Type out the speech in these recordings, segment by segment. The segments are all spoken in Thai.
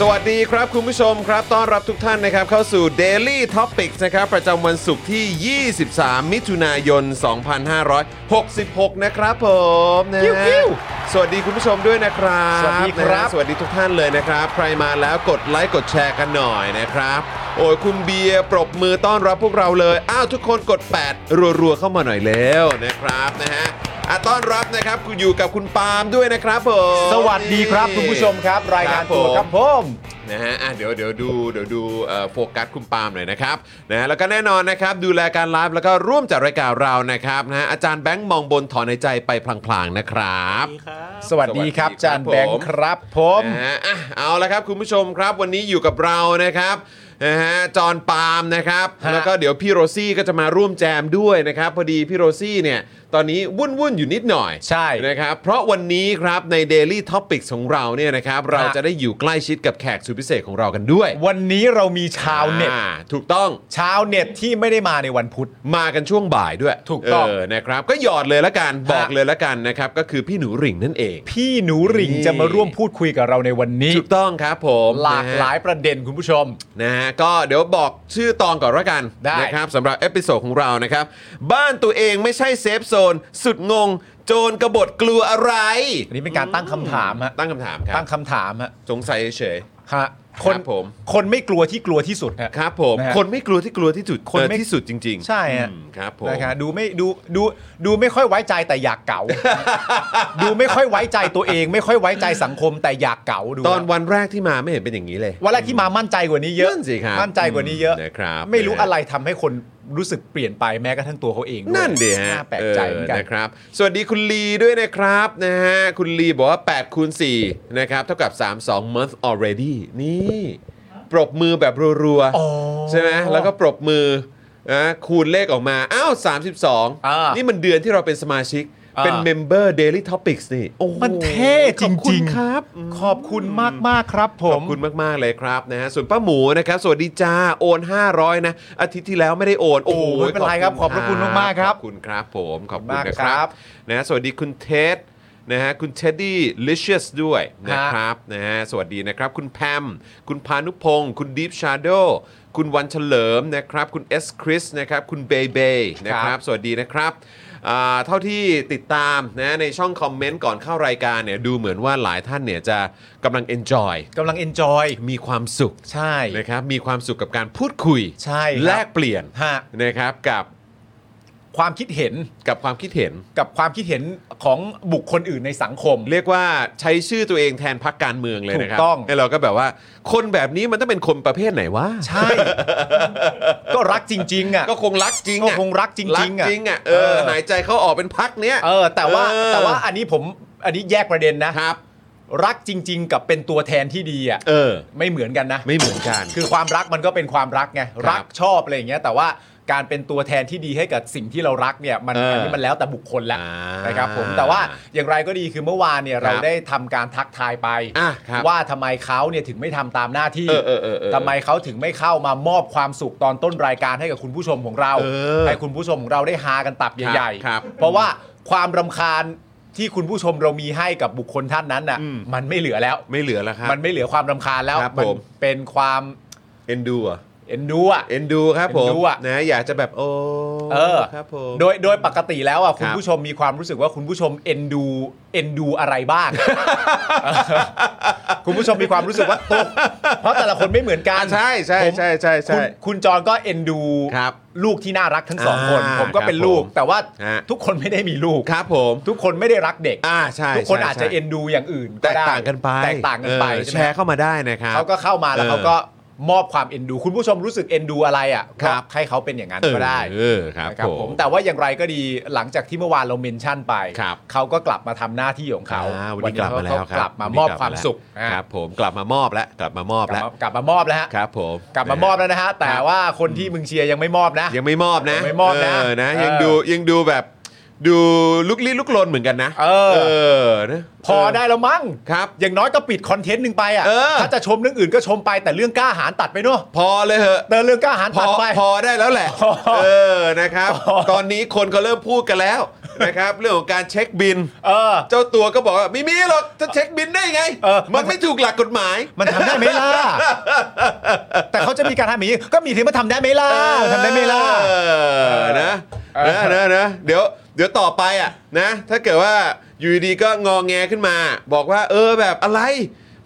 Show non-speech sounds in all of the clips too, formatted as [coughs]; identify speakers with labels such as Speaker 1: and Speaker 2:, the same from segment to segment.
Speaker 1: สวัสดีครับ คุณผู้ชมครับ ต้อนรับทุกท่านนะครับ เข้าสู่ Daily Topics นะครับ ประจำวันศุกร์ที่ 23 มิถุนายน 2566 นะครับผมนะฮะสวัสดีคุณผู้ชมด้วยนะครับ
Speaker 2: สวัสดีครับ
Speaker 1: นะฮะสวัสดีทุกท่านเลยนะครับ ใครมาแล้วกดไลค์กดแชร์กันหน่อยนะครับ โอ้ยคุณเบียร์ปรบมือต้อนรับพวกเราเลย อ้าวทุกคนกด 8 รัวๆเข้ามาหน่อยแล้วนะครับนะฮะอ่ะต้อนรับนะครับคุณอยู่กับคุณปาล์มด้วยนะครับผม
Speaker 2: สวัสดีครับ คุณผู้ชมครับ รายงานตัวค
Speaker 1: ครั
Speaker 2: รั
Speaker 1: บบ ผ
Speaker 2: ผม
Speaker 1: นะฮะอ่ะเดี๋ยวเดี๋ยวดูเดี๋ยวดูเอ่อโฟกัสคุณปาล์มหน่อยนะครับนะฮะแล้วก็แน่นอนนะครับดูแลการไลฟ์แล้วก็ร่วมจัดรายการเรานะครับนะฮะอาจารย์แบงค์มองบนถอนในใจไปพลางๆนะครับ
Speaker 2: สวัสดีครับ
Speaker 1: สวัสดีครับ
Speaker 2: จานแบง
Speaker 1: ผม
Speaker 2: ค์ครับผม
Speaker 1: นะฮะอ่ะเอาละครับคุณผู้ชมครับวันนี้อยู่กับเรานะครับนะฮะจอห์นปาล์มนะครับ
Speaker 2: ฮะ
Speaker 1: แล้วก็เดี๋ยวพี่โรซี่ก็จะมาร่วมแจมด้วยนะครับพอดีพี่โรซี่เนี่ยตอนนี้วุ่นวุ่นๆอยู่นิดหน่อย
Speaker 2: ใช่
Speaker 1: นะครับเพราะวันนี้ครับใน Daily Topics ของเราเนี่ยนะครับเราจะได้อยู่ใกล้ชิดกับแขกสุดพิเศษของเรากันด้วย
Speaker 2: วันนี้เรามีชาวเน็ต
Speaker 1: อ่ถูกต้อง
Speaker 2: ชาวเน็ตที่ไม่ได้มาในวันพุธ
Speaker 1: มากันช่วงบ่ายด้วย
Speaker 2: ถูกต้อง
Speaker 1: เนะครับ ก็หยอดเลยละกัน
Speaker 2: ฮะ
Speaker 1: บอกเลยละกันนะครับ ก็คือพี่หนูหริ่งนั่นเอง
Speaker 2: พี่หนูหริ่ง
Speaker 1: นี่
Speaker 2: จะมาร่วมพูดคุยกับเราในวันนี้
Speaker 1: ถูกต้องครับผม
Speaker 2: หลากหลายประเด็นคุณผู้ชม
Speaker 1: นะฮะก็เดี๋ยวบอกชื่อตอนก่อนละกัน
Speaker 2: ได้
Speaker 1: นะครับสำหรับเอพิโซดของเรานะครับ บ้านตัวเองไม่ใช่เซฟโซน สุดงง โจรกบฏกลัวอะไร
Speaker 2: อันนี้เป็นการตั้งคำถามฮะ
Speaker 1: ตั้งคำถามครั
Speaker 2: ตั้
Speaker 1: บ
Speaker 2: งคำถามฮะ
Speaker 1: สงสัยเฉย
Speaker 2: ฮะคน
Speaker 1: ครับผม
Speaker 2: คนไม่กลัวที่กลัวที่สุดฮะ
Speaker 1: ๆครับผม
Speaker 2: นะฮะ
Speaker 1: คนไม่กลัวที่กลัวที่สุด
Speaker 2: คน
Speaker 1: เออ
Speaker 2: ไม่
Speaker 1: ที่สุดจริง ๆ
Speaker 2: ใช่ฮะ
Speaker 1: อืมครับผม
Speaker 2: นะครับดูไม่ดูดูดูไม่ค่อยไว้ใจแต่อยากเก๋า
Speaker 1: [laughs]
Speaker 2: ดูไม่ค่อยไว้ใจตัวเอง ไม่ค่อยไว้ใจสังคมแต่อยากเก๋าดู
Speaker 1: ตอนวันแรกที่มาไม่เห็นเป็นอย่างนี้เลย
Speaker 2: วันแรกที่มามั่นใจกว่านี้เยอะ
Speaker 1: นั่นสิครับ
Speaker 2: มั่นใจกว่านี้เยอะ
Speaker 1: นะครับ
Speaker 2: ไม่รู้
Speaker 1: นฮ
Speaker 2: อะไรทำให้คนรู้สึกเปลี่ยนไปแม้กระทั่งตัวเขาเองด้วย
Speaker 1: นั่นดิฮะ
Speaker 2: น่าแปลกใจเหมือนกัน
Speaker 1: เนะครับ สวัสดีคุณลีด้วยนะครับนะฮะคุณลีบอกว่า8คูณ4นะครับเท่ากับ 32 month already นี่ ปรบมือแบบรัว
Speaker 2: อ๋อ
Speaker 1: ๆ ใช่ไหมแล้วก็ปรบมือนะคูณเลขออกมา อ้าว
Speaker 2: อ่า
Speaker 1: 32
Speaker 2: นี่
Speaker 1: นี่มันเดือนที่เราเป็นสมาชิก
Speaker 2: อ่า
Speaker 1: เป็นเมมเบอร์ Daily Topics นี่โอ้โห
Speaker 2: มันเท่จ
Speaker 1: ขอบคุ
Speaker 2: ริ
Speaker 1: ณ
Speaker 2: ง
Speaker 1: ค
Speaker 2: ๆ
Speaker 1: รับ
Speaker 2: ขอบคุณมากมากๆครับ ผ
Speaker 1: ขอ
Speaker 2: ม
Speaker 1: บคุณมาก ๆ เลยครับนะฮะส่วนป้าหมูนะครับ สวัสดีจ้า โอน 500 นะ อาทิตย์ที่แล้วไม่ได้โอนห
Speaker 2: โอ้ไม่เป็นไรครับขอบพระคุณมากๆครับ
Speaker 1: ขอบคุณครับผมขอบคุณ
Speaker 2: มาก
Speaker 1: นะค
Speaker 2: ครั
Speaker 1: รับบ นะฮะสวัสดีคุณเท็ดนะฮะคุณเท็ดดี้ลิเชียสด้วยนะครับนะฮะสวัสดีนะครับ คุณแพมคุณพานุพงศ์คุณดีฟชาร์โดคุณวันเฉลิมนะครับ คุณเอสคริสนะครับ คุณเบย์เบย์นะค
Speaker 2: ครั
Speaker 1: รับ
Speaker 2: บ
Speaker 1: สวัสดีนะครับอ่าเท่าที่ติดตามนะในช่องคอมเมนต์ก่อนเข้ารายการเนี่ยดูเหมือนว่าหลายท่านเนี่ยจะกำลัง enjoy
Speaker 2: กำลัง enjoy
Speaker 1: มีความสุข
Speaker 2: ใช่
Speaker 1: นะครับ มีความสุขกับการพูดคุย
Speaker 2: ใช่ครับ
Speaker 1: แลกเปลี่ยน
Speaker 2: ฮะ
Speaker 1: นะครับกับ
Speaker 2: ความคิดเห็น
Speaker 1: กับความคิดเห็น
Speaker 2: กับความคิดเห็นของบุคคลอื่นในสังคม
Speaker 1: เรียกว่าใช้ชื่อตัวเองแทนพักการเมืองเลยนะครั
Speaker 2: ถูกต้อง
Speaker 1: แล้วเราก็แบบว่า คนแบบนี้มันต้องเป็นคนประเภทไหนวะ
Speaker 2: ใช่ ก็รักจริง ๆ อ่ะ
Speaker 1: ก็คงรักจริง
Speaker 2: ก็
Speaker 1: อะ
Speaker 2: คงรักจริงๆอะ
Speaker 1: รักจริงอ่ะเอ
Speaker 2: เอ
Speaker 1: อ
Speaker 2: อ
Speaker 1: หายใจเขาออกเป็นพักเนี้ย
Speaker 2: เออ แต่ว่า
Speaker 1: เออ
Speaker 2: แต่ว่าอันนี้ผมอันนี้แยกประเด็นนะ
Speaker 1: ครับ
Speaker 2: รักจริง ๆ กับเป็นตัวแทนที่ดีอ่ะ
Speaker 1: เออ
Speaker 2: ไม่เหมือนกันนะ
Speaker 1: ไม่เหมือนกัน
Speaker 2: คือความรักมันก็เป็นความรักไง
Speaker 1: ครับ
Speaker 2: รักชอบอะไรอย่างเงี้ยแต่ว่า
Speaker 3: การเป็นตัวแทนที่ดีให้กับสิ่งที่เรารักเนี่ยมัน
Speaker 1: เอออั
Speaker 3: อันนี้มันแล้วแต่บุคคลแหละ
Speaker 1: อ่าน
Speaker 3: นะครับผมแต่ว่าอย่างไรก็ดีคือเมื่อวานเนี่ย
Speaker 1: ครั
Speaker 3: เรา
Speaker 1: บ
Speaker 3: ได้ทำการทักทายไป
Speaker 1: อ่ะครับ
Speaker 3: ว่าทำไมเขาเนี่ยถึงไม่ทำตามหน้าที่
Speaker 1: เออเออเออเออ
Speaker 3: ทำไมเขาถึงไม่เข้ามามอบความสุขตอนต้นรายการให้กับคุณผู้ชมของเรา
Speaker 1: เออ
Speaker 3: ให้คุณผู้ชมของเราได้ฮากันตับใหญ่
Speaker 1: ครับ
Speaker 3: ๆ เพราะว่าความรำคาญที่คุณผู้ชมเรามีให้กับบุคคลท่านนั้นน่ะ
Speaker 1: อืม
Speaker 3: มันไม่เหลือแล้ว
Speaker 1: ไม่เหลือแล้วครับ
Speaker 3: มันไม่เหลือความรำคาญแล้ว
Speaker 1: ครับ
Speaker 3: มั
Speaker 1: ผม
Speaker 3: เป็นความ
Speaker 1: เอ็นดูเหรอ่ะ
Speaker 3: เอ็นดูอ่ะ
Speaker 1: เอ็นดูครับผ
Speaker 3: เอ็
Speaker 1: ม
Speaker 3: นดูอะ
Speaker 1: นะอยากจะแบบโอ้
Speaker 3: เออ
Speaker 1: ครับผม
Speaker 3: โดยโดยปกติแล้วอ่ะ
Speaker 1: ค
Speaker 3: คุณ
Speaker 1: รับ
Speaker 3: ผู้ชมมีความรู้สึกว่าคุณผู้ชมเอ็นดูเอ็นดูอะไรบ้าง
Speaker 1: [laughs]
Speaker 3: เออคุณผู้ชมมีความรู้สึกว่าตุ๊กเพราะแต่ละคนไม่เหมือนกัน
Speaker 1: อ่ะใช่ใช่ใช่ใช่
Speaker 3: คุ
Speaker 1: ใช่
Speaker 3: ณคุณจอนก็เอ็นดู
Speaker 1: ครับ
Speaker 3: ลูกที่น่ารักทั้งสองคน
Speaker 1: อ่า
Speaker 3: ผมก็เป็นลูก
Speaker 1: ครับผม
Speaker 3: แต่ว่า
Speaker 1: ฮะ
Speaker 3: ทุกคนไม่ได้มีลูก
Speaker 1: ครับผม
Speaker 3: ทุกคนไม่ได้รักเด็ก
Speaker 1: อ่าใช่
Speaker 3: ทุกคน
Speaker 1: ใช่
Speaker 3: อาจจะ
Speaker 1: ใช่
Speaker 3: เอ็นดูอย่างอื่น
Speaker 1: แต
Speaker 3: ก็
Speaker 1: ก
Speaker 3: ได้
Speaker 1: ต่างกันไป
Speaker 3: แตกต่างกันไป
Speaker 1: เออ
Speaker 3: ใช่
Speaker 1: แช
Speaker 3: ไหม
Speaker 1: ร์เข้ามาได้นะครับ
Speaker 3: เขาก็เข้ามาแล้ว
Speaker 1: เออ
Speaker 3: เขาก็มอบความเอ็นดู คุณผู้ชมรู้สึกเอ็นดูอะไรอ่ะ
Speaker 1: ครับ
Speaker 3: ก็ให้เขาเป็นอย่างนั้น
Speaker 1: เออ
Speaker 3: ก็ได้
Speaker 1: เออครับ
Speaker 3: นะครับ
Speaker 1: ผ
Speaker 3: ผม
Speaker 1: ม
Speaker 3: แต่ว่าอย่างไรก็ดีหลังจากที่เมื่อวานเราเมนชั่นไป
Speaker 1: ครับ
Speaker 3: เขาก็กลับมาทำหน้าที่ของเขา
Speaker 1: อ่วันนี้กลับมาแล้ว
Speaker 3: เข
Speaker 1: ครับ
Speaker 3: กลับมามอบความสุข
Speaker 1: วันนี้กลับมาแล้วครับ
Speaker 3: อ่ะ
Speaker 1: ผมกลับมามอบแล้วกลับมามอบ
Speaker 3: กลั
Speaker 1: แล้
Speaker 3: บ
Speaker 1: ว
Speaker 3: มากลับมามอบแล้วฮะ
Speaker 1: ครับผม
Speaker 3: กลับมามอบแล้วนะฮะแต่ว่าคนที่มึงเชียร์ยังไม่มอบนะ
Speaker 1: ยังไม่มอบนะ
Speaker 3: ยังไม่มอบนะ
Speaker 1: เนะ
Speaker 3: เออ
Speaker 1: ยังดูยังดูแบบดูลุกลี้ลุกลนเหมือนกันนะ
Speaker 3: เออ
Speaker 1: อนะ
Speaker 3: พอได้แล้วมั้ง
Speaker 1: ครับ
Speaker 3: อย่างน้อยก็ปิดคอนเทนต์หนึ่งไปอ่ะ
Speaker 1: เออ
Speaker 3: ถ้าจะชมเรื่องอื่นก็ชมไปแต่เรื่องกล้าหารตัดไปเนอะ
Speaker 1: พอเลยเหอะ
Speaker 3: เดินเรื่องกล้าหาร
Speaker 1: พอ
Speaker 3: ตัดไป
Speaker 1: พอได้แล้วแหละ
Speaker 3: พอ
Speaker 1: เออนะครับ
Speaker 3: พอ
Speaker 1: ตอนนี้คนเขาเริ่มพูดกันแล้ว นะครับ เรื่องของการเช็คบิน
Speaker 3: เออ
Speaker 1: เจ้าตัวก็บอกว่าไม่มีหรอกจะเช็คบินได้ไง
Speaker 3: เออ
Speaker 1: มันไม่ถูกหลักกฎหมาย
Speaker 3: มันทำได้ไหมล่ะ แต่เขาจะมีการทำอย่างนี้ก็มีทีมาทำได้ไหมล่ะทำได้ไหมล่ะ
Speaker 1: เออนะ
Speaker 3: เออ
Speaker 1: นะนะนะเดี๋ยวเดี๋ยวต่อไปอ่ะนะถ้าเกิดว่าอยู่ดีๆก็งองแงขึ้นมา บอกว่า เออแบบอะไร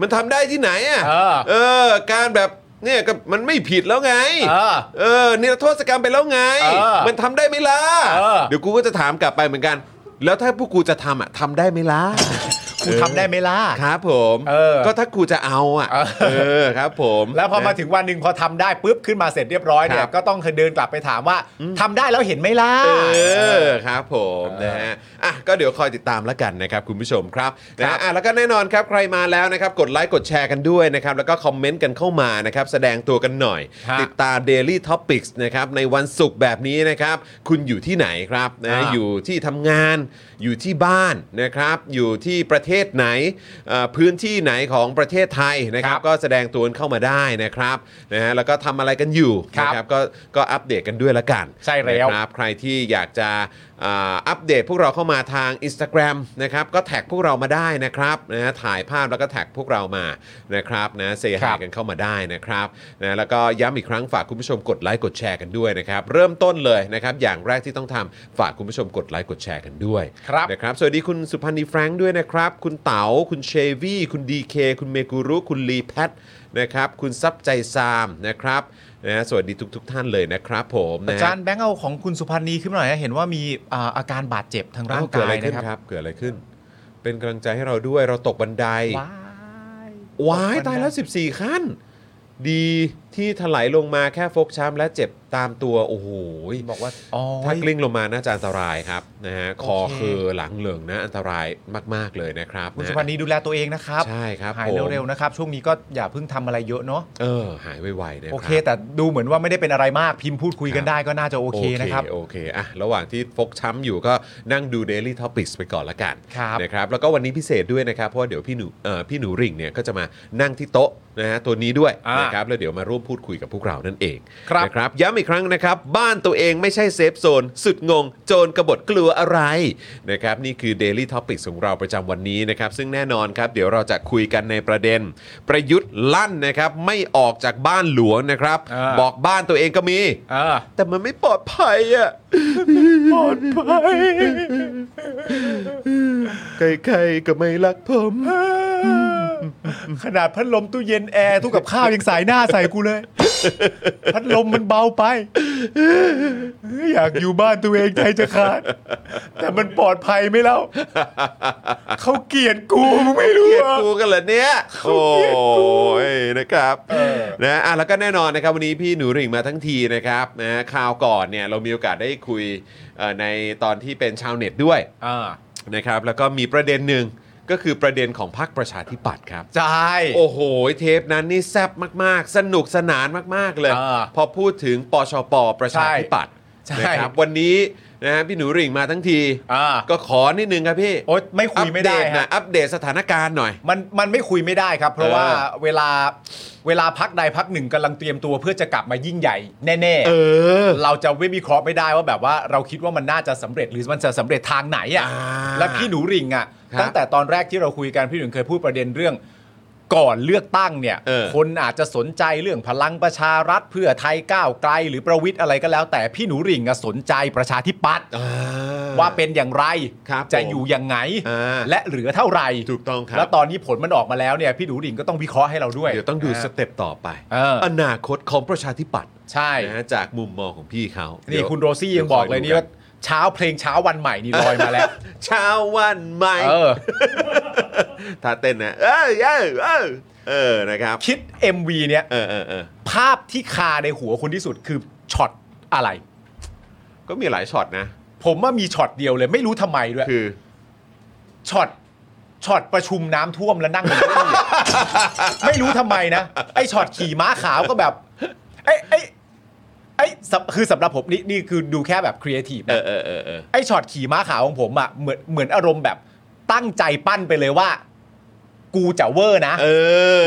Speaker 1: มันทำได้ที่ไหนอ่ะ
Speaker 3: เออ
Speaker 1: เออ การแบบเนี่ยก็มันไม่ผิดแล้วไง
Speaker 3: เออ
Speaker 1: เออนิรโทษกรรมไปแล้วไง
Speaker 3: เออ
Speaker 1: มันทำได้ไหมล่ะ
Speaker 3: เออ
Speaker 1: เดี๋ยวกูก็จะถามกลับไปเหมือนกัน แล้วถ้าพวกกูจะทำอ่ะทำได้ไหม
Speaker 3: [laughs]
Speaker 1: ล่ะ
Speaker 3: ครูทำได้ไหมล่ะ
Speaker 1: ครับผม
Speaker 3: เออ
Speaker 1: ก็ถ้ากูจะเอาอ่ะ
Speaker 3: เออ
Speaker 1: เออครับผม
Speaker 3: แล้วพอมา
Speaker 1: นะ
Speaker 3: ถึงวันหนึ่งพอทำได้ปุ๊บขึ้นมาเสร็จเรียบร้อยเนี่
Speaker 1: ครั
Speaker 3: ย
Speaker 1: บ
Speaker 3: ก็ต้องเดินกลับไปถามว่าทำได้แล้วเห็นไหมล่ะ
Speaker 1: เออครับผมนะฮะอ่ะก็เดี๋ยวคอยติดตามแล้วกันนะครับคุณผู้ชมครับนะฮะอ่ะแล้วก็แน่นอนครับใครมาแล้วนะครับกดไลค์กดแชร์กันด้วยนะครับแล้วก็คอมเมนต์กันเข้ามานะครับแสดงตัวกันหน่อย
Speaker 3: ฮะ
Speaker 1: ติดตาม Daily Topics นะครับในวันศุกร์แบบนี้นะครับคุณอยู่ที่ไหนครับนะฮะ
Speaker 3: อ่า
Speaker 1: อยู่ที่ทำงาน อยู่ที่บ้านนะครับอยู่ที่ประเทศไหนเอ่อพื้นที่ไหนของประเทศไทยนะครับก็แสดงตัวกันเข้ามาได้นะครับนะฮะแล้วก็ทำอะไรกันอยู่
Speaker 3: ครั
Speaker 1: นะ
Speaker 3: บ
Speaker 1: ครับก็ก็อัปเดตกันด้วยละกัน
Speaker 3: ใช่แล้ว
Speaker 1: นะครับ ครับใครที่อยากจะอ่าอัปเดตพวกเราเข้ามาทาง Instagram นะครับก็แท็กพวกเรามาได้นะครับนะฮะถ่ายภาพแล้วก็แท็กพวกเรามานะครับนะเซ
Speaker 3: ครั
Speaker 1: ฮา
Speaker 3: บ
Speaker 1: กันเข้ามาได้นะครับนะแล้วก็ย้ำอีกครั้งฝากคุณผู้ชมกดไลค์กดแชร์กันด้วยนะครับเริ่มต้นเลยนะครับอย่างแรกที่ต้องทำฝากคุณผู้ชมกดไลค์กดแชร์กันด้วย
Speaker 3: ครับ
Speaker 1: นะครับสวัสดีคุณสุพันธ์นีแฟรงค์ด้วยนะครับ คุณเต๋าคุณเชวี่คุณดีเคคุณเมกุรุคุณลีแพทนะครับคุณซับใจซามนะครับนะฮะสวัสดีทุก ๆ ท่านเลยนะครับผมนะ
Speaker 3: อา
Speaker 1: ฮะ
Speaker 3: จารย์แบงค์เอาของคุณสุพันธ์นีขึ้นมาหน่อยนะเห็นว่ามีอ่าอาการบาดเจ็บทางร่าง
Speaker 1: เกิด
Speaker 3: กา
Speaker 1: อะไร
Speaker 3: ย
Speaker 1: ขึ้น
Speaker 3: นะครับ
Speaker 1: ครับ เกิดอะไรขึ้น เป็นกำลังใจให้เราด้วย เราตกบันได
Speaker 3: ว้าย
Speaker 1: ว้ายตายแล้ว 14 ขั้น ดีที่ถลายลงมาแค่ฟกช้ำและเจ็บตามตัว โอ้โหย
Speaker 3: บอกว่าอ๋อ
Speaker 1: ถ้ากลิ้งลงมาน่าจะอันตรายครับนะฮะ คอ
Speaker 3: โอเค
Speaker 1: คือหลังเหลืองนะ อันตรายมาก ๆ เลยนะครับ
Speaker 3: คุณ
Speaker 1: นะ
Speaker 3: สุพันธ์นีดูแลตัวเองนะครับ
Speaker 1: ใช่ครับ
Speaker 3: หาย
Speaker 1: ผม
Speaker 3: เร็วๆนะครับ ช่วงนี้ก็อย่าเพิ่งทำอะไรเยอะเนาะ
Speaker 1: เออ หายไวๆนะครับ
Speaker 3: โอเค แต่ดูเหมือนว่าไม่ได้เป็นอะไรมากพิมพ์พูดคุยกั
Speaker 1: ครั
Speaker 3: น
Speaker 1: บ
Speaker 3: ได้ก็น่าจะโอเคนะครับ
Speaker 1: โอเคอ่ะระหว่างที่ฟกช้ำอยู่ก็นั่งดู Daily Topics ไปก่อนละกัน
Speaker 3: ครับ
Speaker 1: นะครับแล้วก็วันนี้พิเศษด้วยนะครับ เพราะว่าเดี๋ยวพี่หนูเอ่อพี่หนูริ่งเนี่ยก็จะมานั่งที่โต๊ะนะฮะตัวนี้ด้วย
Speaker 3: อ่าน
Speaker 1: นะครับแล้วเดี๋ยวมาร่วมพูดคุยกับพวกเรานั่นเอง
Speaker 3: ครับ
Speaker 1: นะครับย้ำอีกครั้งนะครับ บ้านตัวเองไม่ใช่เซฟโซน สุดงง โจรกบฏกลัวอะไรนะครับนี่คือ Daily Topics ของเราประจำวันนี้นะครับซึ่งแน่นอนครับเดี๋ยวเราจะคุยกันในประเด็น ประยุทธ์ลั่นนะครับไม่ออกจากบ้านหลวงนะครับ
Speaker 3: อ่า
Speaker 1: บอกบ้านตัวเองก็มี
Speaker 3: เออ
Speaker 1: แต่มันไม่ปลอดภัยอ่ะ
Speaker 3: ปลอดภัย
Speaker 1: ใครๆก็ไม่รักผม
Speaker 3: [laughs] ขนาดพัดลมตู้เย็นแอร์ตู้กับข้าวยังสายหน้าใส่กูเลย [laughs] พัดลมมันเบาไป [laughs] อยากอยู่บ้านตัวเองใจจะขาด [laughs] แต่มันปลอดภัยไหมเล่า [laughs] เขาเกลียดกูมึงไม่รู้
Speaker 1: เกลียด
Speaker 3: อะ
Speaker 1: กูกันเหรอเนี่ย โอ้ยนะครับนะอ่ะแล้วก็แน่นอนนะครับวันนี้พี่หนูหริ่งมาทั้งทีนะครับนะข่าวก่อนเนี่ยเรามีโอกาสได้คุยเอ่อในตอนที่เป็นชาวเน็ตด้วยนะครับแล้วก็มีประเด็นหนึ่ง ก็คือประเด็นของพรรคประชาธิปัตย์ครับ
Speaker 3: ใช่
Speaker 1: โอ้โห เทปนั้นนี่แซ่บมาก ๆ สนุกสนานมาก ๆ เลย
Speaker 3: เออ
Speaker 1: พอพูดถึงปชป ประชาธิปัตย์
Speaker 3: ใช่
Speaker 1: นะครับวันนี้นะฮะพี่หนูหริ่งมาทั้งที
Speaker 3: อ่า
Speaker 1: ก็ขอนิดนึงครับพี่
Speaker 3: โอ๊ยไม่คุยไม่ได้
Speaker 1: อัปเตหน่อ
Speaker 3: ฮะ
Speaker 1: ยอัปเดตสถานการณ์หน่อย
Speaker 3: มันมันไม่คุยไม่ได้ครับ เพราะว่า
Speaker 1: เออ
Speaker 3: เวลาเวลาพักใดพักหนึ่งกำลังเตรียมตัวเพื่อจะกลับมายิ่งใหญ่แน่ๆเเรา [laughs] จะไม่มีเคราะห์ไม่ได้ว่าแบบว่าเราคิดว่ามันน่าจะสำเร็จหรือมันจะสำเร็จทางไหนอะ่ะ
Speaker 1: อ่า
Speaker 3: และพี่หนูริ่งอะ่ะ
Speaker 1: ครับ
Speaker 3: ตั้งแต่ตอนแรกที่เราคุยกันพี่หนูเคยพูดประเด็นเรื่องก่อนเลือกตั้งเนี่ย
Speaker 1: เออ
Speaker 3: คนอาจจะสนใจเรื่องพลังประชารัฐเพื่อไทยก้าวไกลหรือประวิทย์อะไรก็แล้ว แต่พี่หนูริ่งอะสนใจประชาธิปัตย์
Speaker 1: อ่
Speaker 3: ว่าเป็นอย่างไร
Speaker 1: ครับ
Speaker 3: จะ
Speaker 1: ผม
Speaker 3: อยู่ยังไง
Speaker 1: อ่า
Speaker 3: และเหลือเท่าไหร่
Speaker 1: ถูกต้องครั
Speaker 3: แล้วตอนนี้ผลมันออกมาแล้วเนี่ยพี่ดูดิ่งก็ต้องวิเคราะห์ให้เราด้วย
Speaker 1: เดี๋ยวต้องดู
Speaker 3: ะ
Speaker 1: สเต็ปต่อไป
Speaker 3: เออ
Speaker 1: อนาคตของประชาธิปัตย์
Speaker 3: ใช่
Speaker 1: นะฮะจากมุมมองของพี่เขาเดี๋
Speaker 3: นี่
Speaker 1: ยว
Speaker 3: คุณโรซี่ยังบอกเลยนี่ว่าเช้าเพลงเช้าวันใหม่นี่ลอยมาแล้ว
Speaker 1: เช้าวันใหม่
Speaker 3: เออ
Speaker 1: [laughs] ถ้าเต้นนะเออเออเออเออนะครับ
Speaker 3: คิด MV เนี่ย
Speaker 1: เออเออเออ
Speaker 3: ภาพที่คาในหัวคุณที่สุดคือช็อตอะไร
Speaker 1: ก็มีหลายช็อตนะ
Speaker 3: ผมว่ามีช็อตเดียวเลยไม่รู้ทำไมด้วย
Speaker 1: คือ
Speaker 3: ช็อตช็อตประชุมน้ำท่วมแล้วนั่งบนเก้าอี้อะ
Speaker 1: [laughs]
Speaker 3: ไม่รู้ทำไมนะไอช็อตขี่ม้าขาวก็แบบไอไอไอสำคือสำหรับผมนี่นี่คือดูแค่แบบครีเอทีฟ
Speaker 1: เอ
Speaker 3: นะ
Speaker 1: อเออเออเออ
Speaker 3: ไอ้ช็อตขี่ม้าขาวของผมอะเหมือนเหมือนอารมณ์แบบตั้งใจปั้นไปเลยว่า กูจะเวอร์นะ
Speaker 1: เอ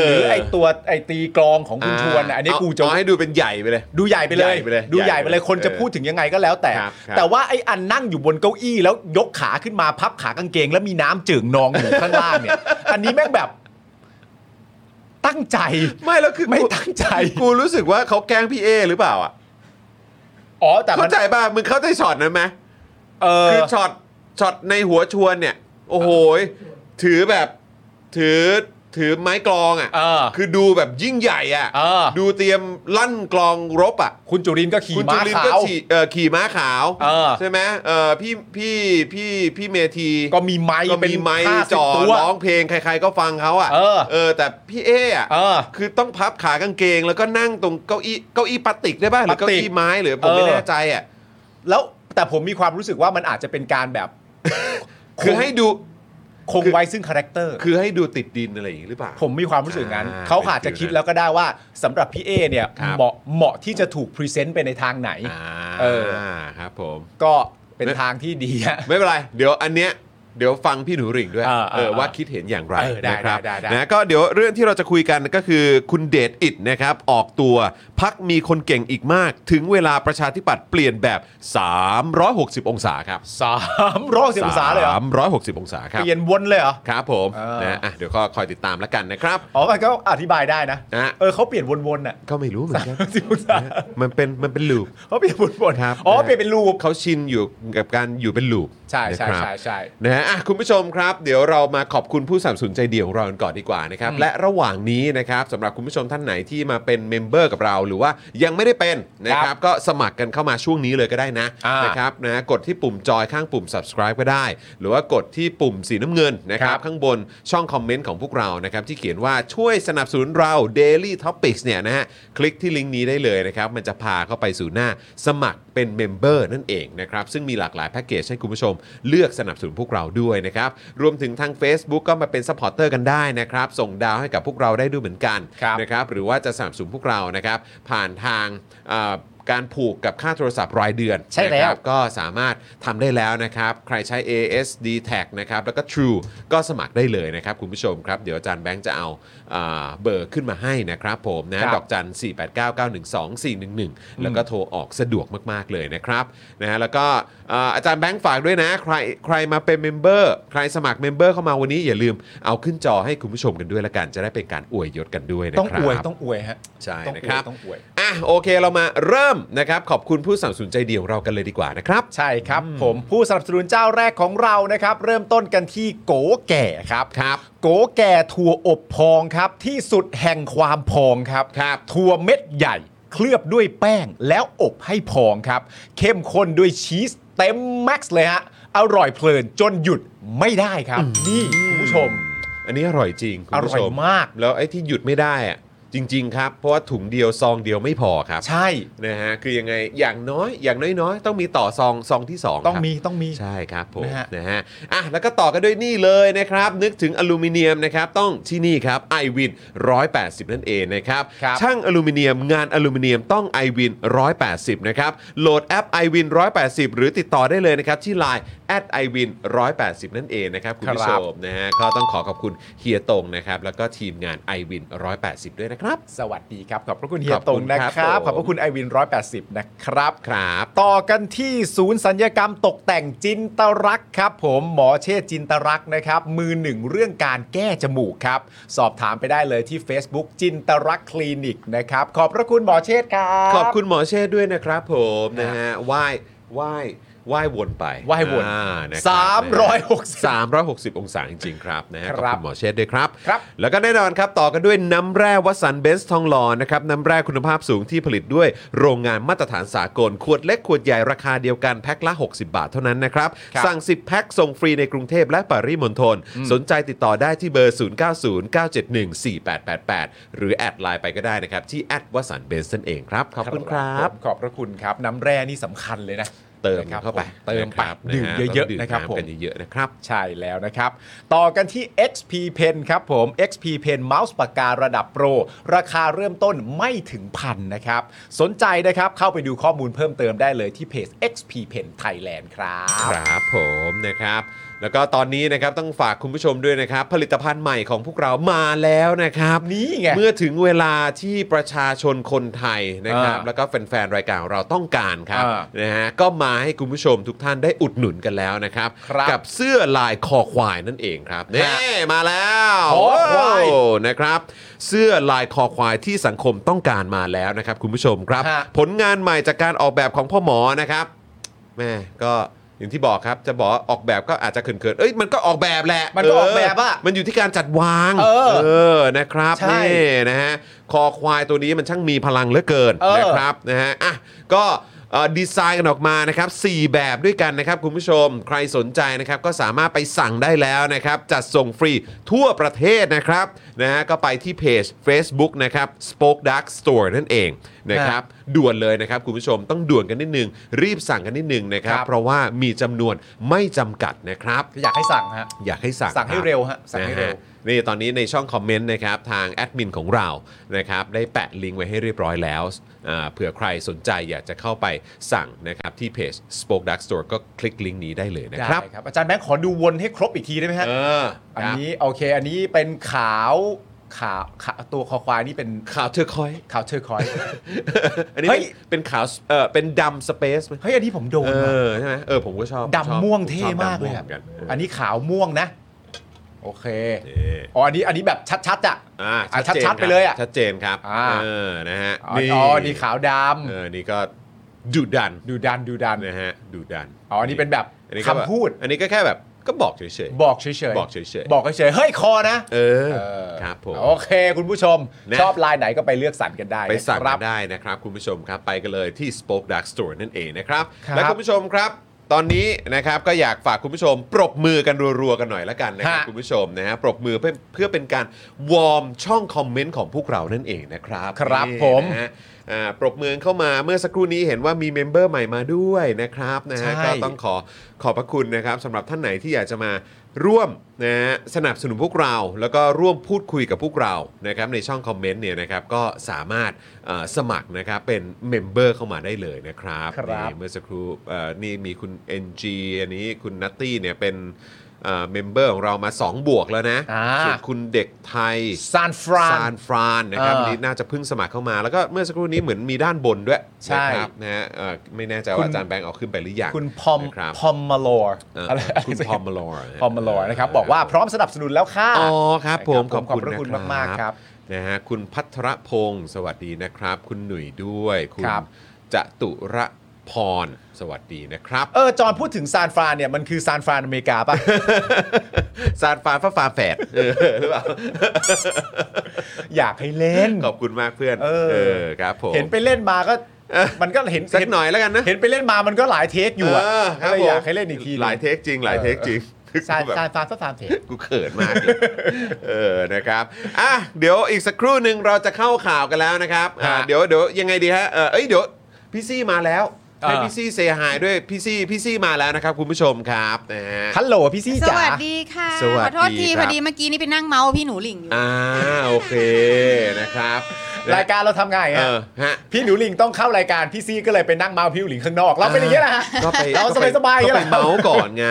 Speaker 1: อ
Speaker 3: หรือไอ้ตัวไอ้ตีกลองของคุณชวนอะอันนี้
Speaker 1: เา
Speaker 3: กูจะ
Speaker 1: เอาให้ดูเป็นใหญ่ไปเลย
Speaker 3: ดูใหญ่ไปเล
Speaker 1: ให
Speaker 3: ย
Speaker 1: ญ่ไปเลย
Speaker 3: ดูใหญ่
Speaker 1: ใหญ่
Speaker 3: ไปเลย
Speaker 1: ไปเลย
Speaker 3: คนจะพูดถึงยังไงก็แล้วแต่
Speaker 1: ครับครับ
Speaker 3: แต่ว่าไอ้อันนั่งอยู่บนเก้าอี้แล้วยกขาขึ้นมาพับขากางเกง แล้วมีน้ำเจิ่งนองอยู่ข้างล่าง
Speaker 1: [laughs]
Speaker 3: เนี่ย อันนี้แม่งแบบ ตั้งใจ
Speaker 1: ไม่แล้วคือ
Speaker 3: ไม่ตั้งใจ
Speaker 1: กูรู้สึกว่าเขาแกล้งพี่เอหรือเปล่าอ่ะ
Speaker 3: อ๋อแต่มั
Speaker 1: เข้าน ใจป่ะมึงเข้าใจช็อตนั้นไหม
Speaker 3: เออ
Speaker 1: คือช็อตช็อตในหัวชวนเนี่ย โอ้โหยถือแบบถือถือไม้กลองอ่ะ
Speaker 3: เออ
Speaker 1: คือดูแบบยิ่งใหญ่อ่ะ
Speaker 3: เออ
Speaker 1: ดูเตรียมลั่นกลองรบอ่ะ
Speaker 3: คุณจุรินทร์ก็ขี่
Speaker 1: คุณจุ
Speaker 3: ม้า
Speaker 1: ลิน
Speaker 3: ขา
Speaker 1: ก็
Speaker 3: ว
Speaker 1: ขี่เอ่อขี่ม้าขาว
Speaker 3: เออ
Speaker 1: ใช่ไหมเออพี่พี่พี่พี่เมธี
Speaker 3: ก็มีไม้
Speaker 1: ก็
Speaker 3: เป็น
Speaker 1: มีไม้
Speaker 3: ห้าสิบ
Speaker 1: จ่อ
Speaker 3: ตัว
Speaker 1: ร้องเพลงใคร ๆ ก็ฟังเขาอ่ะ
Speaker 3: เออ
Speaker 1: แต่พี่เออ่ะ
Speaker 3: เออ
Speaker 1: คือต้องพับขากางเกง แล้วก็นั่งตรงเก้าอี้เก้าอี้พลาสติกได้ป่ะหรือเก้า
Speaker 3: พลาสติ
Speaker 1: อี้
Speaker 3: ก
Speaker 1: ไม้หรือผมไม่
Speaker 3: เออ
Speaker 1: แน่ใจอ่ะ
Speaker 3: แล้วแต่ผมมีความรู้สึกว่ามันอาจจะเป็นการแบบ
Speaker 1: คือให้ดู
Speaker 3: คงไว้ซึ่งคาแรคเตอร์
Speaker 1: คือให้ดูติดดินอะไรอย่างนี้หรือเปล่า
Speaker 3: ผมมีความรู้สึกงั้น
Speaker 1: อ่า
Speaker 3: เขาอาจจะคิดแล้วก็ได้ว่าสำหรับพี่เอเนี่ย
Speaker 1: ครับ
Speaker 3: เหมาะเหมาะที่จะถูกพรีเซนต์ไปในทางไหน
Speaker 1: อ่า
Speaker 3: เออ
Speaker 1: ครับผม
Speaker 3: ก็เป็น
Speaker 1: ไม่
Speaker 3: ทางที่ดีอะ
Speaker 1: ไม่เป็นไร เดี๋ยวอันเนี้ยเดี๋ยวฟังพี่หนูหริ่งด้วย
Speaker 3: อ่า
Speaker 1: เออ
Speaker 3: อ่า
Speaker 1: ว่าคิดเห็นอย่างไร
Speaker 3: เออได้
Speaker 1: นะครับ
Speaker 3: ได้ได้ได้
Speaker 1: นะก็เดี๋ยวเรื่องที่เราจะคุยกันก็คือคุณเดชอิดนะครับออกตัวพักมีคนเก่งอีกมาก ถึงเวลาประชาธิปัตย์เปลี่ยนแบบ 360 องศาครับ
Speaker 3: [laughs] สามร้อยสิบองศาเลยเหรอ
Speaker 1: 360 องศาครับ
Speaker 3: เปลี่ยนวนเลยเหรอ
Speaker 1: ครับผม
Speaker 3: เออ
Speaker 1: นะอ่ะเดี๋ยวก็คอยติดตามแล้วกันนะครับ
Speaker 3: อ๋อมันก็อธิบายได้นะ
Speaker 1: นะ
Speaker 3: เออเขาเปลี่ยนวนๆน่ะ
Speaker 1: ก็ไม่รู้เหมือนกัน
Speaker 3: สิบองศา
Speaker 1: นะมันเป็นมันเป็นลูป
Speaker 3: เขาเปลี่ยนวน
Speaker 1: ครับ
Speaker 3: ๆอ๋อเปลี่ยนเป็นรูป
Speaker 1: เขาชินอยู่กับการอยู่เป็นลูป
Speaker 3: ใช่ใช่
Speaker 1: นะครับ
Speaker 3: ใช่ใช่
Speaker 1: นะฮะอ่ะคุณผู้ชมครับ เดี๋ยวเรามาขอบคุณผู้สนับสนุนใจเดียวของเรากันก่อนดีกว่านะครับ และระหว่างนี้นะครับสำหรับคุณผู้ชมท่านไหนที่มาเป็นเมมเบอร์กับเรา หรือว่ายังไม่ได้เป็นนะค
Speaker 3: ค
Speaker 1: รั
Speaker 3: รั
Speaker 1: บบ ก็สมัครกันเข้ามาช่วงนี้เลยก็ได้นะ
Speaker 3: อ่า
Speaker 1: นะครับนะฮะกดที่ปุ่มจอยข้างปุ่ม subscribe ก็ได้ หรือว่ากดที่ปุ่มสีน้ำเงินนะครับ
Speaker 3: ครับ
Speaker 1: ข้างบนช่องคอมเมนต์ของพวกเรานะครับที่เขียนว่าช่วยสนับสนุนเรา Daily Topics เนี่ยนะฮะคลิกที่ลิงก์นี้ได้เลยนะครับมันจะพาเข้าไปสู่หน้าสมัครเป็นเมมเบอร์นั่นเองนะครับซึ่งมีหลากหลายแพ็กเกจให้คุณผู้ชม เลือกสนับสนุนพวกเราด้วยนะครับ รวมถึงทาง Facebook ก็มาเป็นซัพพอร์ตเตอร์กันได้นะครับ ส่งดาวให้กับพวกเราได้ด้วยเหมือนกัน
Speaker 3: ครับ
Speaker 1: นะครับหรือว่าจะสนับสนุนพวกเรานะครับ ผ่านทางเอ่อการผูกกับค่าโทรศัพท์รายเดือน
Speaker 3: ใช่แล้ว
Speaker 1: นะครับ ก็สามารถทำได้แล้วนะครับ ใครใช้ ASD tag นะครับ แล้วก็ True ก็สมัครได้เลยนะครับ คุณผู้ชมครับ เดี๋ยวอาจารย์แบงค์จะเอาอ่าเบอร์ขึ้นมาให้นะครับผมนะ
Speaker 3: ครับ
Speaker 1: ดอกจัน 4 8 9 9 1 2 4 1 1 แล้วก็โทรออกสะดวกมาก ๆ เลยนะครับนะฮะแล้วก็อ่าอาจารย์แบงค์ฝากด้วยนะ ใครใครมาเป็นเมมเบอร์ ใครสมัครเมมเบอร์เข้ามาวันนี้อย่าลืมเอาขึ้นจอให้คุณผู้ชมกันด้วยละกัน จะได้เป็นการอวยยศกันด้วยนะครับ
Speaker 3: ต้องอวยต้องอวยฮะ
Speaker 1: ใช่
Speaker 3: ต้องอ
Speaker 1: นะ
Speaker 3: วย
Speaker 1: ครับ
Speaker 3: ต้องอวย
Speaker 1: อ่ะโอเคเรามาเริ่มนะครับ ขอบคุณผู้สนับสนุนใจเดียวของเรากันเลยดีกว่านะครับ
Speaker 3: ใช่ครับผมผู้สนับสนุนเจ้าแรกของเรานะครับ เริ่มต้นกันที่โกแก่ครับ
Speaker 1: ครับ
Speaker 3: โกแก่ถั่วอบพองครับ ที่สุดแห่งความพองครับ
Speaker 1: ครับ
Speaker 3: ถั่วเม็ดใหญ่ เคลือบด้วยแป้งแล้วอบให้พองครับ เข้มข้นด้วยชีสเต็มแม็กซ์เลยฮะอร่อยเพลินจนหยุดไม่ได้ครับ นี่คุณผู้ชม
Speaker 1: อันนี้อร่อยจริงคุณผู้ช
Speaker 3: อร่อยมาก
Speaker 1: แล้วไอ้ที่หยุดไม่ได้อะ จริง ๆ ครับ เพราะว่าถุงเดียวซองเดียวไม่พอครับ
Speaker 3: ใช่
Speaker 1: นะฮะคือยังไงอย่างน้อยอย่างน้อยๆ ต้องมีต่อซองซองที่สองครับ
Speaker 3: ต้องมีต้องมี
Speaker 1: ใช่ครับผม
Speaker 3: นะฮะ
Speaker 1: นะฮะอ่ะแล้วก็ต่อกันด้วยนี่เลยนะครับ นึกถึงอลูมิเนียมนะครับ ต้องที่นี่ครับ i w วิน180 นั่นเองนะครับ
Speaker 3: ครับ
Speaker 1: ช่างอลูมิเนียมงานอลูมิเนียมต้อง i w วิน180 นะครับ โหลดแอป i w วิน180 หรือติดต่อได้เลยนะครับ ที่ Line at i w วิน180 นั่นเองนะครับ คุณผู้ช
Speaker 3: ครับ
Speaker 1: มนะฮะก็ต้องขอขอบคุณเฮียตงนะครับ แล้วก็ทีมงาน i w วิน180 ด้วยนะครับ
Speaker 3: สวัสดีครับ ขอบพระคุณเฮีย
Speaker 1: ขอบ
Speaker 3: ต
Speaker 1: คุ
Speaker 3: ง
Speaker 1: ณ
Speaker 3: นะ
Speaker 1: ค
Speaker 3: ครับ รับ
Speaker 1: ผม
Speaker 3: ขอบพระคุณไอวิน180 นะครับ
Speaker 1: ครับ
Speaker 3: ต่อกันที่ศูนย์สัญญกรรมตกแต่งจินตรักษณ์ครับ ผมหมอเชษจินตรักษณ์นะครับ มือหนึ่งเรื่องการแก้จมูกครับ สอบถามไปได้เลยที่ Facebook จินตรักษณ์คลินิกนะครับ ขอบพระคุณหมอเชษครับ
Speaker 1: ขอบคุณหมอเชษฐ์ด้วยนะครับผมนะฮะไหว้ไหว้ไหว้วนไป
Speaker 3: ไหว้วน
Speaker 1: อ่านะค
Speaker 3: 360
Speaker 1: 360 องศาจริงๆ ครับนะฮะ
Speaker 3: ค
Speaker 1: ข
Speaker 3: รั
Speaker 1: อ
Speaker 3: บบ
Speaker 1: คุณหมอเชษฐ์ด้วยครับ
Speaker 3: ครับ
Speaker 1: แล้วก็แน่นอนครับ ต่อกันด้วยน้ำแร่วัสสันเบนซ์ทองหล่อนะครับ น้ำแร่คุณภาพสูงที่ผลิตด้วยโรงงานมาตรฐานสากล ขวดเล็กขวดใหญ่ราคาเดียวกันแพ็คละ 60 บาทเท่านั้นนะครับ
Speaker 3: ครับ
Speaker 1: สั่ง 10 แพ็คส่งฟรีในกรุงเทพและปริมณฑลสนใจติดต่อได้ที่เบอร์ 0909714888 หรือแอดไลน์ไปก็ได้นะครับ ที่แอดวสันเบนซ์นั่นเองครับ ขอบคุณครับ
Speaker 3: ผมขอบพระคุณครับ น้ำแร่นี่สำคัญเลยนะ
Speaker 1: เติม
Speaker 3: นะครับ
Speaker 1: เข้าไป
Speaker 3: ผมเติม
Speaker 1: นะค
Speaker 3: ไป
Speaker 1: รับ
Speaker 3: ดื่ม
Speaker 1: ฮ
Speaker 3: เยอะ
Speaker 1: ต้งดื่
Speaker 3: ๆ
Speaker 1: ม
Speaker 3: นะครับ
Speaker 1: ำ
Speaker 3: ผม
Speaker 1: กันเยอะๆนะครับ
Speaker 3: ใช่แล้วนะครับ ต่อกันที่ XP Pen ครับผม XP Pen เมาส์ปากการะดับโปร ราคาเริ่มต้นไม่ถึงพันนะครับ สนใจนะครับเข้าไปดูข้อมูลเพิ่มเติมได้เลยที่เพจ XP Pen Thailand ครับ
Speaker 1: ครับผมนะครับ แล้วก็ตอนนี้นะครับต้องฝากคุณผู้ชมด้วยนะครับ ผลิตภัณฑ์ใหม่ของพวกเรามาแล้วนะครับ
Speaker 3: นี่ไง
Speaker 1: เมื่อถึงเวลาที่ประชาชนคนไทยนะครับ
Speaker 3: อ่า
Speaker 1: แล้วก็แฟนๆ รายการของเราต้องการครับ
Speaker 3: อ่า
Speaker 1: นะฮะก็มาให้คุณผู้ชมทุกท่านได้อุดหนุนกันแล้วนะครับ
Speaker 3: ครับ
Speaker 1: กับเสื้อลายคอควายนั่นเองครับนี่มาแล้ว
Speaker 3: คอควาย
Speaker 1: โอ้นะครับ เสื้อลายคอควายที่สังคมต้องการมาแล้วนะครับ คุณผู้ชมครับ
Speaker 3: ฮะ
Speaker 1: ผลงานใหม่จากการออกแบบของพ่อหมอนะครับ แม่ก็อย่างที่บอกครับจะบอกว่าออกแบบก็อาจจะเขินๆเอ้ยมันก็ออกแบบแหละ
Speaker 3: มันก็ออกแบบอะ
Speaker 1: เมันอยู่ที่การจัดวาง
Speaker 3: เออ
Speaker 1: อนะครับ
Speaker 3: ใช่
Speaker 1: นี่นะฮะคอควายตัวนี้มันช่างมีพลังเหลือเกิน
Speaker 3: เออ
Speaker 1: นะครับนะฮะอ่ะก็เอ่อดีไซน์กันออกมานะครับ 4 แบบด้วยกันนะครับ คุณผู้ชมใครสนใจนะครับ ก็สามารถไปสั่งได้แล้วนะครับ จัดส่งฟรีทั่วประเทศนะครับนะฮะก็ไปที่เพจ Facebook นะครับ Spoke Dark Store นั่นเองนะครับ ด่วนเลยนะครับ คุณผู้ชมต้องด่วนกันนิดนึง รีบสั่งกันนิดนึงนะครับ
Speaker 3: ครับ
Speaker 1: เพราะว่ามีจำนวนไม่จำกัดนะครับ
Speaker 3: อยากให้สั่งฮะ
Speaker 1: อยากให้สั่ง
Speaker 3: สั่งให้
Speaker 1: คบ
Speaker 3: เร็วฮะสั่งให้เร็ว
Speaker 1: นะฮะนี่ตอนนี้ในช่องคอมเมนต์นะครับ ทางแอดมินของเรานะครับ ได้แปะลิงก์ไว้ให้เรียบร้อยแล้วอ่าเผื่อใครสนใจอยากจะเข้าไปสั่งนะครับ ที่เพจ Spoke Dark Store ก็คลิกลิงก์นี้ได้เลยนะ
Speaker 3: ได้
Speaker 1: ครับ
Speaker 3: ครับ อาจารย์แบงค์ขอดูวนให้ครบอีกทีได้ไหมฮะ
Speaker 1: เออ
Speaker 3: อัน
Speaker 1: ครับ
Speaker 3: นี้โอเค อันนี้เป็นขาวขาวขาวตัวคอควายนี่เป็น
Speaker 1: ขาวเทอร์คอย
Speaker 3: ขาวเทอร์คอยส์
Speaker 1: [laughs] อันนี้
Speaker 3: เฮ้
Speaker 1: เป็น
Speaker 3: ย
Speaker 1: เป็นขาวเออเป็นดำสเปซไหม
Speaker 3: เฮ้ยอันนี้ผมโดน
Speaker 1: เอ
Speaker 3: มา
Speaker 1: อใช่ไหมเออผมก็ชอบชอบ
Speaker 3: ดำม่วง
Speaker 1: ผช
Speaker 3: เท่
Speaker 1: อบ
Speaker 3: มากเลย
Speaker 1: ดำวง
Speaker 3: อะ
Speaker 1: หอนกันเออ
Speaker 3: อันนี้ขาวม่วงนะ โอเค
Speaker 1: เท่
Speaker 3: อ๋อ อันนี้อันนี้แบบชัดๆอ่ะ
Speaker 1: อ่า
Speaker 3: อ่ะ
Speaker 1: จน
Speaker 3: ชัด
Speaker 1: ค
Speaker 3: ๆ
Speaker 1: รับ
Speaker 3: ไปเลยอ่ะ
Speaker 1: ชัดเจนครับ
Speaker 3: อ่า
Speaker 1: เออนะฮะ
Speaker 3: อ๋ออ๋อนี่ขาวด
Speaker 1: เออนี่ก็ดุดัน
Speaker 3: ำดูดันดูดัน
Speaker 1: นะฮะดูดัน
Speaker 3: อ๋ออันนี้เป็นแบบ
Speaker 1: อันนี้ก็บบ
Speaker 3: คำพูด
Speaker 1: อันนี้ก็แค่แบบก็บอกเฉย
Speaker 3: บอกเฉยๆ
Speaker 1: บอกเฉยๆ
Speaker 3: บอกเฉยๆเฮ้ยคอนะ
Speaker 1: ๆเออ
Speaker 3: เออ
Speaker 1: ครับผม
Speaker 3: โอเค คุณผู้ชม
Speaker 1: นะ
Speaker 3: ชอบลายไหนก็ไปเลือกสรรกันได้
Speaker 1: ไปสั่ง
Speaker 3: นะครั
Speaker 1: กับ นได้นะครับคุณผู้ชมครับไปกันเลยที่ Spoke Dark Store นั่นเองนะครับ
Speaker 3: ครับ
Speaker 1: และคุณผู้ชมครับ ตอนนี้นะครับก็อยากฝากคุณผู้ชม ปรบมือกันรัวๆกันหน่อยละกันนะครับ
Speaker 3: ฮะ
Speaker 1: คุณผู้ชมนะฮะปรบมือเพื่อเพื่อเป็นการวอร์มช่องคอมเมนต์ของพวกเรานั่นเองนะครับ
Speaker 3: ครับ
Speaker 1: นี่
Speaker 3: ผม
Speaker 1: นะฮะอ่าปรบมือเข้ามาเมื่อสักครู่นี้เห็นว่ามีเมมเบอร์ใหม่มาด้วยนะครับนะฮะ
Speaker 3: ใช่
Speaker 1: ก็ต้องขอขอบพระคุณนะครับสำหรับท่านไหนที่อยากจะมาร่วมนะฮะสนับสนุนพวกเรา แล้วก็ร่วมพูดคุยกับพวกเรานะครับในช่องคอมเมนต์เนี่ยนะครับก็สามารถเอ่อสมัครนะครับเป็นเมมเบอร์เข้ามาได้เลยนะครับ
Speaker 3: ครับ
Speaker 1: นี่เมื่อสักครู่เอ่อนี่มีคุณ NG อันนี้คุณนัตตี้เนี่ยเป็นเมมเบอร์ของเรามา 2 บวกแล้วนะ
Speaker 3: อ่า
Speaker 1: ส่วนคุณเด็กไทย
Speaker 3: ซานฟราน
Speaker 1: ซานฟรานนะครับ
Speaker 3: เออ
Speaker 1: อันนี่น่าจะเพิ่งสมัครเข้ามา แล้วก็เมื่อสักครู่นี้เหมือนมีด้านบนด้วย
Speaker 3: ใช่
Speaker 1: นะครับนะฮะเอ่อไม่แน่ใจ
Speaker 3: คุ
Speaker 1: ว่า
Speaker 3: ณ
Speaker 1: อาจารย์แบงค์เอาขึ้นไปหรือยัง
Speaker 3: คุณพอม
Speaker 1: นะครับ
Speaker 3: พอมมาลอร์
Speaker 1: เอ่อ
Speaker 3: อะไร
Speaker 1: คุณพอมมาลอร์
Speaker 3: พอมมาลอร์นะครับ บอกว่าพร้อมสนับสนุนแล้วค่ะ
Speaker 1: อ๋อครับผม
Speaker 3: ค
Speaker 1: ข
Speaker 3: รั
Speaker 1: อ
Speaker 3: บบ ผม
Speaker 1: คุณ
Speaker 3: ขอบพระคุณ
Speaker 1: นะ
Speaker 3: มากๆครับ
Speaker 1: นะฮะคุณพัทรพงศ์สวัสดีนะครับ คุณหนุ่ยด้วย คุณ
Speaker 3: ครับ
Speaker 1: จตุรพรสวัสดีนะครับ
Speaker 3: เออจอนพูดถึงซานฟรานเนี่ยมันคือซานฟรานอเมริกาป่ะ
Speaker 1: ซานฟรานฟ้าฟาแฝ
Speaker 3: [laughs]
Speaker 1: ดเออหรือเปล่า
Speaker 3: อยากให้เล่น
Speaker 1: ขอบคุณมากเพื่อน
Speaker 3: เออ
Speaker 1: ครับผม
Speaker 3: เห็นไปเล่นมาก็มันก็เห็น
Speaker 1: สัก
Speaker 3: เห็น
Speaker 1: หน่อยแล้วกันนะ
Speaker 3: เห็นไปเล่นมามันก็หลายเทคอยู่อะ
Speaker 1: เครับ
Speaker 3: ก็เลย
Speaker 1: ผม
Speaker 3: อยากให้เล่นอีกที
Speaker 1: หลายเทคจริงหลาย
Speaker 3: เออ
Speaker 1: เทคจริง คือ
Speaker 3: สาร
Speaker 1: แบบ
Speaker 3: สารฟาร์มก็ฟาร์มเถอะ
Speaker 1: กูเขินมาก
Speaker 3: [laughs]
Speaker 1: เลย เออ นะครับ อ่ะ เดี๋ยวอีกสักครู่หนึ่งเราจะเข้าข่าวกันแล้วนะครับ อ่า
Speaker 3: ฮะ
Speaker 1: เดี๋ยวเดี๋ยวยังไงดีฮะ เออเอ้ย เดี๋ยวพี่ซี่มาแล้ว
Speaker 3: เออ
Speaker 1: ให้พี่ซี่เซหายด้วยพี่ซี่พี่ซี่มาแล้วนะครับคุณผู้ชมครับนะฮะ
Speaker 3: ฮัลโหลพี่ซี่
Speaker 4: ส
Speaker 3: จ๋า
Speaker 4: วัสดีค่ะ
Speaker 1: สวัสดี
Speaker 4: ขอโทษที
Speaker 1: ค
Speaker 4: พ
Speaker 1: รับ
Speaker 4: อดีเมื่อกี้นี่ไปนั่งเมาส์พี่หนูหลิงอยู่
Speaker 1: อ่า โอเค นะครับ
Speaker 3: รายการเราทำไง
Speaker 1: เอ
Speaker 3: ฮะ
Speaker 1: อ ฮะ
Speaker 3: พี่หนูหลิงต้องเข้ารายการพี่ซี่ก็เลยไปนั่งเมาพี่หนูหลิงข้างนอก เราเป็นอย่างเงี้ยนะฮะ
Speaker 1: ก็ไป
Speaker 3: เรา
Speaker 1: ก็ไป
Speaker 3: สบายๆอ
Speaker 1: ก็
Speaker 3: ย่งเงี้ย
Speaker 1: ไป
Speaker 3: แหละ
Speaker 1: เมาส์ก่อนไง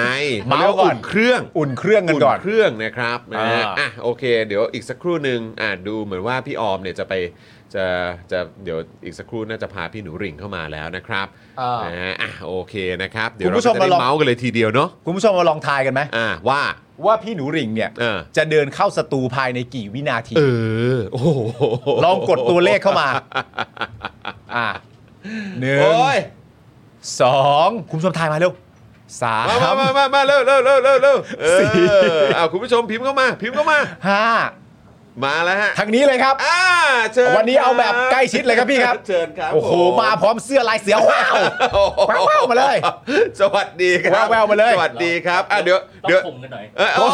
Speaker 3: เมาส์ก่อน
Speaker 1: นเครื่อง
Speaker 3: อุ่นเครื่องกัน
Speaker 1: อุ่
Speaker 3: ก่อน
Speaker 1: นเครื่องนะครับนะฮะ
Speaker 3: อ่า
Speaker 1: อ่ะโอเค เดี๋ยวอีกสักครู่หนึ่งอ่ะดูเหมือนว่าพี่ออมเนี่ยจะไปจะจะเดี๋ยวอีกสักครู่น่าจะพาพี่หนูหริ่งเข้ามาแล้วนะครับ
Speaker 3: เออ
Speaker 1: นะฮะอ่ะโอเคนะครับ เดี๋ยว
Speaker 3: คุณ
Speaker 1: เรา
Speaker 3: ผู้ชม
Speaker 1: ก็จะได้
Speaker 3: มาลอง
Speaker 1: เมาส์กันเลยทีเดียวเนาะ
Speaker 3: คุณผู้ชมมาลองทายกันไหม
Speaker 1: อ่ะว่า
Speaker 3: ว่าพี่หนูหลิงเนี่ย
Speaker 1: เออ
Speaker 3: จะเดินเข้าสตูภายในกี่วินาที
Speaker 1: เออโอ้โห
Speaker 3: [laughs] ลองกดตัวเลขเข้ามา อ่ะหนึ่ง
Speaker 1: โอ้ย
Speaker 3: สองคุณผู้ชมทายมาเร็วสาม
Speaker 1: มามามามาเร็วเร็วเร็วเร็วเร็วเออ
Speaker 3: สี่
Speaker 1: เอาคุณผู้ชมพิมพ์เข้ามา พิมพ์เข้ามา
Speaker 3: ห้า
Speaker 1: มาแล้วฮะ
Speaker 3: ทางนี้เลยครับ
Speaker 1: อ่าเชิญ
Speaker 3: วันนี้เอาแบบใกล้ชิดเลยครับพี่ครับ
Speaker 1: เชิญครับ
Speaker 3: โอ้โห
Speaker 1: ผม
Speaker 3: มาพร้อมเสื้อลายเสือว้าว
Speaker 1: โอ้โห
Speaker 3: แว่วๆมาเลย
Speaker 1: สวัสดีครับ
Speaker 3: แว่วๆมาเลย
Speaker 1: สวัสดีครับอ่ะเดี๋ยวเดี๋ยว
Speaker 5: ต้องคุมกันหน่อย
Speaker 1: เออโอ้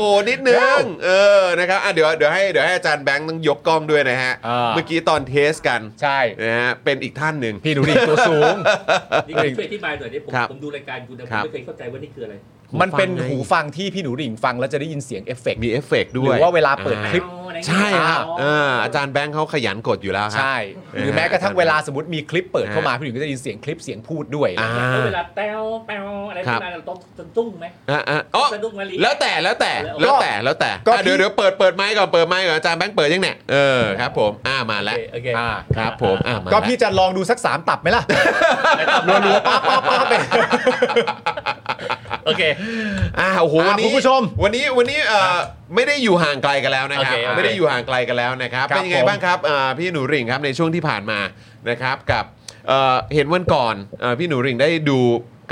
Speaker 1: โหนิดนึงเออนะครับอ่ะเดี๋ยวเดี๋ยวให้เดี๋ยวให้อาจารย์แบงค์ต้องยกกล้องด้วยนะฮะ
Speaker 3: อ่า
Speaker 1: เมื่อกี้ตอนเทสกัน
Speaker 3: ใช่
Speaker 1: นะฮะเป็นอีกท่านหนึ่ง
Speaker 3: พี่หนูหลิงตัวสูง
Speaker 5: นี่ก็ช่วยอธิบายหน่อยดิผม
Speaker 1: ครับ
Speaker 5: ผมดูรายการคุณแต่ผ
Speaker 1: ครั
Speaker 5: ม
Speaker 1: บ
Speaker 5: ไม่เคยเข้าใจว่านี่คืออะไร
Speaker 3: มันเป็น
Speaker 1: ไง
Speaker 3: หูฟังที่พี่หนูหลิงฟังแล้วจะได้ยินเสียงเอฟเฟกต์
Speaker 1: มีเอฟเฟกต์ด้
Speaker 3: หรื
Speaker 1: วย
Speaker 3: อว่าเวลาเปิดคลิป
Speaker 1: อ่าใช่ครับเอออาจารย์แบงค์เขาขยันกดอยู่แล้วฮะ
Speaker 3: ใช่ หรือแม้กระทั่งเวลาสมมติมีคลิปเปิดเข้ามา
Speaker 1: อ่า
Speaker 3: พี่หนูก็จะได้ยินเสียงคลิปเสียงพูดด้วย
Speaker 1: อ่า
Speaker 5: แล้วเวลาแต้วแป้วอะไร
Speaker 1: ครับ
Speaker 5: เวลาเราต้องสะดุ้งไหม
Speaker 1: อ่ะอ่ะอ๋อ
Speaker 5: สะดุ้งมาลี
Speaker 1: แล้วแต่แล้วแต่
Speaker 5: ก็
Speaker 1: แล้วแต่แล้วแต่
Speaker 3: ก็
Speaker 1: อ่ะเดี๋ยว
Speaker 3: พี่
Speaker 1: เดี๋ยวเปิดเปิดไมค์ก่อนเปิดไมค์ก่อนอาจารย์แบงค์เปิดยังเนี่ยเออครับผมอ่ามาแล้ว
Speaker 5: โอเคโอเค
Speaker 1: อ่าครับผมอ่ามา
Speaker 3: ก็
Speaker 1: แล้ว
Speaker 3: พี่จะลองดูสักสามตับไหมล่ะ รัวๆป๊าป๊าป๊าไป
Speaker 5: โอเค
Speaker 1: อ่าโอ้โห
Speaker 3: อ่ะ
Speaker 1: วันนี้
Speaker 3: คุณผู้ชม
Speaker 1: วันนี้วันนี้เอ่อไม่ได้อยู่ห่างไกลกันแล้วนะครับ
Speaker 5: โอเคโอเค
Speaker 1: ไม่ได้อยู่ห่างไกลกันแล้วนะครับ
Speaker 3: ครับ
Speaker 1: เป็นยังไง
Speaker 3: ผม
Speaker 1: บ้างครับอ่าพี่หนูริ่งครับในช่วงที่ผ่านมานะครับกับเอ่อเห็นวันก่อนเอ่อพี่หนูริ่งได้ดู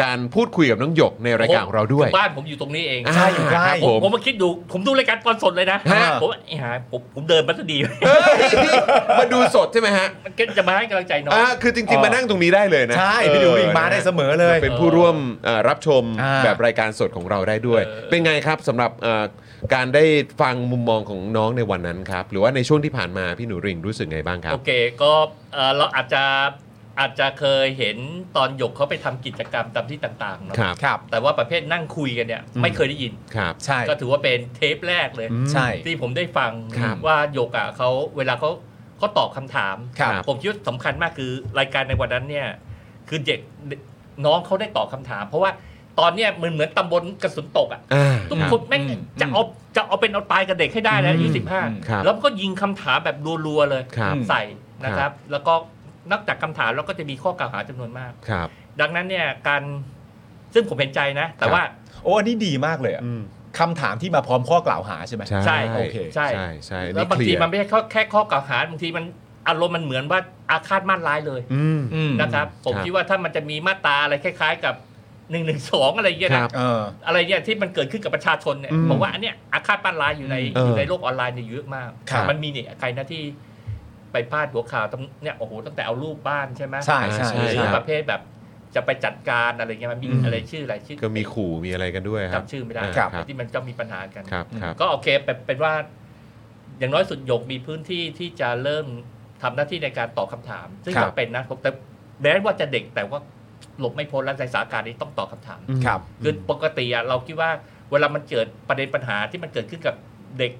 Speaker 1: การพูดคุยกับน้องหยกในรายการของเราด้วย
Speaker 5: บ้านผมอยู่ตรงนี้เอง
Speaker 1: ใช่อยู่ใกล้
Speaker 5: ครับผมผมมาคิดดู ผมดูรายการตอนสดเลยนะ
Speaker 1: ฮะ
Speaker 5: ผมว่าไอ้หาผมผมเดินมาซะดี
Speaker 1: เฮ้ยมาดูสดใช่ไหมฮะ
Speaker 5: มันก็จะมาให้กำลังใจน้อง
Speaker 1: อ่าคือจริง ๆ มานั่งตรงนี้ได้เลยนะ
Speaker 3: ใช่ พี่หนูหลิงมาได้เสมอเลย
Speaker 1: เป็นผู้ร่วมเอ่อรับชม
Speaker 3: อ่า
Speaker 1: แบบรายการสดของเราได้ด้วย
Speaker 5: เออ
Speaker 1: เป็นไงครับสำหรับเอ่อการได้ฟังมุมมองของน้องในวันนั้นครับหรือว่าในช่วงที่ผ่านมาพี่หนูริ่งรู้สึกไงบ้างครับ
Speaker 5: โอเค ก็เอ่อเราอาจจะอาจจะเคยเห็นตอนหยกเขาไปทำกิจกรรมตามที่ต่างๆเนาะ
Speaker 1: ครับ
Speaker 3: ครับ
Speaker 5: แต่ว่าประเภทนั่งคุยกันเนี่ยไม่เคยได้ยิน
Speaker 1: ครับ
Speaker 3: ใช่
Speaker 5: ก็ถือว่าเป็นเทปแรกเลย
Speaker 3: ใช่
Speaker 5: ที่ผมได้ฟัง
Speaker 1: ครับ
Speaker 5: ว่าโยกอ่ะเขาเวลาเขาเขาตอบคำถาม
Speaker 1: ครับ
Speaker 5: ผมคิดว่าสำคัญมากคือรายการในวันนั้นเนี่ยคือเด็กน้องเขาได้ตอบคำถาม เพราะว่าตอนเนี้ยมันเหมือนตำบลกระสุนตกอ่ะ
Speaker 1: อ่า
Speaker 5: ทุก
Speaker 1: รับ
Speaker 5: คนแม่ง
Speaker 3: อืม
Speaker 5: จะเอาจะเอาเป็นเอาตายกับเด็กให้ได้แล้วอายุสิบห้า
Speaker 3: อืม
Speaker 1: ครับ
Speaker 5: แล้วก็ยิงคำถามแบบรัวๆเลย
Speaker 1: ครับ
Speaker 5: ใส่นะครับ แล้วก็นอกจากคำถามแล้วก็จะมีข้อกล่าวหาจำนวนมาก
Speaker 1: ครับ
Speaker 5: ดังนั้นเนี่ยการซึ่งผมเห็นใจนะ
Speaker 1: ค
Speaker 5: แต่
Speaker 1: รับ
Speaker 5: ว่า
Speaker 3: โอ้อันนี้ดีมากเลยอะ
Speaker 1: อืม
Speaker 3: คำถามที่มาพร้อมข้อกล่าวหาใช่ไหม
Speaker 5: ใช่
Speaker 1: โอเค
Speaker 5: ใช่
Speaker 1: ใช่ใช่
Speaker 5: แล้วบางทีมันไม่ใช่แค่แค่ข้อกล่าวหาบางทีมันอารมณ์มันเหมือนว่าอาฆาตมาดร้ายเลย
Speaker 1: อืม
Speaker 3: อืม
Speaker 5: นะครับ ผม
Speaker 1: ครับ
Speaker 5: คิดว่าถ้ามันจะมีมาตราอะไรคล้าย ๆ กับ1นึอะไรอย่างเงี้ย
Speaker 1: ค
Speaker 5: นะ
Speaker 1: รับ
Speaker 3: เออ
Speaker 5: อะไรเนี่ยที่มันเกิดขึ้นกับประชาชนเนี่ย
Speaker 1: อืม
Speaker 5: ผมว่าอันเนี้ยอาฆาตมาดร้ายอยู่ใน
Speaker 1: เออ
Speaker 5: อ
Speaker 1: อยู่
Speaker 5: ในโลกออนไลน์เนี่ยเยอะมาก
Speaker 1: ครับ
Speaker 5: มันมีเนี่ยใครนะที่ไปพาดหัวข่าวตั้งเนี่ยโอ้โหตั้งแต่เอารูปบ้านใช่ไหม
Speaker 3: ใช่ใช่
Speaker 1: ใช่
Speaker 5: ห
Speaker 1: ค
Speaker 5: รือ
Speaker 1: รับ
Speaker 5: ประเภทแบบจะไปจัดการอะไรเงี้ยมันมี
Speaker 3: อืม
Speaker 5: อะไรชื่ออะไรชื่อ
Speaker 1: ก็มีขู่มีอะไรกันด้วยครับ
Speaker 5: จำชื่อไม่ได้
Speaker 1: ครับ
Speaker 5: ที่มันก็มีปัญหากัน
Speaker 1: ครับครับ
Speaker 5: ก็โอเคเป็นเป็นว่า อย่างน้อยสุดหยกมีพื้นที่ที่จะเริ่มทำหน้าที่ในการตอบคำถาม ซึ่ง
Speaker 1: ครับ
Speaker 5: จำเป็นนะผมแต่แม้ว่าจะเด็กแต่ว่าหลบไม่พ้นแล้วในสถานการณ์นี้ต้องตอบคำถาม
Speaker 1: อืม
Speaker 3: ครับ
Speaker 5: คือปกติอะเราคิดว่าเวลามันเกิดประเด็นปัญหาที่มันเกิดขึ้นกับเด็ก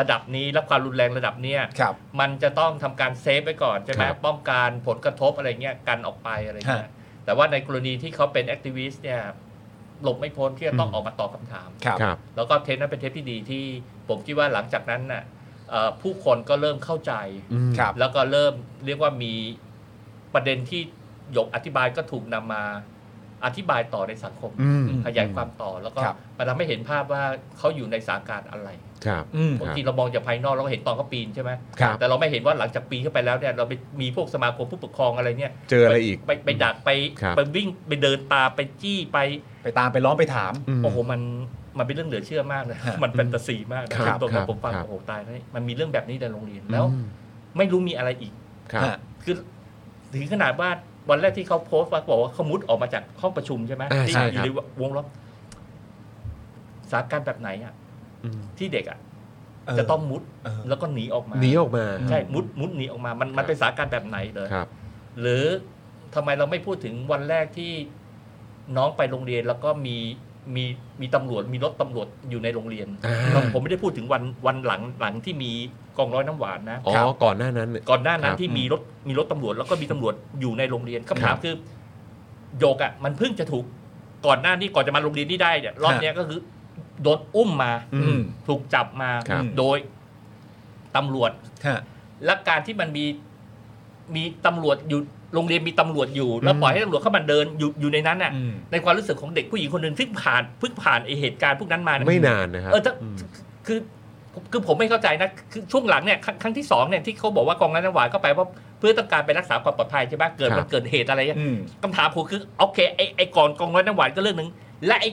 Speaker 5: ระดับนี้และความรุนแรงระดับเนี้ย
Speaker 3: ครับ
Speaker 5: มันจะต้องทำการเซฟไว้ก่อนใช่ไหม
Speaker 1: ครับ
Speaker 5: ป้องกันผลกระทบอะไรเงี้ยกันออกไปอะไรเงี้ย
Speaker 3: ฮะ
Speaker 5: แต่ว่าในกรณีที่เขาเป็นแอคทิวิสต์เนี่ยหลบไม่พ้นที่จะต้องออกมาตอบคำถาม
Speaker 3: ครับ
Speaker 1: ครับ
Speaker 5: แล้วก็เทปนั้นเป็นเทปที่ดีที่ผมคิดว่าหลังจากนั้นน่ะเอ่อผู้คนก็เริ่มเข้าใจ
Speaker 1: อืม
Speaker 3: ครับ
Speaker 5: แล้วก็เริ่มเรียกว่ามีประเด็นที่หยกอธิบายก็ถูกนำมาอธิบายต่อในสังคม
Speaker 1: อืม
Speaker 5: ขยายความต่อแล้วก็
Speaker 3: ครับ
Speaker 5: มันทำให้เห็นภาพว่าเขาอยู่ในสถานการณ์อะไร
Speaker 1: ครับ
Speaker 3: อืม
Speaker 5: บางทีเรามองจากภายนอกเราก็เห็นตอนเขาปีนใช่ไหม
Speaker 1: ครับ
Speaker 5: แต่เราไม่เห็นว่าหลังจากปีนเข้าไปแล้วเนี่ยเราไปมีพวกสมาคมผู้ปกครองอะไรเนี่ย
Speaker 1: เจออะไรอีก
Speaker 5: ไปไปดักไป
Speaker 1: ครับ
Speaker 5: ไปวิ่งไปเดินตามไปจี้ไป
Speaker 3: ไปตามไปร้องไปถาม
Speaker 1: ม
Speaker 5: โอ้โห มัน มันเป็นเรื่องเหลือเชื่อมากนะ
Speaker 3: ฮะ
Speaker 5: มันแฟนตาซีมากนะครับ ตรง
Speaker 1: ครั
Speaker 5: นั้
Speaker 1: บ
Speaker 5: นผมฟัง
Speaker 1: ครับ
Speaker 5: โอ้โหตายแล้วนี่มันมีเรื่องแบบนี้ในโรงเรียน แล้ว
Speaker 1: อืม
Speaker 5: ไม่รู้มีอะไรอีก
Speaker 1: ครับ
Speaker 3: ฮะ
Speaker 5: คือ ถึงขนาดว่าวันแรกที่เขาโพสต์ว่าบอกว่าเขามุดออกมาจากห้องประชุมใช่ไหม
Speaker 1: อ่า
Speaker 5: ที่
Speaker 1: ใช่ครับ
Speaker 5: อยู่ในวงล้อม สถานการณ์แบบไหนอ่ะ
Speaker 1: อืม
Speaker 5: ที่เด็กอ่ะ
Speaker 2: เออ
Speaker 5: จะต้องมุด
Speaker 2: เออ
Speaker 5: แล้วก็หนีออกมา
Speaker 1: หนีออกมา
Speaker 5: ใช่มุดมุดหนีออกมามัน
Speaker 1: ครั
Speaker 5: มัน
Speaker 1: บ
Speaker 5: เป็นสถานการณ์แบบไหนเลย
Speaker 1: ครับ
Speaker 5: หรือทำไมเราไม่พูดถึงวันแรกที่น้องไปโรงเรียนแล้วก็มีมีมีตำรวจมีรถตำรวจอยู่ในโรงเรียน
Speaker 1: อ่า
Speaker 5: เราผมไม่ได้พูดถึงวันวันหลังหลังที่มีกองร้อยน้ำหวานนะ
Speaker 1: อ๋อ
Speaker 5: ครับ
Speaker 1: ก่อนหน้านั้นเนี่ย
Speaker 5: ก่อนหน้านั้
Speaker 1: คน รับ
Speaker 5: ที่มีรถมีรถตำรวจ แล้วก็มีตำรวจอยู่ในโรงเรียนคำถา
Speaker 1: ค
Speaker 5: ม
Speaker 1: รับ
Speaker 5: คือโยกอ่ะมันเพิ่งจะถูกก่อนหน้านี้ก่อนจะมาโรงเรียนนี่ได้เนี่ยรอบเนี้ยก็คือโดนอุ้มมา
Speaker 1: อืม
Speaker 5: ถูกจับมา
Speaker 1: ครับ
Speaker 5: โดยตำรวจ
Speaker 2: ค่ะ
Speaker 5: และการที่มันมีมีตำรวจอยู่โรงเรียนมีตำรวจอยู่ แล้ว
Speaker 2: อืม
Speaker 5: ปล่อยให้ตำรวจเข้ามาเดินอยู่อยู่ในนั้นน่ะ
Speaker 2: อืม
Speaker 5: ในความรู้สึกของเด็กผู้หญิงคนหนึ่งที่งผ่านเพิ่งผ่านไอเหตุการณ์พวกนั้นมาเนี่ย
Speaker 1: ไม่นานนะครับ
Speaker 5: เออถ้า
Speaker 1: อืม
Speaker 5: คือคือผมไม่เข้าใจนะคือช่วงหลังเนี่ยครั้งครั้งที่สองเนี่ยที่เขาบอกว่ากองรัฐนหวายก็ไปเพราะเพื่อต้องการไปรักษาความปลอดภัยใช่ไหมเกิด
Speaker 1: ครับ
Speaker 5: มันเกิดเหตุอะไรเนี่ย
Speaker 2: อืม
Speaker 5: คำถามผมคือโอเคไอไอก่อนกองรัฐนหวายก็เรื่องหนึ่งและไอ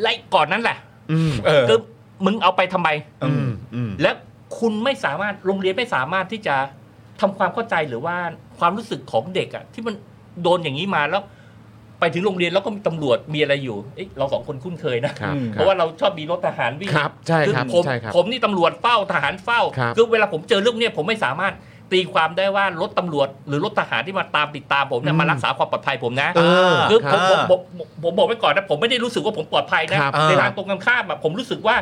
Speaker 5: และไอ้ก่อนนั้นแหละ
Speaker 1: อืม
Speaker 2: เออ
Speaker 5: คือมึงเอาไปทำไม
Speaker 2: อื
Speaker 1: อื
Speaker 2: ม
Speaker 1: มอืม
Speaker 5: และคุณไม่สามารถโรงเรียนไม่สามารถที่จะทำความเข้าใจหรือว่าความรู้สึกของเด็กอะที่มันโดนอย่างนี้มาแล้ว ไปถึงโรงเรียนแล้วก็มีตำรวจมีอะไรอยู่เอ๊ะเราสองคนคุ้นเคยนะ
Speaker 1: ครับ
Speaker 2: อืม
Speaker 5: เพราะว่าเราชอบมีรถทหารวิ่ง
Speaker 1: ครับใช่ครับ
Speaker 5: ผม
Speaker 1: ใช่ครับ
Speaker 5: ผมนี่ตำรวจเฝ้าทหารเฝ้า
Speaker 1: ครับ
Speaker 5: อเวลาผมเจอเรื่องเนี้ยผมไม่สามารถตีความได้ว่ารถตำรวจ หรือรถทหารที่มาตามติดตามผมเนี่
Speaker 1: อื
Speaker 5: ย
Speaker 1: ม
Speaker 5: มารักษาความปลอดภัยผมนะ
Speaker 1: เออ
Speaker 5: คือ
Speaker 1: ค
Speaker 5: ผ
Speaker 1: รับ
Speaker 5: มผมผมผมผมบอกไว้ก่อนนะผมไม่ได้รู้สึกว่าผมปลอดภัยนะครับในทางตรงกันข้ามอะผมรู้สึกว่า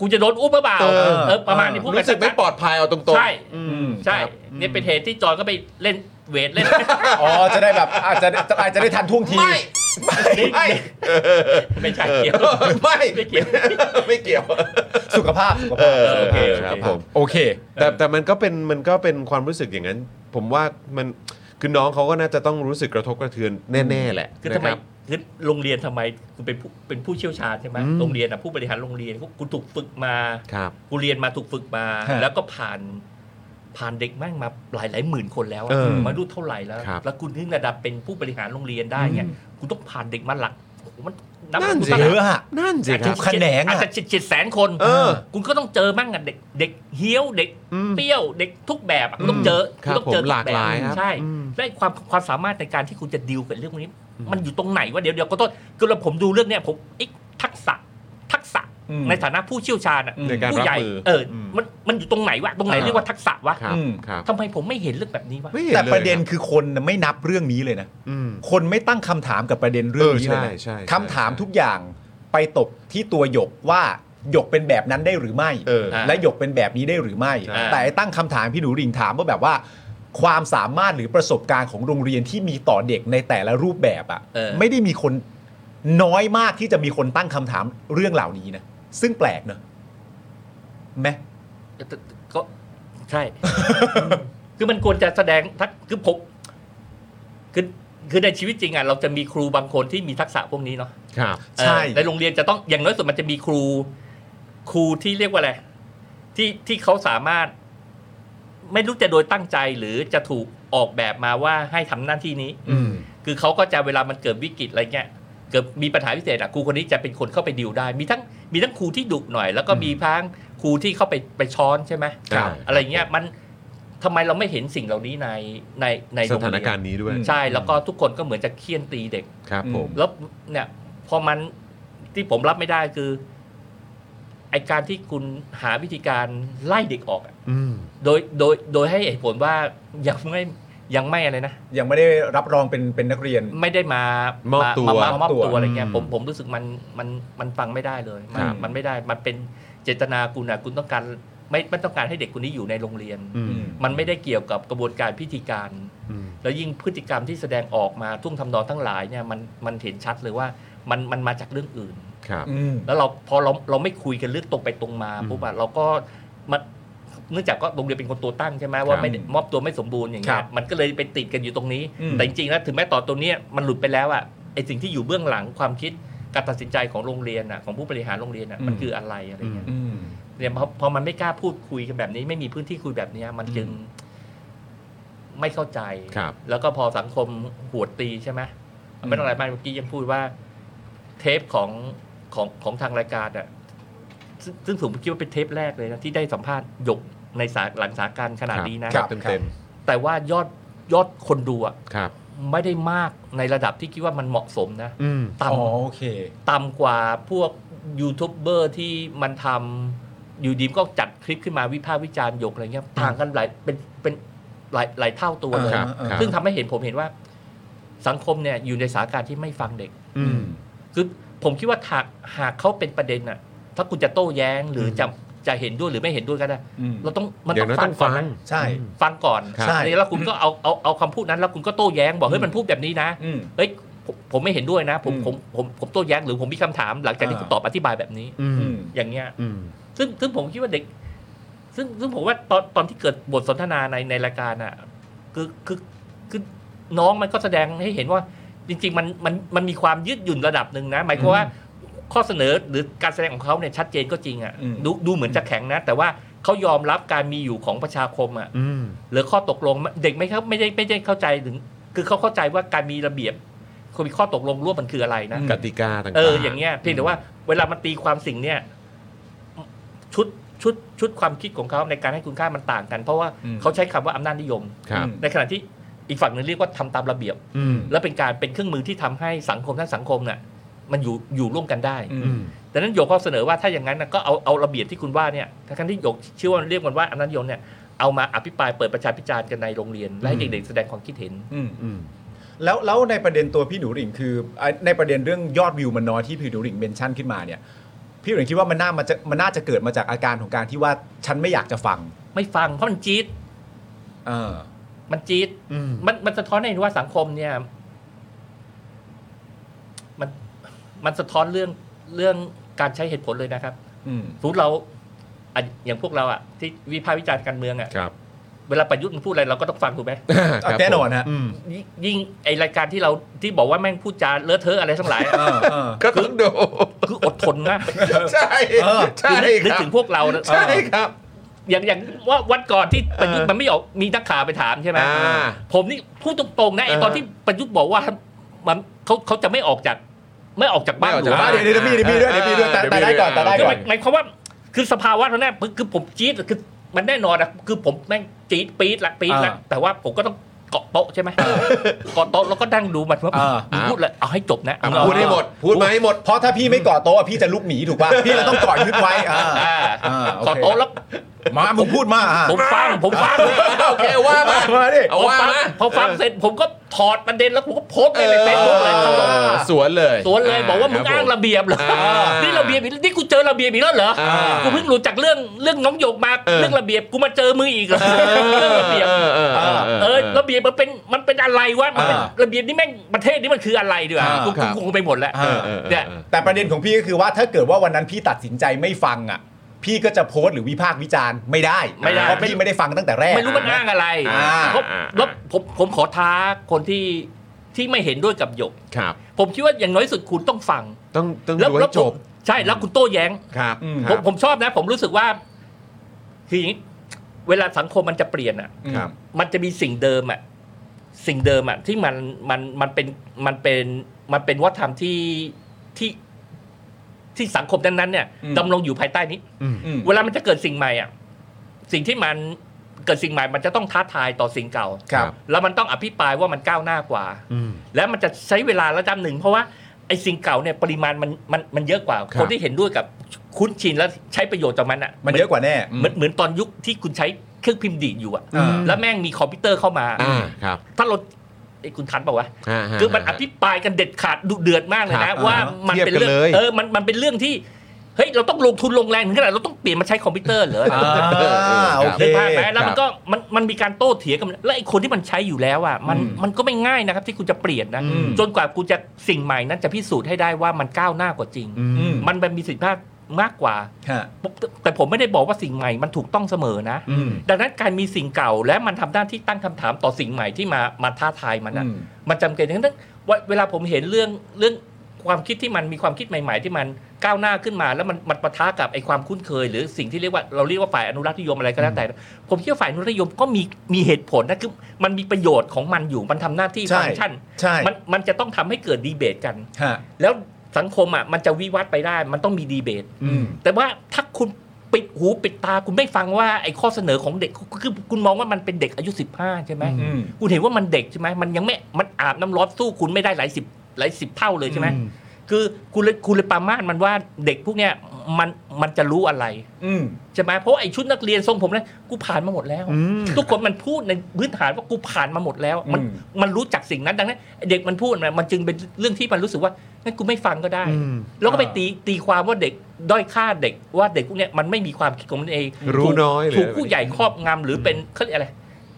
Speaker 5: กูจะโดนอุ้มหรือเปล่า
Speaker 1: เออ
Speaker 5: เออประมาณนี้พูด
Speaker 1: รู้สึกไม่ปลอดภัยเอาตรงๆ
Speaker 5: ใช่
Speaker 1: อืม
Speaker 5: ใช่
Speaker 1: ครับอืม
Speaker 5: เนี่ยเป็นเหตุที่จอยก็ไปเล่นเวทเล่น
Speaker 2: อ๋อ จะได้แบบอาจจะอาจจะได้ทันท่วงที
Speaker 1: ไม่ไม่
Speaker 5: ไม่ใช่เกี่ยว
Speaker 1: ไม่
Speaker 5: ไม่เกี่ยว
Speaker 1: ไม่เกี่ยว
Speaker 2: สุขภาพสุขภาพ
Speaker 1: เออ
Speaker 5: โอเค
Speaker 1: ครับ
Speaker 5: โอเค
Speaker 1: ผม
Speaker 2: โอเค
Speaker 1: แต่แต่มันก็เป็นมันก็เป็นความรู้สึกอย่างนั้น ผมว่ามันคือน้องเขาก็น่าจะต้องรู้สึกกระทบกระเทือนแน่ๆแหละ
Speaker 5: คือทำ
Speaker 1: นะ
Speaker 5: ไม
Speaker 1: ครับ
Speaker 5: คือโรงเรียนทำไมคุณเป็นผู้เป็นผู้เชี่ยวชาญใช่ไหม
Speaker 1: อืม
Speaker 5: โรงเรียนอะผู้บริหารโรงเรียนคุณถูกฝึกมา
Speaker 1: ครับ
Speaker 5: กูเรียนมาถูกฝึกมา
Speaker 2: ฮะ
Speaker 5: แล้วก็ผ่านผ่านเด็กแม่งมาหลายหลายหมื่นคนแล้วอะ
Speaker 1: เออ
Speaker 5: ไม่รู้เท่าไหร่แล้ว
Speaker 1: ครับ
Speaker 5: แล้วคุณถึงระดับเป็นผู้บริหารโรงเรียนได้เนี่ย
Speaker 2: อืม
Speaker 5: คุณต้องผ่านเด็กมาหลักโอ้โหมันบ
Speaker 1: นั่นสิ
Speaker 5: คุณ
Speaker 1: ครับ
Speaker 5: ต้ง
Speaker 2: เยอะอะ
Speaker 1: นั่นสิค
Speaker 5: อาจ
Speaker 1: รับ
Speaker 5: จะ
Speaker 2: ขนงอะ
Speaker 5: อาจจะเจ็ดเจ็ดแสนคน
Speaker 1: เออ
Speaker 5: คุณก็ต้องเจอมั่งอะเด็กเด็กเฮี้ยวเด็ก
Speaker 1: อืม
Speaker 5: เปรี้ยวเด็กทุกแบบอะ
Speaker 2: อืม
Speaker 5: ต้องเจอ
Speaker 1: ครับ
Speaker 5: ต้องเจอ
Speaker 1: ผมหลากหลายครับ
Speaker 5: ใช่
Speaker 1: อืม
Speaker 5: ได้ความความสามารถในการที่คุณจะดีลกับเรื่องพวกนี้ มันอยู่ตรงไหนวะเดี๋ยวเดี๋ยวก็ต้นคือเราผมดูเรื่องเนี้ยผมเอ๊ะทักษะทักษะ
Speaker 2: อืม
Speaker 5: ในฐานะผู้เชี่ยวชาญอะ
Speaker 1: ในการรับ
Speaker 5: ผู้ใหญ่
Speaker 1: มือ
Speaker 5: เอออ
Speaker 1: ม
Speaker 5: มันมันอยู่ตรงไหนวะตรงไหนเรียกว่าทักษะวะ
Speaker 1: ครับ
Speaker 2: อืม
Speaker 1: ครับ
Speaker 5: ทำไมผมไม่เห็นเรื่องแบบนี้วะ
Speaker 1: ไม่เห็น
Speaker 2: แต่
Speaker 1: ลย
Speaker 2: ประเด็น
Speaker 1: คบ
Speaker 2: คือคนน่ะไม่นับเรื่องนี้เลยนะ
Speaker 1: อืม
Speaker 2: คนไม่ตั้งคำถามกับประเด็นเรื่องนี้เลย
Speaker 1: เออ
Speaker 2: นะ
Speaker 1: ใช่ใช่ใช่
Speaker 2: คำถามทุกอย่างไปตกที่ตัวหยกว่าหยกเป็นแบบนั้นได้หรือไม่
Speaker 1: เออ
Speaker 2: และหยกเป็นแบบนี้ได้หรือไม่
Speaker 1: ใช่
Speaker 2: แต่ไอ้ตั้งคำถามพี่หนูริงถามว่าแบบว่า ความสามารถหรือประสบการณ์ของโรงเรียนที่มีต่อเด็กในแต่ละรูปแบบอะ
Speaker 5: เออ
Speaker 2: ไม่ได้มีคนน้อยมากที่จะมีคนตั้งคำถามเรื่องเหล่านี้นะซึ่งแปลกเนอะไหม
Speaker 5: แต่ก็ใช่ [laughs] คือมันควรจะแสดงทักคือผมคือคือในชีวิตจริงอ่ะเราจะมีครูบางคนที่มีทักษะพวกนี้เนาะ
Speaker 1: ครับ
Speaker 2: ใช่
Speaker 5: เออในโรงเรียนจะต้องอย่างน้อยสุดมันจะมีครู ครูที่เรียกว่าอะไรที่ที่เขาสามารถ ไม่รู้จะโดยตั้งใจหรือจะถูกออกแบบมาว่าให้ทำหน้าที่นี้
Speaker 1: อืม
Speaker 5: คือเขาก็จะเวลามันเกิดวิกฤตอะไรเงี้ยเกิดมีปัญหาพิเศษอ่ะครูคนนี้จะเป็นคนเข้าไปดิวได้ มีทั้งมีทั้งครูที่ดุหน่อย แล้วก็มีพังครูที่เข้าไปไปช้อนใช่ไหม
Speaker 1: ครับ
Speaker 5: อะไรเงี้ยมันทำไมเราไม่เห็นสิ่งเหล่านี้ในในใน
Speaker 1: ส
Speaker 5: โง
Speaker 1: ถาน
Speaker 5: เย
Speaker 1: การณ์นี้ด้วย
Speaker 5: ใช่แล้วก็ทุกคนก็เหมือนจะเคี่ยนตีเด็ก
Speaker 1: ครับผม
Speaker 5: แล้วเนี่ยพอมันที่ผมรับไม่ได้คือไอการที่คุณหาวิธีการไล่เด็กออกอะ
Speaker 1: อืม
Speaker 5: โดยโดยโดยให้เหตุผลว่ายังไม่ยังไม่อะไรนะ
Speaker 2: ยังไม่ได้รับรองเป็นเป็นนักเรียน
Speaker 5: ไม่ได้มาม ม
Speaker 1: อบตัว
Speaker 5: ามามอบ
Speaker 2: มอบตั
Speaker 5: ตัว
Speaker 2: ว
Speaker 5: อะไรเงี้ย
Speaker 1: อืม
Speaker 5: ผมผมรู้สึกมันมันมันฟังไม่ได้เลยมั
Speaker 1: คน รับ
Speaker 5: มันไม่ได้มันเป็นเจตนาคุณนะคุณต้องการไม่ไม่ต้องการให้เด็กคนนี้อยู่ในโรงเรียน
Speaker 1: อืม
Speaker 5: มันไม่ได้เกี่ยวกับกระบวนการพิธีการ
Speaker 1: อืม
Speaker 5: แล้วยิ่งพฤติกรรมที่แสดงออกมาทุ่งทำนองทั้งหลายเนี่ยมันมันเห็นชัดเลยว่ามันมันมาจากเรื่องอื่น
Speaker 1: ครับ
Speaker 5: แล้วเราพอเราเราไม่คุยกันเรื่องตรงไปตรงมา
Speaker 1: อืม
Speaker 5: ปุ๊บอะเราก็มันเนื่องจากก็โรงเรียนเป็นคนตัวตั้งใช่ไหมว่าไม่ได้มอบตัวไม่สมบูรณ์อย่าง
Speaker 2: ค
Speaker 5: เงี้
Speaker 2: รั
Speaker 5: ย
Speaker 2: บ
Speaker 5: มันก็เลยไปติดกันอยู่ตรงนี้
Speaker 2: อืม
Speaker 5: แต่จริงๆแล้วถึงแม้ต่อนตัวเนี้ยมันหลุดไปแล้วอะไอสิ่งที่อยู่เบื้องหลังความคิดการตัดสินใจของโรงเรียนอะของผู้บริหารโรงเรียนอะมันคืออะไรอะไรเงี้ย
Speaker 2: อืม
Speaker 5: เนี่ยพอพอมันไม่กล้าพูดคุยกันแบบนี้ ไม่มีพื้นที่คุยแบบเนี้ยมันจึงไม่เข้าใจ
Speaker 1: ครับ
Speaker 5: แล้วก็พอสังคมหวดตีใช่ไหมไม่ต้องอะไรมากเมื่อกี้ยังพูดว่า เทปของของของทางรายการอ่ะซึ่งซึ่งผมคิดว่าเป็นเทปแรกเลยนะ ที่ได้สัมภาษณ์หยกในสาหลังสาการขนาดนี้นะ
Speaker 2: ครั
Speaker 1: เต็มเต็ม
Speaker 5: แต่ว่ายอดยอดคนดูอ่ะ
Speaker 1: ๆครับ
Speaker 5: ไม่ได้มากในระดับที่คิดว่ามันเหมาะสมนะ
Speaker 2: อืม
Speaker 5: ต่ำ
Speaker 2: อ๋อโอเค
Speaker 5: ต่ำกว่าพวกยูทูบเบอร์ที่มันทำอยู่ดีมก็จัดคลิปขึ้นมาวิพากษ์วิจารณ์หยกอะไรเงี้ยต่างกันหลายเป็นเป็นหลายหลายเท่าตัวเลย
Speaker 1: ครับ
Speaker 2: อ่า
Speaker 1: ครับ
Speaker 5: ซึ่งทำให้เห็นผมเห็นว่าสังคมเนี่ยอยู่ในสถานการณ์ที่ไม่ฟังเด็ก
Speaker 2: อืม
Speaker 5: คือผมคิดว่าหากหากเขาเป็นประเด็นน่ะ ถ้าคุณจะโต้แย้งหรืออ
Speaker 2: ม
Speaker 5: จะจะเห็นด้วยหรือไม่เห็นด้วยก็ได้
Speaker 2: อืม
Speaker 5: เราต้องมัน
Speaker 1: อ
Speaker 5: ต้
Speaker 1: ย่า
Speaker 5: อง ง
Speaker 1: น้อย
Speaker 5: ฟั
Speaker 1: ต้อง ง
Speaker 5: ก่อ
Speaker 1: ฟั
Speaker 5: น
Speaker 1: ง
Speaker 5: นะ
Speaker 2: ใช่
Speaker 5: ฟังก่อน
Speaker 2: ครับใช่
Speaker 5: แล้วคุณก็เอาเอาเอาคำพูดนั้น แล้วคุณก็โต้แย้งบอกเฮ้ยมันพูดแบบนี้นะ
Speaker 2: อืม
Speaker 5: เอ้ยผมผมไม่เห็นด้วยนะ ผม
Speaker 2: อืม
Speaker 5: ผมผมผมโต้แย้งหรือผมมีคำถามหลังจากที่
Speaker 2: อ่า
Speaker 5: คุณตอบอธิบายแบบนี้
Speaker 2: อืม
Speaker 5: อย่างเงี้ย
Speaker 1: อืม
Speaker 5: ซึ่งซึ่งผมคิดว่าเด็ก ซึ่งซึ่งผมว่าตอนตอนที่เกิดบทสนทนาในในรายการอ่ะคือคือคือน้องมันก็แสดงให้เห็นว่า จริง ๆ มันมันมันมีความยืดหยุ่นระดับหนึ่งนะ หมายความว่าข้อเสนอหรือการแสดงของเขาเนี่ยชัดเจนก็จริงอ่ะ
Speaker 2: อืม
Speaker 5: ดูดูเหมือนจะแข็งนะ แต่ว่าเขายอมรับการมีอยู่ของประชาคมอ่ะ
Speaker 1: อืม
Speaker 5: หรือข้อตกลงเด็กไม่เข้าไม่ได้ไม่ได้เข้าใจถึง คือเขาเข้าใจว่าการมีระเบียบคนมีข้อตกลงร่วมมันคืออะไรนะ
Speaker 2: อืม
Speaker 1: กติกาต่างๆ
Speaker 5: เอออย่างเงี้ยเพียงแต่ว่าเวลามันตีความสิ่งเนี่ยชุดชุดชุดความคิดของเขาในการให้คุณค่ามันต่างกัน เพราะว่า
Speaker 2: อืม
Speaker 5: เขาใช้คำว่าอำนาจนิยม
Speaker 1: ครับ
Speaker 5: ในขณะที่อีกฝั่งหนึ่งเรียกว่าทำตามระเบียบ
Speaker 2: อืม
Speaker 5: และเป็นการเป็นเครื่องมือที่ทำให้สังคมทั้งสังคมน่ะมันอยู่อยู่ร่วมกันได้
Speaker 2: อื
Speaker 1: อื
Speaker 2: ม
Speaker 1: ม
Speaker 5: ดังนั้นโยกเขาเสนอว่าถ้าอย่างนั้นน่ะก็เอาเอาระเบียบที่คุณว่าเนี่ยทั้งๆที่โยกเชื่อว่าเรียกมันว่าอำนาจนิยมเนี่ยเอามาอภิปรายเปิดประชาพิจารณ์กันในโรงเรียนและให้เด็กๆแสดงความคิดเห็น
Speaker 2: อืม
Speaker 1: อืม
Speaker 2: แล้วแล้วในประเด็นตัวพี่หนูหริ่งคือไอ้ในประเด็นเรื่องยอดวิวมันน้อยที่พี่หนูหริ่งเมนชั่นขึ้นมาเนี่ยพี่หนูหริ่งคิดว่ามันน่ามันจะมันน่าจะเกิดมาจากอาการของการที่ว่าฉันไม่อยากจะฟัง
Speaker 5: ไม่ฟังเพราะมันจี๊ด
Speaker 2: เออ
Speaker 5: มันจี๊ด
Speaker 2: อืม
Speaker 5: มันมันสะท้อนให้เห็นว่าสังคมเนี่ย มันมันสะท้อนเรื่องเรื่องการใช้เหตุผลเลยนะครับ
Speaker 2: อืม
Speaker 5: สมมติเราอ่ะอย่างพวกเราอ่ะที่วิพากษ์วิจารณ์การเมืองอ่ะ
Speaker 1: ครับ
Speaker 5: เวลาประยุทธ์มันพูดอะไรเราก็ต้องฟังถูกไหม
Speaker 1: [laughs] ครับ
Speaker 2: แน่นอนฮะ
Speaker 1: ผมม
Speaker 5: ยิยิ่งไอรายการที่เราที่บอกว่าแม่งพูดจาเลอะเทอะอะไรทั้งหลายอะ
Speaker 2: เออเออ
Speaker 1: ก็ต้องดู
Speaker 5: คืออดทนนะ
Speaker 1: ใช่
Speaker 2: เออ
Speaker 1: ใช่
Speaker 5: นึก
Speaker 1: ครับ
Speaker 5: ถึงพวกเรานะ
Speaker 1: ใช่ครับ
Speaker 5: อย่างอย่างว่าวันก่อนที่ประยุทธ์
Speaker 1: เออ
Speaker 5: มันไม่ออกมีนักข่าวไปถามใช่ไหม
Speaker 1: อ่า
Speaker 5: ผมนี่พูดตรงๆนะไอตอนที่ประยุทธ์บอกว่ามันเขาเขาจะไม่ออกจาก ไม่ออกจากบ้าน
Speaker 1: ไม่ออก
Speaker 5: ห
Speaker 1: จาก
Speaker 5: รือ
Speaker 1: บ้า
Speaker 5: ว่า
Speaker 1: น
Speaker 2: เดี๋ยวเดี๋ยวพี่เดี๋ยวพี่ด้วยเดี๋ยวพี่ด้วยแต่แต่ได้ก่อนแต่ได้
Speaker 5: คือ
Speaker 2: ก่อ
Speaker 5: หมาน ยหมายความว่าคือสภาวะตอนนั้นคือผมจี๊ดคือมันแน่นอนนะคือผมแม่งจี๊ดปี๊ดละปี๊ดละ
Speaker 2: อ่า
Speaker 5: แต่ว่าผมก็ต้องเกาะโต๊ะใช่ไหมเกาะโต๊ะแล้วก็นั่งดูมันว่า
Speaker 2: อ่า
Speaker 5: มึงพูดเลยเอาให้จบนะ
Speaker 1: อ่ะ
Speaker 5: มึงเอา
Speaker 1: พูดให้หมด พูดมาให้หมด
Speaker 2: เพราะถ้าพี่ไม่ก่อโต๊ะอะพี่จะลุกหนีถูกป่ะพี่เราต้องก่อยึดไว้อ่า
Speaker 5: อ่า
Speaker 2: อ่าโอเค
Speaker 5: เกาะโต๊ะแล้ว
Speaker 2: มามึงพูดมาอ่า
Speaker 5: ผม
Speaker 1: [laughs]
Speaker 5: ฟังผมฟัง
Speaker 1: โอเคว่ามา
Speaker 2: มาดิ
Speaker 1: เอา
Speaker 5: ผม
Speaker 1: ว่า
Speaker 5: ฟัง
Speaker 1: มา
Speaker 5: พอฟังเสร็จผมก็ถอดประเด็นแล้วผมก็โพสต์ไปในเฟซบุ๊กเลย
Speaker 1: อ
Speaker 5: เขาบอก
Speaker 1: อสวนเลย
Speaker 5: สวนเลยบอกว่ามึง
Speaker 1: ค
Speaker 5: อ้าง
Speaker 1: บผ
Speaker 5: ระเบียบเหรอ
Speaker 1: อ่านี่
Speaker 5: นี่ระเบียบอีกนี่กูเจอระเบียบอีกแล้วเหรออากูเพิ่งรู้จากเรื่องเรื่องน้องหยกมา
Speaker 1: เออ
Speaker 5: เรื่องระเบียบกูมาเจอมืออีกเหรอเรื่องระเบียบ
Speaker 1: ออเออเออ
Speaker 5: เออระเบียบมันเป็นมันเป็นอะไรวะมันเป็น
Speaker 2: อ่า
Speaker 5: ระเบียบนี่แม่งประเทศนี้มันคืออะไรดีวะ
Speaker 2: อ่า
Speaker 5: กู
Speaker 1: ครั
Speaker 5: กู
Speaker 1: บ
Speaker 5: กูคงไปหมดแล้ว
Speaker 2: อ่า
Speaker 1: เออออออ
Speaker 5: เนี่ย
Speaker 2: แต่ประเด็นของพี่ก็คือว่าถ้าเกิดว่าวันนั้นพี่ตัดสินใจไม่ฟังอ่ะ พี่ก็จะโพสต์หรือวิพากษ์วิจารณ์ไม่ได้
Speaker 5: ไม่ได้
Speaker 2: เพราะพี่ไม่ได้ฟังตั้งแต่แรก
Speaker 5: ไม่รู้มันอ้างอะไร
Speaker 2: อ่า
Speaker 5: เพราะแล้วผมผมขอท้าคนที่ที่ไม่เห็นด้วยกับหยก
Speaker 1: ครับ
Speaker 5: ผมคิดว่าอย่างน้อยสุดคุณต้องฟัง
Speaker 1: ต้องต้อง
Speaker 5: แล้ว
Speaker 1: ดูให้
Speaker 5: แล้ว
Speaker 1: จบ
Speaker 5: ใช่แล้วคุณโต้แย้ง
Speaker 1: ครับ
Speaker 2: อืม
Speaker 1: ค
Speaker 5: ผ
Speaker 1: รั
Speaker 5: ม
Speaker 1: บ
Speaker 5: ผมชอบนะ ผมรู้สึกว่าคืออย่างนี้เวลาสังคมมันจะเปลี่ยนอ่ะ
Speaker 2: อืม
Speaker 1: ครับ
Speaker 5: มันจะมีสิ่งเดิมอะสิ่งเดิมอะที่มันมันมันเป็นมันเป็นมันเป็นวัฒนธรรมที่ที่ที่สังคมนั้นๆเนี่ย
Speaker 2: อืม
Speaker 5: ดำรงอยู่ภายใต้นี้
Speaker 1: อืม
Speaker 2: อืม
Speaker 5: เวลามันจะเกิดสิ่งใหม่อะสิ่งที่มันเกิดสิ่งใหม่ มันจะต้องท้าทายต่อสิ่งเก่า
Speaker 2: ครับ
Speaker 5: แล้วมันต้องอภิปรายว่ามันก้าวหน้ากว่า
Speaker 1: อืม
Speaker 5: แล้วมันจะใช้เวลาระดับหนึ่งเพราะว่าไอ้สิ่งเก่าเนี่ยปริมาณมันมันมันเยอะกว่า
Speaker 1: ครั
Speaker 5: คน
Speaker 1: บ
Speaker 5: ที่เห็นด้วยกับคุ้นชินและใช้ประโยชน์จากมันอะ
Speaker 2: มันเยอะกว่าแน่อืม
Speaker 5: เหมือนเหมือนตอนยุคที่คุณใช้เครื่องพิมพ์ดีดอยู่อะ
Speaker 2: อ่า
Speaker 5: แล้วแม่งมีคอมพิวเตอร์เข้ามา
Speaker 1: อ่าครับ
Speaker 5: ถ้าเราไอ้คุณทันบอกว่าวะ
Speaker 1: ฮะฮะ
Speaker 5: คือมัน
Speaker 1: ฮะ
Speaker 5: อภิปรายกันเด็ดขาดดุเดือดมากเลย
Speaker 1: ครั
Speaker 5: นะ
Speaker 1: บ
Speaker 5: ว่า
Speaker 2: อ่าฮะ
Speaker 5: มันเป็น
Speaker 1: เทียบกัน
Speaker 5: เรื่อง
Speaker 1: เลย
Speaker 5: เออมันมันเป็นเรื่องที่เฮ้ยเราต้องลงทุนลงแรงถึงขนาดเราต้องเปลี่ยนมาใช้คอมพิวเตอร์เหรอ
Speaker 2: อ่า
Speaker 1: ครับ
Speaker 2: โอเค
Speaker 5: เดินผ่านไหมแล้วมันก็มันมันมีการโต้เถียงกันแล้วไอ้คนที่มันใช้อยู่แล้วอ่ะมัน
Speaker 2: อืม
Speaker 5: มันก็ไม่ง่ายนะครับ ที่คุณจะเปลี่ยนนะ
Speaker 2: อืม
Speaker 5: จนกว่าคุณจะสิ่งใหม่นั้นจะพิสูจน์ให้ได้ว่ามันก้าวหน้ากว่าจริง
Speaker 1: อืม
Speaker 5: มันเป็นมีสิทธิภาพมากกว่า
Speaker 2: ฮะ
Speaker 5: แต่ผมไม่ได้บอกว่าสิ่งใหม่มันถูกต้องเสมอนะ
Speaker 2: อืม
Speaker 5: ดังนั้นการมีสิ่งเก่าและมันทำหน้าที่ตั้งคำถามต่อสิ่งใหม่ที่มามาท้าทายมัน
Speaker 2: อื
Speaker 5: น่ะ
Speaker 2: ม
Speaker 5: มันจำเป็นทั้งนั้นเวลาผมเห็นเรื่องเรื่องความคิดที่มันมีความคิดใหม่ ๆ ที่มันก้าวหน้าขึ้นมา แล้วมันมันปะทะกับไอ้ความคุ้นเคย หรือสิ่งที่เรียกว่าเราเรียกว่าฝ่ายอนุรักษ์นิยมอะไรก็แล้วแต่ ผมคิดว่าฝ่ายอนุรักษ์นิยมก็มีมีเหตุผลนะคือมันมีประโยชน์ของมันอยู่มันทำหน้าที่
Speaker 2: ใช่
Speaker 5: ฟังก์ชัน
Speaker 2: ใช่
Speaker 5: มันมันจะต้องทำให้เกิดดีเบตกัน
Speaker 2: ฮะ
Speaker 5: แล้วสังคมอ่ะมันจะวิวัฒน์ไปได้ มันต้องมีดีเบต
Speaker 2: อืม
Speaker 5: แต่ว่าถ้าคุณ ปิดหูปิดตาคุณไม่ฟังว่าไอ้ข้อเสนอของเด็กคือคุณมองว่ามันเป็นเด็กอายุ 15 ใช่ไหม
Speaker 3: อืม
Speaker 5: คุณเห็นว่ามันเด็กใช่ไหมมันยังไม่มันอาบน้ำร้อนสู้คุณไม่ได้หลายสิบหลายสิบเท่าเลยใช่ไหมคือคุณเลยคุณเลยประมาทมันว่าเด็กพวกเนี้ยมันมันจะรู้อะไร
Speaker 3: อืม
Speaker 5: ใช่ไหมเพราะไอ้ชุดนักเรียนทรงผมเนี่ยกูผ่านมาหมดแล้ว
Speaker 3: อืม
Speaker 5: ทุกคนมันพูดในพื้นฐานว่ากูผ่านมาหมดแล้ว มัน
Speaker 3: อืม
Speaker 5: มันรู้จักสิ่งนั้นดังนั้นไอ้เด็กมันพูดนะมันจึงเป็นเรื่องที่มันรู้สึกว่างั้นกูไม่ฟังก็ได้
Speaker 3: อืม
Speaker 5: แล้วก็ไปตีตีความว่าเด็กด้อยค่าเด็กว่าเด็กพวกเนี้ยมันไม่มีความคิดของมันเอง
Speaker 1: รู้
Speaker 5: ถูก
Speaker 1: น้อยหรือ
Speaker 5: ถูก
Speaker 1: อะไร
Speaker 5: ผู้ใหญ่ครอบงำหรือเป็นเขาเรียกอะไร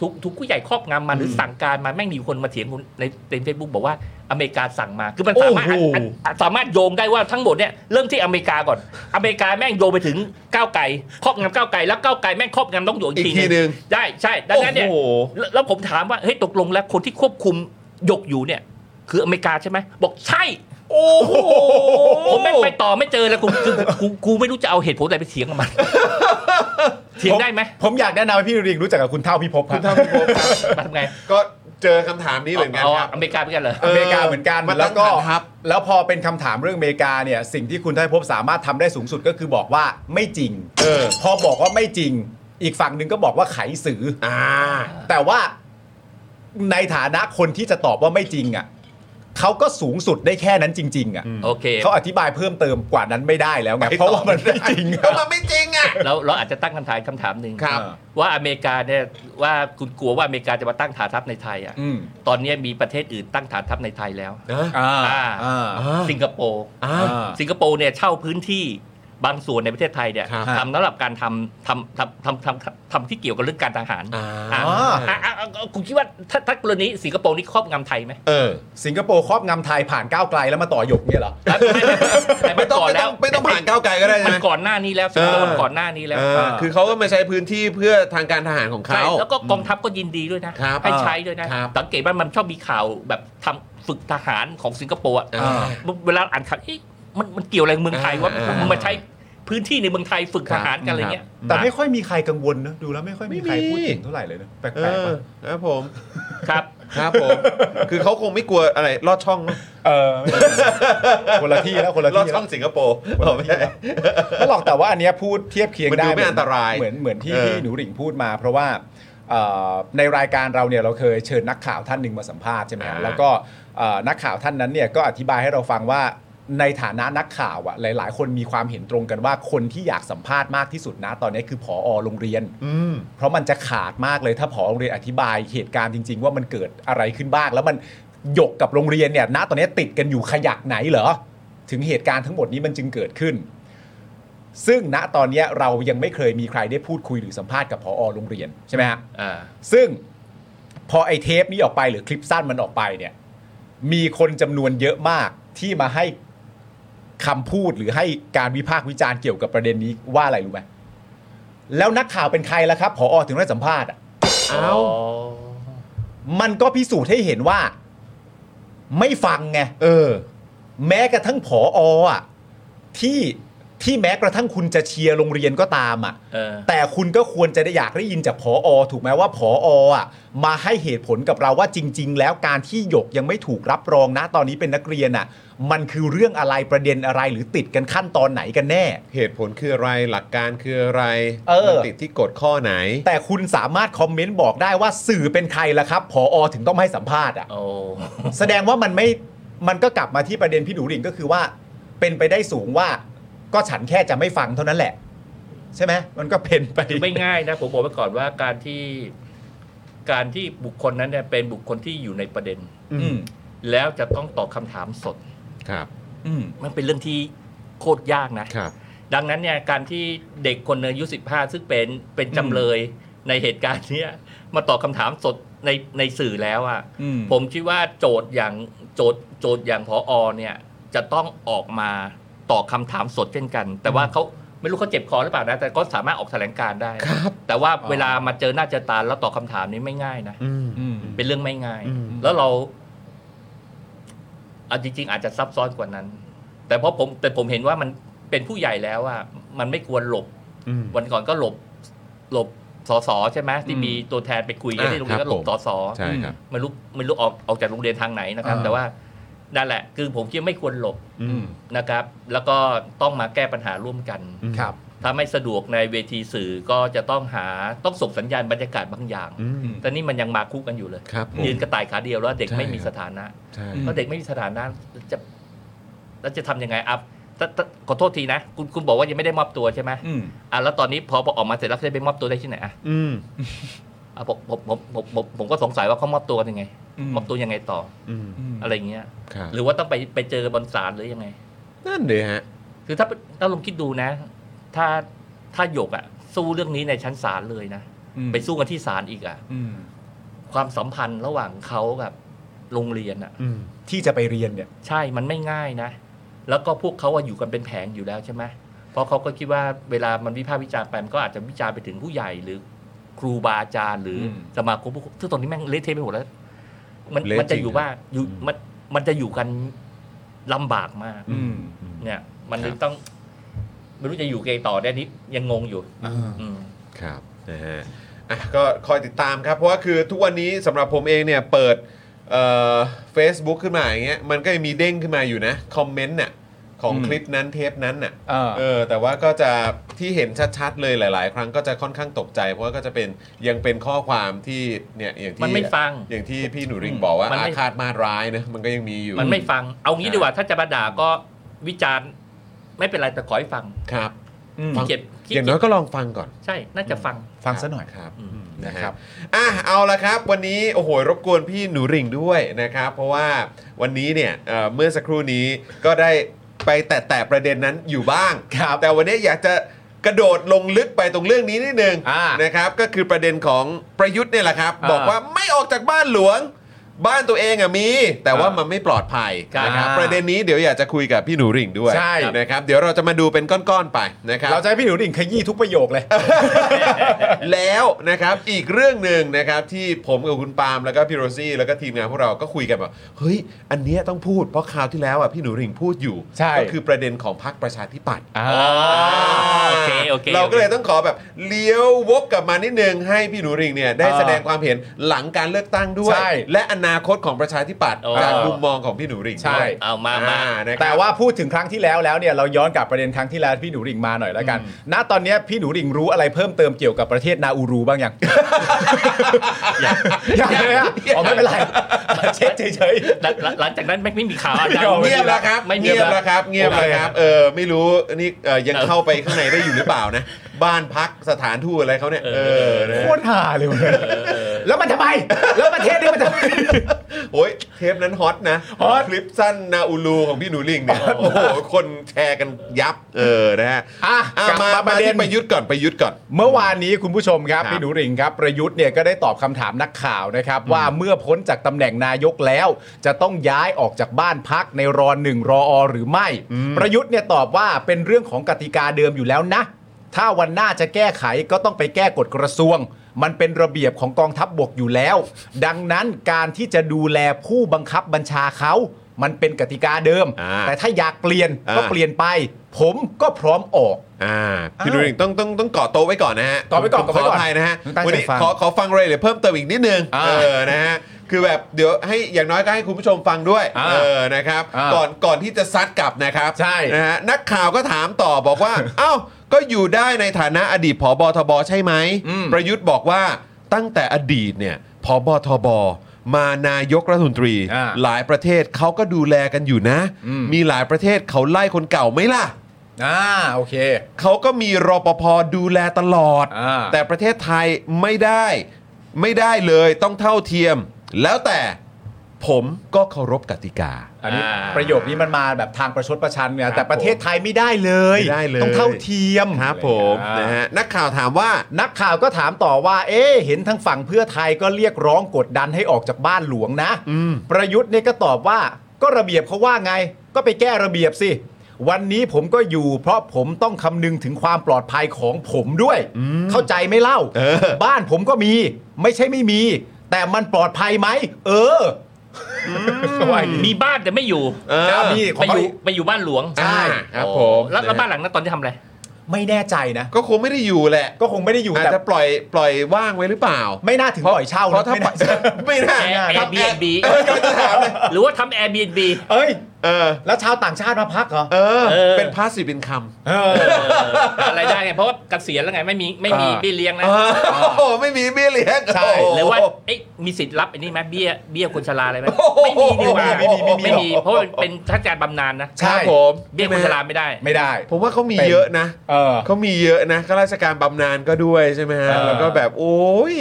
Speaker 5: ถูกถูกผู้ใหญ่ครอบงำมาหรือสั่งการมาแม่งมีคนมาเถียงคุณในในเฟซบุ๊กบอกว่าอเมริกาสั่งมาคือมันสามารถ
Speaker 3: โอ้โห
Speaker 5: อันอันสามารถโยงได้ว่าทั้งหมดเนี่ยเริ่มที่อเมริกาก่อน อเมริกาแม่งโยงไปถึงก้าวไกลครอบงำก้าวไกลแล้วก้าวไกลแม่งครอบงำต้องโยง
Speaker 1: อีก
Speaker 5: อีก
Speaker 1: ที
Speaker 5: ที
Speaker 1: ห
Speaker 5: นึง
Speaker 1: นึ่ง
Speaker 5: ได้ใช่ดังนั้นเนี่ย
Speaker 1: โอ้โห
Speaker 5: แล้วแล้วผมถามว่าเฮ้ยตกลงแล้วคนที่ควบคุมหยกอยู่เนี่ย คืออเมริกาใช่ไหมบอกใช่ โอ้โหผมไม่งไปต่อไม่เจอแล้วกูกูกูกูไม่รู้จะเอาเหตุผลอะไรไปเถียงกับมัน เถียงได้ไหม
Speaker 3: ผมอยากแนะนำให้พี่ริงรู้จักกับคุณเท่าพิภพ
Speaker 1: คุณ
Speaker 3: ค
Speaker 1: เท่า
Speaker 3: รับ
Speaker 1: พิภพครับ
Speaker 5: มาทำไง
Speaker 1: ก็เจอคำถามนี้เหมือนกัน
Speaker 5: เอา
Speaker 1: ครั
Speaker 5: อ่ะ
Speaker 1: บ
Speaker 5: อเมริกาเหมือนกันเหรอ
Speaker 3: อเมริกาเหมือนกัน
Speaker 1: มาตั้ง
Speaker 3: แล้วก็
Speaker 1: ฐานทัพ
Speaker 3: แล้วพอเป็นคำถามเรื่องอเมริกาเนี่ย สิ่งที่คุณเท่าพิภพสามารถทำได้สูงสุดก็คือบอกว่าไม่จริง
Speaker 1: เออ
Speaker 3: พอบอกว่าไม่จริง อีกฝั่งหนึ่งก็บอกว่าไขสือ
Speaker 1: อ่า
Speaker 3: แต่ว่าในฐานะคนที่จะตอบว่าไม่จริงอ่ะเขาก็สูงสุดได้แค่นั้นจริง ๆ อ่ะ
Speaker 5: โอเค
Speaker 3: เขาอธิบายเพิ่มเติมกว่านั้นไม่ได้แล้วไงเพราะว่ามันไม่จริง
Speaker 1: ก็มันไม่จริงอ่ะ
Speaker 5: เราเราอาจจะตั้งคำถามคำถามหนึ่ง
Speaker 1: ครับ
Speaker 5: ว่าอเมริกาเนี่ยว่าคุณกลัวว่าอเมริกาจะมาตั้งฐานทัพในไทยอ่ะ
Speaker 3: อืม
Speaker 5: ตอนนี้มีประเทศอื่นตั้งฐานทัพในไทยแล้ว
Speaker 1: นะ
Speaker 3: อ่าอ่า
Speaker 5: สิงคโปร์
Speaker 1: อ่า
Speaker 5: สิงคโปร์เนี่ยเช่าพื้นที่บางส่วนในประเทศไทยเนี่ย
Speaker 1: ครับ
Speaker 5: ทำสำหรับการทำทำทำทำทำทำทำที่เกี่ยวกับเรื่องการทหาร
Speaker 1: อ่า
Speaker 5: อ่ะ
Speaker 3: อ๋อ
Speaker 5: อ่ะอ่ะอ่ะคุณคิดว่าถ้าถ้ากรณีสิงคโปร์นี่ครอบงำไทยไหม
Speaker 1: เออ
Speaker 3: สิงคโปร์ครอบงำไทยผ่านก้าวไกลแล้วมาต่อหยกเนี่ยเหรอ
Speaker 5: ไม่ไม่ไม่ไม่
Speaker 1: ไม่
Speaker 5: ไม่
Speaker 1: ต้อง
Speaker 5: ก่อน
Speaker 1: ไม่
Speaker 5: แล้
Speaker 1: ต้อ
Speaker 5: ว
Speaker 1: งไม่ต้องผ่านก้าวไกลก็ได้ใช่
Speaker 5: มั
Speaker 1: ไหม
Speaker 5: นก่อนหน้านี้แล้วสิงคโปร์
Speaker 1: เออ
Speaker 5: ก่อนหน้านี้แล้ว
Speaker 1: เออคือเขาก็มาใช้พื้นที่เพื่อทางการทหารของ
Speaker 5: ใช่
Speaker 1: เขา
Speaker 5: แล้วก็กองทัพก็ยินดีด้วยนะครับ ให้ใช้ด้วยนะครับ สังเกตว่ามันชอบมีข่าวแบบทำฝึกทหารของสิงคโปร์อะ
Speaker 1: อ่า
Speaker 5: เวลาอ่านข่าวเอ๊ะมันมันเกี่ยวอะไรกับเมืองไทยว่า
Speaker 1: อ่า
Speaker 5: มึงมาใช้พื้นที่ในเมืองไทยฝึกทหารกันอะไรเงี้ย
Speaker 3: แต่ไม่ค่อยมีใครกังวลนะ ดูแล้วไม่ค่อยมีใคร
Speaker 1: ไม่มี
Speaker 3: พูดถึงเท่าไหร่เลยนะแปลก
Speaker 1: เออ
Speaker 3: ๆปะ
Speaker 1: ครับผม
Speaker 5: ครับ
Speaker 1: ครับผม คือเขาคงไม่กลัวอะไรลอดช่องมั้ง
Speaker 3: เออไม่เป็นไร [laughs] คนละที่แล้วคนละ
Speaker 1: ลอด
Speaker 3: ที่
Speaker 1: ช่
Speaker 3: แล้
Speaker 1: อ
Speaker 3: ว
Speaker 1: งสิงคโปร์อ๋อไม่ใช่
Speaker 3: ไม่หรอกแต่ว่าอันเนี้ยพูดเทียบเคียง
Speaker 1: มัน
Speaker 3: ได้
Speaker 1: ดูไม่อันตราย
Speaker 3: เหมือนเหมือนที่
Speaker 1: เออ
Speaker 3: ที่หนูหลิงพูดมา เพราะว่าเอ่อในรายการเราเนี่ยเราเคยเชิญนักข่าวท่านหนึ่งมาสัมภาษณ์ใช่ไหมฮะแล้วก็เอ่อนักข่าวท่านนั้นเนี่ยก็อธิบายให้เราฟังว่าในฐานะนักข่าวอะหลาย ๆ คนมีความเห็นตรงกันว่าคนที่อยากสัมภาษณ์มากที่สุดนะตอนนี้คือผอโรงเรียน
Speaker 1: อืม
Speaker 3: เพราะมันจะขาดมากเลยถ้าผอโรงเรียนอธิบายเหตุการณ์จริง ๆ ว่ามันเกิดอะไรขึ้นบ้าง แล้วมันหยกกับโรงเรียนเนี่ยณตอนนี้ติดกันอยู่ขยักไหนเหรอ ถึงเหตุการณ์ทั้งหมดนี้มันจึงเกิดขึ้น ซึ่งณตอนเนี้ยเรายังไม่เคยมีใครได้พูดคุยหรือสัมภาษณ์กับผอโรงเรียนใช่ไหมฮะ
Speaker 5: อ่า
Speaker 3: ซึ่งพอไอ้เทปนี้ออกไปหรือคลิปสั้นมันออกไปเนี่ย มีคนจำนวนเยอะมากที่มาให้คำพูดหรือให้การวิพากษ์วิจารณ์เกี่ยวกับประเด็นนี้ว่าอะไรรู้ไหมแล้วนักข่าวเป็นใครล่ะครับผอถึงได้สัมภาษณ์อะ
Speaker 1: เอา
Speaker 3: มันก็พิสูจน์ให้เห็นว่า ไม่ฟังไง
Speaker 1: เออ
Speaker 3: แม้กระทั่งผออ่ะที่ที่แม้กระทั่งคุณจะเชียร์โรงเรียนก็ตามอ่ะ
Speaker 5: เออ
Speaker 3: แต่คุณก็ควรจะได้อยากได้ยินจากผออถูกไหมว่าผออ่ะมาให้เหตุผลกับเราว่าจริง ๆ แล้วการที่หยกยังไม่ถูกรับรองนะตอนนี้เป็นนักเรียนอ่ะ มันคือเรื่องอะไรประเด็นอะไรหรือติดกันขั้นตอนไหนกันแน่
Speaker 1: เหตุผลคืออะไรหลักการคืออะไร
Speaker 3: เออ
Speaker 1: มันติดที่กฎข้อไหน
Speaker 3: แต่คุณสามารถคอมเมนต์บอกได้ว่าสื่อเป็นใครล่ะครับผออถึงต้องมาให้สัมภาษณ์อ่ะ
Speaker 5: โอ้
Speaker 3: แสดงว่ามันไม่มันก็กลับมาที่ประเด็นพี่หนูหลิงก็คือว่า เป็นไปได้สูงว่า ก็ฉันแค่จะไม่ฟังเท่านั้นแหละ ใช่ไหมมันก็เป็นไป
Speaker 5: คือไม่ง่ายนะ ผมบอกไว้ก่อนว่าการที่การที่บุคคลนั้นเนี่ยเป็นบุคคลที่อยู่ในประเด็น
Speaker 3: อืม
Speaker 5: แล้วจะต้องตอบคำถามสด
Speaker 1: ครับ
Speaker 3: อืม
Speaker 5: มันเป็นเรื่องที่โคตรยากนะ
Speaker 1: ครับ
Speaker 5: ดังนั้นเนี่ยการที่เด็กคนหนึ่งอายุ 15 ซึ่งเป็นเป็นจำเลยในเหตุการณ์เนี้ยมาตอบคำถามสดในในสื่อแล้วอะ
Speaker 3: อืม
Speaker 5: ผมคิดว่าโจทย์อย่างโจทย์โจทย์อย่างพออเนี่ยจะต้องออกมาตอบคำถามสดเช่นกัน แต่ว่าเขาไม่รู้เขาเจ็บคอหรือเปล่านะ แต่ก็สามารถออกแถลงการณ์ได้
Speaker 1: ครับ
Speaker 5: แต่ว่า
Speaker 3: อ๋อ
Speaker 5: เวลามาเจอหน้าเจอตาแล้วตอบคำถามนี้ไม่ง่ายนะ
Speaker 1: อืม
Speaker 3: อืม
Speaker 5: เป็นเรื่องไม่ง่าย
Speaker 1: อืม
Speaker 5: แล้วเราเอาจริง ๆ อาจจะซับซ้อนกว่านั้น แต่เพราะผมแต่ผมเห็นว่ามันเป็นผู้ใหญ่แล้วอ่ะมันไม่ควรหลบ
Speaker 1: อืม
Speaker 5: วันก่อนก็หลบหลบสอสอใช่ไหมที่
Speaker 3: อืม
Speaker 5: มีตัวแทนไปคุยกัน
Speaker 1: อ่ะ
Speaker 5: ที่โรงเรียนก็หลบ
Speaker 1: ครับผม
Speaker 5: สอสอ
Speaker 1: ใช่ครับ
Speaker 5: ไม่รู้ไม่รู้ออกออกจากโรงเรียนทางไหนนะครับ
Speaker 3: อ่า
Speaker 5: แต่ว่านั่นแหละ คือผมคิดว่าไม่ควรหลบ
Speaker 1: อืม
Speaker 5: นะครับ แล้วก็ต้องมาแก้ปัญหาร่วมกัน
Speaker 3: ครับ
Speaker 5: ถ้าไม่สะดวกในเวทีสื่อก็จะต้องหาต้องส่งสัญญาณบรรยากาศบางอย่าง
Speaker 1: อืม
Speaker 5: แต่นี่มันยังมาคู่กันอยู่เลย
Speaker 1: ครับผม
Speaker 5: ยืนกระต่ายขาเดียวแล้วเด็ก
Speaker 1: ใช่
Speaker 5: ไม่มี
Speaker 1: ครับ
Speaker 5: สถานะ
Speaker 1: ใช่
Speaker 5: ก็เด็กไม่มีสถานะจะแล้วจะทำยังไงอัพขอโทษทีนะ คุณคุณบอกว่ายังไม่ได้มอบตัวใช่ไหม
Speaker 3: อืม
Speaker 5: อ่ะแล้วตอนนี้พอพอออกมาเสร็จแล้วจะไปมอบตัวได้ที่ไหนอ่ะ
Speaker 1: อืม
Speaker 5: อ่ะผมผมผมผมผมผมก็สงสัยว่าเขามอบตัวกันยังไง
Speaker 3: อืม
Speaker 5: มอบตัวยังไงต่อ
Speaker 1: อืม
Speaker 5: ออะไรเงี้ย
Speaker 1: ครับ
Speaker 5: หรือว่าต้องไปไปเจอบนศาลหรือยังไง
Speaker 1: นั่นเลยฮะ
Speaker 5: คือถ้าถ้าลองคิดดูนะ ถ้าถ้าหยกอะสู้เรื่องนี้ในชั้นศาลเลยนะ
Speaker 3: อืม
Speaker 5: ไปสู้กันที่ศาลอีกอะ
Speaker 3: อืม
Speaker 5: ความสัมพันธ์ระหว่างเขากับโรงเรียนอะ
Speaker 1: อืม
Speaker 3: ที่จะไปเรียนเนี่ย
Speaker 5: ใช่มันไม่ง่ายนะ แล้วก็พวกเขาอะอยู่กันเป็นแผงอยู่แล้วใช่ไหมเพราะเขาก็คิดว่าเวลามันวิพากษ์วิจารณ์ไปมันก็อาจจะวิจารณ์ไปถึงผู้ใหญ่หรือ ครูบาอาจารย์หรืออ
Speaker 3: ม
Speaker 5: สมาคมผู้ปกครองซึ่งตอนนี้แม่งเละเทะไปหมดแล้ว มัน
Speaker 1: เละ
Speaker 5: มัน
Speaker 1: จ
Speaker 5: จะ
Speaker 1: ริง
Speaker 5: อยู่ว่าอยู่
Speaker 1: อืม
Speaker 5: มันมันจะอยู่กันลำบากมาก
Speaker 1: อืม
Speaker 5: เนี่ยมัน
Speaker 1: ครับ
Speaker 5: ต้องไม่รู้จะอยู่ไงต่อได้นี้ยังงงอยู่อืม
Speaker 1: ครับนะฮะอ่ะก็คอยติดตามครับ เพราะว่าคือทุกวันนี้สำหรับผมเองเนี่ยเปิดเฟซบุ๊กขึ้นมาอย่างเงี้ยมันก็ยังมีเด้งขึ้นมาอยู่นะ คอมเมนต์น่ะของ
Speaker 3: อืม
Speaker 1: คลิปนั้นเทปนั้นน่ะ
Speaker 3: เออ
Speaker 1: เออแต่ว่าก็จะที่เห็นชัดๆเลยหลาย ๆ ครั้งก็จะค่อนข้างตกใจ เพราะว่าก็จะเป็นยังเป็นข้อความที่เนี่ยอย่างที่
Speaker 5: มันไม่ฟัง
Speaker 1: อย่างที่พี่หนูริงบอกว่า
Speaker 5: มัน
Speaker 1: อา
Speaker 5: ไม่
Speaker 1: ฆาตมาดร้ายนะมันก็ยังมีอยู่
Speaker 5: มันไม่ฟัง เอางี้ดีกว่าถ้าจะมาด่าก็วิจารณ์ ไม่เป็นไรแต่ขอให้ฟัง
Speaker 1: ครับ
Speaker 3: อืม
Speaker 5: เก็บขี้
Speaker 1: อย่างน้อยก็ลองฟังก่อน
Speaker 5: ใช่ น่าจะฟัง
Speaker 3: ฟังซะหน่อย
Speaker 1: ครับ
Speaker 5: อืม
Speaker 1: นะครับอ่ะเอาละครับ วันนี้โอ้โหรบกวนพี่หนูหริ่งด้วยนะครับ เพราะว่าวันนี้เนี่ยเอ่อเมื่อสักครู่นี้ก็ได้ไปแตะแต่ประเด็นนั้นอยู่บ้าง
Speaker 3: ครับ
Speaker 1: แต่วันนี้อยากจะกระโดดลงลึกไปตรงเรื่องนี้นิดนึง
Speaker 3: อ่า
Speaker 1: นะครับ ก็คือประเด็นของประยุทธ์เนี่ยแหละครับ
Speaker 3: อ่า
Speaker 1: บอกว่าไม่ออกจากบ้านหลวง บ้านตัวเองอะมี แต่ว่ามันไม่ปลอดภัยนะครับ
Speaker 3: อ่า
Speaker 1: ประเด็นนี้เดี๋ยวอยากจะคุยกับพี่หนูหริ่งด้วย
Speaker 3: ใช่
Speaker 1: นะครับเดี๋ยวเราจะมาดูเป็นก้อนๆไปนะครับ
Speaker 3: เราจะให้พี่หนูดิ่งขยี้ทุกประโยคเลย
Speaker 1: [laughs] แล้วนะครับอีกเรื่องหนึ่งนะครับที่ผมกับคุณปาล์มแล้วก็พี่โรซี่แล้วก็ทีมงานพวกเราก็คุยกันแบบเฮ้ยอันเนี้ยต้องพูดเพราะคราวที่แล้วอ่ะพี่หนูหริ่งพูดอยู่
Speaker 3: ใช่
Speaker 1: ก็คือประเด็นของพรรคประชาธิปัตย์
Speaker 3: อ่า
Speaker 5: โอเคโอเค
Speaker 1: เราก็เลยต้องขอแบบเลี้ยววกกลับมานิดนึงให้พี่หนูหริ่งเนี่ยได้
Speaker 3: อ่า
Speaker 1: แสดงความเห็นหลังการเลือกตั้งด้วย
Speaker 3: ใช่
Speaker 1: และอนาคตของประชาธิปัตย์
Speaker 5: โอ้
Speaker 1: จากมุมมองของพี่หนูหริ่ง
Speaker 3: ใช่
Speaker 1: ด้วย
Speaker 5: เอามามา
Speaker 1: อ่นะครับ
Speaker 3: แต่ว่าพูดถึงครั้งที่แล้วแล้วเนี่ยเราย้อนกลับประเด็นครั้งที่แล้วพี่หนูริ่งมาหน่อยแล้วกัน ณ ตอนเนี้ยพี่หนูริ่งรู้อะไรเพิ่มเติมเกี่ยวกับประเทศนาอูรูบ้างยัง ยังเลยอะอ๋อไม่เป็นไร เช็คเฉย
Speaker 5: หลังหลังหลังจากนั้นไม่ไม่มีข่าวอาจาร
Speaker 3: ไม่เอา
Speaker 5: ย์
Speaker 1: เงียบแล้วครับ
Speaker 5: ไม่มี
Speaker 1: เงียบแล้วครับเงียบแล้วครับเออไม่รู้นี่เอ่อยังเข้าไปข้างในได้อยู่หรือเปล่า [laughs] นะ บ้านพักสถานทูตอะไรเขาเนี่ยเออนะ
Speaker 3: ๆโคตรห่าเลยวันนี้แล้วมันทำไม แล้วประเทศนี้มันทำไม
Speaker 1: โอ้ยเทปนั้นฮอตนะ
Speaker 3: ฮอต
Speaker 1: คลิปสั้นนาอูลูของพี่หนูลิงเนี่ยโอ้โหคนแชร์กันยับเออนะฮะ
Speaker 3: อ่ะ
Speaker 1: อ่ะ
Speaker 3: กลับ
Speaker 1: มา
Speaker 3: มา
Speaker 1: ป
Speaker 3: ประ ระเด็
Speaker 1: เด็น
Speaker 3: น
Speaker 1: ประยุทธ์ก่อนประยุทธ์ก่อน
Speaker 3: เมื่อวานนี้คุณผู้ชมครับ
Speaker 1: ครับ
Speaker 3: พี่หนูริ่งครับประยุทธ์เนี่ยก็ได้ตอบคำถามนักข่าวนะครับ ว่าเมื่อพ้นจากตำแหน่งนายกแล้ว จะต้องย้ายออกจากบ้านพักในรอหนึ่งรออหรือไม่ ประยุทธ์เนี่ยตอบว่าเป็นเรื่องของกติกาเดิมอยู่แล้วนะ ถ้าวันหน้าจะแก้ไขก็ต้องไปแก้กฎกระทรวง มันเป็นระเบียบของกองทัพบบกอยู่แล้ว ดังนั้นการที่จะดูแลผู้บังคับบัญชาเขามันเป็นกติกาเดิม
Speaker 1: อ่า
Speaker 3: แต่ถ้าอยากเปลี่ยนก็
Speaker 1: อ่า
Speaker 3: เปลี่ยนไป ผมก็พร้อมออก
Speaker 1: อ่าพี่หนูลิงต้องต้องต้องเกาะโต๊ะไว้ก่อนนะฮะ
Speaker 3: เกาะไว้ก่อน
Speaker 1: ผมข
Speaker 3: เกาะ
Speaker 1: อ
Speaker 3: ไว้ก่อ
Speaker 1: อ
Speaker 3: น
Speaker 1: ภัยนะฮะ
Speaker 3: ตั้งใจ
Speaker 1: วันี้
Speaker 3: ฟัง
Speaker 1: ขอขอฟังรายละเอียดเพิ่มเติมอีกนิดนึง
Speaker 3: อ่า
Speaker 1: เออนะฮะคือแบบเดี๋ยวให้อย่างน้อยก็ให้คุณผู้ชมฟังด้วย
Speaker 3: อ่า
Speaker 1: เออนะครับ
Speaker 3: อ่า
Speaker 1: ก่อนก่อนที่จะซัดกลับนะครับ
Speaker 3: ใช่
Speaker 1: นะฮะนักข่าวก็ถามต่อบอก
Speaker 3: [laughs]
Speaker 1: ว่า เอ้าก็อยู่ได้ในฐานะอดีตผบทบใช่ไหมประยุทธ์บอกว่าตั้งแต่อดีตเนี่ยผบทบมานายกรัฐมนตรี
Speaker 3: อ่า
Speaker 1: หลายประเทศเขาก็ดูแลกันอยู่นะ
Speaker 3: อืม
Speaker 1: มีหลายประเทศเขาไล่คนเก่าไหมล่ะ
Speaker 3: อ่าโอเค
Speaker 1: เขาก็มีรปภดูแลตลอด
Speaker 3: อ่า
Speaker 1: แต่ประเทศไทยไม่ได้ไม่ได้เลยต้องเท่าเทียม แล้วแต่ผมก็เคารพกติกา
Speaker 3: อันนี้
Speaker 5: อ่า
Speaker 3: ประโยคนี้มันมาแบบทางประชดประชันเนี่ยแต่ประเทศไทยไม่ได้เลย
Speaker 1: ไม่ได้เลย
Speaker 3: ต้องเท่าเทียม
Speaker 1: ครับผม
Speaker 3: อ่าน
Speaker 1: นะฮะนักข่าวถามว่า
Speaker 3: นักข่าวก็ถามต่อว่า เอ๊ะเห็นทางฝั่งเพื่อไทยก็เรียกร้องกดดันให้ออกจากบ้านหลวงนะ
Speaker 1: อืม
Speaker 3: ประยุทธ์เนี่ยก็ตอบว่าก็ระเบียบเขาว่าไง ก็ไปแก้ระเบียบสิ วันนี้ผมก็อยู่ เพราะผมต้องคำนึงถึงความปลอดภัยของผมด้วย เข้าใจไหม่เล่า
Speaker 1: เออ
Speaker 3: บ้านผมก็มี ไม่ใช่ไม่มี แต่มันปลอดภัยไหมเอออเขาว่าอย่าง
Speaker 5: มี
Speaker 3: นี้
Speaker 5: บ้านแต่ไม่อยู่
Speaker 1: เออ
Speaker 3: ครับพี่
Speaker 5: ไปอยู่ไปอยู่บ้านหลวง
Speaker 3: ใช่
Speaker 1: ครับผ
Speaker 5: โอ้
Speaker 1: ม
Speaker 5: แล้วแล้ว
Speaker 1: นะฮะ
Speaker 5: บ้านหลังนั้นตอนที่ทำอะไร
Speaker 3: ไม่แน่ใจนะ
Speaker 1: ก็คงไม่ได้อยู่แหละ
Speaker 3: ก็คงไม่ได้อยู่
Speaker 1: อาจ
Speaker 3: แต่
Speaker 1: จะปล่อยปล่อยว่างไว้หรือเปล่า
Speaker 3: ไม่น่าถึงปล่อยเช่า
Speaker 1: เพราะ
Speaker 3: นะ
Speaker 1: ถ้า
Speaker 3: ไม่
Speaker 1: ปล่
Speaker 3: น่า
Speaker 1: อยไม่น่า
Speaker 5: แอร์
Speaker 1: ครับ
Speaker 5: Airbnb
Speaker 1: เออกำลังจะถามเลย
Speaker 5: หรือว่าทำ Airbnb
Speaker 3: เอ้ย
Speaker 1: เออ
Speaker 3: แล้วชาวต่างชาติมาพักเหรอ
Speaker 1: เออ
Speaker 5: เออ
Speaker 1: เป็นพาสซีฟอินคัม
Speaker 5: อะไรได้ไงเพราะว่าเกษียณแล้วไงไม่มีไม่มี
Speaker 3: อ่า
Speaker 5: เบี้ยเลี้ยงนะ
Speaker 1: โอ้โหไม่มีเบี้ยเลี้ยง
Speaker 3: ใช่
Speaker 1: โอ้โ
Speaker 5: หรือว่าเอ๊ะมีสิทธิ์รับไอ้นี่ไหมเบี้ยเบี้ยคนชราอะไรไหมไม่มีดีกว่า
Speaker 3: ไม่มีไม่มี
Speaker 5: ไม่มี
Speaker 3: หรอก
Speaker 5: เพราะมันเป็นทักษะบำนาญนะ
Speaker 1: ค
Speaker 3: ใช่
Speaker 1: รับผม
Speaker 5: เบี้ยคนชราไม่ได้
Speaker 3: ไม่ได้
Speaker 1: ผมว่าเขามีเยอะนะ
Speaker 3: เออ
Speaker 1: เขามีเยอะนะข้าราชการบำนาญก็ด้วยใช่ไหมฮะ
Speaker 3: เออ
Speaker 1: แล้วก็แบบโอ้ย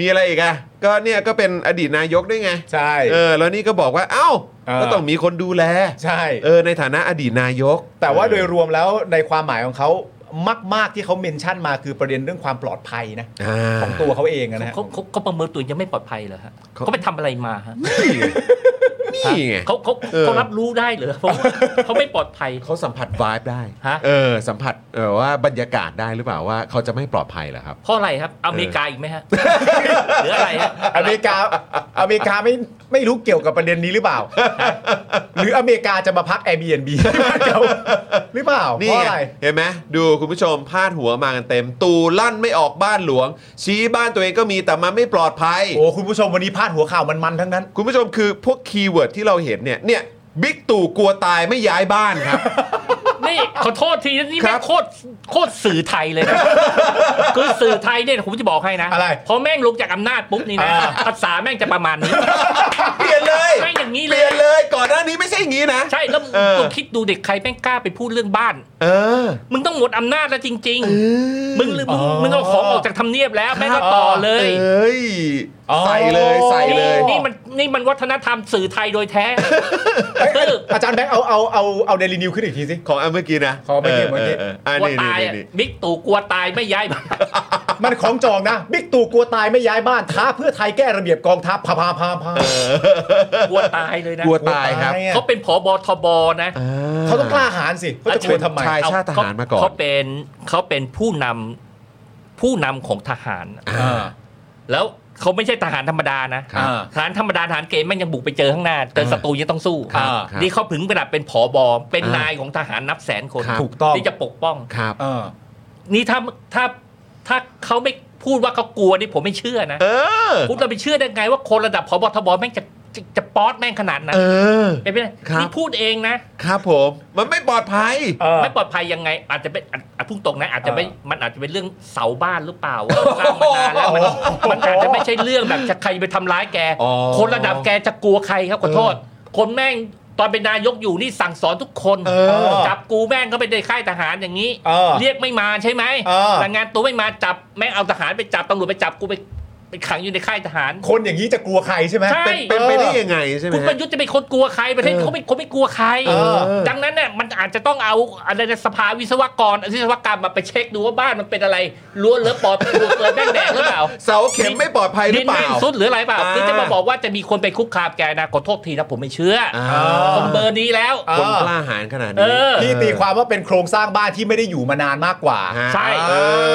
Speaker 1: มีอะไรอีกอะก็เนี่ยก็เป็นอดีตนายกด้วยไง
Speaker 3: ใช่
Speaker 1: เออ แล้วนี่ก็บอกว่า เอ้า
Speaker 3: เออ
Speaker 1: ก็ต้องมีคนดูแล
Speaker 3: ใช่
Speaker 1: เออ ในฐานะอดีตนายก
Speaker 3: แต่ว่าโดย
Speaker 1: เออ
Speaker 3: รวมแล้วในความหมายของเขามาก ๆ ที่เขาเมนชั่นมาคือประเด็นเรื่องความปลอดภัยนะ
Speaker 1: อ่า
Speaker 3: ของตัวเขาเองอะนะฮะ
Speaker 5: เขาเขาเขาประเมินตัวเองยังไม่ปลอดภัยเหรอฮะ
Speaker 1: เขา
Speaker 5: เขาไปทำอะไรมาฮะ
Speaker 1: นี่ไง
Speaker 5: เขาเขา
Speaker 1: เออ
Speaker 5: เขารับรู้ได้เหรอเพราะ [laughs] ว่าเขาไม่ปลอดภัย
Speaker 1: เขาสัมผัสวายได้
Speaker 5: ฮะ
Speaker 1: เออ สัมผัสเออว่าบรรยากาศได้หรือเปล่าว่าเขาจะไม่ปลอดภัยเหรอครับ
Speaker 5: เพราะอะไรครับ อเมริกาอีกไหมฮะหรืออะไรฮะ
Speaker 3: อเมริกาอเมริกาไม่ไม่รู้เกี่ยวกับประเด็นนี้หรือเปล่า หรืออเมริกาจะมาพัก Airbnb ที่บ้านเขาหรือเปล่าเพ
Speaker 1: นี่
Speaker 3: ราะ
Speaker 1: ไง
Speaker 3: อะไร
Speaker 1: เห็นไหมดูคุณผู้ชมพาดหัวมากันเต็ม ตูลั่นไม่ออกบ้านหลวง ชี้บ้านตัวเองก็มีแต่มันไม่ปลอดภัย
Speaker 3: โอ้คุณผู้ชมวันนี้พาดหัวข่าวมันๆทั้งนั้น
Speaker 1: คุณผู้ชมคือพวกคีย์เวิร์ดที่เราเห็นเนี่ยเนี่ยบิ๊กตู่กลัวตายไม่ย้ายบ้าน
Speaker 5: [laughs]
Speaker 1: ครับ
Speaker 5: นี่ขอโทษทีนี่
Speaker 1: ค
Speaker 5: แม่
Speaker 1: รั
Speaker 5: ง
Speaker 1: บ
Speaker 5: โคตรโคตรสื่อไทย
Speaker 1: [laughs]
Speaker 5: เลยนะคือสื่อไทยเนี่ยผมจะบอกให้นะ
Speaker 3: อะไร
Speaker 5: พอแม่งลงจากอำนาจปุ๊บนี่นะ
Speaker 3: อ่า
Speaker 5: ภาษาแม่งจะประมาณนี้
Speaker 1: เปลี่ยนเลย
Speaker 5: ไม่อย่างนี้
Speaker 1: เป
Speaker 5: เลย
Speaker 1: ลี่ยนเลยก่อนหน้านี้ไม่ใช่อย่างนี้นะ
Speaker 5: ใช่แล้ว
Speaker 1: เออ
Speaker 5: คุณคิดดูเด็กใครแม่งกล้าไปพูดเรื่องบ้าน
Speaker 1: เออ
Speaker 5: มึงต้องหมดอำนาจแล้วจริง ๆ มึงหรือมึงมึงเอาของออกจากทำเนียบแล้วแม่งก็ต่อเล
Speaker 1: เอย ้ยใส่เลยใส่เลย
Speaker 5: นี่นี่มันนี่มันวัฒนธรรมสื่อไทยโดยแท้ คือ
Speaker 3: อาจารย์แบงค์เอาเอาเอาเอาเดลินิวขึ้นอีกทีสิ
Speaker 1: ของอันเมื่อกี้นะ
Speaker 3: ของเมื่อกี้เมื่อกี้
Speaker 1: อัน
Speaker 5: กลัว
Speaker 1: นี้
Speaker 5: ตาย
Speaker 1: นี่
Speaker 5: อะ
Speaker 1: นี่
Speaker 5: บิ๊กตู่กลัวตายไม่ย้าย [laughs] บ้าน
Speaker 3: มันของจองนะบิ๊กตู่กลัวตายไม่ย้ายบ้านท้าเพื่อไทยแก้ระเบียบกองทัพพาพาพาพา
Speaker 5: กลัวตายเลยนะ
Speaker 1: กลัวตายครับ
Speaker 3: เนี่ย
Speaker 5: เขาเป็นผบทบนะ
Speaker 3: เขาต้องกล้าหาญสิเขาจะกลัวทำไม
Speaker 1: ชายชาติทหารมาก่อน
Speaker 5: เขาเป็นเขาเป็นผู้นำผู้นำของทหาร
Speaker 1: อ่า
Speaker 5: แล้วเขาไม่ใช่ทหารธรรมดานะครับ ทหารธรรมดาทหารเกณฑ์แม่งยังบุกไปเจอข้างหน้าเจอศัตรูยังต้องสู้
Speaker 3: ครับ
Speaker 5: อ่านี่เขาถึงขนาดเป็นผบเป็น
Speaker 1: อ่าน
Speaker 5: นายของทหารนับแสนคน
Speaker 1: ครับ
Speaker 3: ถูกต้อง
Speaker 5: ที่จะปกป้อง
Speaker 1: ครับ
Speaker 3: เออ
Speaker 5: นี่ถ้าถ้าถ้าเขาไม่พูดว่าเขากลัวนี่ผมไม่เชื่อนะ
Speaker 1: เออ
Speaker 5: คุณจะไปเชื่อได้ไงว่าคนระดับพบทบแม่งจะจะจะป๊อดแม่งขนาดนั้น
Speaker 1: เออ
Speaker 5: ไม่เป็นไร
Speaker 1: ครับ
Speaker 5: นี่พูดเองนะครับ
Speaker 1: ผม มันไม่ปลอดภัย
Speaker 3: เออ
Speaker 5: ไม่ปลอดภัยยังไง อาจจะเป็นอาจอาจพุ่งตรงนะอาจจะไม่
Speaker 3: เออ
Speaker 5: มันอาจจะเป็นเรื่องเสาบ้านหรือเปล่าว่าสร้างมานานแล้วมันมันอาจจะไม่ใช่เรื่องแบบจะใครไปทำร้ายแก
Speaker 1: อ๋อ
Speaker 5: คนระดับแกจะกลัวใครครับขอโทษ คนแม่งตอนเป็นนายกอยู่นี่สั่งสอนทุกคน
Speaker 3: อ
Speaker 5: จับกูแม่งก็ไปในค่ายทหารอย่างนี้
Speaker 3: เออ
Speaker 5: เรียกไม่มาใช่ไหม
Speaker 3: เออ
Speaker 5: รายงานตัวไม่มาจับแม่งเอาทหารไปจับตำรวจไปจับกูไปไปขังอยู่ในค่ายทหาร
Speaker 3: คนอย่างนี้จะกลัวใครใช่ไหม
Speaker 5: ใช่
Speaker 1: เป็นไปได้ยังไงใช่ไหม
Speaker 5: คุณประยุทธ์จะเป็นคนกลัวใครประเทศเขาไม่คนไม่กลัวใคร
Speaker 3: เออ
Speaker 5: ดังนั้นเนี่ยมันอาจจะต้องเอาอะไรนะสภาวิศวกรวิศวกรรมมาไปเช็คดูว่าบ้านมันเป็นอะไรรั้วเลือปอดเปิดเปิดแม่งแดงหรือเปล่า
Speaker 1: เสาเข็มไม่ปลอดภัยหรื
Speaker 5: ดิ
Speaker 1: อน เปล่า
Speaker 5: แม่งสุดหรืออะไรเปล่า
Speaker 1: อ่า
Speaker 5: คือจะมาบอกว่าจะมีคนไปคุกคามแกนะขอโทษทีนะผมไม่เชื่อ
Speaker 1: อ่า
Speaker 5: ผมเบอร์นี้แล้ว
Speaker 3: เออ
Speaker 1: คนกล้าหาญขนาด
Speaker 5: เอ
Speaker 1: นี้
Speaker 5: อ
Speaker 3: ที่ตีความว่าเป็นโครงสร้างบ้านที่ไม่ได้อยู่มานานมากกว่า
Speaker 1: ฮะ
Speaker 5: ใช่
Speaker 1: เอ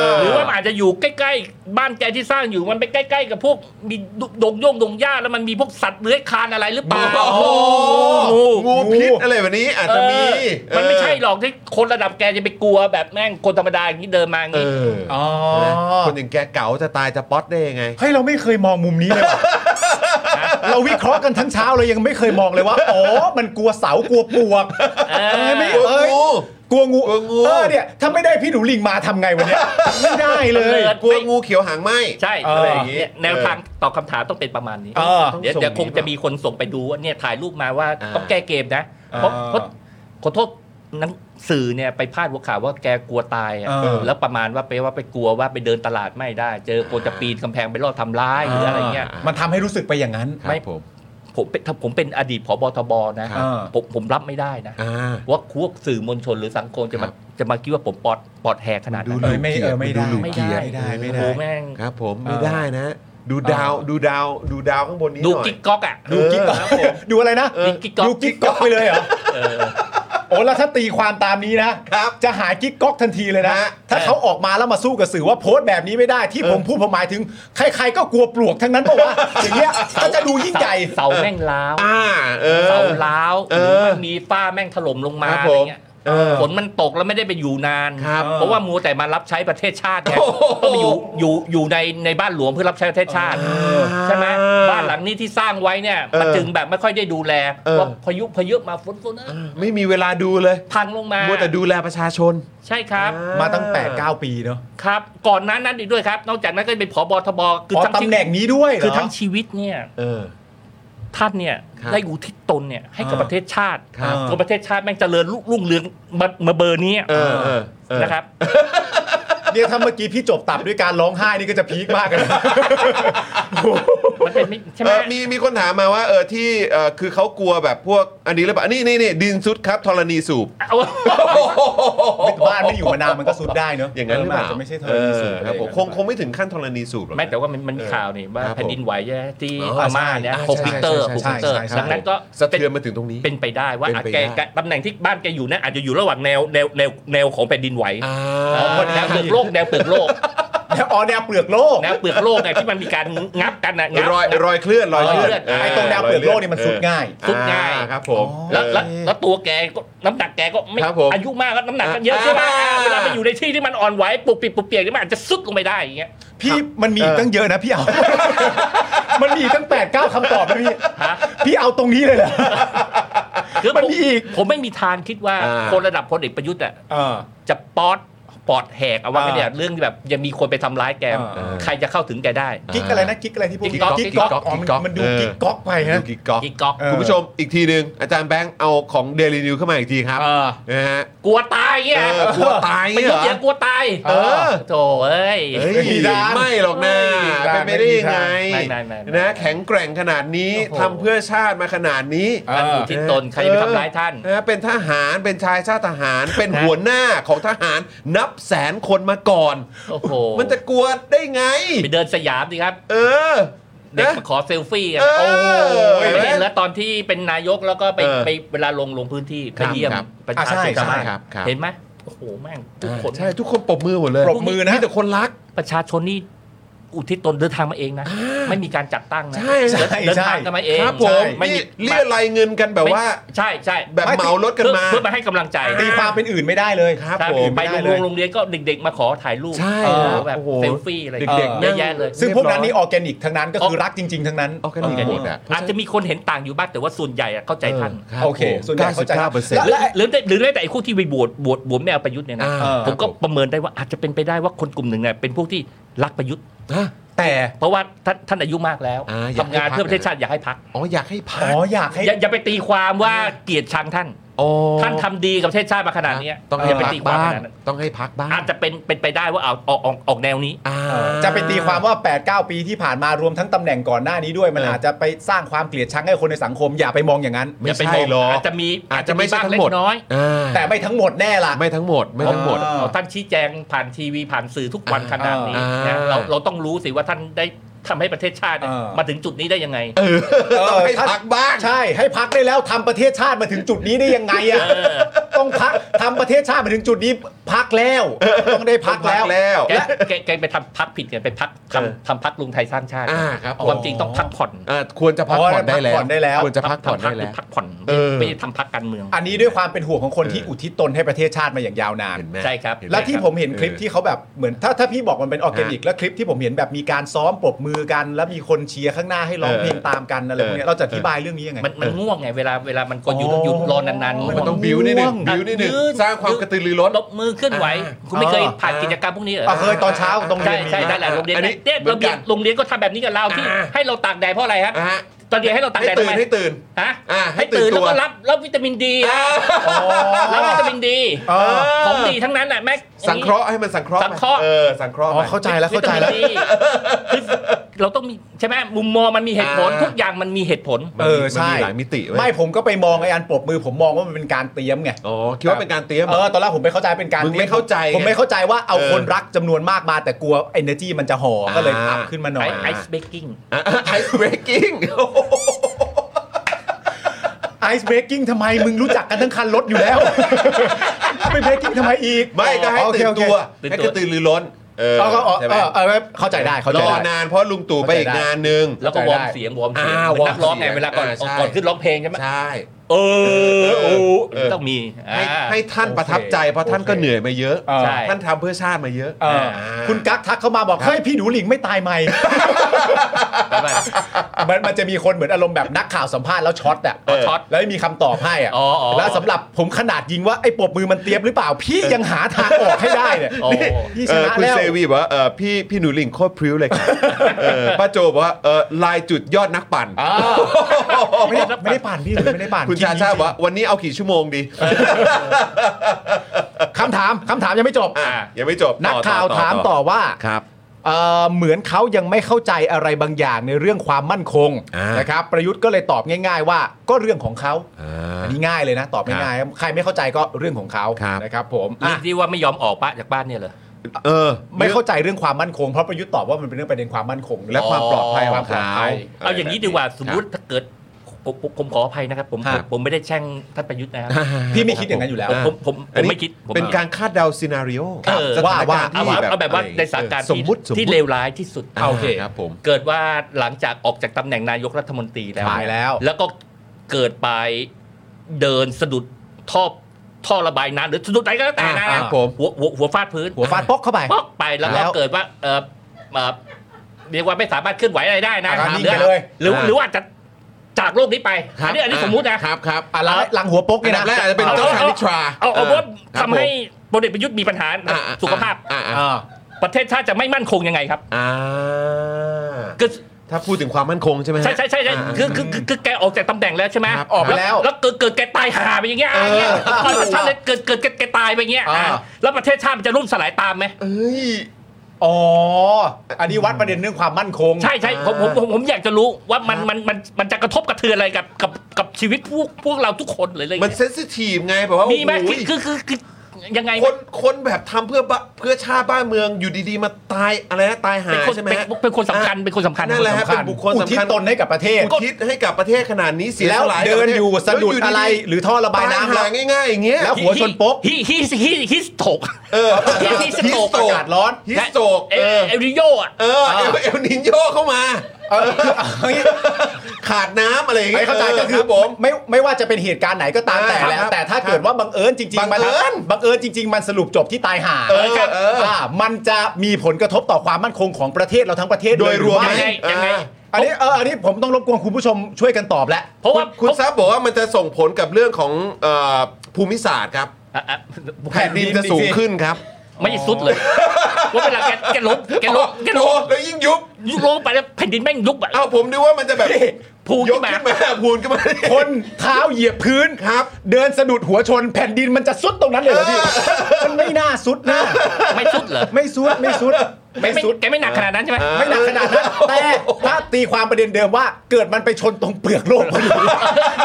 Speaker 1: อ
Speaker 5: หรือว่ามันอาจจะอยู่ใกล้ๆ บ้านแกที่สร้างอยู่มันไปใกล้ๆ กับพวกมีดงโยงดงหญ้าแล้วมันมีพวกสัตว์เลื้อยคลานอะไรหรือเปล่า
Speaker 1: โอ้โห
Speaker 5: งู
Speaker 1: งูพิษอะไรแบบนี้อาจจะมี
Speaker 5: เออมันไม่ใช่หรอกที่คนระดับแกจะไปกลัวแบบแม่งคนธรรมดาอย่างนี้เดินมาอย่าง
Speaker 1: เอ
Speaker 5: นี้
Speaker 1: อ
Speaker 3: อ๋อ
Speaker 1: คนอย่างแกเก๋าจะตายจะป๊อตได้ยังไง
Speaker 3: เฮ้ยเราไม่เคยมองมุมนี้เลยว่ะ เราวิเคราะห์กันทั้งเช้าเรายังไม่เคยมองเลยว่า อ๋อ มันกลัวเสากลัวปลวก
Speaker 5: เออ
Speaker 3: เอ้ยไม่
Speaker 1: กลัว
Speaker 3: เอ้ย
Speaker 1: งู
Speaker 3: กลัวงู
Speaker 1: กลัวงู
Speaker 3: เออเนี่ยถ้าไม่ได้พี่หนูลิงมาทำไงวันเนี้ยไม่ได้เลย
Speaker 5: เลิศ
Speaker 1: กลัวงูเขียวหางไหม
Speaker 5: ใช่
Speaker 3: เออ
Speaker 5: อะไรอย่างนี้แนวทางตอบคำถามต้องเป็นประมาณนี้
Speaker 3: เออ
Speaker 5: เดี๋ยว
Speaker 1: ต้องส่ง
Speaker 5: เดี๋ยวคงจะ
Speaker 1: นี้
Speaker 5: มีคนส่งไปดูว่าเนี่ยถ่ายรูปมาว่า
Speaker 1: อ่า
Speaker 5: ต้องแก้เกมนะเพราะ
Speaker 3: เออ
Speaker 5: เพราะขอโทษหนังสื่อเนี่ยไปพาดหัวข่าวว่าแกกลัวตายอะ
Speaker 3: เออ
Speaker 5: แล้วประมาณว่าไปว่าไปกลัวว่าไปเดินตลาดไม่ได้ เจอคนจะปีนกำแพงไปลอดทำร้ายหรืออะไรเงี้ย
Speaker 3: มันทำให้รู้สึกไปอย่างนั้น
Speaker 1: ครับ
Speaker 5: ไม่
Speaker 1: ผม
Speaker 5: ผมเป็นถ้าผมเป็นอดีตผบทบนะครับ ผมผมรับไม่ได้นะ
Speaker 1: อ่า
Speaker 5: ว่าพวกสื่อมวลชนหรือสังคมจะมา
Speaker 1: ครับ
Speaker 5: จะมาคิดว่าผมปอดปอดแหกขนาดนั้น
Speaker 3: เออไม่เออไม่ได้
Speaker 1: ดูหลุม
Speaker 5: ไม่
Speaker 1: เกีย
Speaker 5: ได้
Speaker 1: ร์
Speaker 3: ไม่ได้ไม่
Speaker 5: โอ้
Speaker 3: ได้
Speaker 5: แม่ง
Speaker 1: ครับผม
Speaker 3: เออ
Speaker 1: ไม่ได้นะ ดูดาว
Speaker 3: เออ
Speaker 1: ดูดาวดูดาวข้างบนนี้ห
Speaker 5: ดู
Speaker 1: น่อย
Speaker 5: กิ๊กก๊อกอ่ะ
Speaker 3: ดูกิ๊กก๊อก
Speaker 1: ครับผม
Speaker 3: ดูอะไรนะ
Speaker 5: เออกิ๊กก๊อก
Speaker 3: ดูกิ๊กก๊อกไปเลยเหรอ
Speaker 5: เออ
Speaker 3: โอ้แล้วถ้าตีความตามนี้นะครับ จะหายกิ๊กก๊อกทันทีเลยนะ
Speaker 1: ฮะ
Speaker 3: ถ้าเขาออกมาแล้วมาสู้กับสื่อว่าโพสต์แบบนี้ไม่ได้ที่ผมพูดผมหมายถึงใคร ๆ ก็กลัวปลวกทั้งนั้นบอกว่าอย่างเงี้ยก็จะดูยิ่งใหญ่
Speaker 5: เสาแม่งล้าว
Speaker 1: อ่าเออ
Speaker 5: เสาล้าว
Speaker 1: เอ
Speaker 5: หรือ
Speaker 1: อ
Speaker 5: มันมีฝ้าแม่งถล่มลงมา
Speaker 1: ครับ
Speaker 5: อะไร
Speaker 1: ผม
Speaker 5: เงี้ย
Speaker 1: เออ
Speaker 5: ฝนมันตกแล้วไม่ได้ไปอยู่นาน
Speaker 1: ครับ
Speaker 5: เพราะว่ามัวแต่มารับใช้ประเทศชาติไง
Speaker 1: โอ้โห
Speaker 5: ต้องไปอยู่อยู่อยู่ในในบ้านหลวงเพื่อรับใช้ประเทศชาติ ใช่ไหมบ้านหลังนี้ที่สร้างไว้เนี่ย
Speaker 1: เออ
Speaker 5: มันจึงแบบไม่ค่อยได้ดูแล
Speaker 1: เออ
Speaker 5: ว่าพายุพายุมาฝนฝนเอ้ย
Speaker 1: ไม่มีเวลาดูเลย
Speaker 5: พังลงมา
Speaker 1: มัวแต่ดูแลประชาชน
Speaker 5: ใช่ครับ
Speaker 3: มาตั้ง8ปดเก้าปีเนาะ
Speaker 5: ครับ ก่อนหนั้นนั้นอีกด้วยครับ นอกจากนั้นก็เป็นผบทบคือ
Speaker 3: อ๋อ
Speaker 5: ทั้งชี
Speaker 3: ตำแห
Speaker 5: วิ
Speaker 3: น่
Speaker 5: ต
Speaker 3: งนี้ด้วย
Speaker 5: คือ
Speaker 3: เหร
Speaker 5: ทั้งชีวิตเนี่ย
Speaker 1: เออ
Speaker 5: ท่านเนี่ย
Speaker 1: ครับ
Speaker 5: ได้อุทิศตนเนี่ยให้กับ
Speaker 1: อ่า
Speaker 5: ประเทศชาติ
Speaker 1: ครับ
Speaker 5: จนประเทศชาติแม่งเจริญรุ่งเรืองมามาเบอร์นี้
Speaker 1: เออเออเออ
Speaker 5: นะครับ
Speaker 3: เนี่ยถ้าเมื่อกี้พี่จบตับด้วยการร้องไห้นี่ก็จะพีคมากเลย
Speaker 5: มันเป็นไม่ใช่ไห
Speaker 1: เอ
Speaker 5: ม
Speaker 1: อมีมีคนถามมาว่าเออที่เออคือเขากลัวแบบพวกอันนี้หรือเปล่านี่นี่นี่ดินซุดครับธรณีสูบ
Speaker 5: เอา
Speaker 3: บ้านไม่อยู่มานานมันก็ซุดได้เนาะ
Speaker 1: อย่างนั้นหรือเปล่า
Speaker 3: จจะไม่ใช่ธรณีสูบ
Speaker 1: เออครับผมคงคงไม่ถึงขั้นธรณีสูบหรอกนะ
Speaker 5: ไม่แต่ว่ามันมันมีข่าวนี่ว่า
Speaker 1: ครับผม
Speaker 5: แผ่นดินไหวใช่ไหมที่
Speaker 1: อ๋อ
Speaker 5: พม่า
Speaker 1: ใช่
Speaker 5: เนี่ย
Speaker 1: อ่า
Speaker 5: หกริกเตอร์
Speaker 1: ใช่
Speaker 5: หก
Speaker 1: ใช่
Speaker 5: ริกเตอร์
Speaker 1: ใช่ใช่
Speaker 5: ดังนั้นก็
Speaker 1: สะเทือนมาถึงตรงนี้
Speaker 5: เป็นไปได้ว่า
Speaker 1: เป็น
Speaker 5: อาจ
Speaker 1: ไป
Speaker 5: แก
Speaker 1: ได้
Speaker 5: ตำแหน่งที่บ้านแกอยู่เนะอาจจะอยู่ระหว่างแนวแนวแนวแนวของแผ่นดินไหว
Speaker 1: อ่า
Speaker 5: แนวเปลือกโลกแนวเปลือกโลก
Speaker 3: แล้วอ๋อแนวเปลือกโลก
Speaker 5: แนวเปลือกโลกไงที่มันมีการงับกันนะงับ
Speaker 1: รอยรอยเคลื่อนรอยเคลื่อน
Speaker 5: รอยเคลื่อน
Speaker 3: ไอ้ตรงแนวเปลือกโลกนี่มันซุดง่าย
Speaker 5: ซุดง่าย
Speaker 1: อ่ครับผม
Speaker 5: แล้วแล้ว
Speaker 1: เออ
Speaker 5: แล้วตัวแกก็น้ำหนักแกก็ไม่
Speaker 1: ครับผม
Speaker 5: อายุมากแล้วน้ำหนักก็เยอะใช่ไหมอ่า
Speaker 1: อ่า
Speaker 5: เวลาไปอยู่ในที่ที่มันอ่อนไหวปุกปิดปุกเปียกนี่มันอาจจะซุดลงไปได้อย่างเงี้ย
Speaker 3: พี่มันมีอีกตั้งเยอะนะพี่เอา [laughs] มันมีอีกตั้ง8ปดเก้าคำตอบนะพี่
Speaker 5: ฮะ
Speaker 3: พี่เอาตรงนี้เลยเหรอ
Speaker 5: คือ
Speaker 3: มัน
Speaker 5: ผ
Speaker 3: มีอีก
Speaker 5: ผมไม่มีทางคิดว่า
Speaker 1: อ่า
Speaker 5: คนระดับพลเอกประยุทธ์อ่ะ
Speaker 3: เออ
Speaker 5: จะป๊อดปอดแหกเอาไว้
Speaker 3: อ่า
Speaker 5: เนี่ยเรื่องที่แบบยังมีคนไปทำร้ายแกม
Speaker 3: อ่า
Speaker 5: ใครจะเข้าถึงแกได้
Speaker 3: กิ๊กอะไรนะกิ๊กอะไรที่พูด
Speaker 5: กิ๊กก๊อก
Speaker 3: กิ๊กก๊อกอ๋อ
Speaker 1: กิ๊กก๊อก
Speaker 3: มันดู
Speaker 1: เออ
Speaker 3: กิ๊กก๊อกไปฮะ
Speaker 1: ดูกิ๊กก๊อก
Speaker 5: กิ๊กก๊อก
Speaker 3: เออ
Speaker 1: คุณผู้ชมอีกทีหนึ่งอาจารย์แบงค์เอาของเดลินิวเข้ามาอีกทีครับ
Speaker 5: เออ
Speaker 1: นะฮะ
Speaker 5: กลัวตายเงี้ย
Speaker 1: เออกลัวตาย
Speaker 5: ไป
Speaker 1: เนี่ย
Speaker 5: ย
Speaker 1: เหร
Speaker 5: ก
Speaker 1: อ
Speaker 5: เสียงกลัวตาย
Speaker 1: เออ
Speaker 5: โถ่เอ้ย
Speaker 1: เฮ้ย
Speaker 3: ไม่มีทาง
Speaker 1: ไม่หรอกนะ
Speaker 3: ไม่มีทาง
Speaker 1: เป็นไปได้ยังไง
Speaker 5: ไม่ไม่ไม่ไม่
Speaker 1: นะแข็งแกร่งขนาดนี้
Speaker 3: โอ้โห
Speaker 1: ทำเพื่อชาติมาขนาดนี้
Speaker 3: เอ
Speaker 5: ท่าน
Speaker 3: อ
Speaker 5: อุทิศตนใครจะไปทำร้ายท่าน
Speaker 1: เออเป็นทหารเป็นชายชาติทหาร เป็น
Speaker 5: นะ
Speaker 1: หัวหน้าของทหารนับแสนคนมาก่อน
Speaker 5: โอ้โห
Speaker 1: มันจะกลัวได้ไง
Speaker 5: ไปเดินสยามสิครับ
Speaker 1: เออ
Speaker 5: เด็ก
Speaker 1: นะ
Speaker 5: มาขอเซลฟี่อะ
Speaker 1: เออ
Speaker 5: โอ้โห
Speaker 1: เห็นไหม
Speaker 5: ไม่เห็นแล้วตอนที่เป็นนายกแล้วก็ไป
Speaker 1: เออ
Speaker 5: ไปเวลาลงลงพื้นที่
Speaker 1: ค
Speaker 5: ไป
Speaker 1: รับ
Speaker 5: เยี่ยม
Speaker 1: ครับ
Speaker 5: ประ
Speaker 3: อ่ะ
Speaker 5: ชา
Speaker 3: ใช่
Speaker 5: ชนชาวบ้าน
Speaker 1: ใช่ครับครับ
Speaker 5: เห็นไหมโอ้โหแม่งทุกคน
Speaker 1: ใช่ทุกคนปรบมือหมดเลย
Speaker 3: ปรบมือนะ
Speaker 1: มีแต่คนรัก
Speaker 5: ประชาชนนี่อุทิศตนเดินทางมาเองนะ ไม่มีการจัดตั้งนะ
Speaker 1: ใช่
Speaker 5: เดิน
Speaker 3: ใช่
Speaker 5: เดินทางกันมาเอง
Speaker 1: ครับผม
Speaker 5: ไม่มี
Speaker 1: นี่เรียรายเงินกันแบบว่า
Speaker 5: ใช่ใช่
Speaker 1: แบบ
Speaker 3: ไม่
Speaker 1: เหมารถกัน
Speaker 5: เพื่อ
Speaker 1: มา
Speaker 5: เพื่อมาให้กำลังใจ
Speaker 3: ตีความเป็นอื่นไม่ได้เลย
Speaker 1: ครับ
Speaker 5: ครับ
Speaker 1: ผม
Speaker 5: ไป
Speaker 3: ม่ด้
Speaker 5: โร
Speaker 3: เลย
Speaker 5: งเรียนโรงเรียนก็เด็ก ๆ มาขอถ่ายรูป
Speaker 1: ใช่
Speaker 5: เออ
Speaker 1: ครับ
Speaker 5: แบบ
Speaker 1: โอ้โห
Speaker 5: เซลฟี่อะไร
Speaker 1: เด็ก
Speaker 3: ๆ
Speaker 1: นั่
Speaker 5: เย
Speaker 1: ง
Speaker 5: อะแยะเลย
Speaker 3: ซึ่งพวกนั้นนี่ออร์แกนิกทั้งนั้นก็
Speaker 5: ออ
Speaker 3: คือ
Speaker 5: ร์
Speaker 3: รักจจริง ๆ ทั้งนั้น
Speaker 1: ออร์แกนิกหมดอะ
Speaker 5: อาจจะมีคนเห็นต่างอยู่บ้างแต่ว่าส่วนใหญ่อะเข้าใจท่าน
Speaker 3: โอเคส่วนใหญ่เข้าใจ
Speaker 1: เก้าเปอร์เซ็นต์
Speaker 5: หรือ
Speaker 3: และ
Speaker 5: หรือหรือได้แต่ไอ้พวกที่ไปบวชบวชบวชแนวประยุทธ์เนี่ยนะ
Speaker 1: อ่า
Speaker 5: ผมก็ประเมินได้ว่าอาจจะเป็นไปได้ว่าคนกลุ่มหนึ่งเนี่ยเป็นพวกที่รักประยุทธ์
Speaker 3: แต่
Speaker 5: เพราะว่าท่านท่านอายุมากแล้ว
Speaker 1: อ่าอยาก
Speaker 5: ทำงาน
Speaker 1: ให้พัก
Speaker 5: เพื่อประเทศชาติอยากให้พัก
Speaker 1: อ๋ออยากให้พั
Speaker 3: อ๋
Speaker 1: ก
Speaker 3: ออยากให้
Speaker 5: อย่าอย่าไปตีความว่าเกลียดชังท่าน
Speaker 1: อ๋อ
Speaker 5: ท่านทำดีกับประเทศชาติมาขนาดเนี้ย
Speaker 1: ต้องให้
Speaker 5: ย่าไป
Speaker 1: พัก
Speaker 5: ตีความ
Speaker 1: บ้า
Speaker 5: ข
Speaker 1: ง
Speaker 5: นาดนั้น
Speaker 1: ต้องให้พักบ้าง
Speaker 5: อาจจะเป็นเป็นไปได้ว่าเอาออกออกออกแนวนี้
Speaker 1: อ่า
Speaker 3: จะไปตีความว่า 8 9 ปีที่ผ่านมารวมทั้งตำแหน่งก่อนหน้านี้ด้วย มัน
Speaker 1: เอออ
Speaker 3: อาจจะไปสร้างความเกลียดชังให้คนในสังคม อย่าไปมองอย่างนั้น
Speaker 1: ไม่
Speaker 5: อย่าไป
Speaker 1: ใช่
Speaker 5: มอง
Speaker 1: หรอก
Speaker 5: อาจจะมี
Speaker 1: อาจจะไม่ใช่ทั้งหมด
Speaker 5: บ้าเล็กน้อย
Speaker 1: อ่า
Speaker 3: แต่ไม่ทั้งหมดแน่ล่ะ
Speaker 1: ไม่ทั้งหมดไม่ทั้งหมด
Speaker 3: อ่
Speaker 5: เอาท่านชี้แจงผ่านทีวีผ่านสื่อทุกวันขนาดนี้
Speaker 1: อ่าน
Speaker 5: นะเราเราต้องรู้สิว่าท่านได้ทำให้ประเทศชาติเนี่ย
Speaker 3: อ่าม
Speaker 5: มาถึงจุดนี้ได้ยังไง
Speaker 1: เออต้องให้
Speaker 3: ท่าน
Speaker 1: พักบ้าง
Speaker 3: ใช่ให้พักได้แล้วทำประเทศชาติมาถึงจุดนี้ได้ยังไงอะ
Speaker 5: เออ
Speaker 3: ต้องพักทำประเทศชาติมาถึงจุดนี้ พักแล้ว ต้องได้พักแล้ว
Speaker 1: ว
Speaker 5: แกแกแกไปทำพักผิดไงไปพัก
Speaker 1: เออ
Speaker 5: ทำทำพักลุงไทยสร้างชาติ
Speaker 1: อ่าครับ
Speaker 5: ความจริงต้องพักผ่อน
Speaker 1: เออควรจะพักผ่อนได้แล้
Speaker 3: พักผ่อนได้แล้ว
Speaker 1: ควรจะพักผ่อนได้
Speaker 5: ทำ
Speaker 1: แล้ว
Speaker 5: พักผ่อน
Speaker 1: เออ
Speaker 5: ไม่ได้ทำพักการเมือง
Speaker 3: อันนี้ด้วยความเป็นห่วงของคนที่
Speaker 1: เอออุ
Speaker 3: อุทิศตนให้ประเทศชาติมาอย่างยาวนาน
Speaker 1: เห็นไหม
Speaker 5: ใช่ครับ
Speaker 1: เห็นไห
Speaker 3: และที่ผมเห็นคลิป
Speaker 1: เออ
Speaker 3: ที่เขาแบบเหมือนถ้าถ้าพี่บอกมันเป็นออร์แกนิก แล้วคลิปที่ผมเห็นแบบมีการซ้อมปรบมือกัน แล้วมีคนเชียร์ข้างหน้าให้ร้องเพลงตามกันอะไรพวกเนี้ยเราจะอธิบายเรื่องนี้ยังไง
Speaker 5: มันมันง่วงไงเวลาเวลามันกดหยุด
Speaker 3: อ๋อ
Speaker 5: หยุดรอนานๆง่วง
Speaker 1: มันต้องบิ้วนิดนึง
Speaker 5: อ่ะ
Speaker 1: บิ้วนิดนึง
Speaker 5: ยื
Speaker 1: สร้างความกระตือรือร้น
Speaker 5: ลบมือเคลื่อนไหว
Speaker 1: อ่า
Speaker 5: คุณไม่เคย
Speaker 3: อ่า
Speaker 5: ผ่านกิจกรรมพวกนี้เหรอ
Speaker 3: อ่ะเคยตอนเช้าตรงเรี
Speaker 5: ใช่
Speaker 3: ยนมีไหม
Speaker 5: ใช่ได้แหละโรงเรียน
Speaker 1: อันนี้
Speaker 5: เนี่ย
Speaker 1: เหมื
Speaker 5: เนี่ย
Speaker 1: อน
Speaker 5: ระเบีย
Speaker 1: กัน
Speaker 5: งโรงเรียนก็ทำแบบนี้กับเราที่
Speaker 1: อ่า
Speaker 5: ให้เราตากแดดเพราะอะไรครับ
Speaker 1: อ่ะฮะ
Speaker 5: ตอนเรียนให้เราตาก
Speaker 1: ให้
Speaker 5: แดด
Speaker 1: ตื่
Speaker 5: ทำ
Speaker 1: น
Speaker 5: ไม
Speaker 1: ให้ตื่น
Speaker 5: ฮะ
Speaker 1: อ่าให้
Speaker 5: ให้
Speaker 1: ตื่น
Speaker 5: ตื่นแล้ว
Speaker 1: ตั
Speaker 5: ก็
Speaker 1: ว
Speaker 5: รับรับวิตามินดีรับวิตามินดี
Speaker 3: เออ
Speaker 5: ของดีทั้งนั้นแหละแม็ก
Speaker 1: สังเคราะห์ให้มันสังเคราะห์
Speaker 5: สังเคราะห์
Speaker 1: เออสังเคราะห์
Speaker 3: อ๋อ
Speaker 1: ไป
Speaker 3: เข้าใจแล้วเข้าใจแล้ว
Speaker 5: ตมิน D คือเราต้องมีใช่ไหมมุมมองมันมีเหตุผล
Speaker 1: อ่า
Speaker 5: ทุกอย่างมันมีเหตุผล
Speaker 1: มันมี
Speaker 3: เออ
Speaker 1: มัน
Speaker 3: ใช่
Speaker 1: มีหลายมิติเว้ย
Speaker 3: ไม่ผมก็ไปมองไอ้อันปรบมือผมมองว่ามันเป็นการเตรียมไง
Speaker 1: อ๋อคิดว่าเป็นการเตรียม
Speaker 3: เออตอนแรกผมไม่เข้าใจเป็นการ
Speaker 1: มึงไม่
Speaker 3: ตรีย
Speaker 1: เข้าใจ
Speaker 3: ผมไม่เข้าใจว่าเอา
Speaker 1: เออ
Speaker 3: คนรักจำนวนมากมาแต่กลัว energy มันจะห่อก็เลย
Speaker 1: อ่า
Speaker 3: อัพขึ้นมาหน่อย
Speaker 5: ไอซ์เบกกิ้ง
Speaker 1: ไอ [laughs] ซ์เบรกกิ้ง
Speaker 3: ไอซ์เบรกกิ้งทำไมมึงรู้จักกันทั้งคันรถอยู่แล้ว ไปเบรกกิ้งทำไมอีก
Speaker 1: ไม่ก็ให้
Speaker 3: อ๋อโอเค
Speaker 1: ตื่น
Speaker 3: โอเค
Speaker 1: ตัว
Speaker 5: ตื่นตัว
Speaker 1: ให้กระตือรือร้นเออ
Speaker 3: เอาก็เอา
Speaker 1: ใช่ไหม
Speaker 3: เอาเอาเอาเข้าใจได้เข้าร
Speaker 1: อ
Speaker 3: ใจได้
Speaker 1: นานเพราะลุงตู่ไปอีก
Speaker 3: เข้าใจได้
Speaker 1: งานหนึ่ง
Speaker 5: แล้วก็วอร์ม
Speaker 3: ได้
Speaker 5: เสียงวอร์มเสียง
Speaker 1: อ่า
Speaker 5: เหมือนนักร้องไง
Speaker 1: วอร์มเสียง
Speaker 5: เวลาก่อน
Speaker 1: อ่าใช่
Speaker 5: ก่อนขึ้นร้องเพลงใช่ไหม
Speaker 1: ใช่
Speaker 5: เออโอ้ต้องมีอ่า
Speaker 1: ให้ให้ท่านประทับใจเพราะท่านก็เหนื่อยมาเยอะ
Speaker 5: เออใช่
Speaker 1: ท่านทำเพื่อชาติมาเยอะ
Speaker 3: เออ
Speaker 1: อ่า
Speaker 3: คุณกั๊กทักเข้ามาบอกเฮ้ยพี่หนูหลิงไม่ตายไหม
Speaker 5: ไปไป
Speaker 3: มันมันจะมีคนเหมือนอารมณ์แบบนักข่าวสัมภาษณ์แล้วช็อตอ่ะ
Speaker 5: เออช็อต
Speaker 3: แล้วไม่มีคำตอบให้อ่ะ
Speaker 5: อ๋ออ๋อ
Speaker 3: แล้วสำหรับผมขนาดยิงว่าไอ้ปรบมือมันเตรียมหรือเปล่า พี่ยังหาทางออกให้ได้เนี่ย
Speaker 5: โอ้
Speaker 3: นี่พี่
Speaker 1: เอ
Speaker 3: ช
Speaker 1: อ
Speaker 3: นะ
Speaker 1: คุณ
Speaker 3: แล้ว
Speaker 1: เซวีบอกว่าเออพี่พี่หนูหลิงโคตรพริ้วเลย [laughs] ครับเออป้าโจบอกว่าเออลายจุดยอดนักปั่น
Speaker 3: ไม่ได้ไม่ได้ปั่นพี่เลยไม่ได้ปั่น
Speaker 1: คุณชาชาติบอกว่าวันนี้เอากี่ชั่วโมงดี
Speaker 3: คำถามคำถามยังไม่จบ
Speaker 1: อ่ะยังไม่จบ
Speaker 3: นัก
Speaker 1: ต่อ
Speaker 3: ข่าว
Speaker 1: ต่
Speaker 3: ถามต่อว่า
Speaker 1: ครับ
Speaker 3: เอ่อเหมือนเขายังไม่เข้าใจอะไรบางอย่างในเรื่องความมั่นคง
Speaker 1: อ่าน
Speaker 3: นะครับ ประยุทธ์ก็เลยตอบง่าย ๆ ว่าก็เรื่องของเขา
Speaker 1: อ่า
Speaker 3: อันนี้ง่ายเลยนะ ตอบง่ายๆครับใครไม่เข้าใจก็เรื่องของเขา
Speaker 1: ครับ
Speaker 3: นะครับ ผม
Speaker 5: นี่
Speaker 3: อ่ะ
Speaker 5: ที่ว่าไม่ยอมออกปะจากบ้านเนี่ยเหรอ
Speaker 1: เออ
Speaker 3: ไม่เข้าใจเรื่องความมั่นคงเพราะประยุทธ์ตอบว่ามันเป็นเรื่องประเด็นความมั่นคง
Speaker 1: และความปลอดภัย
Speaker 3: ค
Speaker 1: ขอ
Speaker 3: วาม
Speaker 1: ง
Speaker 3: ปลอด
Speaker 1: เขา
Speaker 3: ภัย
Speaker 5: เอาอย่างนี้ดีกว่าสมมติถ้าเกิดผมผมผมขออภัยนะครับผม
Speaker 3: ฮะ
Speaker 5: ผมผมไม่ได้แช่งท่านประยุทธ์นะครับ
Speaker 3: พี่ไม่คิดอย่างนั้นอยู่แล้ว
Speaker 1: อ่า
Speaker 5: ผมผมผ
Speaker 1: อัน
Speaker 5: ม
Speaker 1: นี้
Speaker 5: ไม่คิดผม
Speaker 1: เป็นการคาดเดาซีนารีโอ
Speaker 5: เออ
Speaker 1: ส
Speaker 5: ว่า
Speaker 1: ถาน
Speaker 5: ว่า
Speaker 1: การณ์
Speaker 5: เอา
Speaker 1: ที่
Speaker 5: แบบเอาแบบว่าในสถานการณ์
Speaker 1: เออสมมติ
Speaker 5: ที่ที่เลวร้ายที่สุด
Speaker 1: า
Speaker 3: โอเค
Speaker 1: ครับผม
Speaker 5: เกิดว่าหลังจากออกจากตำแหน่งนายกรัฐมนตรีแล้ว
Speaker 3: ตายแล้ว
Speaker 5: แล้วก็เกิดไปเดินสะดุดท่อท่อระบายน้ำหรือสะดุดอะไรก็แล้วแต่นะ
Speaker 3: อ่าครับผม
Speaker 5: หัวหัวหัวฟาดพื้น
Speaker 3: หัวฟาดปอกเข้าไป
Speaker 5: ป๊อกไปแล้ว
Speaker 3: แล้
Speaker 5: ก็
Speaker 3: ว
Speaker 5: เกิดว่าเออเอ่อเรียกว่าไม่สามารถเคลื่อนไหวอะไรได้นะ
Speaker 3: อ่ะครับ
Speaker 5: ห
Speaker 3: นิ่ง
Speaker 5: รือ
Speaker 3: ไปเลย
Speaker 5: หรือ
Speaker 1: อ่า
Speaker 5: หรือว่าจะจากโลกนี้ไปอันนี้อันนี้สมมุตินะครับ
Speaker 1: ครับ
Speaker 3: อ่ะแล้วหลังหัวปอก
Speaker 1: อั
Speaker 3: เนี่ย
Speaker 1: นดั
Speaker 3: นะ
Speaker 1: บแรกอาจจะเป็นเจ้าชายนิทรา
Speaker 5: เอาเอาว่าทำให้
Speaker 1: ครั
Speaker 5: พลเอกประยุทธ์มีปัญหา
Speaker 1: อ่ะอ่ะ
Speaker 5: สุขภาพ
Speaker 1: อ่ะอ่ะ
Speaker 3: อ่า
Speaker 5: ประเทศชาติจะไม่มั่นคงยังไงครับ
Speaker 1: อ่า
Speaker 5: คือ
Speaker 1: ถ้าพูดถึงความมั่นคงใช่ไหมฮะ
Speaker 5: ใช่ใช่ใช่ใช่
Speaker 1: า
Speaker 5: คือคือคือคือแกออกจากตำแหน่งแล้วใช่ไหม
Speaker 3: ครับออกไปแล้ว
Speaker 5: แล้วเกิดเกิดแกตายหาไปอย่างเงี้ยอย่างเงี้ยคอนเซ็ปชั่นเลยเกิดเกิดแกแกตายไปอย่างเงี้ย
Speaker 3: อ่า
Speaker 5: อ่ะแล้วประเทศชาติมันจะร่มสลายตามไหม
Speaker 1: เอ้ย
Speaker 3: อ๋ออันนี้วัดประเด็นเรื่องความมั่นคง
Speaker 5: ใช่ใช่ผมผมผมผมอยากจะรู้ว่ามันมันมันมันจะกระทบกระเทือนอะไรกับกับกับชีวิตพวกพวกเราทุกคนเลยเลย
Speaker 1: มันเซนซิทีฟไงแบบว่า
Speaker 5: มี
Speaker 1: มี
Speaker 5: ไหมคือคือคือคือยังไงไหม
Speaker 1: คนคนแบบทำเพื่อบ้าเพื่อชาติบ้านเมืองอยู่ดีๆ มาตายอะไรนะตายหา
Speaker 5: เป็นคน
Speaker 1: ใช่ไหม
Speaker 5: เป็น
Speaker 1: ฮะ
Speaker 5: เป็นคนสำคัญ
Speaker 1: อ่ะ
Speaker 5: เป็นคนสำคัญ
Speaker 1: นั่นแหละฮะ
Speaker 3: สำคัญ
Speaker 1: เป็นบุคคลสำคัญ
Speaker 3: อุทิศตนให้กับประเทศ
Speaker 1: อุทิศให้กับประเทศขนาดนี้เสีย
Speaker 3: แล้
Speaker 1: ส
Speaker 3: ว
Speaker 1: ละ
Speaker 3: เดินอยู่สะดุด
Speaker 1: ๆ
Speaker 3: อะไรหรือท่อระบาย
Speaker 1: ต
Speaker 3: น้ำแล้ว
Speaker 1: หง่ายๆอย่างเงี้ย
Speaker 3: แล้วหัวชนปก
Speaker 5: ฮิฮิฮิฮิสโตก
Speaker 1: เออ
Speaker 5: ฮิฮิสโตรก
Speaker 1: ฮิ
Speaker 3: อากาศร้อน
Speaker 1: ฮิสโตรก
Speaker 5: เอ
Speaker 1: เออ
Speaker 5: เอริโยอ่ะ
Speaker 1: เออเอลเอลนินโยเข้ามา
Speaker 3: เออเอางี้
Speaker 1: ขาดน้ำอะไรอย่างเงี้ย
Speaker 3: ไม่เข้าใจก็คือ
Speaker 1: รับผม
Speaker 3: ไม่ไม่ว่าจะเป็นเหตุการณ์ไหนก็ตามแต่แหละ
Speaker 1: ครับ
Speaker 3: แต่ถ้าเกิดว่าบังเอิญจริงๆ
Speaker 1: บังเอิญ
Speaker 3: มันบังเอิญจริง ๆ มันสรุปจบที่ตายห่า
Speaker 1: เออเออ
Speaker 3: อ่ามันจะมีผลกระทบต่อความมั่นคงของประเทศเราทั้งประเทศ
Speaker 1: โดย
Speaker 3: เลห
Speaker 1: รวม
Speaker 3: ไ
Speaker 5: ยังไงยังไง
Speaker 1: อ่า
Speaker 3: อันนี้เอออันนี้ผมต้องรบกวนคุณผู้ชมช่วยกันตอบแหละ
Speaker 5: เพราะว่า
Speaker 1: คุณซับบอกว่ามันจะส่งผลกับเรื่องของเอ่อภูมิศาสตร์ครับ
Speaker 5: อ่ะอ่ะ
Speaker 1: แผ่นดินจะสูงขึ้นครับ
Speaker 5: ไม่ได้สุดเลยว่าเวลาแกแกล้มแกล้มแกล้
Speaker 1: โอ้
Speaker 5: ม
Speaker 1: แล้วยิ่งยุบ
Speaker 5: ยุบล้มไปแล้วแผ่นดินแม่งยุบอ่ะ
Speaker 1: เอ้าผมดูว่ามันจะแบบ
Speaker 5: พูน
Speaker 1: ยก
Speaker 5: ขึ้
Speaker 1: ขึ้น
Speaker 5: น
Speaker 1: มา
Speaker 5: มา
Speaker 1: พูนขึ้นมา
Speaker 3: คนเท้าเหยียบพื้น
Speaker 1: ครับ
Speaker 3: เดินสะดุดหัวชน แผ่นดินมันจะซุดตรงนั้นเลยเหรอพี่มันไม่น่าซุดนะ
Speaker 5: ไม่สุดเหรอ
Speaker 3: ไม่ซุดไม่ซุดไม่
Speaker 5: ไม่ไม่
Speaker 3: ซุด
Speaker 5: แกไม่หนักขนาดนั้นใช่ไหม
Speaker 3: ไม่หนักขนาดนั้นแต่ถ้าตีความประเด็นเดิมว่าเกิดมันไปชนตรงเปลือกโลกพอดี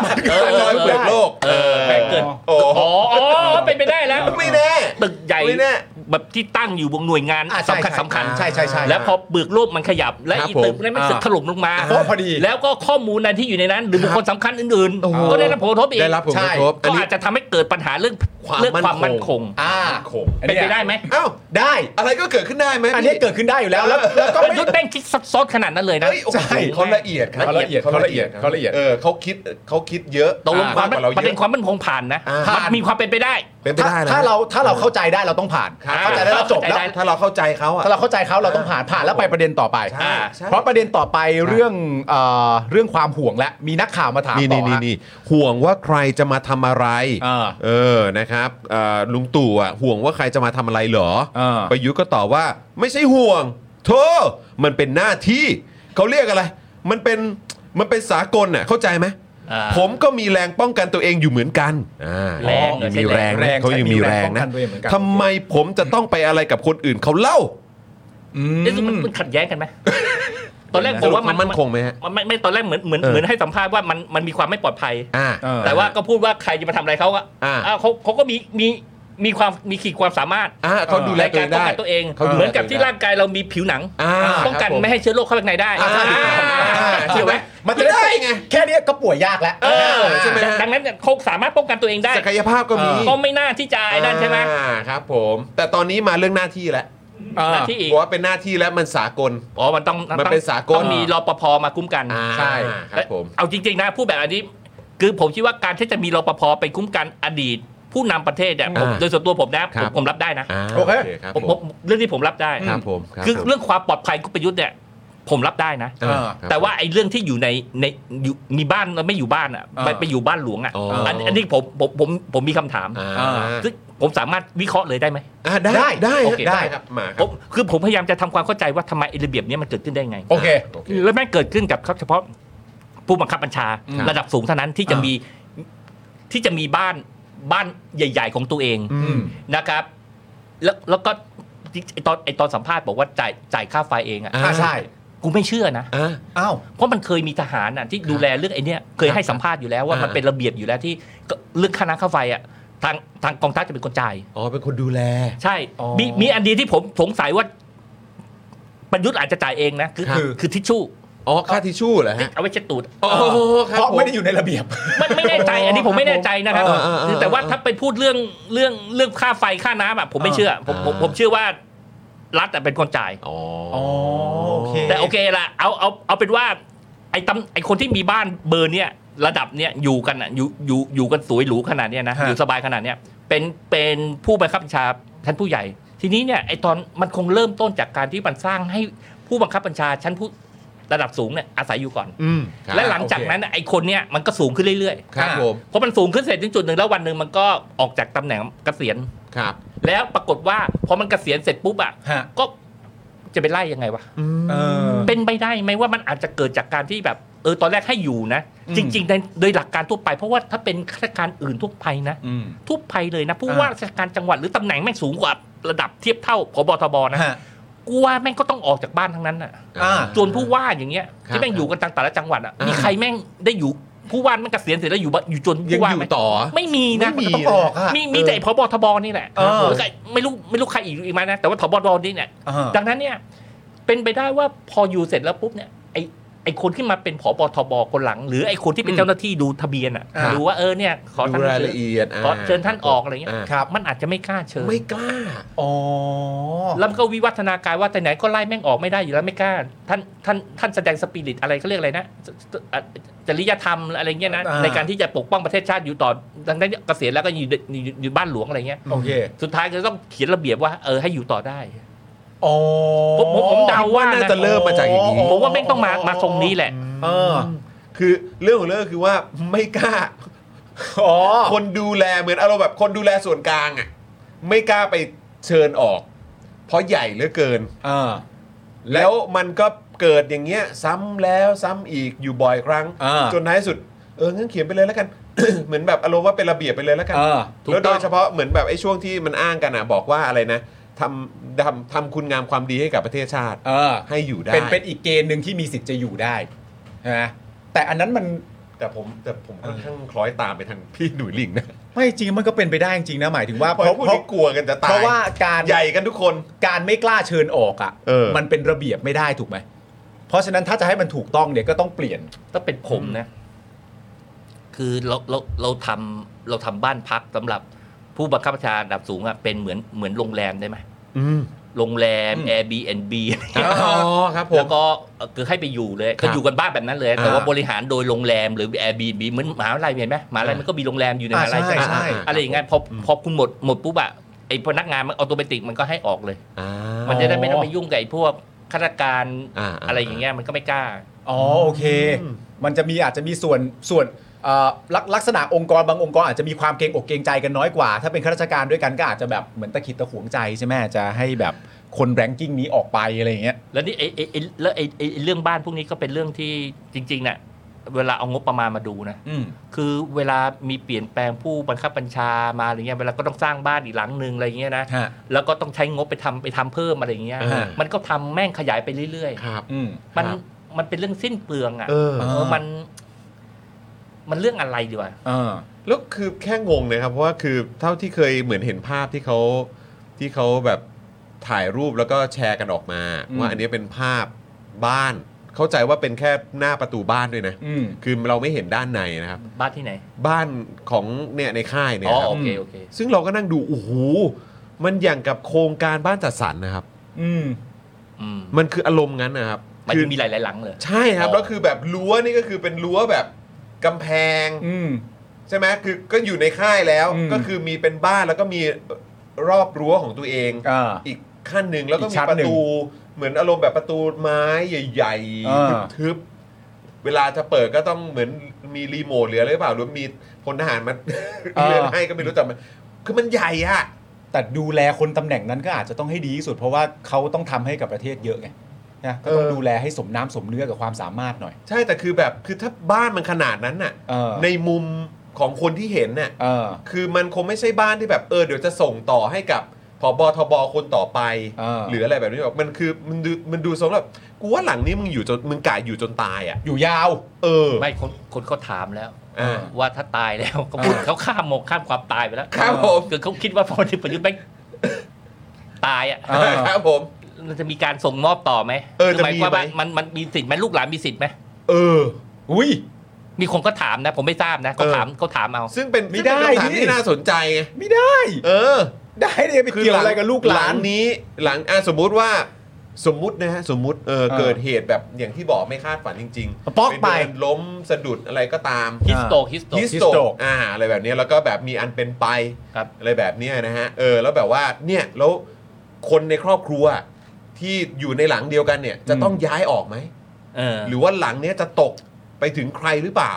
Speaker 3: มันก็
Speaker 1: เออ
Speaker 3: ล
Speaker 1: น้อ
Speaker 3: อ
Speaker 1: ย ยเป
Speaker 3: เป
Speaker 1: ลื
Speaker 3: ลือ
Speaker 1: อก ก
Speaker 3: โล
Speaker 1: โล
Speaker 3: ก
Speaker 1: ก
Speaker 5: เออแปลงเกิด
Speaker 1: โอ้
Speaker 5: อ๋ออ๋อเป็นไปได้แล้ว
Speaker 1: ไม่แน่
Speaker 5: ตึกใหญ่
Speaker 1: ไม่แน่
Speaker 5: แบบที่ตั้งอยู่บนหน่วยงาน
Speaker 3: อ่ะใช่
Speaker 5: สำคัญ
Speaker 3: ใช่
Speaker 5: สำคัญ
Speaker 3: ใช่ใช่ใช่
Speaker 5: แล้วพอเบือกโลกมันขยับ และ
Speaker 1: ครับ
Speaker 5: อี
Speaker 1: ผม
Speaker 5: ตึกนั้นมันสึก
Speaker 3: อ่า
Speaker 5: ถล่มลงมา
Speaker 3: เพราะพอดี
Speaker 5: แล้วก็ข้อมูลนั้นที่อยู่ในนั้น หรือบุคคลสำคัญอื่น
Speaker 1: โอ้โห
Speaker 5: ๆ ก็ได้รับผลกระทบอีก
Speaker 1: ได้รับผลกระทบ
Speaker 5: ก็
Speaker 1: อันนี้
Speaker 5: อาจจะทำให้เกิดปัญหาเรื่อง
Speaker 1: ความ
Speaker 5: เรื่องความ
Speaker 1: มั่
Speaker 5: มั่
Speaker 1: น
Speaker 5: น
Speaker 1: ค
Speaker 5: ค
Speaker 1: ง
Speaker 5: ง
Speaker 3: อ่า
Speaker 5: เป็นไปได้ไหม
Speaker 1: เอ้า
Speaker 3: ได้
Speaker 1: อะไรก็เกิดขึ้นได้ไหม
Speaker 3: อันนี้เกิดขึ้นได้อยู่แล้วแล้วแล้วก็
Speaker 5: ประ
Speaker 3: ไม่
Speaker 5: ยุทธ์แม่งคิดซับซ้อนขนาดนั้นเลยนะ
Speaker 1: เอ้ยโอ้โห
Speaker 3: ใช่
Speaker 1: เขาละเอียดครับ
Speaker 3: เขาละเอียดเขาละเอียดเขาละเอียด
Speaker 1: เออเขาคิดเขาคิดเยอะ
Speaker 5: ตกลงความ
Speaker 1: กกว่าเรา
Speaker 5: ประ
Speaker 1: เย
Speaker 5: เด็น
Speaker 1: อะ
Speaker 5: ความมั่นคงผ่านนะ
Speaker 1: อ่ามั
Speaker 5: นมีความเป็นไปได้
Speaker 1: เป็นไป
Speaker 3: ถ้า
Speaker 1: ได้นะ
Speaker 3: ถ้าเราถ้าเราเข้าใจได้เราต้องผ่าน
Speaker 1: ครับ
Speaker 3: เข้าใจได้แล้วจบแล้ว
Speaker 1: ถ้าเราเข้าใจเขาอ่ะ
Speaker 3: ถ้าเราเข้าใจเขาเราต้องผ่านผ่านแล้วไปประเด็นต่อไป
Speaker 1: ใช่ใช่
Speaker 3: เพราะประเด็นต่อไปเรื่องเอ่อเรื่องความห่วงและมีนักข่าวมาถาม
Speaker 1: นี่
Speaker 3: ต่
Speaker 1: นี่นี่
Speaker 3: อฮะ
Speaker 1: นี่ห่วงว่าใครจะมาทำอะไร
Speaker 3: เออ
Speaker 1: เออนะครับเอ่อลุงตู่อ่ะห่วงว่าใครจะมาทำอะไรเหรอ
Speaker 3: เออ
Speaker 1: ประยุทธ์ก็ตอบว่าไม่ใช่ห่วงโธ่มันเป็นหน้าที่เขาเรียกอะไร มันเป็นมันเป็นสากลน่ะเข้าใจไหม
Speaker 5: อ่า
Speaker 1: ผมก็มีแรงป้องกันตัวเองอยู่เหมือนกันอ่า
Speaker 5: แรงเหรอ
Speaker 1: ยังมี
Speaker 5: ใช่
Speaker 1: แร
Speaker 5: แรง ง
Speaker 1: นะเขายังมีแรงนะ
Speaker 3: ป้อกัตัวเองเหมือกั
Speaker 1: ทำไมผมจะต้องไปอะไรกับคนอื่นเขาเล่า
Speaker 5: เอ๊ะมันมันขัดแย้งกันไหมตอนแรก
Speaker 1: ส
Speaker 5: บอก
Speaker 1: รุป
Speaker 5: ว่า
Speaker 1: มั
Speaker 5: มัน น
Speaker 1: มั่นคงไหมฮะ
Speaker 5: มันไม่ไม่ตอนแรกเหมือนเหมือน
Speaker 1: เออ
Speaker 5: เหมือนให้สัมภาษณ์ว่ามันมันมีความไม่ปลอดภัย
Speaker 1: อ่า
Speaker 3: เออ
Speaker 5: แต่ว่าก็พูดว่าใครจะมาทำอะไรเขาก็
Speaker 1: อ่า
Speaker 5: อ้าวเขาเขาก็มีมีมีความมีขีดความสามารถ
Speaker 1: อ่าเขาดูแล
Speaker 5: ใน
Speaker 1: ตัวเอ
Speaker 5: การง ป้อง
Speaker 1: ได้
Speaker 5: กันตัวเอง
Speaker 1: ขาดูแล
Speaker 5: เหมือนกับที่
Speaker 1: ตัวเงได้
Speaker 5: ร่างกายเรามีผิวหนัง
Speaker 1: อ่า
Speaker 5: ป้องกัน
Speaker 1: ครับผม
Speaker 5: ไม่ให้เชื้อโรคเข้าไปข้างในได้
Speaker 1: อ่า
Speaker 5: อ่า
Speaker 1: ใช่
Speaker 5: ใช่
Speaker 1: ไห
Speaker 5: ไห
Speaker 1: ม
Speaker 5: ม
Speaker 3: มันจะได้ไง แค่เนี้ยก็ป่วยยากแล้ว
Speaker 5: เออ
Speaker 1: ใช่ไหมฮะ
Speaker 5: ดังนั้นเนี่ยเขาสามารถป้องกันตัวเองได้
Speaker 1: ศักยภาพก็มี
Speaker 5: ก็ไม่น่าที่จะไอ้นั่นใช่ไหม
Speaker 1: อ่าครับผม แต่ตอนนี้มาเรื่องหน้าที่แล้ว
Speaker 5: หน้าที่อีก
Speaker 1: เพราะว่าเป็นหน้าที่แล้วมันสากล
Speaker 5: อ๋อมันต้อง
Speaker 1: มันเป็นสากล
Speaker 5: ต้องมีรปภมาคุ้มกัน
Speaker 1: อ่า
Speaker 5: ใช่
Speaker 1: ครับผม
Speaker 5: เอาจริงๆนะพูดแบบอันนี้ คือผมคิดว่าการที่จะมีรปภไปคุ้มกันอดีต ผู้นำประเทศเนี่ยผม
Speaker 1: อ่า
Speaker 5: โดยส่วนตัวผมนะผม
Speaker 1: ครับ
Speaker 5: ผมรับได้นะ
Speaker 1: อ่า
Speaker 3: โอเค
Speaker 1: ครับ
Speaker 5: ผม
Speaker 1: ผ
Speaker 5: ผม มเรื่องที่ผมรับได้
Speaker 1: ครับผมรับ
Speaker 5: คือ
Speaker 1: ผม
Speaker 5: เรื่องความปลอดภัยคุณประยุทธ์เนี่ยผมรับได้นะ
Speaker 1: อ่า
Speaker 5: แต่ว่าไอ้เรื่องที่อยู่ในในอยู่มีบ้านแล้วไม่อยู่บ้านอ่ะไป
Speaker 3: อ่า
Speaker 5: ไปอยู่บ้านหลวงอ่ะ
Speaker 1: อ๋อ
Speaker 5: อันอันนี้ผมผมผมผมมีคำถาม
Speaker 1: อ่า
Speaker 5: ซึ่งผมสามารถวิเคราะห์เลยได้ไหม
Speaker 1: อ่าได้
Speaker 3: ได้
Speaker 1: ได้
Speaker 5: โอเค
Speaker 1: ได้ครับมาค
Speaker 5: ผ
Speaker 1: รับ
Speaker 5: มคือผมพยายามจะทำความเข้าใจว่าทำไมไอ้ระเบียบเนี้ยมันเกิดขึ้นได้ไง
Speaker 3: โอเค
Speaker 1: โอเค
Speaker 5: แล้วแม่งเกิดขึ้นกับเฉพาะผู้บังคับบัญชา
Speaker 1: อืม
Speaker 5: ระดับสูงเท่านั้นที่จะ
Speaker 3: อ่ามี
Speaker 5: มีที่จะมีบ้านบ้านใหญ่ ๆ ของตัวเอง
Speaker 3: อืม
Speaker 5: นะครับ แล้วแล้วก็ไอตอนไอตอนสัมภาษณ์บอกว่าจ่ายจ่ายค่าไฟเองอ่ะ
Speaker 1: อ่า
Speaker 3: อ่าใช่
Speaker 5: กูไม่เชื่อนะ
Speaker 1: อ่า
Speaker 3: อ้าว
Speaker 5: เพราะมันเคยมีทหารอ่ะที่ดูแลเรื่องไอ้เนี่ยเคยให้สัมภาษณ์อยู่แล้วว่า
Speaker 1: อ่ามั
Speaker 5: มันเป็นระเบียบอยู่แล้วที่ก็เรื่องค่าน้ำค่าไฟอ่ะทางทางกองทัพจะเป็นคนจ่าย
Speaker 1: อ๋อเป็นคนดูแล
Speaker 5: ใช่
Speaker 3: อ๋อ
Speaker 5: มีมีอันเดียวที่ผมสงสัยว่าประยุทธ์อาจจะจ่ายเองนะคือ
Speaker 1: ครับ
Speaker 5: คือคือทิชชู่
Speaker 1: อ๋อค่าทิชชู่เหรอ
Speaker 5: ที่
Speaker 1: ฮะ
Speaker 5: เอาไว้เช็ดตูด
Speaker 1: อ๋อครับ
Speaker 3: เพราะ
Speaker 1: ผม
Speaker 3: ไม่ได้อยู่ในระเบียบ
Speaker 5: มันไม่แน่ใจอันนี้ผมไม่แน่ใจนะครับ
Speaker 1: เออเออเออ
Speaker 5: คือแต่ว่าถ้าไปพูดเรื่องเรื่องเรื่องค่าไฟค่าน้ำอ่ะผมไม่เชื่อผมผม
Speaker 1: อ่า
Speaker 5: ผมเชื่อว่ารัฐแต่เป็นคนจ่าย
Speaker 1: อ๋อ
Speaker 3: โอเค
Speaker 5: แต่โอเคละเอาเอาเอาเป็นว่า ไอ้ตำไอ้คนที่มีบ้านเบอร์เนี้ยระดับเนี้ยอยู่กันอ่ะอยู่อยู่อยู่กันสวยหรูขนาดเนี้ยนะ
Speaker 3: ฮะ
Speaker 5: อยู่สบายขนาดเนี้ยเป็นเป็นผู้บังคับบัญชาชั้นผู้ใหญ่ ทีนี้เนี่ยไอ้ตอนมันคงเริ่มต้นจากการที่มันสร้างให้ผู้บังคับบัญชาชั้นผู้ระดับสูงเนี่ยอาศัยอยู่ก่อน
Speaker 3: อืม
Speaker 1: ครับ
Speaker 5: และหลังจากนั้นน่ะไอ้คนเนี่ยมันก็สูงขึ้นเรื่อยๆ
Speaker 1: ครับผม
Speaker 5: พอมันสูงขึ้นเสร็จถึงจุดหนึ่งแล้ววันหนึ่งมันก็ออกจากตำแหน่งเกษียณ
Speaker 1: ครับ
Speaker 5: แล้วปรากฏว่าพอมันเกษียณเสร็จปุ๊บอ่ะ
Speaker 3: ฮะ
Speaker 5: ก็จะไปไล่ยังไงวะ
Speaker 3: เออ
Speaker 5: เป็นไปได้ไหมว่ามันอาจจะเกิดจากการที่แบบเออตอนแรกให้อยู่นะ
Speaker 3: อืม
Speaker 5: จริง ๆ ในโดยหลักการทั่วไปเพราะว่าถ้าเป็นข้าราชการอื่นทั่วไปนะ
Speaker 3: อืม
Speaker 5: ทั่วไปเลยนะผู้ว่า
Speaker 3: อ่า
Speaker 5: ราชการจังหวัดหรือตำแหน่งแม่งสูงกว่าระดับเทียบเท่าพบทบนะ
Speaker 3: ฮะ
Speaker 5: กูว่าแม่งก็ต้องออกจากบ้านทั้งนั้นอ่ะ
Speaker 3: อ่า
Speaker 5: ส่วนผู้ว่าอย่างเงี้ย
Speaker 1: ครับ
Speaker 5: ที่แม่งอยู่กันต่างแต่ละจังหวัดอ่ะ
Speaker 1: อ่ามี
Speaker 5: มีใครแม่งได้อยู่ผู้ว่าแม่งเกษียณเสร็จแล้วอยู่บ้านอยู่จน
Speaker 1: ยัง
Speaker 5: ผู้ว่า
Speaker 1: อยู่
Speaker 5: ไหม
Speaker 1: ต่อ
Speaker 5: ไม่มีนะ
Speaker 3: ไม่มีมันต้องออกอะ
Speaker 5: มีมีแต่พบทบนี่แหละ
Speaker 3: เออ
Speaker 5: แล้วก็ไม่รู้ไม่รู้ใครอีกอีกไหมนะ แต่ว่าพบทนี่เนี่ย
Speaker 3: อ่า
Speaker 5: ดังนั้นเนี่ย เป็นไปได้ว่าพออยู่เสร็จแล้วปุ๊บเนี่ยไอไอคนที่มาเป็นผบทบคนหลัง หรือไอคนที่เป็นเจ้าหน้าที่ดูทะเบียนอ่ะ
Speaker 1: อ่า
Speaker 5: ดูว่าเออเนี่ย ขอ
Speaker 1: ดู
Speaker 5: ท่าน
Speaker 1: ราย
Speaker 5: เชิญ
Speaker 1: ละเอียด
Speaker 5: ขอเชิญท่านออกอะไรเงี้ย
Speaker 1: า
Speaker 3: ครับ
Speaker 5: มันอาจจะไม่กล้าเชิญ
Speaker 1: ไม่กล้า
Speaker 3: อ๋อ
Speaker 5: แล้วมันก็วิวัฒนาการว่าแต่ไหนก็ไล่แม่งออกไม่ได้อยู่แล้วไม่กล้าท่านท่านท่านแสดงสปิริตอะไรเขาเรียกอะไรนะจจจริยธรรมอะไรเงี้ยนะ
Speaker 3: อ่า
Speaker 5: ในการที่จะปกป้องประเทศชาติอยู่ต่อดังนั้นเนี่ยเกษียณแล้วก็อยู่อยู่อยู่บ้านหลวงอะไรเงี้ย
Speaker 3: โอเค
Speaker 5: สุดท้ายก็ต้องเขียนระเบียบว่าเออให้อยู่ต่อได้
Speaker 3: อ๋อ
Speaker 5: ผมผมผมเดาว่า
Speaker 1: น่า
Speaker 5: นะ
Speaker 1: จะเริ่มมาจากอย่างนี้
Speaker 5: ผมว่าแม่งต้องมามาทรงนี้แหละ
Speaker 3: เออ
Speaker 1: คือเรื่องของเรื่องคือว่าไม่กล้า
Speaker 3: อ๋อ
Speaker 1: คนดูแลเหมือนอารมณ์แบบคนดูแลส่วนกลางอ่ะไม่กล้าไปเชิญออก เพราะใหญ่เหลือเกิน
Speaker 3: เออ
Speaker 1: แล้วมันก็เกิดอย่างเงี้ย ซ้ำแล้วซ้ำอีกอยู่บ่อยครั้ง
Speaker 3: อ่า
Speaker 1: จนในที่สุดเอองั้นเขียนไปเลยแล้วกัน [coughs] เหมือนแบบอารมณ์ว่าเป็นระเบียบไปเลยแล้วกัน
Speaker 3: เออ
Speaker 5: ถูก
Speaker 1: แล้วโด
Speaker 5: ต้อย ง
Speaker 1: เฉพาะเหมือนแบบไอ้ช่วงที่มันอ้างกันอ่ะบอกว่าอะไรนะทำทำทำคุณงามความดีให้กับประเทศชาติ
Speaker 3: เออ
Speaker 1: ให้อยู่ได้
Speaker 3: เป็นเป็นอีกเกณฑ์หนึ่งที่มีสิทธิ์จะอยู่ได้ใช่ไหมแต่อันนั้นมัน
Speaker 1: แต่ผมแต่ผมค่อนข้างคล้อยตามไปทาง [laughs] พี่หนุ่ยลิงนะ
Speaker 3: ไม่จริงมันก็เป็นไปได้จริงนะหมายถึงว่า
Speaker 1: เพราะพวกนี้กลัวกันจะตาย
Speaker 3: เพราะว่าการ
Speaker 1: ใหญ่กันทุกคน
Speaker 3: การไม่กล้าเชิญออกอ่ะ
Speaker 1: เออ
Speaker 3: มันเป็นระเบียบไม่ได้ถูกไหมเพราะฉะนั้นถ้าจะให้มันถูกต้องเนี่ยก็ต้องเปลี่ยน
Speaker 5: ถ้าเป็นผมนะ คือเราเราเราทำเราทำบ้านพักสำหรับผู้บังคับบัญชาระดับสูงอะเป็นเหมือนเหมือนโรงแรมได้ไหมโรงแรม
Speaker 3: อืม
Speaker 5: Airbnb
Speaker 1: อ๋อครับผม
Speaker 5: แล้วก็เอ่อคือให้ไปอยู่เลย
Speaker 1: ครั
Speaker 5: ก็
Speaker 1: บ
Speaker 5: อยู่กันบ้านแบบนั้นเลย แต่
Speaker 1: อ่า
Speaker 5: ว่าบริหารโดยโรงแรมหรือ Airbnb เหมือนมหาวิทยาลัยเห็นไหมมหาวิทยาลัยมันก็มีโรงแรมอยู่ในมหาวิทยาลัย
Speaker 3: อ่า
Speaker 5: ใช่ไหม
Speaker 3: ใช่
Speaker 1: ใช่
Speaker 5: อะไรอย่างเงี้ยพอพอคุณหมดหมดปุ๊บอะไอพนักงานมันออโตเมติกมันก็ให้ออกเลย
Speaker 1: อ่า
Speaker 5: มันจะได้ไม่ต้องไปยุ่งกับไอ้พวกข้าราชการ
Speaker 1: อ่าอ่า
Speaker 5: อะไรอย่างเงี้ยมันก็ไม่กล้า
Speaker 3: อ๋อโอเค มันจะมีอาจจะมีส่วนส่วนเอ่อลักลักษณะองค์กรบางองค์กรอาจจะมีความเกรงอกเกรงใจกันน้อยกว่า ถ้าเป็นข้าราชการด้วยกันก็อาจจะแบบเหมือนตะขิดตะขวงใจใช่ไหมจะให้แบบคนแรงกิ้งนี้ออกไปอะไรอย่างเงี้ย
Speaker 5: แล้วนี่ไอ้ไอ้ไอ้แล้วไอ้ไอ้ไอ้เรื่องบ้านพวกนี้ก็เป็นเรื่องที่จริงๆเนี่ยเวลาเอางบประมาณมาดูนะ
Speaker 3: อืม
Speaker 5: คือเวลามีเปลี่ยนแปลงผู้บังคับบัญชามาอะไรเงี้ยเวลาก็ต้องสร้างบ้านอีกหลังหนึ่งอะไรเงี้ยนะ
Speaker 3: ฮะ
Speaker 5: แล้วก็ต้องใช้งบไปทำไปทำเพิ่มอะไรเงี้ย
Speaker 1: อ่า
Speaker 5: มันก็ทำแม่งขยายไปเรื่อย
Speaker 1: ครับ
Speaker 3: อืม
Speaker 5: ๆ มัน
Speaker 1: ครับ
Speaker 5: มันเป็นเรื่องสิ้นเปลืองอ่ะ
Speaker 1: เออ
Speaker 5: เออมัน มันเรื่องอะไรดีวะ
Speaker 3: เออ
Speaker 1: แล้วคือแค่งงนะครับ เพราะว่าคือเท่าที่เคยเหมือนเห็นภาพที่เขาที่เขาแบบถ่ายรูปแล้วก็แชร์กันออกมา
Speaker 3: อืม
Speaker 1: ว่าอันเนี้ยเป็นภาพบ้าน เข้าใจว่าเป็นแค่หน้าประตูบ้านด้วยนะ
Speaker 3: อืม
Speaker 1: คือเราไม่เห็นด้านในนะครับ
Speaker 5: บ้านที่ไหน
Speaker 1: บ้านของเนี่ยในค่ายเนี่ย
Speaker 5: อ๋อ
Speaker 1: ครั
Speaker 5: โอบ เคโอเค
Speaker 1: ซึ่งเราก็นั่งดูโอ้โหมันอย่างกับโครงการบ้านจัดสรรนะครับ
Speaker 3: อืม
Speaker 5: อืม
Speaker 1: มันคืออารมณ์งั้นนะครับ
Speaker 5: มัน
Speaker 1: คือ
Speaker 5: มีหลายๆหลังเลย
Speaker 1: ใช่ครับ
Speaker 5: อ๋อ
Speaker 1: แล้วคือแบบรั้วนี่ก็คือเป็นรั้วแบบ กำแพง
Speaker 3: อืม
Speaker 1: ใช่ไหมคือก็อยู่ในค่ายแล้ว
Speaker 3: อืม
Speaker 1: ก็คือมีเป็นบ้านแล้วก็มีรอบรั้วของตัวเอง
Speaker 3: อ่า
Speaker 1: อีกขั้นหนึ่งแล้วก็
Speaker 3: อีก
Speaker 1: มี
Speaker 3: ชั้น
Speaker 1: ประ
Speaker 3: หนึ่ง
Speaker 1: ตูเหมือนอารมณ์แบบประตูไม้ใหญ่
Speaker 3: อ่า
Speaker 1: ๆทึบๆเวลาจะเปิดก็ต้องเหมือนมีรีโมทหรืออะไรหรือเปล่าหรือมีพลทหาร [laughs] มา เลื่อนให้ก็ไม่รู้แต่มันคือมันใหญ่อะ
Speaker 3: แต่ดูแลคนตำแหน่งนั้นก็อาจจะต้องให้ดีที่สุด เพราะว่าเขาต้องทำให้กับประเทศเยอะไงนะก็ต้องดูแลให้สมน้ำสมเนื้อกับความสามารถหน่อย
Speaker 1: ใช่แต่คือแบบคือถ้าบ้านมันขนาดนั้นน่ะ
Speaker 3: เออ
Speaker 1: ในมุมของคนที่เห็นน่ะ
Speaker 3: เออ
Speaker 1: คือมันคงไม่ใช่บ้านที่แบบเออเดี๋ยวจะส่งต่อให้กับผบทบคนต่อไป
Speaker 3: เออ
Speaker 1: หรืออะไรแบบนี้แบบมันคือมันดูมันดูทรงแบบกูว่าหลังนี้มึงอยู่จนมึงกะอยู่จนตายอ่ะ
Speaker 3: อยู่ยาว
Speaker 1: เออ
Speaker 5: ไม่คนคนเขาถามแล้ว
Speaker 1: อ่า
Speaker 5: ว่าถ้าตายแล้ว [laughs] เขาพูด
Speaker 3: อ่า
Speaker 5: เขาข้ามมองข้ามความตายไปแล้ว
Speaker 1: ครับผม
Speaker 5: คือเขาคิดว่าพอถึงประยุทธ์แม่งตายอ่ะ
Speaker 3: เออ
Speaker 1: ครับผม
Speaker 5: มันจะมีการส่งมอบต่อไหม
Speaker 1: เออ
Speaker 5: คืหมายควา
Speaker 1: จะมี
Speaker 5: ม
Speaker 1: ไหม
Speaker 5: ว่ามันมันมีสิทธิ์ไหมลูกหลานมีสิทธิ์ไหม
Speaker 1: เออ
Speaker 3: อุ้ย
Speaker 5: มีคนก็ถามนะ ผมไม่ทราบนะเขาถามเขาถามเอา
Speaker 1: ซึ่งเป็น
Speaker 3: ไม่ได้
Speaker 1: ซึ่งเป็นคำถาม
Speaker 3: ดิ
Speaker 1: ที่น่าสนใจไง
Speaker 3: ไม่ได้
Speaker 1: เออ
Speaker 3: ได้เนี่ยไปเกี่ยวอะไรกับลูกหลาน
Speaker 1: งนี้หลังอ่ะสมมุติว่า สมมุตินะฮะสมมุติเออ
Speaker 3: เออ
Speaker 1: เกิดเหตุแบบอย่างที่บอกไม่คาดฝันจริงๆ
Speaker 3: ป๊อกไป
Speaker 1: เนเดินล้มสะดุดอะไรก็ตาม
Speaker 5: ฮิสโตกฮิสโตก
Speaker 1: ฮิสโตกอ่าอะไรแบบนี้แล้วก็แบบมีอันเป็นไป
Speaker 5: ครับ
Speaker 1: อะไรแบบเนี้ยนะฮะเออแล้วแบบว่าเนี่ยแล้วคนในครอบครัวที่อยู่ในหลังเดียวกันเนี่ย จะต้องย้ายออกไหม
Speaker 5: เออ
Speaker 1: หรือว่าหลังเนี้ยจะตกไปถึงใครหรือเปล่า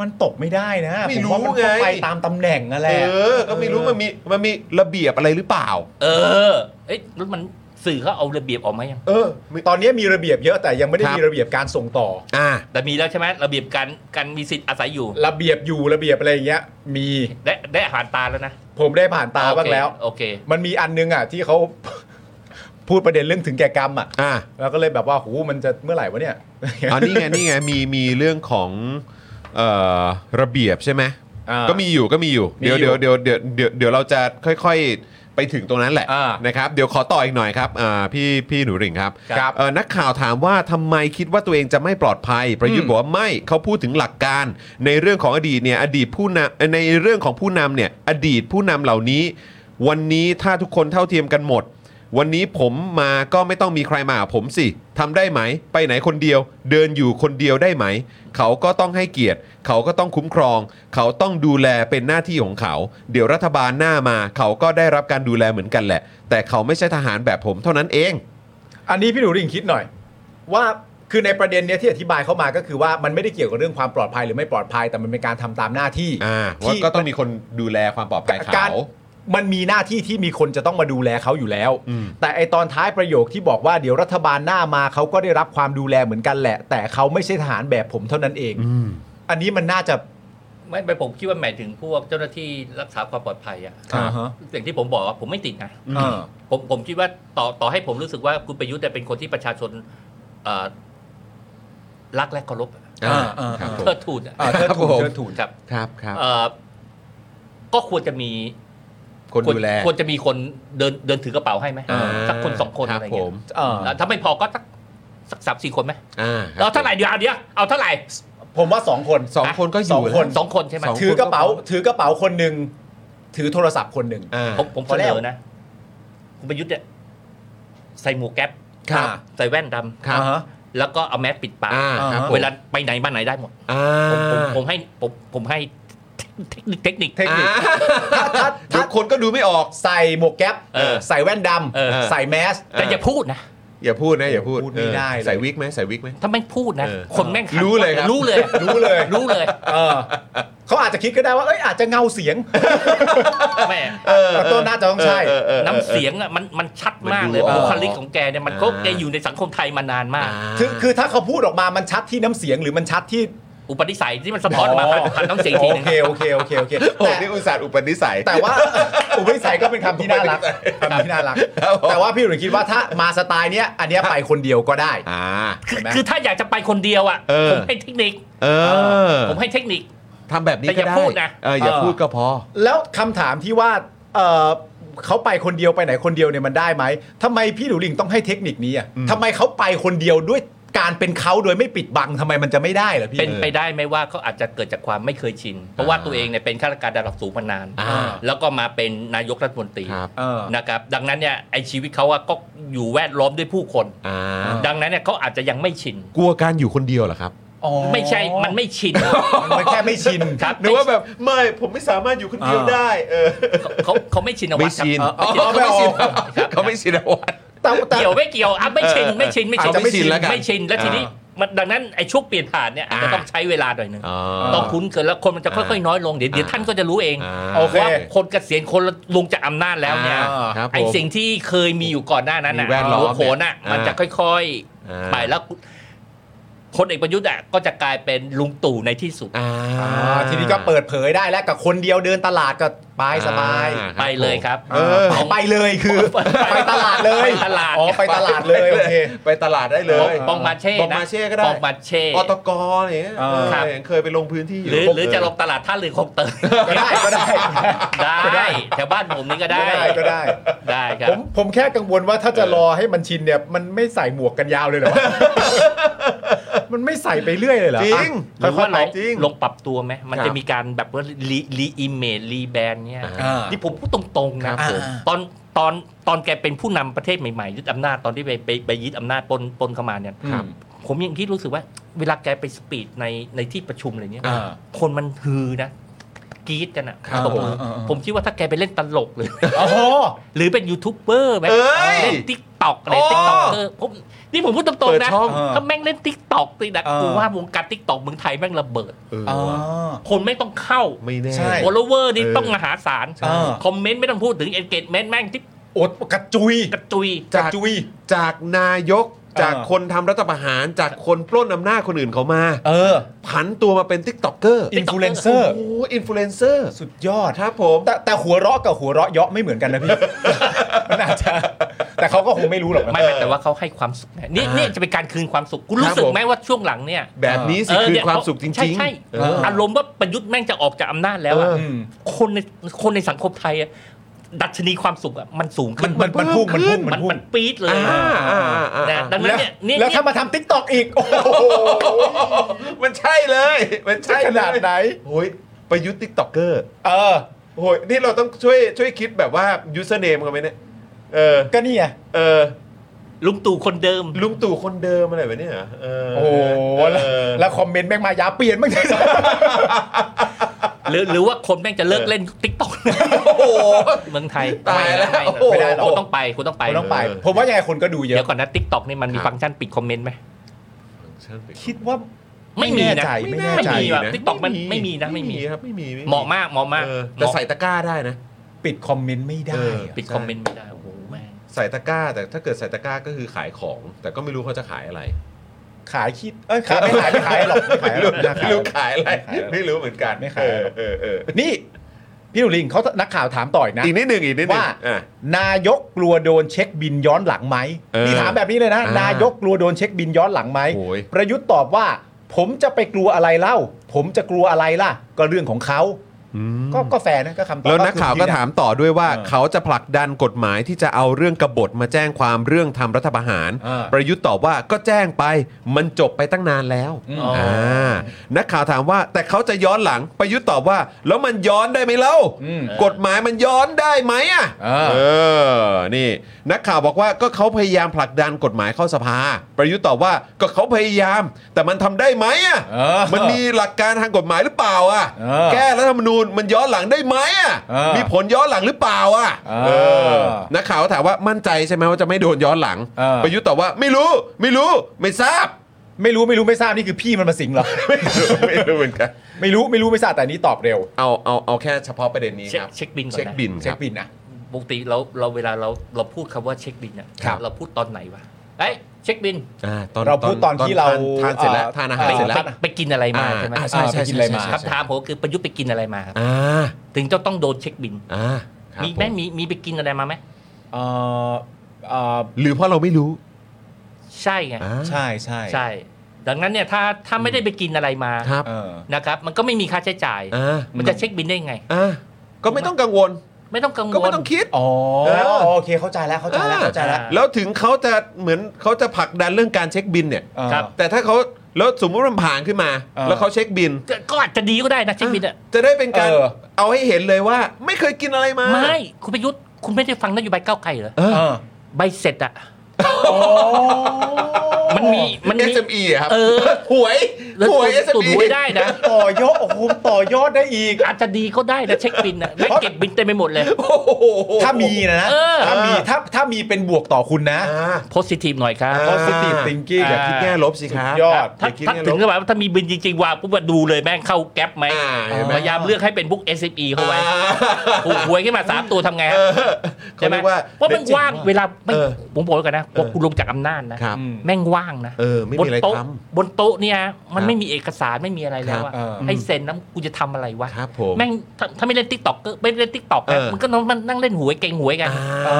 Speaker 3: มันตกไม่ได้นะ
Speaker 1: ไม่
Speaker 3: ผว่า
Speaker 1: รู้
Speaker 3: นต้อง
Speaker 1: ไง
Speaker 3: ไปตามตำแหน่งนั่นแห
Speaker 1: เอ
Speaker 3: ละ
Speaker 1: อ ก็ไม่รู้มันมีมันมีระเบียบอะไรหรือเปล่า
Speaker 5: เออ เอ้ยแล้วมันสื่อเขาเอาระเบียบออกมายัง
Speaker 1: เออ
Speaker 3: ตอนนี้มีระเบียบเยอะแต่ยังไม่ได้
Speaker 1: ครับ
Speaker 3: มีระเบียบการส่งต่อ
Speaker 1: อ่า
Speaker 5: แต่มีแล้วใช่ไหมระเบียบการการมีสิทธิ์อาศัยอยู่
Speaker 3: ระเบียบอยู่ระเบียบอะไรอย่างเงี้ย มี
Speaker 5: ได้ได้อาหารตาแล้วนะ
Speaker 3: ผมได้ผ่านตาบ้างแล้ว
Speaker 5: โอเค
Speaker 3: มันมีอันนึงอ่ะที่เขา [laughs] พูดประเด็นเรื่องถึงแก่กรรมอ่ะ
Speaker 1: อ่า
Speaker 3: แล้วก็เลยแบบว่าหูมันจะเมื่อไหร่วะเนี่ย [laughs]
Speaker 1: [laughs] อ๋อนี่ไงนี่ไงมีมีเรื่องของเอ่อระเบียบใช่ไหม
Speaker 3: อ่า
Speaker 1: ก็มีอยู่ก็มีอยู่
Speaker 3: มี
Speaker 1: เดี๋ยว
Speaker 3: อยู่
Speaker 1: เดี๋ยวเดี๋ยวเดี๋ยวเดี๋ยวเดี๋ยวเราจะค่อยๆไปถึงตรงนั้นแหละ
Speaker 3: อ่า
Speaker 1: นะครับเดี๋ยวขอต่ออีกหน่อยครับอ่าพี่พี่หนูหริ่งครับ
Speaker 3: ครับ
Speaker 1: เอ่อนักข่าวถามว่าทำไมคิดว่าตัวเองจะไม่ปลอดภัย ประยุทธ์
Speaker 3: อืม
Speaker 1: บอกว่าไม่เขาพูดถึงหลักการ ในเรื่องของอดีตเนี่ยอดีตผู้นำเอ่อในเรื่องของผู้นำเนี่ยอดีตผู้นำเหล่านี้ วันนี้ถ้าทุกคนเท่าเทียมกันหมด วันนี้ผมมาก็ไม่ต้องมีใครมาหาผมสิทำได้ไหม ไปไหนคนเดียว เดินอยู่คนเดียวได้ไหม เขาก็ต้องให้เกียรติ เขาก็ต้องคุ้มครอง เขาต้องดูแลเป็นหน้าที่ของเขา เดี๋ยวรัฐบาลหน้ามา เขาก็ได้รับการดูแลเหมือนกันแหละ แต่เขาไม่ใช่ทหารแบบผมเท่านั้นเอง
Speaker 3: อันนี้พี่หนูริ่งคิดหน่อย ว่าคือในประเด็นเนี้ยที่อธิบายเข้ามาก็คือว่ามันไม่ได้เกี่ยวกับเรื่องความปลอดภัยหรือไม่ปลอดภัยแต่มันเป็นการทำตามหน้าที่
Speaker 1: อ่าว่า
Speaker 3: ที่
Speaker 1: ก็ต้องมีคนดูแลความปลอดภัย
Speaker 3: กา
Speaker 1: เขา
Speaker 3: รมันมีหน้าที่ที่มีคนจะต้องมาดูแลเขาอยู่แล้ว
Speaker 1: อืม
Speaker 3: แต่ไอตอนท้ายประโยคที่บอกว่าเดี๋ยวรัฐบาลหน้ามาเขาก็ได้รับความดูแลเหมือนกันแหละ แต่เขาไม่ใช่ทหารแบบผมเท่านั้นเอง อันนี้มันน่าจะ
Speaker 5: ไม่ไปผมคิดว่าหมายถึงพวกเจ้าหน้าที่รักษาความปลอดภัยอะ
Speaker 3: อ่าฮะ
Speaker 5: อย่างที่ผมบอกว่าผมไม่ติดนะ
Speaker 3: เออ
Speaker 5: ผมผมคิดว่าต่อต่อให้ผมรู้สึกว่าคุณประยุทธ์เนี่ยเป็นคนที่ประชาชนเอ่อรักและเคารพอะ
Speaker 1: อ่า
Speaker 3: อ่า
Speaker 1: ครับผม
Speaker 5: เทิดทูนอะ
Speaker 3: อ่าเทิดทูน
Speaker 1: ครับผม
Speaker 3: เทิดทูน
Speaker 5: ครับ
Speaker 1: ครับครับ
Speaker 5: เอ่อก็ควรจะมี
Speaker 1: คนดูแล
Speaker 5: ควรจะมีคนเดินเดินถือกระเป๋าให้ไหม
Speaker 1: อ่า
Speaker 5: สักคนสองคน
Speaker 1: ครั
Speaker 5: อะ
Speaker 1: บ
Speaker 5: ไร
Speaker 1: ผ
Speaker 5: เงี้
Speaker 1: ม
Speaker 5: ย
Speaker 3: เออ
Speaker 5: เอ่อถ้าไม่พอก็สักสักสามสี่คนไหม
Speaker 1: อ่าคบ
Speaker 5: เอาเท่าไหร่เดี๋ยวเอาเดี๋ยวเอาเท่าไหร่
Speaker 3: ผมว่าสองคน
Speaker 1: สองคนก็อยู่
Speaker 3: สองคน
Speaker 5: สองคนใช่ไหม
Speaker 1: สอง
Speaker 3: ถือกระเป๋า ถือกระเป๋าคนหนึ่งถือโทรศัพท์คนหนึ่ง
Speaker 1: อ่า
Speaker 5: ผมผม
Speaker 3: พอ
Speaker 5: เส
Speaker 3: แล้
Speaker 5: น
Speaker 3: ว
Speaker 5: อนะ คุณประยุทธ์เนี่ยใส่หมวกแก๊ป
Speaker 3: ครับ
Speaker 5: ใส่แว่นด
Speaker 1: ครับ
Speaker 3: อ่าฮะ
Speaker 5: ำแล้วก็เอาแมสปิดปาก
Speaker 1: อ่าครับผม
Speaker 5: เวลาไปไหนมาไหนได้หมด
Speaker 1: อ่า
Speaker 5: ผมผมผมให้ผมผมให้เทคนิคเทคนิค
Speaker 3: เทคนิค
Speaker 1: อ่า
Speaker 3: ถ้า
Speaker 1: เดี๋ยวคนก็ดูไม่ออก
Speaker 3: ใส่หมวกแก๊ป
Speaker 5: เออ
Speaker 3: ใส่แว่นด
Speaker 5: เออ
Speaker 3: ำใส่แมส
Speaker 5: แต่อย่าพูดนะ
Speaker 1: อย่าพูดนะ อย่าพูด
Speaker 3: พูดไม่
Speaker 1: เออ
Speaker 3: ได้เลย
Speaker 1: ใส่วิกไหมใส่วิกไหม
Speaker 5: ถ้าไม่พูดนะ
Speaker 1: เออ
Speaker 5: คนแม่งขัด
Speaker 1: รู้เลยครับ
Speaker 5: รู้เลย
Speaker 3: รู้เลย
Speaker 5: รู้เลย
Speaker 3: เออเขาอาจจะคิดก็ได้ว่าเอ้ยอาจจะเงาเสียง
Speaker 5: แม่
Speaker 3: แต่ต้นน่าจะต้องใช่
Speaker 1: เออเออ
Speaker 5: น้ำเสียงอ่ะมันมันชัดมากเลย
Speaker 1: มันดูออก
Speaker 5: บุคลิกของแกเนี่ยมันก็
Speaker 1: อ่า
Speaker 5: แกอยู่ในสังคมไทยมานานมาก
Speaker 3: คือคือถ้าเขาพูดออกมามันชัดที่น้ำเสียงหรือมันชัดที่
Speaker 5: อุปนิสัยที่มันสะท้อนออกมาผ่านผ่านน้ำเสียงอีกที
Speaker 3: โอ
Speaker 5: หนึง
Speaker 3: เคโอเคโอเคโอเค
Speaker 1: โอ้
Speaker 3: แต่
Speaker 1: นี่อุตส่าห์อุปนิสัย
Speaker 3: แต่ว่าอุปนิสัยก็เป็นคำที่น่ารักคำที่น่ารัก
Speaker 1: ครับผม
Speaker 3: แต่ว่าพี่หนุ่ยคิดว่าถ้ามาสไตล์เนี้ยอันเนี้ยไปคนเดียวก็ได้
Speaker 1: อ่า
Speaker 5: คื
Speaker 3: เห็
Speaker 5: อ
Speaker 3: นไหม
Speaker 5: คือถ้าอยากจะไปคนเดียวอ่ะ
Speaker 1: เออ
Speaker 5: ผมให้เทคนิค
Speaker 1: เออ
Speaker 5: ผมให้เทคนิค
Speaker 1: ทำแบบนี้
Speaker 5: แต่อ
Speaker 1: ก็
Speaker 5: ย่า
Speaker 1: ได้
Speaker 5: พูดนะ
Speaker 1: เอออย่า
Speaker 3: เออ
Speaker 1: พูดก็พอ
Speaker 3: แล้วคำถามที่ว่าเอ่อเขาไปคนเดียวไปไหนคนเดียวเนี่ยมันได้ไหมทำไมพี่หนูลิงต้องให้เทคนิคนี้อ่ะทำไมเขาไปคนเดียวด้วยการเป็นเขาโดยไม่ปิดบังทำไมมันจะไม่ได้เหรอพี่
Speaker 5: เป็นไปได้ไหมว่าเขาอาจจะเกิดจากความไม่เคยชิน เพราะว่า
Speaker 1: อ่า
Speaker 5: ตัวเองเนี่ยเป็นข้าราชการระดับสูงมานาน
Speaker 1: อ่า
Speaker 5: แล้วก็มาเป็นนายกรัฐมนตรี
Speaker 1: ครับ
Speaker 3: เออ
Speaker 5: นะครับ ดังนั้นเนี่ยไอชีวิตเขาอะก็อยู่แวดล้อมด้วยผู้คน
Speaker 1: อ่า
Speaker 5: ดังนั้นเนี่ยเขาอาจจะยังไม่ชิน
Speaker 1: กลัวการอยู่คนเดียวเหรอครับ
Speaker 3: อ๋อ
Speaker 5: ไม่ใช่มันไม่ชิน
Speaker 3: มันแค่ไม่ชิน
Speaker 5: ครับ
Speaker 1: นึกว่าแบบไม่ผมไม่สามารถอยู่คนเดียว
Speaker 3: อ่า
Speaker 1: ได้ เออ
Speaker 5: เขาเขาไม่ชินวัตรครับ
Speaker 3: อ๋อ
Speaker 1: เขา
Speaker 3: ไม่
Speaker 1: ไม่
Speaker 3: เอา
Speaker 1: ชินเขาไม่ชินวัตร
Speaker 3: แต่แต่
Speaker 5: เกี่ยวไม่เกี่ยวอ่ะไม่ชินไม่ชินไม่ชิน
Speaker 1: อาจจะไม่ชินแล้วกัน
Speaker 5: ไม่ชินแล้วทีนี้มันดังนั้นไอ้ช่วงเปลี่ยนผ่านเนี่ยอาจจะ
Speaker 1: อ่า
Speaker 5: ต้องใช้เวลาหน่อยหนึง
Speaker 3: อ่า
Speaker 5: ต้องคุ้นเกินแล้วคนมันจะค่อยๆน้อยลงเดี๋ยวเดี๋ยวท่านก็จะรู้เอง
Speaker 1: อ่า
Speaker 3: โอเค
Speaker 5: ว่าคนเกษียณคนลงจากอำนาจแล้วเนี่ย
Speaker 3: อ่า
Speaker 1: ครับผม
Speaker 5: ไอ้สิ่งที่เคยมีอยู่ก่อนหน้านั้น
Speaker 1: มีแวดล้อม
Speaker 5: หัวโขนอ่ะ
Speaker 1: เนี่ย
Speaker 5: มันจะค่อย
Speaker 1: อ่า
Speaker 5: ๆไปแล้วพลเอกประยุทธ์อ่ะก็จะกลายเป็นลุงตู่ในที่สุด
Speaker 1: อ่า
Speaker 3: อ่าทีนี้ก็เปิดเผยได้แล้วกับคนเดียวเดินตลาดก็ไปสบาย
Speaker 1: อ่
Speaker 5: ไปเลยครับ
Speaker 1: เออ
Speaker 3: เอาไปเลยคือ ไปตลาดเลย
Speaker 5: ไปตลาด
Speaker 3: อ๋อไปตลาดเลยโอเค
Speaker 1: ไปตลาดได้เลย
Speaker 5: ปองมาเช่นะ
Speaker 1: ปองมาเช่ก็ได้
Speaker 5: ปองมาเช่
Speaker 1: อตกอะไรเงี้ย
Speaker 3: อ่า
Speaker 1: เออ
Speaker 5: ครับ
Speaker 1: เคยไปลงพื้นที่อยู่
Speaker 5: หรือหรือจะลงตลาดท่าเรือคลองเตย
Speaker 3: ก็ได้ก็ได้
Speaker 5: ได้แถวบ้านผมนี่ก็ได้
Speaker 3: ก็ได้
Speaker 5: ได้ครับ
Speaker 3: ผมผมแค่กังวลว่าถ้าจะรอให้มันชินเนี่ย มันไม่ใส่หมวกกันยาวเลยเหรอวะ มันไม่ใส่ไปเรื่อยเลยเหรอ
Speaker 1: จริง
Speaker 5: หรือว่าลอง
Speaker 1: จริง
Speaker 5: ลองปรับตัวไหมมัน
Speaker 1: ครั
Speaker 5: จะ
Speaker 1: บ
Speaker 5: มีการแบบว่ารีรีอิมเมจรีแบรนด์เนี่ย
Speaker 3: อ่า
Speaker 5: นี่ผมพูดตรงๆ
Speaker 1: ครับ
Speaker 5: นะ
Speaker 1: ผม
Speaker 5: ตอนตอนตอนแกเป็นผู้นำประเทศใหม่ๆยึดอำนาจตอนที่ไปไปไปยึดอำนาจปนปนเข้ามาเนี่ย
Speaker 3: ครับ
Speaker 5: ผมยังคิดรู้สึกว่า เวลาแกไปสปีดในในที่ประชุมอะไรเนี้ย
Speaker 3: อ่า
Speaker 5: คนมันฮือนะกรี๊ดกันอ่ะ
Speaker 3: ครับ
Speaker 5: ตบมืออา
Speaker 3: อ่า
Speaker 5: ผมคิดว่าถ้าแกไปเล่นตลกหรือ
Speaker 3: โอ้โห
Speaker 5: [laughs] หรือเป็นยูทูบเบอร์ไหม
Speaker 1: เอ้ย
Speaker 5: เล่นทิกตอกอะไร
Speaker 1: อ๋อ
Speaker 5: ทิกตอกเออผมนี่ผมพูดตรง
Speaker 1: เปิด
Speaker 5: ๆนะ
Speaker 1: ช่อง
Speaker 5: ถ้าแม่งเล่นทิกตอกติดนะ
Speaker 3: เออ
Speaker 5: กูว่าวงการทิกตอกเมืองไทยแม่งระเบิด
Speaker 1: เออ
Speaker 3: อ๋อ
Speaker 1: ว่ะ
Speaker 5: คนไม่ต้องเข้า
Speaker 1: ไม่แน่
Speaker 3: ใช่
Speaker 5: ฟอลโลเวอร์นี่
Speaker 1: เออ
Speaker 5: ต้องมหาศาล
Speaker 3: เออ
Speaker 5: คอมเมนต์ไม่ต้องพูดถึงเอนเกจเมนต์แม่งที่
Speaker 3: โอดกระจุย
Speaker 5: กระจุย
Speaker 3: ก
Speaker 1: จา
Speaker 3: ระ
Speaker 1: ก
Speaker 3: จุย
Speaker 1: จากนายกจากคนทำรัฐประหารจากคนปล้นอำนาจคนอื่นเขามา
Speaker 3: เออ
Speaker 1: ผันตัวมาเป็นทิกต็อกเกอร์
Speaker 3: อินฟลูเอนเซอร์
Speaker 1: โอ้โหอินฟลูเอนเซอร์
Speaker 3: สุดยอด
Speaker 1: ครับผม
Speaker 3: แต่แต่หัวเราะกับหัวเราะเยาะไม่เหมือนกันนะพี่ มันอาจจะ แต่เขาก็คงไม่รู้หรอกนะ
Speaker 5: ไม่ไม่แต่ว่าเขาให้ความสุขไงนี่
Speaker 1: อ่า
Speaker 5: นี่จะเป็นการคืนความสุขคุณรู้สึ
Speaker 1: ค
Speaker 5: ก
Speaker 1: รับผม
Speaker 5: ไหมว่าช่วงหลังเนี่ย
Speaker 1: แบบนี้สิคือ
Speaker 5: เเนี่ย
Speaker 1: ความสุขจริงๆ
Speaker 5: ใช่ใช่
Speaker 1: เออ
Speaker 5: อารมณ์ว่าประยุทธ์แม่งจะออกจากอำนาจแล้วอะ
Speaker 1: เออ
Speaker 3: อืม
Speaker 5: คนในคนในสังคมไทยอะดัชนีความสุขอะมันสูงขึ้น
Speaker 3: มันมันพุ่งมันพุ่ง
Speaker 5: มั
Speaker 3: มัน
Speaker 5: น
Speaker 3: พุ่ง
Speaker 5: มันปี๊ดเลย
Speaker 1: อ่าอ่าอ่า
Speaker 5: นะดังนั้นเนี่ยนี่
Speaker 3: แล้ว
Speaker 5: นี่
Speaker 3: ถ้ามาทำทิกตอกอีก โอ้โห
Speaker 1: มันใช่เลย มันใช่เลย
Speaker 3: ขนาดไหน
Speaker 1: โอ้ยประยุทธ์ทิกต็อกเกอร์
Speaker 3: เออ
Speaker 1: โอ้ยนี่เราต้องช่วยช่วยคิดแบบว่ายูเซอร์เนมกันไหมเนี่ยเออ
Speaker 3: ก็นี่ไง
Speaker 1: เออ
Speaker 5: ลุงตู่คนเดิม
Speaker 1: ลุงตู่คนเดิมอะไรแบบเนี้ยเหรอเออ
Speaker 3: โอ้โหแล้ว
Speaker 1: เออ
Speaker 3: แล้วคอมเมนต์แม่งมายาเปลี่ยนบ้าง
Speaker 5: หรือหรือว่าคนแม่งจะเลิก
Speaker 1: เออ
Speaker 5: เล่นติ๊กต็อกเมืองไทย
Speaker 1: ตายแล้ว
Speaker 5: ไม่
Speaker 1: โอ้โห
Speaker 5: ไม่ได้หรอกคุณต้องไปคุณ
Speaker 3: [laughs]
Speaker 5: ต้องไป
Speaker 3: คุณต้องไป
Speaker 1: เออ
Speaker 3: ผมว่ายังไงคนก็ดูเย
Speaker 5: เดี๋ย
Speaker 3: อะ
Speaker 5: วก่อนนะติ๊กต็อกนี่มัน
Speaker 1: ค
Speaker 5: มี
Speaker 1: รับ
Speaker 5: ฟังก์ชันปิดคอมเมนต์ไหม
Speaker 1: ฉันไป
Speaker 3: คิดว่า
Speaker 5: ไม่มี
Speaker 3: ไม่แน่
Speaker 5: นะ
Speaker 3: ใจ
Speaker 5: ไม่
Speaker 3: ไม่แน่ใจ
Speaker 5: มีว่ะติ๊กต็อกมันไม่มีนะไม่มี
Speaker 1: ครับไม่มีไ
Speaker 5: เหมาะมากเหมาะมาก
Speaker 1: เออ
Speaker 5: เห
Speaker 1: แต่
Speaker 5: มาะ
Speaker 1: ใส่ตะกร้าได้นะ
Speaker 3: ปิดคอมเมนต์ไม่ได้
Speaker 1: เออ
Speaker 3: อะ
Speaker 5: ปิดคอมเมนต์ไม่ได้โอ้โหแม่ง
Speaker 1: ใส่ตะกร้า แต่ถ้าเกิดใส่ตะกร้าก็คือขายของ แต่ก็ไม่รู้เขาจะขายอะไร
Speaker 3: ขายคิด เอ้ยขายไม่ขายไม่ขายหรอกไม่
Speaker 1: ไม่
Speaker 3: ขายหร
Speaker 1: รู้
Speaker 3: อก
Speaker 1: ไม่รู้
Speaker 3: ไม่
Speaker 1: ขา
Speaker 3: ขาย
Speaker 1: ยอะไร
Speaker 3: ไม่ขายหรอก
Speaker 1: ไม่รู้เหมือนกัน
Speaker 3: ไม่ขายหรอก
Speaker 1: เออเออเออ
Speaker 3: นี่ พี่หนูลิงเขานักข่าวถามต่อยนะ
Speaker 1: อีกนิดหนึ่งอีกนิดหนึ่ง
Speaker 3: ว่า
Speaker 1: อ่ะ
Speaker 3: นายกกลัวโดนเช็คบินย้อนหลังไหม
Speaker 1: เออ
Speaker 3: นี่ถามแบบนี้เลยนะ
Speaker 1: อ่าน
Speaker 3: ายกกลัวโดนเช็คบินย้อนหลังไหม
Speaker 1: โอ้ย
Speaker 3: ประยุทธ์ตอบว่า ผมจะไปกลัวอะไรเล่า ผมจะกลัวอะไรล่ะ ก็เรื่องของเขาก็ก็แฟนนะก็คำตอบ
Speaker 1: แล้วนักข่าวก็
Speaker 3: คือ
Speaker 1: ถามต่อด้วยว่า
Speaker 3: เออ
Speaker 1: เขาจะผลักดันกฎหมายที่จะเอาเรื่องกบฏมาแจ้งความเรื่องทำรัฐประหาร
Speaker 3: เออ
Speaker 1: ประยุทธ์ตอบว่าก็แจ้งไปมันจบไปตั้งนานแล้ว
Speaker 3: อืม
Speaker 1: อ่านักข่าวถามว่า แต่เขาจะย้อนหลังประยุทธ์ตอบว่า แล้วมันย้อนได้ไหมเล่า
Speaker 3: อืม
Speaker 1: กฎหมายมันย้อนได้ไหมอ่ะ
Speaker 3: เออ
Speaker 1: อนี่ นักข่าวบอกว่าก็เขาพยายามผลักดันกฎหมายเข้าสภา ประยุทธ์ตอบว่าก็เขาพยายาม แต่มันทำได้ไหมอ่ะ
Speaker 3: เออ
Speaker 1: มันมีหลักการทางกฎหมายหรือเปล่าอ่ะ
Speaker 3: เออ
Speaker 1: แก้รัฐธรรมนูญมันย้อนหลังได้ไหมอ่ะ
Speaker 3: เออ
Speaker 1: มีผลย้อนหลังหรือเปล่าอ่ะ
Speaker 3: เออ
Speaker 1: เออนักข่าวก็ถามว่ามั่นใจใช่ไหมว่าจะไม่โดนย้อนหลัง
Speaker 3: เออ
Speaker 1: ประยุทธ์ตอบว่าไม่รู้ไม่รู้ไม่ทราบ [laughs]
Speaker 3: ไม่รู้ไม่รู้ไม่ทราบนี่คือพี่มันมาสิงเหรอ
Speaker 1: ไม่รู้ไม่รู้เหมือนกัน
Speaker 3: ไม่รู้ไม่รู้ไม่ทราบแต่อันนี้ตอบเร็ว
Speaker 1: เอาเอาเอาแค่เฉพาะประเด็นนี้
Speaker 5: เช็ค
Speaker 1: ครับ
Speaker 5: เช็คบินก่อ
Speaker 1: เช็
Speaker 5: น
Speaker 1: ค
Speaker 5: นะ
Speaker 1: บินค
Speaker 3: เช็
Speaker 1: รั
Speaker 3: ค
Speaker 1: บ
Speaker 3: บินนะ
Speaker 5: ปกติเราเราเวลาเราเราพูดคำว่าเช็คบินอ่ะ
Speaker 1: ครับ
Speaker 5: เราพูดตอนไหนวะเอ้ยเช็คบิน
Speaker 1: อ่
Speaker 3: เราพูดตอนที่เรา
Speaker 1: ทานเสร็จแล้ว
Speaker 3: เอ่อ
Speaker 1: ทานอาหาร
Speaker 5: ไป
Speaker 1: เสร็จแล้ว
Speaker 5: ไปไปกินอะไรมาใช่ไหม
Speaker 1: อ่าใช่ใช่
Speaker 3: ไปกินอะไรมา
Speaker 1: ใช่ใช่
Speaker 5: คำถามผมคือประยุทธ์ไปกินอะไรมาครับ
Speaker 1: อ่า
Speaker 5: ถึงจะต้องโดนเช็คบิน
Speaker 1: อ่าครับ
Speaker 5: มีไหมมีมีไปกินอะไรมาไหม
Speaker 3: เออเออ
Speaker 1: หรือเพราะเราไม่รู้
Speaker 5: ใช่ไง
Speaker 1: อ่า
Speaker 3: ใช่ใช่
Speaker 5: ใช่ ดังนั้นเนี่ยถ้าถ้าไม่ได้ไปกินอะไรมา
Speaker 1: ครับ
Speaker 3: เออ
Speaker 5: นะครับ มันก็ไม่มีค่าใช้จ่าย
Speaker 1: อ่า
Speaker 5: มันจะเช็คบินได้ไง
Speaker 1: อ่าก็ไม่ต้องกังวล
Speaker 5: ไม่ต้องกังว
Speaker 1: ก็ไม่
Speaker 5: ล
Speaker 1: ต้องคิด
Speaker 3: อ๋อ
Speaker 1: เออ
Speaker 3: โอเคเข้าใจแล้วเข้าใจแล้วเข้าใจแล้ว
Speaker 5: อ่า
Speaker 1: แล้วถึงเขาจะเหมือนเขาจะผลักดันเรื่องการเช็คบินเนี่ย
Speaker 3: เออ
Speaker 5: ครับ
Speaker 1: แต่ถ้าเขาแล้วสมมติมันผ่านขึ้นมา
Speaker 3: เออ
Speaker 1: แล้วเขาเช็คบิน
Speaker 5: ก็ก็อาจจะดีก็ได้นะเช็คบินอ่ะ
Speaker 1: จะได้เป็นการ
Speaker 3: เออ
Speaker 1: เอาให้เห็นเลยว่า ไม่เคยกินอะไรมา
Speaker 5: ไม่คุณประยุทธ์คุณไม่ได้ฟังนโยบายก้าวไกลเหรอ
Speaker 1: เออ
Speaker 3: เออ
Speaker 5: ใบเสร็จอ่ะ มันมีมันมี
Speaker 1: SME อะครับ
Speaker 5: เออ
Speaker 1: หวย
Speaker 5: แล้ว
Speaker 1: หวย
Speaker 5: ตุ่น
Speaker 1: SME
Speaker 5: หวยได้นะ
Speaker 3: ต่อยอดโอ้โหต่อยอดได้อีก
Speaker 5: อาจจะดีก็ได้นะเช็คบินนะแม่งเก็บบินเต็มไปหมดเลย
Speaker 1: โอ้โห
Speaker 3: ถ้ามีนะนะ
Speaker 5: เออ
Speaker 3: ถ้ามีถ้าถ้ามีเป็นบวกต่อคุณนะ
Speaker 1: อ่า
Speaker 5: โพสิทีฟหน่อยครับ
Speaker 1: อ่า
Speaker 3: positive thinking
Speaker 1: อย่าคิดแง่ลบสิค
Speaker 3: สุ
Speaker 1: รั
Speaker 3: ด
Speaker 1: บ
Speaker 3: ยอ
Speaker 5: ครั
Speaker 3: ด
Speaker 5: บถ้า
Speaker 1: อย่าคิด
Speaker 5: ถ้า
Speaker 1: แง่ลบ
Speaker 5: ถึงขนาดว่าถ้ามีบินจริงๆวางปุ๊บมาดูเลยแม่งเข้าแก๊ปไหม
Speaker 1: อ่าเห็นไหม
Speaker 5: พยายามเลือกให้เป็นพวก SME เข้าไว้
Speaker 1: อ่า
Speaker 5: ถูกหวยขึ้นมา 3 ตัวทำไงฮะ
Speaker 1: เขา
Speaker 5: ใช่ไหม
Speaker 1: เรียกว่า
Speaker 5: เพราะมันว่างเวลาไม่
Speaker 1: เออ
Speaker 5: ผมบอกไว้ก่อนนะพอ
Speaker 1: เออ
Speaker 5: คุณลงจากอำนาจนะครับ แม่งว่างนะ
Speaker 1: เออไม่
Speaker 5: บ
Speaker 1: มี
Speaker 5: น
Speaker 1: อะไร
Speaker 5: โต๊ะ
Speaker 1: ท
Speaker 5: บนโต๊ะเนี่ยมั
Speaker 1: คน รับ
Speaker 5: ไม่มีเอกสารไม่มีอะไรแล้วอะ
Speaker 3: ครับเออ
Speaker 5: ให้เซ็นนะกูจะทำอะไรวะ
Speaker 1: ำครับผม
Speaker 5: แม่งถ้าถ้าไม่เล่นติ๊กต็อกก็ไม่เล่นติ๊กต็อกมันก็มันนั่งเล่นหวยเก่งหวยกัน
Speaker 1: อ่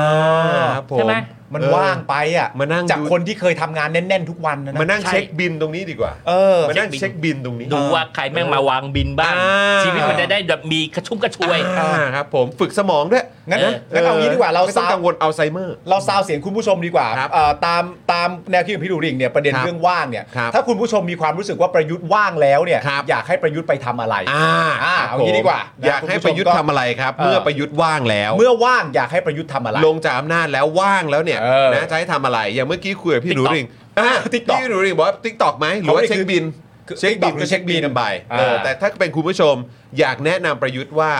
Speaker 1: าครับผม
Speaker 5: ใช่ไหม
Speaker 3: มันว่างไปอ่ะ
Speaker 1: มานั่งดู
Speaker 3: จากคนที่เคยทำงานแน่น ๆ ทุกวันนะ
Speaker 1: มา
Speaker 3: นะ
Speaker 1: นั่ง
Speaker 5: ใช่
Speaker 1: เช็คบินตรงนี้ดีกว่า
Speaker 3: เออ
Speaker 1: มานั่งเช็คบินตรงนี้
Speaker 5: ดูว่าใครแม่งมาวางบินบ้าง
Speaker 1: อ่า
Speaker 5: ชีวิตมันจะได้แบบมีกระชุ่มกระชวย
Speaker 1: อ่าครับผมฝึกสมองด้วย
Speaker 3: งั้น
Speaker 5: เออ
Speaker 3: งั้นเอางี้ดีกว่าเรา
Speaker 1: ไม่ต้อง
Speaker 3: ซาว
Speaker 1: กังวลอัลไซเมอร์
Speaker 3: เราซาวเสียงคุณผู้ชมดีกว่า
Speaker 1: ครับ
Speaker 3: เอ่อตามตามแนวคิดของพี่ดูริ่งเนี่ยประเด็น
Speaker 1: ครับ
Speaker 3: เรื่องว่างเนี่ย
Speaker 1: ครับ
Speaker 3: ถ้าคุณผู้ชมมีความรู้สึกว่าประยุทธ์ว่างแล้วเนี่ย
Speaker 1: ครับ
Speaker 3: อยากให้ประยุทธ์ไปทำอะไร
Speaker 1: อ่า
Speaker 3: อ่า
Speaker 1: ครับ
Speaker 3: เอางี้ดีกว่า
Speaker 1: ผมอยากให้ประยุทธ์ทำอะไรครับ
Speaker 3: เออ
Speaker 1: เมื่อประยุทธ์ว่างแล้ว
Speaker 3: เมื่อว่างอยากให้ประยุทธ์ทำอะไร
Speaker 1: ลงจากอำนาจแล้วว่างแล้วเนี่ย
Speaker 3: เออ
Speaker 1: นะจะให้ทำอะไร อย่างเมื่อกี้คุยกับพี่หนู
Speaker 5: TikTok
Speaker 1: ริงอ่ะ
Speaker 3: TikTok
Speaker 1: พี่หนูริงบอกว่าติ๊กตอกไหมหรือว่าเช็คบิน
Speaker 3: คือ
Speaker 1: เช็คบิน
Speaker 3: TikTok
Speaker 1: ก็เช็คบินกันไปเออ
Speaker 3: อ่า
Speaker 1: แต่ถ้าเป็นคุณผู้ชมอยากแนะนำประยุทธ์ว่า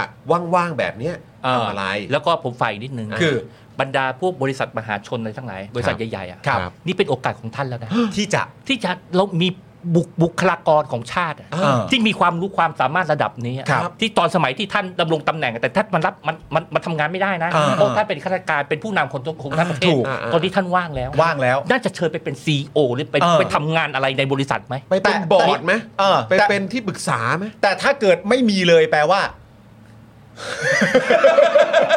Speaker 1: ว่างๆแบบเนี้ย
Speaker 3: เออ
Speaker 1: ทำอะไร
Speaker 5: แล้วก็ผมฝ่ายนิดนึง
Speaker 3: คือ
Speaker 5: บรรดาพวกบริษัทมหาชนอะไรทั้งหลาย บริษัทใหญ่ๆอ่ะ
Speaker 1: ครับ
Speaker 5: นี่เป็นโอกาสของท่านแล้วนะ
Speaker 3: ที่จะ
Speaker 5: ที่จะเรามีบุคบุคลากรของชาติอะ
Speaker 3: อ่า
Speaker 5: ที่มีความรู้ความสามารถระดับนี้อะ
Speaker 3: ครับ
Speaker 5: ที่ตอนสมัยที่ท่านดำรงตำแหน่งอะแต่ท่านมันรับมันมันมันทำงานไม่ได้นะ
Speaker 3: อ่า
Speaker 5: เพราะท่านเป็นข้าราชการเป็นผู้นำของของทั้งประเทศ
Speaker 3: ถูก
Speaker 5: ตอนนี้ท่านว่างแล้ว
Speaker 3: ว่างแล้ว
Speaker 5: น่าจะเชิญไปเป็นซีอหรือไป
Speaker 3: เออ
Speaker 5: ไปทำงานอะไรในบริษัทไหม
Speaker 1: ไปเป็น
Speaker 3: แต่
Speaker 1: บอร์ดไหม
Speaker 3: เออ
Speaker 1: ไป
Speaker 3: แต่
Speaker 1: เป็นที่ปรึกษาไหม
Speaker 3: แต่ถ้าเกิดไม่มีเลยแปลว่า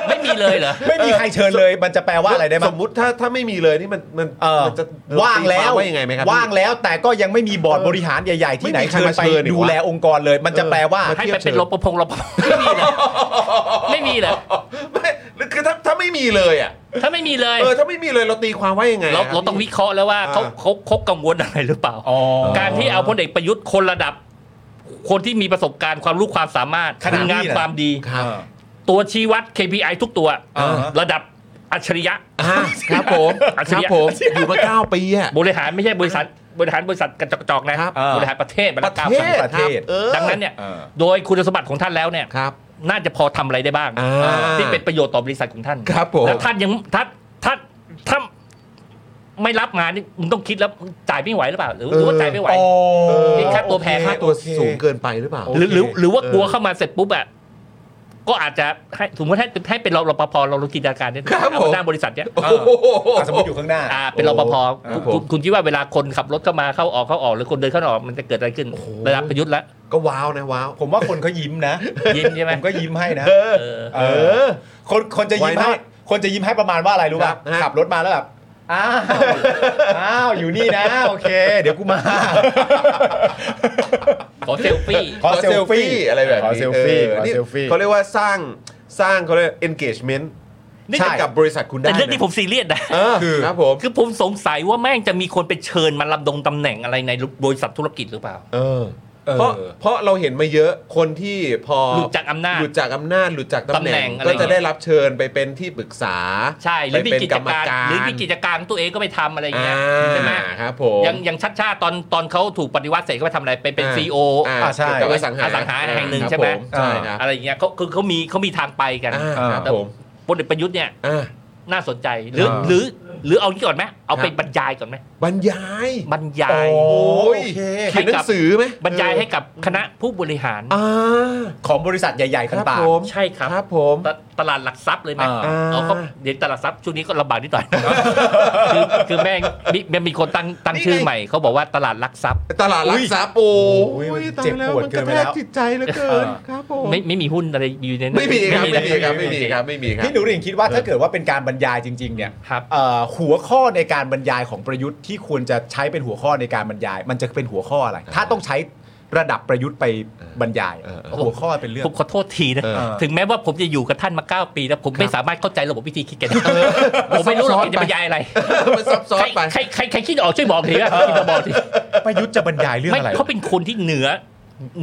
Speaker 5: ไม่มีเลยเหรอ
Speaker 3: ไม่มีใครเชิญเลย มันจะแปลว่าอะไรได้
Speaker 1: ส
Speaker 3: บ้าง
Speaker 1: มมุติถ้าถ้าไม่มีเลยนี่มันมัน
Speaker 3: เออ
Speaker 1: มันจะ
Speaker 3: ว่างแล้ว
Speaker 1: ตีความว่ายังไงไหมครั
Speaker 3: ว่างแล้วแต่ก็ยังไม่มีบอร์ดบริหารใหญ่ ๆ ที่ไหน
Speaker 1: ไม่มีใคร
Speaker 3: เชิญ
Speaker 1: มา
Speaker 3: ไป
Speaker 1: เชิญนี่
Speaker 3: ดู
Speaker 1: วะ
Speaker 3: แลองค์กรเลย มันจะแปลว่า
Speaker 1: เออ
Speaker 5: ให้ไปเป็นรปภรปภ [laughs] ไม่มีเลยไม่มีเลย
Speaker 1: ไม่หรือคือถ้าถ้าไม่มีเลยอ่ะ
Speaker 5: ถ้าไม่มีเลย
Speaker 1: เออถ้าไม่มีเลยเราตีความว่ายังไง
Speaker 5: เรา
Speaker 1: คบ
Speaker 5: เราต้องวิเคราะห์แล้วว่าเขา
Speaker 1: อ่า
Speaker 5: เขาเขากังวลอะไรหรือเปล่า
Speaker 3: อ๋อ
Speaker 5: การที่เอาพลเอกประยุทธ์คนระดับ คนที่มีประสบการณ์ความรู้ความสามารถ
Speaker 3: ขนาดนี้
Speaker 5: งาน
Speaker 3: เหรอ
Speaker 5: ความดี
Speaker 1: ครับ
Speaker 5: ตัวชี้วัด KPI ทุกตัว
Speaker 3: อ่าฮะ
Speaker 5: ระดับอัจฉริยะ
Speaker 1: อ่าครับผม
Speaker 5: อัจ
Speaker 1: ค
Speaker 5: ฉริ
Speaker 1: รับ
Speaker 5: ยะ
Speaker 1: ผมอยู่มาเก้าปีอ่ะ
Speaker 5: บริหารไม่ใช่บริษัทบริหารบริษัทกระจอกกระจอกนะครับ เออบริหารประเทศ
Speaker 1: ป
Speaker 5: มาแล้
Speaker 1: ระ
Speaker 5: ว
Speaker 1: เท
Speaker 5: เก้าปี
Speaker 1: ศ
Speaker 3: ประเทศ
Speaker 1: ครับออ
Speaker 5: ดังนั้นเนี่ย
Speaker 3: เออ
Speaker 5: โดยคุณสมบัติของท่านแล้วเนี่ย
Speaker 1: ครับ
Speaker 5: น่าจะพอทำอะไรได้บ้าง
Speaker 1: อ่า
Speaker 5: ที่เป็นประโยชน์ต่อบริษัทของท่าน
Speaker 1: ครับผม
Speaker 5: แล้วท่านยังท่านท่านท่านไม่รับงานนี่มึงต้องคิดแล้วมึงจ่ายไม่ไหวหรือเปล่า หรือ
Speaker 1: เออ
Speaker 5: หรือว่าจ่ายไม่ไหว
Speaker 3: อ๋อ
Speaker 5: มีค่าตัวแพง
Speaker 1: ค่าตัวสูงเกินไปหรือเปล่า
Speaker 5: หรือหรือหรือว่า
Speaker 1: เออ
Speaker 5: กลัวเข้ามาเสร็จปุ๊บอะก็อาจจะให้สมมติให้ให้เป็นรปภเราเราจินตนาการเนี่ยเอาหัวหน้าบริษัทเนี่ย
Speaker 1: โอ้โห
Speaker 3: อ่ะสมมติอยู่ข้างหน้า
Speaker 5: อ่าเป็นรปภ
Speaker 1: ครั
Speaker 5: คุ
Speaker 1: บผม
Speaker 5: ณคุณคุณคิดว่าเวลาคนขับรถเข้ามาเข้าออกเข้าออกหรือคนเดินเข้าออกมันจะเกิดอะไรขึ้น
Speaker 1: โอ้โห
Speaker 5: ระดับประยุทธ์ละ
Speaker 1: ก็ว้าวนะว้าว
Speaker 3: ผมว่าคนเขายิ้มนะ
Speaker 5: ยินใช่ไหม
Speaker 3: ผมก็ยิ้มให้นะ
Speaker 1: เออ
Speaker 5: เออ
Speaker 1: เออ
Speaker 3: คนคนจะยิ้ม
Speaker 1: Why
Speaker 3: ให้
Speaker 1: not?
Speaker 3: คนจะยิ้มให้ประมาณว่าอะไรรู้
Speaker 1: ค
Speaker 3: ป่ะ
Speaker 1: รับฮะ
Speaker 3: ขับรถมาแล้วแบบ อ้าว อ้าว อยู่นี่นะ โอเค เดี๋ยวกูมา
Speaker 5: ขอเซลฟี่
Speaker 3: [laughs] ขอเซลฟี่
Speaker 1: อะไรแบบนี้
Speaker 3: ขอเซลฟี่
Speaker 1: ออ
Speaker 3: ขอเซลฟี่
Speaker 1: นี่เขาเรียกว่าสร้างสร้างเขาเรียก engagement
Speaker 5: นี่
Speaker 1: ให้กับบริษัทคุณได้
Speaker 5: แต่เรื่อง
Speaker 1: ะ
Speaker 5: ที่ผมซีเรียสนะ
Speaker 1: เออ
Speaker 3: คือ
Speaker 1: ครับผม
Speaker 5: คือผมสงสัยว่าแม่งจะมีคนไปเชิญมาลำดงตำแหน่งอะไรในบริษัทธุรกิจหรือเปล่า
Speaker 1: เออ
Speaker 3: เออ
Speaker 1: เพราะเพราะเราเห็นมาเยอะคนที่พอ
Speaker 5: หลุดจากอำนาจ
Speaker 1: หลุดจากอำนาจหลุดจากตำ
Speaker 5: ตำ
Speaker 1: แห
Speaker 5: แหน่
Speaker 1: น่ง
Speaker 5: งอะไร
Speaker 1: ก็จะได้รับเชิญไปเป็นที่ปรึกษา
Speaker 5: ใช่หรือมี
Speaker 1: ไปเป็น
Speaker 5: กิ
Speaker 1: ก
Speaker 5: จ
Speaker 1: รรม
Speaker 5: การ
Speaker 1: การ
Speaker 5: หรือมีกิจการของตัวเองก็ไปทำอะไรอย่างเงี้ยใช่ไหม
Speaker 1: อ่าครับผม
Speaker 5: อย่างอย่างชัดชาติตอนตอนเขาถูกปฏิวัติเสร็จเขาไปทำอะไรไปเป็นซีโอ
Speaker 1: อ่า
Speaker 3: อ่าใช่
Speaker 1: เกี่ยวกับอสังหา
Speaker 5: อสังหาแห่งหนึ่ง
Speaker 1: ครับ
Speaker 5: ใช่ไหม
Speaker 1: ผใช่ครับ
Speaker 5: อะไรอย่างเงี้ยเขาคือเขามีเขามีทางไปกัน
Speaker 1: อ่าครับ
Speaker 5: แต่
Speaker 1: ผม
Speaker 5: พลเอกประยุทธ์เนี่ย
Speaker 1: อ่า
Speaker 5: น่าสนใจหรือ
Speaker 1: อ่า
Speaker 5: หรือหรือเอางี้ก่อนไหมเอาไป
Speaker 1: ครับ
Speaker 5: บรรยายก่อนไหม
Speaker 1: บรรยาย
Speaker 5: บรรยาย
Speaker 1: โอ้ย
Speaker 3: โอเค
Speaker 1: เขียนหนังสือไหม
Speaker 5: บรรยายให้กับคณะผู้บริหาร
Speaker 1: อ่า
Speaker 3: ของบริษัทใหญ่ๆ
Speaker 1: ครับ
Speaker 3: ต่าง
Speaker 1: ผม
Speaker 5: ใช่ครับ
Speaker 1: ครับผม
Speaker 5: ตตลาดหลักทรัพย์เลยไหม
Speaker 3: อ่า
Speaker 5: เอาก็เดี๋ยวตลาดหลักทรัพย์ช่วงนี้ก็ลำบากนิดหน่อย [laughs] คือคือแม่งมีมันมีคนตั้งตั้ง
Speaker 1: นี่ไง
Speaker 5: ชื่อใหม่เขาบอกว่าตลาดหลักทรัพย์
Speaker 1: ตลาดหลักทรัพย์โอ้ย
Speaker 3: โอ้ย
Speaker 1: ตาย
Speaker 3: เจ็บ
Speaker 1: แล้ว
Speaker 3: ปวด
Speaker 1: มัน
Speaker 3: เกิ
Speaker 1: กระแท
Speaker 3: นไปแล้
Speaker 1: ก
Speaker 3: ว
Speaker 1: จิตใจเหลือเกิน
Speaker 3: อ่า
Speaker 1: ครับผม
Speaker 5: ไม่ไม่มีหุ้นอะไรอยู่ในนั้น
Speaker 1: ไม่มีครับไม่มีครับ
Speaker 5: นะ
Speaker 1: ไม่มีครับไม่มีครั
Speaker 3: ๆ
Speaker 1: บ
Speaker 3: พี่หนูริ่งคิดว่าถ้าเกิดว่าเป็นการบรรยายจริง ๆ เนี่ย
Speaker 5: ครับ
Speaker 3: เอ่อหัวข้อในการบรรยายของประยุทธ์ที่ควรจะใช้เป็นหัวข้อในการบรรยาย มันจะเป็นหัวข้ออะไร ถ้าต้องใช้ระดับประยุทธ์ไปบรรยาย
Speaker 1: เออ
Speaker 3: หัวข้อเป็นเรื่อง
Speaker 5: ผมขอโทษทีนะ
Speaker 1: เออ
Speaker 5: ถึงแม้ว่าผมจะอยู่กับท่านมา 9 ปีแล้วผมไม่สามารถเข้าใจระบบวิธีคิดแกได้ผมไม่รู้หรอก
Speaker 1: ซับซ้อน
Speaker 5: แกจะบรรยายอะไร
Speaker 1: มันซับซ้อนไป
Speaker 5: ใครใครใครใครคิดออกช่วยบอกทีว่าคิดมาบอกที
Speaker 3: ประยุทธ์จะบรรยายเรื่อง
Speaker 5: ไม่
Speaker 3: อะไร
Speaker 5: เขาเป็นคนที่เหนือ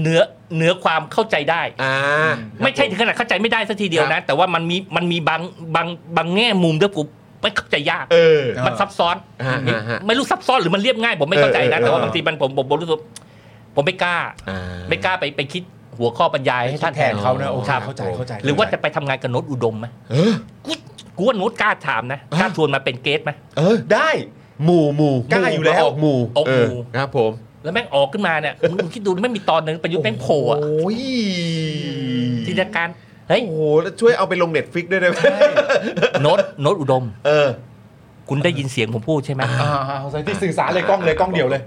Speaker 5: เหนือเหนือความเข้าใจได้
Speaker 1: อ่า
Speaker 5: ไม่ใช่ถึงขนาดเข้าใจไม่ได้สักทีเดียวนะ แต่ว่ามันมีมันมีบางบางบางแง่มุมที่ผม ไม่เข้าใจยาก
Speaker 1: เออ
Speaker 3: เออ
Speaker 5: มันซับซ้อน
Speaker 1: ฮะฮะฮะ
Speaker 5: ไม่รู้ซับซ้อนหรือมันเรียบง่ายผมไม่เข้าใจนะ
Speaker 1: เออเออ
Speaker 5: แต่ว่า
Speaker 1: เออ
Speaker 5: บางทีมันผมผมผมรู้สึกผมไม่กล้า
Speaker 1: อ่า
Speaker 5: ไม่กล้าไปไปคิดหัวข้อบรรยายให้ท่าน
Speaker 3: แทนเขานะโอเค
Speaker 5: ครับ
Speaker 3: เข้าใจเข้าใจ
Speaker 5: หรือว่าจะไปทำงานกับโน้ตอุดมไหม
Speaker 1: เออ
Speaker 5: กูกูว่าโน้ตกล้าถามนะกล้าชวนมาเป็นเกสไหม
Speaker 1: เออ
Speaker 3: ได้
Speaker 1: หมู่หมู่
Speaker 3: กล้าอยู่แล้ว
Speaker 1: ออกหมู่
Speaker 5: ออกหมู่
Speaker 1: เครับผม
Speaker 5: แล้วแม่งออกขึ้นมาเนี่ยมึงมึงคิดดูไม่มีตอนหนึ่งประยุทธ์แม่งโผล่อะ
Speaker 1: โอ้ย
Speaker 5: จินตนาการเฮ้ย
Speaker 1: โอ้โหแล้วช่วยเอาไปลงเน็ตฟิกด้วยได้ไหม
Speaker 5: โน้ตโน้ตอุดม
Speaker 1: เออ
Speaker 5: คุณได้ยินเสียงผมพูดใช่ไหม
Speaker 3: อ่าเอาใส่ที่สื่อสารเลยกล้องเลยกล้องเดียวเลย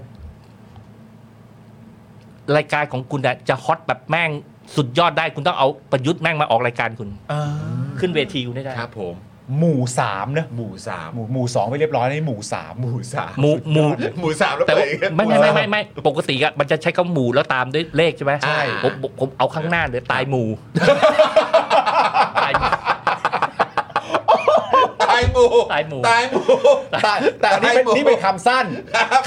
Speaker 5: รายการของคุณอะจะฮอตแบบแม่งสุดยอดได้คุณต้องเอาประยุทธ์แม่งมาออกรายการคุณขึ้นเวทีคุณได้ได้
Speaker 1: ครับผม
Speaker 3: หมู่สามนะ
Speaker 1: หมู่สาม
Speaker 3: หมู่หมู่สองไปเรียบร้อยในหมู่สาม
Speaker 1: หมู่สาม
Speaker 5: หมูหมู
Speaker 1: หมู่สามแล้ว
Speaker 5: แต่
Speaker 1: ไป
Speaker 5: ว่า
Speaker 1: อีกครับ
Speaker 5: ไม่ไม่ไม่ไม่ไม่ปกติอะมันจะใช้คำหมู่แล้วตามด้วยเลขใช่ไหม
Speaker 1: ใช่
Speaker 5: ผมผมผมเอาข้างหน้าเลยตาย
Speaker 1: [laughs]
Speaker 5: หมู่ตายหมู่
Speaker 1: ตายหมู่
Speaker 5: ตายหมู่
Speaker 1: ตายหมู่
Speaker 3: แต่แต่นี่เป็
Speaker 1: ตาย
Speaker 3: น
Speaker 1: หมู่
Speaker 3: นี่เป็นคำสั้น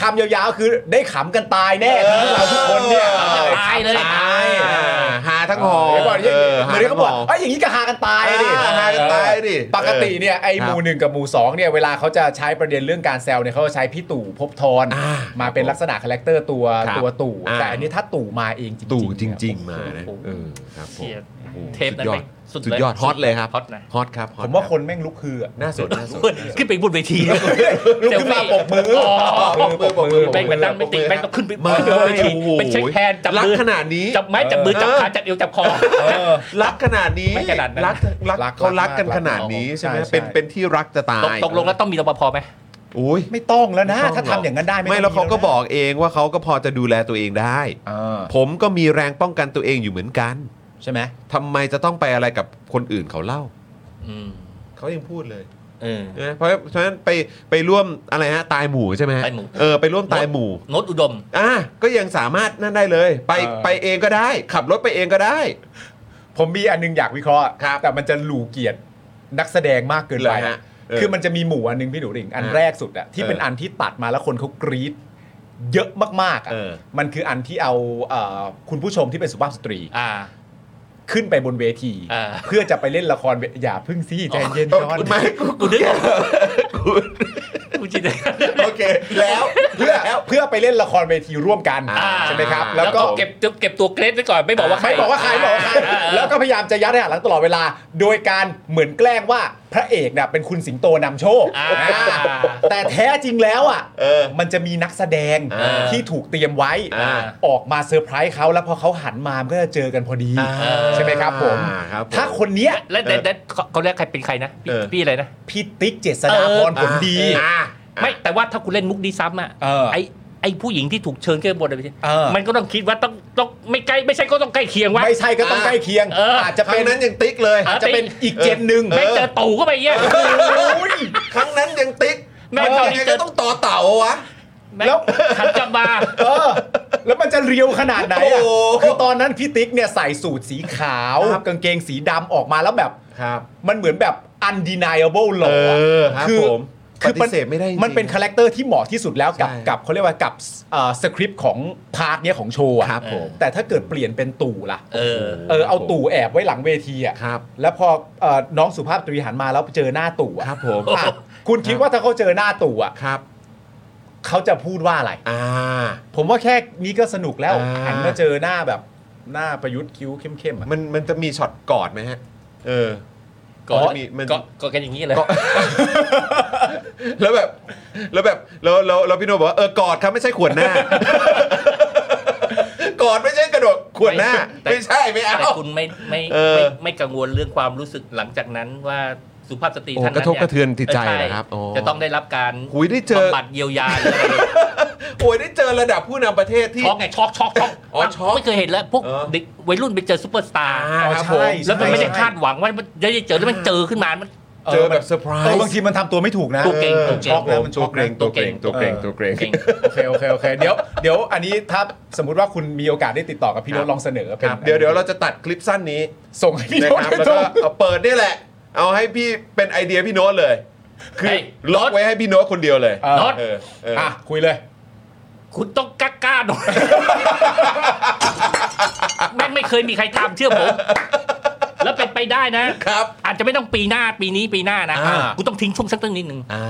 Speaker 3: คำยาวๆคือได้ขำกันตายแน่
Speaker 1: เออ
Speaker 3: เราทุกคนเนี่ย
Speaker 1: ตาย
Speaker 5: ตายเลย
Speaker 3: ตาย
Speaker 1: อ่าหาทั้งหอ
Speaker 3: เดี๋ยวก่อน
Speaker 1: เออ
Speaker 3: เหมือนที่เขาบอก
Speaker 1: หทั้งห
Speaker 3: ไอ้ยอย่างนี้ก็หากันตายดิ
Speaker 1: อ่าหากันตายดิ
Speaker 3: ปกติเนี่ยไอ้หมู่หนึ่งกับหมู่สองเนี่ยเวลาเขาจะใช้ประเด็นเรื่องการแซวเนี่ยเขาจะใช้พี่ตู่ภพบทร
Speaker 1: อ่า
Speaker 3: มาเป็นลักษณะคาแรคเตอร์ตัว
Speaker 1: ครับ
Speaker 3: ตัวตู่
Speaker 1: อ่า
Speaker 3: แต่อันนี้ถ้าตู่มาเองจริงๆ
Speaker 1: ตู่จ
Speaker 3: เนี่ย
Speaker 1: ริง ๆ มานะ
Speaker 3: โอ้โห
Speaker 1: เออครับผม
Speaker 5: เสีย
Speaker 1: โอ้โห
Speaker 5: เทปนั้น
Speaker 1: สุดยอด
Speaker 5: ไปสุด
Speaker 1: สุด
Speaker 5: เลย
Speaker 1: ยอดฮอตเลยครับ
Speaker 5: ฮอตนะ
Speaker 1: ฮอตครับฮอต
Speaker 3: ผมว่า
Speaker 1: รับ
Speaker 3: คนแม่งลุกคืออะ
Speaker 1: น่าสนน่าสนน่าสน
Speaker 5: ขึ้นไปบนเว
Speaker 3: [laughs]
Speaker 5: ที
Speaker 3: ลุกขึ้นมาปรบมือ
Speaker 5: อ๋อ
Speaker 3: ปรบมือปรบมือ
Speaker 5: แม่งไปตั้งไม่ติดแม่งต้องขึ้นไปบนเวที
Speaker 1: โอ้โห
Speaker 5: เป็นเช็คแทนจับ
Speaker 1: รัก
Speaker 5: มือ
Speaker 1: ขนาดนี้
Speaker 5: จับไม้จับมือจับขาจับเอวจับคอ
Speaker 1: รักขนาดนี้
Speaker 5: ไม่ขนาดนั้น
Speaker 1: รักรัก
Speaker 3: รัก
Speaker 1: เขารักกัน
Speaker 3: รัก
Speaker 1: ขนาดนี้
Speaker 3: รัก
Speaker 1: ใช่ไหม
Speaker 3: ใช่ใช่
Speaker 1: เป็นเป็นที่รักจะตาย
Speaker 5: ตกตกลงแล้วต้องมีรปภไหม
Speaker 1: โอ้ย
Speaker 3: ไม่ต้องแล้วนะ
Speaker 1: ไม่ต้
Speaker 3: ถ้าทำอย่างนั้นได้
Speaker 1: ไม่แล้วเขาก็
Speaker 3: นะ
Speaker 1: บอกเองว่าเขาก็พอจะดูแลตัวเองได้
Speaker 3: อ่า
Speaker 1: ผมก็มีแรงป้องกันตัวเองอยู่เหมือนกัน
Speaker 3: ใช่ไหม
Speaker 1: ทำไมจะต้องไปอะไรกับคนอื่นเขาเล่า
Speaker 5: อืม
Speaker 1: เขายังพูดเลย
Speaker 5: เออ
Speaker 1: นะเพราะฉะนั้นไปไปร่วมอะไรฮะตายหมู่ใช่ไหมฮะ
Speaker 5: ตายหมู่
Speaker 1: เออไปร่วมตายหมู่
Speaker 5: โน้ตอุดม
Speaker 1: อ่ะก็ยังสามารถนั่นได้เลย ไป
Speaker 3: เออ
Speaker 1: ไปเองก็ได้ ขับรถไปเองก็ได้
Speaker 3: ผมมีอันนึงอยากวิเคราะห์
Speaker 1: ครับ
Speaker 3: แต่มันจะหลูเกียรตินักแสดงมากเกินไป
Speaker 1: เหรอฮะเออ
Speaker 3: คือมันจะมีหมู่อันนึงพี่หนูริ่งอัน
Speaker 1: ฮะ
Speaker 3: แรกสุดอะที่เป็น
Speaker 1: เอออั
Speaker 3: อันที่ตัดมาแล้วคนเขากรี๊ดเยอะมากๆอะ
Speaker 1: เออ
Speaker 3: มันคืออันที่เอาเอ่อคุณผู้ชมที่เป็นสุภาพสตรี
Speaker 5: อ่า
Speaker 3: ขึ้นไปบนเวที
Speaker 5: อ่า
Speaker 3: เพื่อจะไปเล่นละครเวอย่าพึ่งซีใจเย็นก่อน
Speaker 1: ไม่กู
Speaker 5: กูนึกออกกูจินตนาการ
Speaker 1: โอเค แล้ว
Speaker 3: เพื่อเพื่อไปเล่นละครเวทีร่วมกัน
Speaker 5: อ่า
Speaker 3: ใช่ไหมครับ
Speaker 5: แล้
Speaker 3: แล้ว ว
Speaker 5: ก็
Speaker 3: ก็
Speaker 5: เก็บเก็บตัวเกรดไว้ก่อนไม่บอกว่าใคร
Speaker 3: ไม่บอกว่าใครไม่บอกว่าใคร
Speaker 5: อ่าอ่าอ่า
Speaker 3: แล้วก็พยายามจะยัดให้หันหลังตลอดเวลา โดยการเหมือนแกล้งว่าพระเอกน่ะเป็นคุณสิงโตนำโชค
Speaker 5: อ่า
Speaker 3: อ่าแต่แท้จริงแล้วอ่ะ
Speaker 1: เออ
Speaker 3: มันจะมีนักแสดง
Speaker 1: อ่า
Speaker 3: ที่ถูกเตรียมไว้
Speaker 1: อ่า
Speaker 3: ออกมาเซอร์ไพรส์เขาแล้วพอเขาหันมามันก็จะเจอกันพอดี ใช่ไหมครับผม
Speaker 1: อ่าครับผม
Speaker 3: ถ้าคนเนี้ย
Speaker 5: และแต่แต่เขาเขาเรียกใครเป็นใครนะพี่
Speaker 1: เออ
Speaker 5: พี่อะไรนะ
Speaker 3: พี่ติ๊กเจษฎาพร
Speaker 5: เออ
Speaker 3: ผลดี
Speaker 1: อ่ะ
Speaker 5: ไม่แต่ว่าถ้าคุณเล่นมุกดีซ้ำอ่ะ
Speaker 3: เออ
Speaker 5: ไอไอผู้หญิงที่ถูกเชิญขึ้นไปบนเวที
Speaker 3: เออ
Speaker 5: มันก็ต้องคิดว่าต้องต้องไม่ใกล้ไม่ใช่ก็ต้องใกล้เคียงวะ
Speaker 3: ไม่ใช่ก็ต้องใกล้เคียง
Speaker 5: เอออ
Speaker 3: อาจจะ
Speaker 1: ค
Speaker 3: เป็
Speaker 1: รั้ง
Speaker 3: น
Speaker 1: นั้นยังติ๊กเลย
Speaker 3: อาจจะเป็นอีกเจนหนึ่ง
Speaker 5: ไม่เจอตู่ก็ไปเยี่ย
Speaker 3: โอ้ย
Speaker 1: ครั้งนั้นยังติ๊ก
Speaker 5: แม่ง
Speaker 1: ทำยังไงก็ต้องต่อเต่าวะ
Speaker 3: แล้ว
Speaker 5: ขันกลับมา
Speaker 3: เออแล้วมันจะเรียวขนาดไหนอ่ะ
Speaker 1: โอ้โห
Speaker 3: คือตอนนั้นพี่ติ๊กเนี่ยใส่สูทสีขาว
Speaker 1: ครับ
Speaker 3: กางเกงสีดำออกมาแล้วแบบ
Speaker 1: ครับ
Speaker 3: มันเหมือนแบบ undeniable หล่อ
Speaker 1: เออครับ
Speaker 3: คือ
Speaker 1: ผม
Speaker 3: คือ
Speaker 1: ปฏิเสธไม่ได้จริง
Speaker 3: มันเป็นคาแรคเตอร์ที่เหมาะที่สุดแล้วกับ
Speaker 1: ใช่
Speaker 3: กับเขาเรียกว่ากับสคริปต์ของพาร์ทเนี้ยของโชว์อะ
Speaker 1: ครับผม
Speaker 3: แต่ถ้าเกิดเปลี่ยนเป็นตู่ล่ะ
Speaker 5: เออ
Speaker 3: เออเอา
Speaker 1: ครับผม
Speaker 3: ตู่แอบไว้หลังเวทีอ่ะ
Speaker 1: ครับ
Speaker 3: แล้วพอเอ่อน้องสุภาพสตรีหันมาแล้วเจอหน้าตู่อะ
Speaker 1: ครับผม
Speaker 3: อ่ะคุณคิ
Speaker 1: ค
Speaker 3: ด
Speaker 1: รับ
Speaker 3: ว่าถ้าเขาเจอหน้าตู่อ่ะ
Speaker 1: ครับ
Speaker 3: เขาจะพูดว่าอะไร
Speaker 1: อ่า
Speaker 3: ผมว่าแค่นี้ก็สนุกแล้ว
Speaker 1: อ่า
Speaker 3: หันมาเจอหน้าแบบหน้าประยุทธ์คิ้วเข้มๆอะ
Speaker 1: มันมันจะมีช็อตกอดไหมฮะ เออ
Speaker 5: ก็
Speaker 1: จะมีมัน
Speaker 5: ก็ก็กันอย่างนี้เลย
Speaker 1: ก็ แล้วแบบ แล้วแบบแล้วแล้วแล้วพี่โนบอกว่าเออกอดครับไม่ใช่ขวนหน้า กอดไม่ใช่กระโดดขวนหน้า
Speaker 5: แต่
Speaker 1: ไม่ใช่ไม่เอา
Speaker 5: แต่คุณไม่ไม่
Speaker 1: เออ
Speaker 5: ไม่ไม่กังวลเรื่องความรู้สึกหลังจากนั้นว่าสุภาพสตรี
Speaker 1: โอ้
Speaker 5: ท่าน
Speaker 1: กระ
Speaker 5: นั้น
Speaker 1: ทบกระเทือนจิตใจ
Speaker 5: ช่
Speaker 1: นะครับโอ้
Speaker 5: จะต้องได้รับการ
Speaker 1: หุยได้เจอ
Speaker 5: บำบัดเยียวยาหรืออะไร
Speaker 1: โอ้ยได้เจอระดับผู้นำประเทศที่
Speaker 5: ช็อกไงช็อกช็อกช็อก
Speaker 1: อ๋อช็อก
Speaker 5: ไม่เคยเห็นแล้วพวก
Speaker 1: เออ
Speaker 5: เด็กวัยรุ่นไปเจอซูเปอร์สตาร์
Speaker 1: อ่าครับผ
Speaker 3: ใช่
Speaker 1: ม
Speaker 5: แล้วมันไม่ได้
Speaker 3: ใช่
Speaker 5: คาดหวังว่ามันจะได้เจอแล้วมันเจอขึ้นมา มัน
Speaker 1: เจอแบบเซอร์ไพร
Speaker 3: เออ
Speaker 1: ส์
Speaker 3: บางทีมันทำตัวไม่ถูกนะ
Speaker 5: ตัวเก่ง
Speaker 3: ออช็อกนะมัน
Speaker 1: ตั
Speaker 3: ช็
Speaker 1: ว
Speaker 3: อก
Speaker 1: เกร
Speaker 3: นะ
Speaker 1: งตัวเกรงตัวเกรงตัวเกรง
Speaker 5: เก่ง
Speaker 3: โอเคโอเคโอเคเดี๋ยวเดี๋ยวอันนี้ถ้าสมมติว่าคุณมีโอกาสได้ติดต่อกับพี่
Speaker 1: ค
Speaker 3: โน
Speaker 1: รับ
Speaker 3: ตลองเสนอเป็น
Speaker 1: เดี๋ยวเดี๋ยวเราจะตัดคลิปสั้นนี้
Speaker 3: ส่งให้พี่
Speaker 1: นะ
Speaker 3: โนต
Speaker 1: ครับ
Speaker 3: โดย
Speaker 1: แล้ว
Speaker 3: ตร
Speaker 1: ก็
Speaker 3: ง
Speaker 1: เอาเปิดนี่แหละ เอาให้พี่เป็นไอเดียพี่โน้ตเลย คือ
Speaker 5: เฮ้ย
Speaker 1: ล็อกไว้ให้พี่โน้ตคนเดียวเลย
Speaker 3: เออ
Speaker 5: น็อต
Speaker 1: เออเออ
Speaker 3: อ่ะคุยเลย
Speaker 5: คุณต้องกล้ากล้าห
Speaker 1: [laughs]
Speaker 5: น่อย แม่งไม่เคยมีใครทำเชื่อผม แล้วเป็นไปได้นะ
Speaker 1: ครับ
Speaker 5: อาจจะไม่ต้องปีหน้าปีนี้ปีหน้านะ
Speaker 1: อ่า
Speaker 5: กูต้องทิ้งช่วงสักตั้งนิดนึง
Speaker 1: อ่า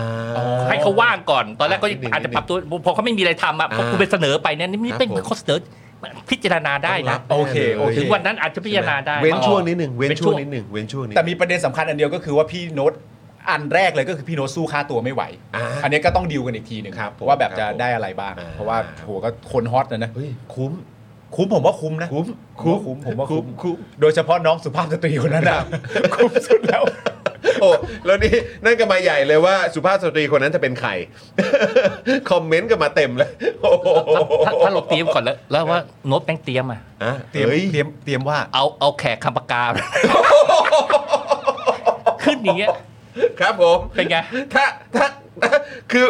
Speaker 5: ให้เขาว่างก่อนตอนแรกก็
Speaker 1: นิดนึง
Speaker 5: อาจจะปรับตัวพอเขาไม่มีอะไรทำอ่ะพอ
Speaker 1: อ่า
Speaker 5: กูไปเสนอไปเนี่ยนี่เป็น
Speaker 1: ครับผม
Speaker 5: ข้อเสนอพิจารณาได้นะ
Speaker 1: โอเคโอเค
Speaker 5: ถึงวันนั้นอาจจะพิจารณาได้
Speaker 1: เว้น
Speaker 5: มาออก
Speaker 1: ช่วงนิดหนึ่งเว้น
Speaker 5: เว้นช่
Speaker 1: ช่ว
Speaker 5: ว
Speaker 1: ง
Speaker 5: ง
Speaker 1: นิดหนึ่งเว้นช่วงนิดห
Speaker 3: แต่
Speaker 1: นึ่ง
Speaker 3: มีประเด็นสำคัญอันเดียวก็คือว่าพี่โน้ตอันแรกเลยก็คือพี่โน้ตสู้ค่าตัวไม่ไหว
Speaker 1: อ่า
Speaker 3: อันเนี้ยก็ต้องดิวกันอีกทีหนึ่ง
Speaker 1: ครับผม
Speaker 3: ว่าแบบ
Speaker 1: ค
Speaker 3: จะ
Speaker 1: รับผม
Speaker 3: ได้อะไรบ้าง
Speaker 1: อ่า
Speaker 3: เพราะว่าโหก็คนฮอตนะนะ
Speaker 1: เฮ้ยคุ้ม
Speaker 3: คุ้มผมว่าคุ้มนะ
Speaker 1: คุ้ม
Speaker 3: ผมว่าคุ้มผมว่าคุ้ม
Speaker 1: คุ้ม
Speaker 3: โดยเฉพาะน้องสุภาพสตรีคนนั้นนะคุ้มสุดแล้ว
Speaker 1: โอ้แล้วนี่นั่นก็มาใหญ่เลยว่าสุภาพสตรีคนนั้นจะเป็นใคร [laughs] คอมเมนต์ก็มาเต็มเลยโอ้โห
Speaker 5: ถ้าถ้าหลบเตรียมก่อนแล้วแล้วว่าโน้ตแม่งเตรียมอ่ะ
Speaker 1: อ่ะ
Speaker 3: เตรียม
Speaker 1: ฮ้
Speaker 3: เตรียมเตรียมว่า
Speaker 5: เอาเอาแขกคำปากกา [laughs] ขึ้นอย่างเงี้ย
Speaker 1: ครับผม
Speaker 5: เป็นไง
Speaker 1: ถ้าถ้า [laughs] คือ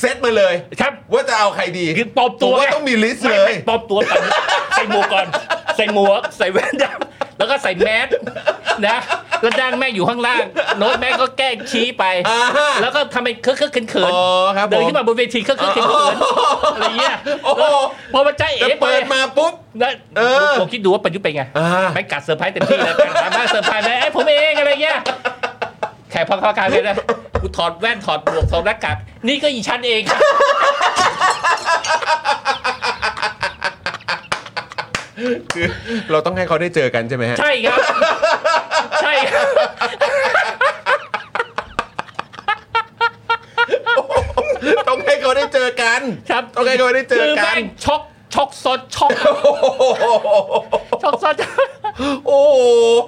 Speaker 1: เซตมาเลย
Speaker 5: ครับ
Speaker 1: ว่าจะเอาใครดี
Speaker 5: คือปลอมตัว
Speaker 1: ผมว่า
Speaker 5: ไ
Speaker 1: ต้องมีลิสต์เลย
Speaker 5: ไม่ไม่ปลอมตัวก่อนใส่หมวกก่อน ใส่หมวกใส่แว่นดำแล้วก็ใส่แมสนะแล้วด้านแม่อยู่ข้างล่าง โน้ตแม่ก็แกล้งชี้ไป
Speaker 1: อ่าฮะ
Speaker 5: แล้วก็ทำเป็นเคอะเคอะเขินเขิน
Speaker 1: อ๋อครับผ
Speaker 5: เดิน
Speaker 1: ม
Speaker 5: ขึ้นมาบนเวทีเคอะเคอะเขินเขินอะไรเงี้ย
Speaker 1: โอ้โห
Speaker 5: แล้วพอมาใจ
Speaker 1: แต่
Speaker 5: เอ๋ไป
Speaker 1: เปิดมาปุ๊บ
Speaker 5: นะ
Speaker 1: เออ
Speaker 5: ผมคิดดูว่าประยุทธ์เป็นไง
Speaker 1: อ่า
Speaker 5: แม่งกัดเซอร์ไพรส์เต็มที่เลยแต่สามารถเซอร์ไพรส์ได้ไอ้ยผมเองอะไรเงี้ยแขกพักพักการเลยนะกูถอดแว่นถอดหมวกถอดหน้ากากนี่ก็อีชั้นเองครับ
Speaker 1: คือเราต้องให้เขาได้เจอกันใช่ไหมฮะ
Speaker 5: ใช่ครับ ใช่ครับ
Speaker 1: ต้องให้เขาได้เจอกัน
Speaker 5: ครับ
Speaker 1: ต้องให้เขาได้เจอ
Speaker 5: คือ
Speaker 1: กั
Speaker 5: แม่
Speaker 1: น
Speaker 5: งช็อกช็อกซดช็อกช็อกซด
Speaker 1: โอ้โห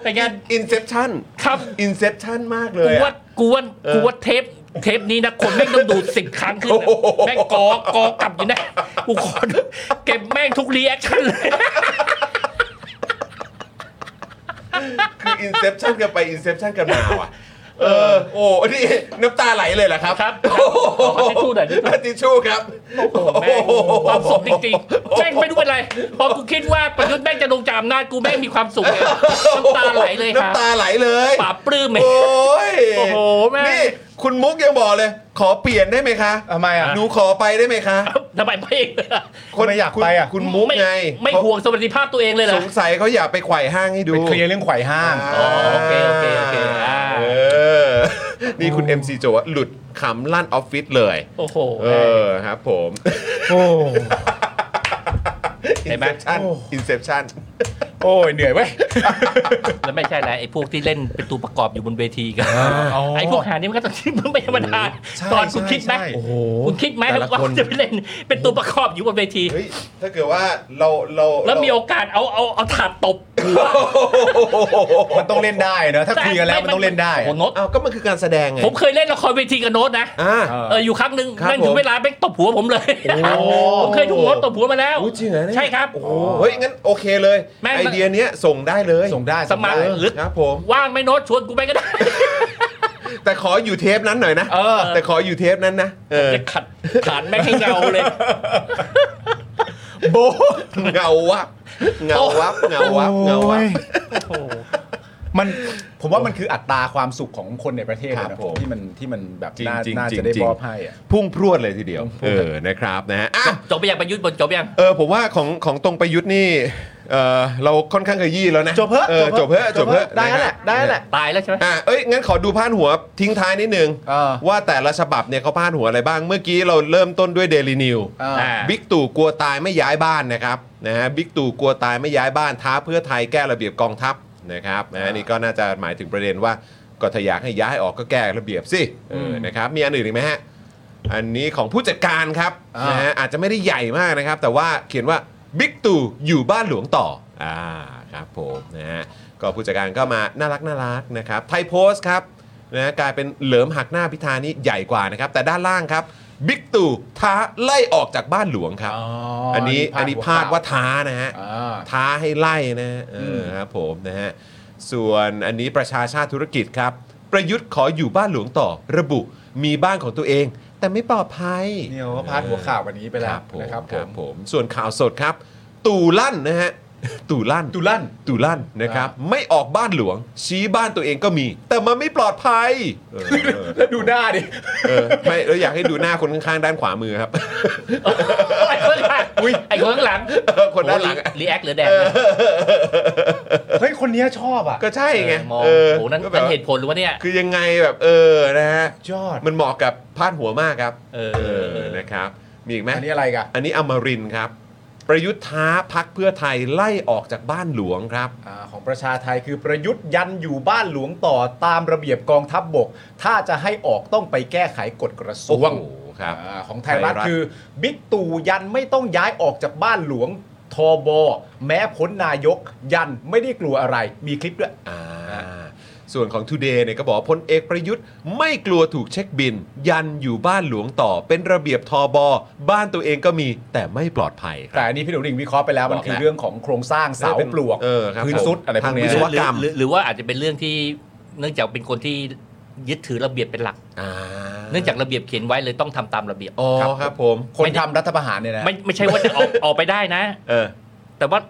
Speaker 5: แต่งาน
Speaker 1: อินเซปชั่น
Speaker 5: ครับ
Speaker 1: อินเซปชั่นมากเล
Speaker 5: กู
Speaker 1: ยอะ
Speaker 5: ว่ากูว่ากูว่าเทปเทปนี้นะคนแม่งต้องดูสิบครั้งขึ้น
Speaker 1: โอ้
Speaker 5: นะ
Speaker 1: โห
Speaker 5: แม่งกอกอกลับอยู่นะกูขอดูเก็บแม่งทุกรีแอคชั่นเลย
Speaker 1: คืออินเซปชันกันไปอินเซปชันกันมาว่ะ เออ โอ้นี่น้ำตาไหลเลยเหรอครับ
Speaker 5: ครับ
Speaker 1: โอ้โห
Speaker 5: ขอทิชชู่หน่อยทิชชู่
Speaker 1: ทิชชู่ครับ
Speaker 5: โอ้โหแม่งความสุขจริงๆแม่งไม่รู้เป็นไร พอกูคิดว่าประยุทธ์แม่งจะลงจากอำนาจกูแม่งมีความสุขเลยน้ำตาไหลเลยครับ
Speaker 1: น้ำตาไหลเลย
Speaker 5: ปราบปลื้มเลย
Speaker 1: โอ้ย
Speaker 5: โอ้โหแม่ง
Speaker 1: นี่คุณมุกยังบอกเลย ขอเปลี่ยนได้ไหมคะ
Speaker 3: ทำไมอ่ะ
Speaker 1: หนูขอไปได้ไหมคะ
Speaker 5: ทำไมไม่
Speaker 1: คน
Speaker 3: ทำไมอยาก
Speaker 1: คุณ
Speaker 3: ไปอ่ะ
Speaker 1: คุณมุก
Speaker 5: ไม่
Speaker 1: ไง
Speaker 5: ไม่ห่วงสวัสดิภาพตัวเองเลยเหร
Speaker 1: ส
Speaker 5: อ
Speaker 1: งสัยเขาอยากไปไขว่ห้างให้ดู
Speaker 3: ไปเคลียร์เรื่องไขว่ห้าง
Speaker 5: อ๋อโอเคโอเคโอเคอ่า
Speaker 1: เออ นี่คุณ MC โจอะหลุดขำลั่นออฟฟิศเลย
Speaker 5: โอ้โห
Speaker 1: เออครับผม
Speaker 3: โอ้
Speaker 5: เห็นไหม
Speaker 1: Inception
Speaker 3: โอ้
Speaker 1: Inception
Speaker 3: โอ้ยเหนื่อยเว้ย
Speaker 5: แล้วไม่ใช่อะไรไอ้พวกที่เล่นเป็นตัวประกอบอยู่บนเวทีกัน
Speaker 3: อ๋อ
Speaker 5: ไอ้พวกหานี่มันก็ต้องคิดมันไม่ธรรมดา
Speaker 3: ใช่
Speaker 5: ตอนคุณคิดไหม
Speaker 3: ใช่ใช่
Speaker 5: โอ้โหคุณคิดไหม
Speaker 1: แต่ละคน
Speaker 5: ว่าจะไปเล่นเป็นตัวประกอบอยู่บนเวที
Speaker 1: เฮ้ย ถ้าเกิดว่าเราเรา
Speaker 5: แล้วมีโอกาสเอาเอาเอาถาดตบหัว
Speaker 3: มันต้องเล่นได้นะถ้าคุยกันแล้วมันต้องเล่นได้
Speaker 5: โอ้โหโน้ต
Speaker 1: อ้าวก็มันคือการแสดงไง
Speaker 5: ผมเคยเล่นละครเวทีกับโน้ตนะ
Speaker 1: อ่า
Speaker 5: เอออยู่ครั้งหนึ่ง
Speaker 1: ครับ
Speaker 5: นั่งอยู่
Speaker 1: ผม
Speaker 5: เวลาแม่งตบหัวผมเลยผมเคยถูกโน้ตตบหัวมาแล้ว
Speaker 1: อุ๊ยจริงเหรอเนี่ย
Speaker 5: ใช่ครับ
Speaker 1: โอ้โหเฮ้ย งั้นโอเคเลย
Speaker 5: แม่ง
Speaker 1: ไอเดียเนี้ยส่งได้เลย
Speaker 3: ส่งได้
Speaker 5: สมัคร
Speaker 3: งได้
Speaker 5: หรือ
Speaker 1: ครับผม
Speaker 5: ว่างไหม่โน้ตชวนกูไปก็ได้
Speaker 1: แต่ขออยู่เทปนั้นหน่อยนะ
Speaker 5: เออ
Speaker 1: แต่ขออยู่เทปนั้นนะ เออ
Speaker 5: จะขัดขานแม่งให้เงาเลย
Speaker 1: โบะเงาวับเงาวับเงาวับเงาวับ
Speaker 3: โอ้ยมันผมว่ามันคืออัตราความสุขของคนในประเทศ
Speaker 1: ครับ
Speaker 3: นะ
Speaker 1: ผม
Speaker 3: ที่มันที่มันแบบ
Speaker 1: จริง
Speaker 3: น่า
Speaker 1: จริง
Speaker 3: น่า
Speaker 1: จริง
Speaker 3: จะได้
Speaker 1: จริง
Speaker 3: มอบให้อ่ะ
Speaker 1: พุ่งพรวดเลยทีเดียว เออ นะครับนะฮะอ่ะ
Speaker 5: จบไปยังประยุทธ์บนจบยัง
Speaker 1: เออผมว่าของของตรงประยุทธ์นี่เออเราค่อนข้างขยี้แล้วนะ
Speaker 3: จบเพ้อ
Speaker 1: อจบเพ้อจบเพ้อ
Speaker 3: จบเพ้อได้แล้วแหละได้แล้วแหละ
Speaker 5: ตายแล้วใช่ไหม
Speaker 1: [laughs] อ่ะเอ้ยงั้นขอดูพาดหัวทิ้งท้ายนิดนึง
Speaker 3: เออ
Speaker 1: ว่าแต่ละฉบับเนี่ยเขาพาดหัวอะไรบ้างเมื่อกี้เราเริ่มต้นด้วยเดล y นิว
Speaker 3: อ่า
Speaker 5: อ่า
Speaker 1: บิ๊กตู่กลัวตายไม่ย้ายบ้านนะครับนะฮะบิ๊กตู่กลัวตายไม่ย้ายบ้านท้าเพื่อไทยแก้ระเบียบกองทัพนะครับนะฮะนี่ก็น่าจะหมายถึงประเด็นว่าก็ถ้าอยากให้ย้ายออกก็แก้ระเบียบสิเออนะครับมีอันอื่นอีกไหมฮะอันนี้ของผู้จัดการครับ
Speaker 3: อ่าน
Speaker 1: นะฮะ อาจจะไม่ได้ใหญ่มากนะครับ แต่ว่าเขียนว่าบิ๊กตู่อยู่บ้านหลวงต่ออ่าครับผมนะฮะก็ผู้จัดการก็มาน่ารักน่ารักนะครับไทยโพสต์ครับนะฮะกลายเป็นเหลิมหักหน้าพิธานี่ใหญ่กว่านะครับ แต่ด้านล่างครับบิ๊กตู่ท้าไล่ออกจากบ้านหลวงครับอันนี้อันนี้พาดว่าท้านะฮะ
Speaker 3: อ่า
Speaker 1: ท้าให้ไล่นะฮะเออ
Speaker 3: ม
Speaker 1: ครับผมนะฮะส่วนอันนี้ประชาชาติธุรกิจครับ ประยุทธ์ขออยู่บ้านหลวงต่อ ระบุมีบ้านของตัวเอง แต่ไม่ปลอดภัย
Speaker 3: เนี่ยเขาก็พาดหัวข่าววันนี้ไป
Speaker 1: ค
Speaker 3: แล้
Speaker 1: รั
Speaker 3: ว
Speaker 1: บผม
Speaker 3: นะครับ
Speaker 1: ครับ
Speaker 3: ผ
Speaker 1: ผม มส่วนข่าวสดครับ ตู่ลั่นนะ [laughs] ฮะ ตู่ลั่น
Speaker 3: ตุลั่น
Speaker 1: ตู่ลั่นนะครับ ไม่ออกบ้านหลวง ชี้บ้านตัวเองก็มี แต่มันไม่ปลอดภัยเออ [laughs]
Speaker 3: แล้วดูหน้าดิ
Speaker 1: เออไม่เราอยากให้ดูหน้าคนข้างๆด้านขวามือครับ [laughs]
Speaker 5: ไอ้คนข้างหลังไอ้คนข้างหลัง
Speaker 1: คนด้านหลัง
Speaker 5: รีแอคหรือแดง
Speaker 3: เฮ้ย คน เนี้ยชอบอ่ะ
Speaker 1: ก็ใช่ไง
Speaker 5: มอง
Speaker 1: เออ
Speaker 5: โหนั่น
Speaker 1: ก็แบบ
Speaker 5: นั่น
Speaker 1: ว่า
Speaker 5: เหตุผลหรือว่าเนี่ย
Speaker 1: คือยังไงแบบเออนะฮะ
Speaker 3: ยอด
Speaker 1: มันเหมาะกับพาดหัวมากครับ
Speaker 5: เออ
Speaker 1: นะครับ มีอีกไหม
Speaker 3: อันนี้อะไรกัน
Speaker 1: อันนี้อมรินทร์ครับ ประยุทธ์ท้าพักเพื่อไทยไล่ออกจากบ้านหลวงครับ
Speaker 3: อ่าของประชาไทยคือประยุทธ์ยันอยู่บ้านหลวงต่อตามระเบียบกองทัพบบก ถ้าจะให้ออกต้องไปแก้ไขกฎกระทรวง
Speaker 1: โอ้โหครับ
Speaker 3: อ่าของไทยรัฐ
Speaker 1: ไทยรัฐ
Speaker 3: คือบิ๊กตู่ยันไม่ต้องย้ายออกจากบ้านหลวงทบแม้พ้นนายก ยันไม่ได้กลัวอะไรมีคลิปด้วย
Speaker 1: อ่าส่วนของ Today เนี่ยก็บอกว่าพลเอกประยุทธ์ไม่กลัวถูกเช็คบิน ยันอยู่บ้านหลวงต่อเป็นระเบียบทอบอบ้านตัวเองก็มีแต่ไม่ปลอดภัยค
Speaker 3: แต่
Speaker 1: รับ
Speaker 3: อันนี้พี่หนูริ่งวิเคราะห์ไปแล้วมันคือ
Speaker 1: บอกแล้ว
Speaker 3: เรื่องของโครงสร้างเสา
Speaker 1: เออเป็น
Speaker 3: ปลวก
Speaker 1: เออครับ
Speaker 3: พื้น
Speaker 1: ผม
Speaker 3: ซุดอะไรพวก
Speaker 1: ทาง
Speaker 3: เนี้
Speaker 1: วิ
Speaker 3: ย
Speaker 1: ศวะ กรรม
Speaker 5: หอหรือว่าอาจจะเป็นเรื่องที่เนื่องจากเป็นคนที่ยึดถือระเบียบเป็นหลัก
Speaker 1: อ่า
Speaker 5: เนื่องจากระเบียบเขียนไว้เลยต้องทำตามระเบียบ
Speaker 1: อ๋อ
Speaker 3: ครับ
Speaker 1: ครับผม
Speaker 3: คนทำรัฐประหารเนี่ยนะ
Speaker 5: ไม่ไม่ใช่ว่าจะออก ออกไปได้นะ
Speaker 1: เออ
Speaker 5: แต่ว่า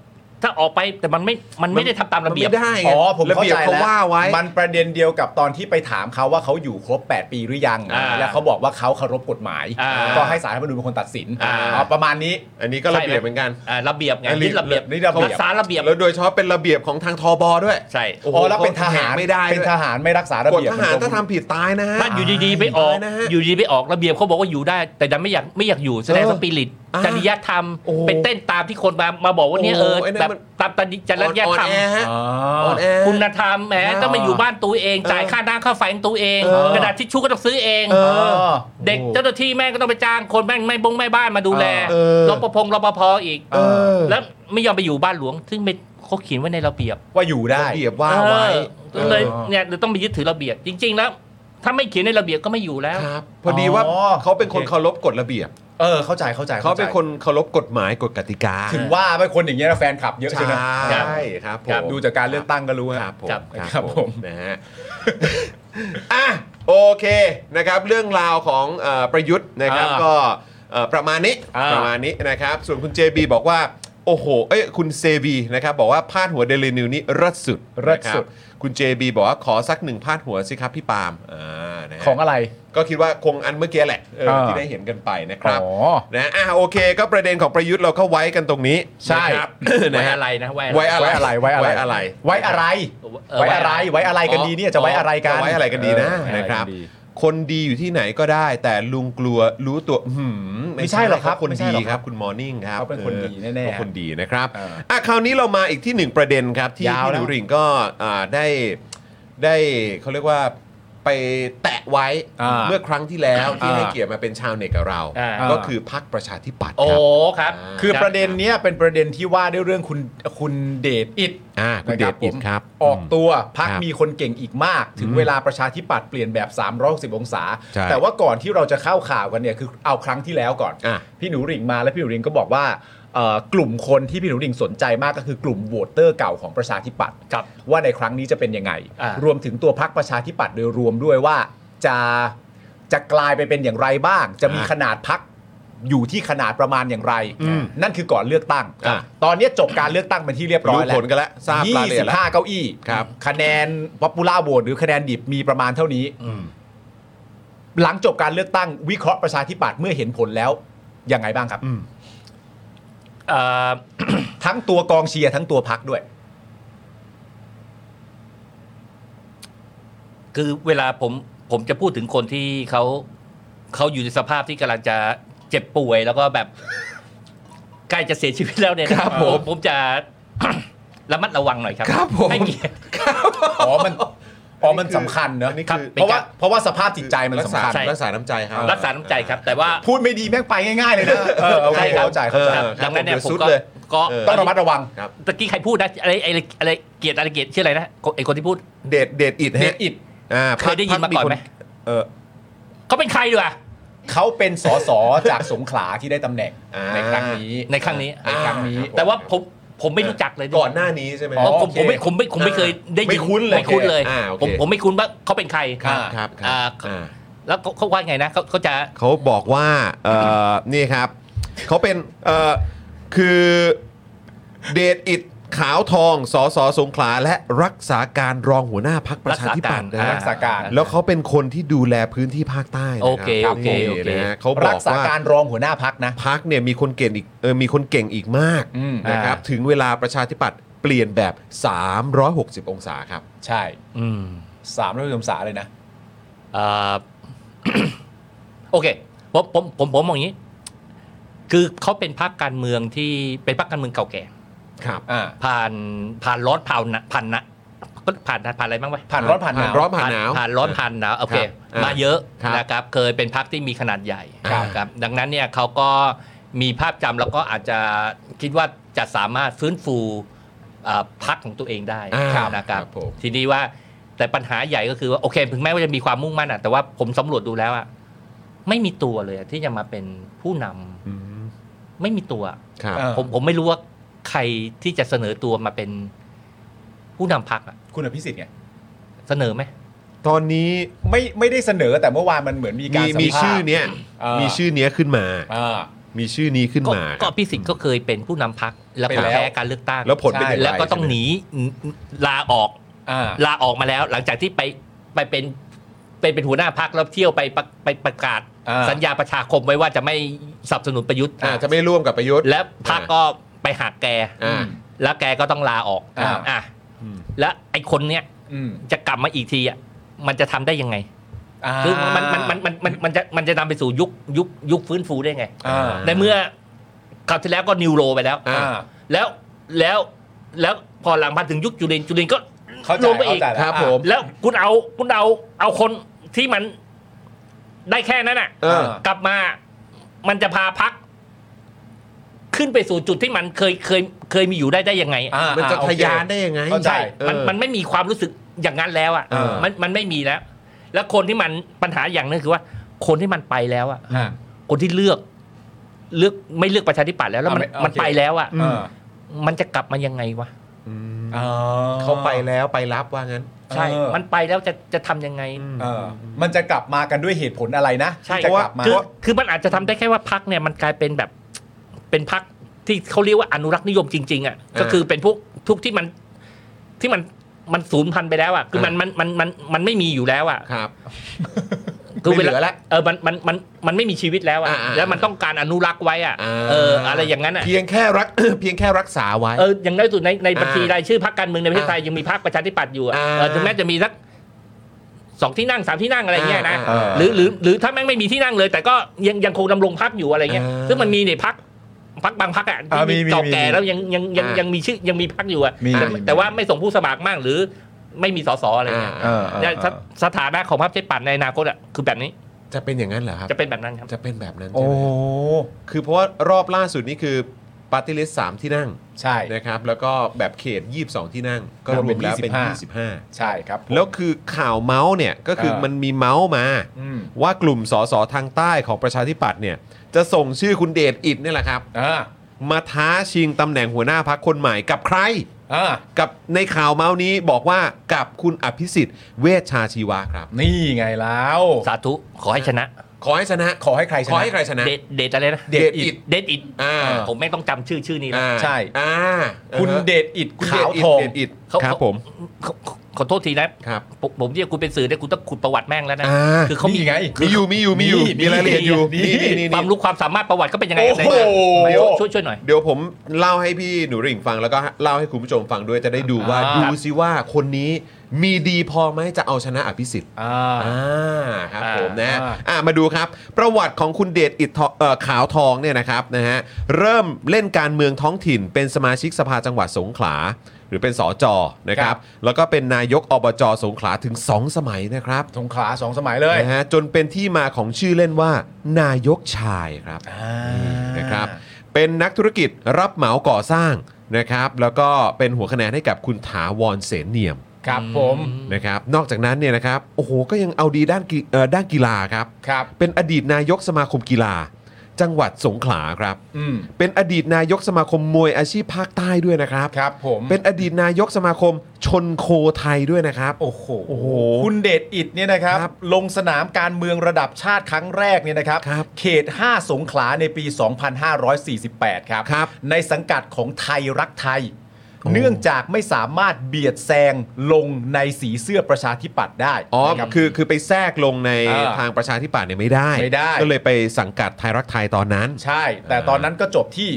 Speaker 5: ถ้าออกไปแต่มันไม่มันไม่ได้ทำตามระเบียบ
Speaker 1: มันไม่ได้ไง
Speaker 3: อ๋อ ผม
Speaker 1: ระ
Speaker 3: เข้า
Speaker 1: เบียบ
Speaker 3: ใจ
Speaker 1: เขา
Speaker 3: แล้ว
Speaker 1: ว่าไว้
Speaker 3: มันประเด็นเดียวกับตอนที่ไปถามเขาว่าเขาอยู่ครบ 8 ปีหรือยัง
Speaker 5: อ่า
Speaker 3: แล้วเขาบอกว่าเขาเคารพกฎหมาย
Speaker 5: อ่า
Speaker 3: ก็ให้สารรัฐธรรมนูญเป็นคนตัดสิน
Speaker 5: อ่า
Speaker 3: อ๋อประมาณนี้
Speaker 1: อันนี้ก็ระเบียบเหมือนกัน
Speaker 5: อ่าระเบียบไง
Speaker 1: อันนี้
Speaker 5: ยึดระเบียบ
Speaker 3: นี่ระเบียบ
Speaker 5: รักษาระเบียบ
Speaker 1: แล้วโดยเฉพาะเป็นระเบียบของทางทอบอด้วย
Speaker 5: ใช่
Speaker 1: โโห
Speaker 3: อ๋อแล้วเป็นทหาร
Speaker 1: ไม่ได้
Speaker 3: เป็นทหารไม่รักษาระ
Speaker 1: กฎ
Speaker 3: เบียบ
Speaker 1: ทหาร
Speaker 3: มันก็
Speaker 1: ถ้าทำผิดตายนะฮะ
Speaker 5: ถ้าอยู่ดีๆไปออก
Speaker 1: ตายนะฮะ
Speaker 5: อยู่ดีๆไปออกระเบียบเขาบอกว่าอยู่ได้ แต่ดันไม่อยากไม่อยากอยู่แสดง
Speaker 1: เออ
Speaker 5: สปิริต
Speaker 1: อ่า
Speaker 5: จริยธรรม
Speaker 1: โอ้โห
Speaker 5: เป็นเต้นตามที่คนมามาบอกว่าเนี่ย
Speaker 1: โอ้
Speaker 5: เอ
Speaker 1: โห
Speaker 5: อ
Speaker 1: ไอ้นั่น
Speaker 5: แบบ
Speaker 1: มัน
Speaker 5: ตามตริยจริยธรรม
Speaker 1: อ่อนแอฮะ
Speaker 3: อ๋อ
Speaker 1: อ่อนแอ
Speaker 5: คุณธรรมแหมต้องมาอยู่บ้านตัวเอง
Speaker 1: เออ
Speaker 5: จ่ายค่าน้ำค่าไฟของตัวเอง
Speaker 1: เออ
Speaker 5: กระดาษทิชชู่ก็ต้องซื้อเอง
Speaker 1: เออ
Speaker 5: เด็กเจ้าหน้าที่แม่งก็ต้องไปจ้างคนแม่งไม่บงไม่บ้านมาดูแล
Speaker 1: เออ
Speaker 5: รปภรปภอีก
Speaker 1: เออ
Speaker 5: แล้วไม่ยอมไปอยู่บ้านหลวง ซึ่งเป็นเขาเขียนไว้ในระเบียบ
Speaker 3: ว่าอยู่ได้
Speaker 1: ระเบียบว่าไว้
Speaker 5: เออเลยเนี่ยเราต้องไปยึดถือระเบียบจริง ๆ แล้ว ถ้าไม่เขียนในระเบียบก็ไม่อยู่แล้ว
Speaker 1: ครับ พอดีว่า
Speaker 3: อ๋อ
Speaker 1: เขาเป็นคนเคารพกฎระเบียบ
Speaker 3: เออ เข้าใจเข้าใจ
Speaker 1: เขาเป็น
Speaker 3: ใจ
Speaker 1: คนเคารพกฎหมายกฎกติกา
Speaker 3: ถึงว่าเป็นคนอย่างเงี้ยนะแฟนคลับเยอะ
Speaker 1: ใช
Speaker 3: ใช่ไหม
Speaker 1: ่ครับผ
Speaker 3: ครั
Speaker 1: ม
Speaker 3: บดูจากการเลือกตั้งก็รู้
Speaker 1: ครับผม
Speaker 5: ครับ
Speaker 1: ครับผม
Speaker 3: ครับผม
Speaker 1: นะฮ [laughs] ะอ่ะโอเคนะครับ เรื่องราวของเอ่อประยุทธ์นะครับ
Speaker 5: อ่า
Speaker 1: ก็เอ่อประมาณนี้
Speaker 5: อ่า
Speaker 1: ประมาณนี้นะครับ ส่วนคุณ JB บอกว่า โอ้โห เอ้ยคุณเซบีนะครับบอกว่าพาดหัวเดลินิวนี่รัดสุดนะครับคุณ JB บอกว่าขอสักหนึ่งพาดหัวสิครับพี่ปาล์มอ่านะฮะ
Speaker 3: ของอะไร
Speaker 1: ก็คิดว่าคงอันเมื่อกี้แหละเออ
Speaker 3: อ่า
Speaker 1: ที่ได้เห็นกันไปนะครับ
Speaker 3: อ๋อ
Speaker 1: นะอ่ะโอเค ก็ประเด็นของประยุทธ์เราก็ไว้กันตรงนี้
Speaker 3: ใช่
Speaker 1: นะครับ
Speaker 5: ไว้
Speaker 1: นะฮะ
Speaker 5: อะไรนะไว้อะ
Speaker 1: ไว้
Speaker 5: ไร
Speaker 1: อะไร
Speaker 3: ไว้อะไร
Speaker 1: ไว้อะไร
Speaker 3: ไว้อะไร
Speaker 5: เออ
Speaker 3: ไว้อะไร ไว้อะไรกันดีเนี่ยจะไว้อะไรกัน
Speaker 1: จะไว้อะไรกันดีนะ
Speaker 3: เออไว้อะไร
Speaker 1: นะครับ
Speaker 3: กันดี
Speaker 1: คนดีอยู่ที่ไหนก็ได้ แต่ลุงกลัวรู้ตัวหืม
Speaker 3: ไม่ใช่หรอกครับ
Speaker 1: เาคน
Speaker 3: ไม่ใช่
Speaker 1: ดี
Speaker 3: หรอก
Speaker 1: ค
Speaker 3: ครั
Speaker 1: รับบ คุณมอร์นิ่งครับ
Speaker 3: เขาเป็นคนดีแน่ๆ
Speaker 1: เออเขาคนดีนะครับ
Speaker 3: เอออ่
Speaker 1: อ่ะคราวนี้เรามาอีกที่หนึ่งประเด็นครับ ที่
Speaker 3: ยาว
Speaker 1: พี่
Speaker 3: แล้
Speaker 1: หนู
Speaker 3: ว
Speaker 1: หริ่งก็อ่าได้ได้เขาเรียกว่าไปแตะไว้
Speaker 3: อ่า
Speaker 1: เมื่อครั้งที่แล้วที่
Speaker 3: อ่า
Speaker 1: ให้เกียรติมาเป็นชาวเน็ตกับเรา
Speaker 5: อ่า
Speaker 1: ก็คือพักประชาธิปัตย์
Speaker 5: โอ้
Speaker 1: ครับ
Speaker 5: ครับ
Speaker 1: อ่า
Speaker 3: คือประเด็นเนี้ยเป็นประเด็นที่ว่าด้วยเรื่องคุณคุณเดชอิด
Speaker 1: อ่าคุณเดชอิดครับ
Speaker 3: ออกตัวพัก
Speaker 1: ครับ
Speaker 3: มีคนเก่งอีกมาก ถึงเวลาประชาธิปัตย์เปลี่ยนแบบ 360 องศา
Speaker 1: ใช่
Speaker 3: แต่ว่าก่อนที่เราจะเข้าข่าวกันเนี่ยคือเอาครั้งที่แล้วก่อน
Speaker 1: อ่ะ
Speaker 3: พี่หนูหริ่งมาแล้วพี่หนูหริ่งก็บอกว่าเอ่อกลุ่มคนที่พี่หนูหริ่งสนใจมากก็คือกลุ่มโหวตเตอร์เก่าของประชาธิปัตย์
Speaker 5: ครับ
Speaker 3: ว่าในครั้งนี้จะเป็นยังไง
Speaker 5: อ่าร
Speaker 3: รวมถึงตัวพักประชาธิปัตย์โดยรวมด้วยว่าจะจะกลายไปเป็นอย่างไรบ้าง จะมี
Speaker 1: อ่ะ
Speaker 3: ขนาดพักอยู่ที่ขนาดประมาณอย่างไร
Speaker 1: อืม
Speaker 3: นั่นคือก่อนเลือกตั้ง
Speaker 1: อ่ะ
Speaker 3: ตอนเนี้ยจบการเลือกตั้งเป็นที่เรียบร้อยแล้ว
Speaker 1: รู้ผลกันแล้วทราบรายละเอียดแล้ว
Speaker 3: 25 เก้าอี้
Speaker 1: ครับ
Speaker 3: คะแนนป๊อปปูล่าโหวตหรือคะแนนดิบมีประมาณเท่านี้ หลังจบการเลือกตั้งวิเคราะห์ประชาธิปัตย์เมื่อเห็นผลแล้ว ยังไงบ้างครับ
Speaker 5: เอ่อ
Speaker 3: ทั้งตัวกองเชียร์ทั้งตัวพัก
Speaker 1: [laughs]
Speaker 3: ด้วย
Speaker 5: คือเวลาผมผมจะพูดถึงคนที่เขาเขาอยู่ในสภาพที่กำลังจะเจ็บป่วยแล้วก็แบบ [laughs] ใกล้จะเสียชีวิตแล้วเนี่ยนะครับ
Speaker 1: ผม
Speaker 5: ผมจะ [coughs] ระมัดระวังหน่อยครับ
Speaker 1: ครับผม
Speaker 5: ให้เกียรติ
Speaker 3: อ๋อ มันอ๋อมันสำคัญเนอะ
Speaker 1: อันนี้
Speaker 5: ครับ
Speaker 1: คือ
Speaker 3: เพราะว่าเพราะว่าสภาพจิตใจมัน
Speaker 1: รัก
Speaker 3: สำ
Speaker 1: ษา
Speaker 3: คัญ
Speaker 5: ใช่
Speaker 1: รักษาน้ำใจครับ
Speaker 5: รักษาน้ำใจครับ แต่ว่า
Speaker 3: พูดไม่ดีแม่งไปง่ายๆเลยนะเออโอเค
Speaker 5: ใช่ครับ
Speaker 3: เข้าใจเข้าใจ
Speaker 5: ครับ
Speaker 1: ครับ
Speaker 5: ดังนั้นเนี่ย
Speaker 1: ดี๋ว
Speaker 5: ผม
Speaker 1: สุด
Speaker 5: ก็
Speaker 1: เลย
Speaker 5: ก็
Speaker 1: เออ
Speaker 3: ต้องระมัดระวัง
Speaker 1: ครับ
Speaker 5: ตะกี้ใครพูดนะอะไรอะไรอะไรเกียรติอะไรเกียรติชื่ออะไรนะไอคนที่พูด
Speaker 1: เดชเดชอิด
Speaker 5: เดชอิด
Speaker 1: อ่า
Speaker 5: เคยได้ยินมาก่อนไหม
Speaker 1: คเออ
Speaker 5: เขาเป็นใครดีวะ
Speaker 3: เขาเป็นสสจากสงขลาที่ได้ตำแหน่ง
Speaker 1: อ่า
Speaker 3: ในครั้งนี้
Speaker 5: ในครั้งนี้
Speaker 3: ในครั้งนี้
Speaker 5: แต่ว่าผมผมไม่รู้จักเลยด้วย
Speaker 1: ก่อนหน้านี้ใช่ไหม
Speaker 5: เพราะ
Speaker 3: อ๋อ
Speaker 5: ผม
Speaker 3: โอเค
Speaker 5: ผมไม่ผมไม่ผมไม่เคยได้ยิน
Speaker 1: ไม่คุ้นเลย
Speaker 5: ไม่คุ้นเลย
Speaker 1: อ่าโอเค
Speaker 5: ผมผมไม่คุ้นว่าเขาเป็นใคร
Speaker 1: ครับค
Speaker 5: อ่า
Speaker 1: รับค
Speaker 5: อ่า
Speaker 1: รับอ่า
Speaker 5: แล้วเขาเขาว่าไงนะเขาเขาจะ
Speaker 1: เขาบอกว่าเอ่
Speaker 5: [coughs]
Speaker 1: อนี่ครับ เขาเป็นเอ่อคือเดชอิดขาวทองสอสอสงขลาและรักษาการรองหัวหน้าพักประชาธิปัตย์นะฮะ
Speaker 3: รักษาการ
Speaker 1: แล้วเขาเป็นคนที่ดูแลพื้นที่ภาคใต้นะรับ
Speaker 5: โอเคโอเค
Speaker 1: นี่
Speaker 5: โอเค
Speaker 1: นะฮะเขาบ
Speaker 3: รั
Speaker 1: อก
Speaker 3: กษา
Speaker 1: ว่า
Speaker 3: การรองหัวหน้าพักนะ
Speaker 1: พักเนี่ยมีคนเก่งอีกเออมีคนเก่งอีกมาก
Speaker 3: อืม
Speaker 1: นะครับ ถึงเวลาประชาธิปัตย์ เปลี่ยนแบบ 360 องศาครับ
Speaker 3: ใช่
Speaker 5: อืม
Speaker 3: สามร้อยองศาเลยนะ
Speaker 5: เอ่อ [coughs] โอเคผมผมผมผมมองอย่างนี้ คือเขาเป็นพรรคการเมืองที่เป็นพรรคการเมืองเก่าแก่
Speaker 1: ครับ
Speaker 3: อ่า
Speaker 5: ผ่านผ่านร้อนผ่านหนะผ่านหนะก็ผ่านผ่านอะไรบ้างวะ
Speaker 3: ผ่านร้อนผ่านหนาว
Speaker 1: ร้อนผ่านหนาว
Speaker 5: ผ่านร้อนผ่านหนาวโอเค
Speaker 1: ครับ
Speaker 5: มาเยอะ
Speaker 1: ครับ
Speaker 5: นะครับเคยเป็นพักที่มีขนาดใหญ่
Speaker 1: ครับ
Speaker 5: ครับดังนั้นเนี่ยเขาก็มีภาพจำแล้วก็อาจจะคิดว่าจะสามารถฟื้นฟูเอ่อพักของตัวเองได้
Speaker 1: อ่า
Speaker 5: นะครับ
Speaker 1: ผม
Speaker 5: ทีนี้ว่าแต่ปัญหาใหญ่ก็คือว่าโอเค ถึงแม้ว่าจะมีความมุ่งมั่นอะแต่ว่าผมสำรวจดูแล้วอะไม่มีตัวเลยอะที่จะมาเป็นผู้นำ
Speaker 1: อืม
Speaker 5: ไม่มีตัว
Speaker 1: ครับ
Speaker 3: อ่า
Speaker 5: ผมผมไม่รู้ว่าใครที่จะเสนอตัวมาเป็นผู้นำพักอะ
Speaker 3: คุณอภิสิทธิ์ไง
Speaker 5: เสนอไหม
Speaker 1: ตอนนี้
Speaker 3: ไม่ไม่ได้เสนอแต่เมื่อวานมันเหมือนมีการ
Speaker 1: มี
Speaker 3: สัม
Speaker 1: มี
Speaker 3: ภาษณ์
Speaker 1: ชื่อเนี้ย
Speaker 3: อ่ามี
Speaker 1: มีชื่อเนี้ยขึ้นมา
Speaker 3: อ่า
Speaker 1: มีชื่อนี้ขึ้น
Speaker 5: ก็
Speaker 1: มาค
Speaker 5: ก็
Speaker 1: รับ
Speaker 5: พิสิทธิ์ก็เคยเป็นผู้นำพักแล้ว
Speaker 3: เป็น
Speaker 5: ก็
Speaker 3: แล้ว
Speaker 5: แพ้การเลือกตั้ง
Speaker 1: แล้วผลเป็นอย่างไร
Speaker 5: แล้วก็ต้อง
Speaker 1: ใช่ไหม
Speaker 5: หนีลาออก
Speaker 3: อ่า
Speaker 5: ลาออกมาแล้ว หลังจากที่ไปไปเป็นไปเป็นหัวหน้าพักแล้วเที่ยวไปประไปประกาศ
Speaker 3: อ่า
Speaker 5: สัญญาประชาคมไว้ว่าจะไม่สนับสนุนประยุทธ์
Speaker 1: อ่าจะไม่ร่วมกับประยุทธ์
Speaker 5: และพักก็ไปหักแก
Speaker 1: อ่า
Speaker 5: แล้วแกก็ต้องลาออก
Speaker 3: อ่า
Speaker 5: อ่ะ
Speaker 1: อืม
Speaker 5: และไอ้คนเนี้ย
Speaker 3: อืม
Speaker 5: จะกลับมาอีกทีอ่ะมันจะทำได้ยังไง
Speaker 3: อ่า
Speaker 5: คือมันมันมันมันมันมันจะมันจะนำไปสู่ยุคยุคยุคฟื้นฟูได้ไง
Speaker 3: อ่า
Speaker 5: ในเมื่อคราวที่แล้วก็นิวโรไปแล้ว
Speaker 3: อ่า
Speaker 5: แล้วแล้วแล้วพอหลังมาถึงยุคจุลินจุลินก็
Speaker 3: เข้าใจ
Speaker 5: ลงไปอีก
Speaker 3: เข้าใจแล้ว
Speaker 1: ครับ
Speaker 3: อ่ะ
Speaker 1: ผม
Speaker 5: แล้วคุณเอาคุณเอาเอาคนที่มันได้แค่นั้นน่ะ
Speaker 1: เออ
Speaker 5: กลับมามันจะพาพัก ขึ้นไปสู่จุดที่มันเคยเคยเคยมีอยู่ได้ได้ยังไง
Speaker 3: อ่า
Speaker 1: มันจะ
Speaker 3: อ่โอ
Speaker 1: ทะ
Speaker 3: เค
Speaker 1: ยานได้ยังไง
Speaker 3: เข้าใจ
Speaker 5: มัน
Speaker 1: เออ
Speaker 5: มันไม่มีความรู้สึกอย่างนั้นแล้วอ่ะ
Speaker 1: เออ
Speaker 5: มันมันไม่มีแล้ว แล้วคนที่มันปัญหาอย่างหนึงคือว่า คนที่มันไปแล้วอ่ะ
Speaker 3: อ่า
Speaker 5: คนที่เลือก เลือกไม่เลือกประชาธิปัตย์แล้วแล้วมัน
Speaker 3: อ่ะไม่โอเค
Speaker 5: มันไปแล้วอ่ะ
Speaker 3: อ่า
Speaker 5: มันจะกลับมายังไงวะ
Speaker 1: อืม
Speaker 3: อ๋อ
Speaker 1: เขาไปแล้วไปรับว่างั้น
Speaker 5: ใช่
Speaker 3: เออ
Speaker 5: มันไปแล้วจะจะทำยังไง
Speaker 3: เออมันจะกลับมากันด้วยเหตุผลอะไรนะ
Speaker 5: ใช่
Speaker 3: ที่จะกลับมา
Speaker 5: คือคือมันอาจจะทำได้แค่ว่าพักเนี่ยมันกลายเป็นแบบ เป็นพักที่เขาเรียกว่าอนุรักษ์นิยมจริง ๆ อ่ะ ก็คือเป็นพวกทุกที่มันที่มันมันสูญพันธุ์ไปแล้วอ่ะ คือมันมันมันมันมันไม่มีอยู่แล้วอ่ะ
Speaker 1: ครับ
Speaker 5: คื
Speaker 1: ไม่เหลือละ
Speaker 5: เออมันมันมันมันไม่มีชีวิตแล้วอ่ะ
Speaker 1: อ่าอ่า
Speaker 5: แล้วมันต้องการอนุรักษ์ไว้อ่ะ เออ อะไรอย่างนั้นอ่ะ
Speaker 1: เพียงแค่รัก [coughs] เพียงแค่รักษาไว้
Speaker 5: เออ อย่างน้อยสุดในในบัญชี
Speaker 1: อ่าร
Speaker 5: รายชื่อพรรคการเมืองในประเทศ
Speaker 1: อ่า
Speaker 5: ไทยยังมีพรรคประชาธิปัตย์อยู่อะ
Speaker 1: อ่า
Speaker 5: เออถึงแม้จะมีสักสองที่นั่งสามที่นั่งอะไรเงี้ยนะ
Speaker 1: อ่า
Speaker 5: หรือหรือหรือถ้าแม่งไม่มีที่นั่งเลย แต่ก็ยังยังคงดำรงพักอยู่อะไรเงี้ย
Speaker 1: อ่า
Speaker 5: ซึ่งมันมีในพักพักบางพักอ่ะ
Speaker 3: อ่า
Speaker 5: ที่
Speaker 3: มีมี
Speaker 5: เก่า
Speaker 3: มี
Speaker 5: แก่แล้วยังยังยัง
Speaker 1: อ่ายั
Speaker 5: ยังมีชื่อยังมีพักอยู่อ่ะ
Speaker 3: มี
Speaker 5: แต่
Speaker 3: มี
Speaker 5: แต่ว่าไม่ส่งผู้สมัครมากหรือไม่มีสสอะไรเงี้ย
Speaker 1: า
Speaker 3: เออเออ
Speaker 5: เนี่ย
Speaker 3: เออ
Speaker 5: สถสถานะของพรรคประชาธิปัตย์ในอนาคตอ่ะคือแบบนี้
Speaker 1: จะเป็นอย่างนั้นเหรอครับ
Speaker 5: จะเป็นแบบนั้นครับ
Speaker 1: จะเป็นแบบนั้น
Speaker 3: โอ้
Speaker 1: ใช่ไหมคือเพราะว่ารอบล่าสุดนี่คือปาร์ตี้ลิสต์สามที่นั่ง
Speaker 3: ใช่
Speaker 1: นะครับ แล้วก็แบบเขต 22 ที่นั่ง ก็ร
Speaker 3: ร
Speaker 1: ว
Speaker 3: วมเป็
Speaker 1: ม
Speaker 3: น
Speaker 1: แล้วเป็น
Speaker 3: 25
Speaker 1: 25
Speaker 3: ใช่ครับผม
Speaker 1: แล้วคือข่าวเมาส์เนี่ยก็คือ
Speaker 3: เออ
Speaker 1: มันมีเมาส์มา
Speaker 3: อืม
Speaker 1: ว่ากลุ่มสสทางใต้ของประชาธิปัตย์เนี่ย จะส่งชื่อคุณเดชอิดเนี่ยแหละครับ
Speaker 3: อ่า
Speaker 1: มาท้าชิงตำแหน่งหัวหน้าพักคนใหม่กับใคร
Speaker 3: อ่า
Speaker 1: กับในข่าวเมาส์นี้บอกว่ากับคุณอภิสิทธิ์เวชชาชีวะครับ
Speaker 3: นี่ไงแล้ว
Speaker 5: สาธุขอให้ชนะ
Speaker 1: ขอให้ชนะ
Speaker 3: ขอให้ใครช
Speaker 1: ขอ
Speaker 3: นะ
Speaker 1: ให้ใครชนะ
Speaker 5: เดทเดทอะไรนะ
Speaker 1: เดทอิฐ
Speaker 5: เดทอิด
Speaker 1: อ่า
Speaker 5: ผมไม่งต้องจำชื่อชื่อนี้แล้ว
Speaker 1: อ่า
Speaker 3: ใช่
Speaker 1: อ่า
Speaker 3: คุณ
Speaker 1: อ่าฮะ
Speaker 3: เดชอิด
Speaker 1: คุณ
Speaker 3: ขาว
Speaker 1: เดช
Speaker 3: ทอง
Speaker 1: เดชอิด
Speaker 5: เขา
Speaker 1: ครับ
Speaker 5: เขา
Speaker 1: ผม
Speaker 5: ขอขอโทษทีนะครับ ผมผมเรียกคุณเป็นสื่อเนี่ยคุณต้องขุดประวัติแม่งแล้วนะ
Speaker 1: อ่า
Speaker 5: คือเขามี
Speaker 3: นี่ไง
Speaker 1: มีอยู่มีอยู่มีอยู่
Speaker 3: นี่
Speaker 1: มีรายละเอียดอยู่
Speaker 3: นี่
Speaker 1: นี่นี่นี่
Speaker 5: ความรู้ความสามารถประวัติก็เป็นยังไงอะไร
Speaker 3: โอ้โห
Speaker 5: เงี้ยช่วยช่วยช่วยหน่อย
Speaker 1: เดี๋ยวผมเล่าให้พี่หนูริ่งฟังแล้วก็เล่าให้คุณผู้ชมฟังด้วยจะได้ดูว่า
Speaker 3: อ่า
Speaker 1: ดูซิว่าคนนี้มีดีพอไหมจะเอาชนะอภิสิทธิ์
Speaker 3: อ่า
Speaker 1: อ่าครับ
Speaker 5: อ่า
Speaker 1: ผมนะ
Speaker 3: อ่า
Speaker 1: อ่ามาดูครับ ประวัติของคุณเดชอิดทองเอ่อขาวทองเนี่ยนะครับนะฮะเริ่มเล่นการเมืองท้องถิ่น เป็นสมาชิกสภาจังหวัดสงขลา หรือเป็นสอจอนะค
Speaker 3: ค
Speaker 1: รั
Speaker 3: รับ บ
Speaker 1: แล้วก็เป็นนายกอบจสงขลาถึง 2 สมัยนะครับ
Speaker 3: สงขลาสองสมัยเลย
Speaker 1: นะฮะจนเป็นที่มาของชื่อเล่นว่า นายกชายครับ
Speaker 3: อ่า
Speaker 1: นะครับเป็นนักธุรกิจรับเหมาก่อสร้างนะครับ แล้วก็เป็นหัวคะแนนให้กับคุณถาวรเสนเนียม
Speaker 3: ครับผม
Speaker 1: นะครับนอกจากนั้นเนี่ยนะครับโอ้โหก็ยังเอาดีด้านกีเอ่อด้านกีฬาครับ
Speaker 3: ครับ
Speaker 1: เป็นอดีตนายกสมาคมกีฬา จังหวัดสงขลาครับ
Speaker 3: อืม
Speaker 1: เป็นอดีตนายกสมาคมมวยอาชีพภาคใต้ด้วยนะครับ
Speaker 3: ครับผม
Speaker 1: เป็นอดีตนายกสมาคมชนโคไทยด้วยนะครับ
Speaker 3: โอ้โห
Speaker 1: โอ้โห
Speaker 3: คุณเดชอิดเนี่ยนะครับ
Speaker 1: ครับ
Speaker 3: ลงสนามการเมืองระดับชาติครั้งแรกเนี่ยนะครับ
Speaker 1: ครับ
Speaker 3: เขต 5 สงขลาในปี 2548 ครับ
Speaker 1: ครับ
Speaker 3: ในสังกัดของไทยรักไทย เนื่องจากไม่สามารถเบียดแซงลงในสีเสื้อประชาธิปัตย์ได้
Speaker 1: อ๋อ
Speaker 3: นะครับ
Speaker 1: คือคือไปแทรกลงใน
Speaker 3: อ่า
Speaker 1: ทางประชาธิปัตย์เนี่ยไม่ได้
Speaker 3: ไม่ได้
Speaker 1: ก็เลยไปสังกัดไทยรักไทยตอนนั้น
Speaker 3: ใช่ แต่ตอนนั้นก็จบที่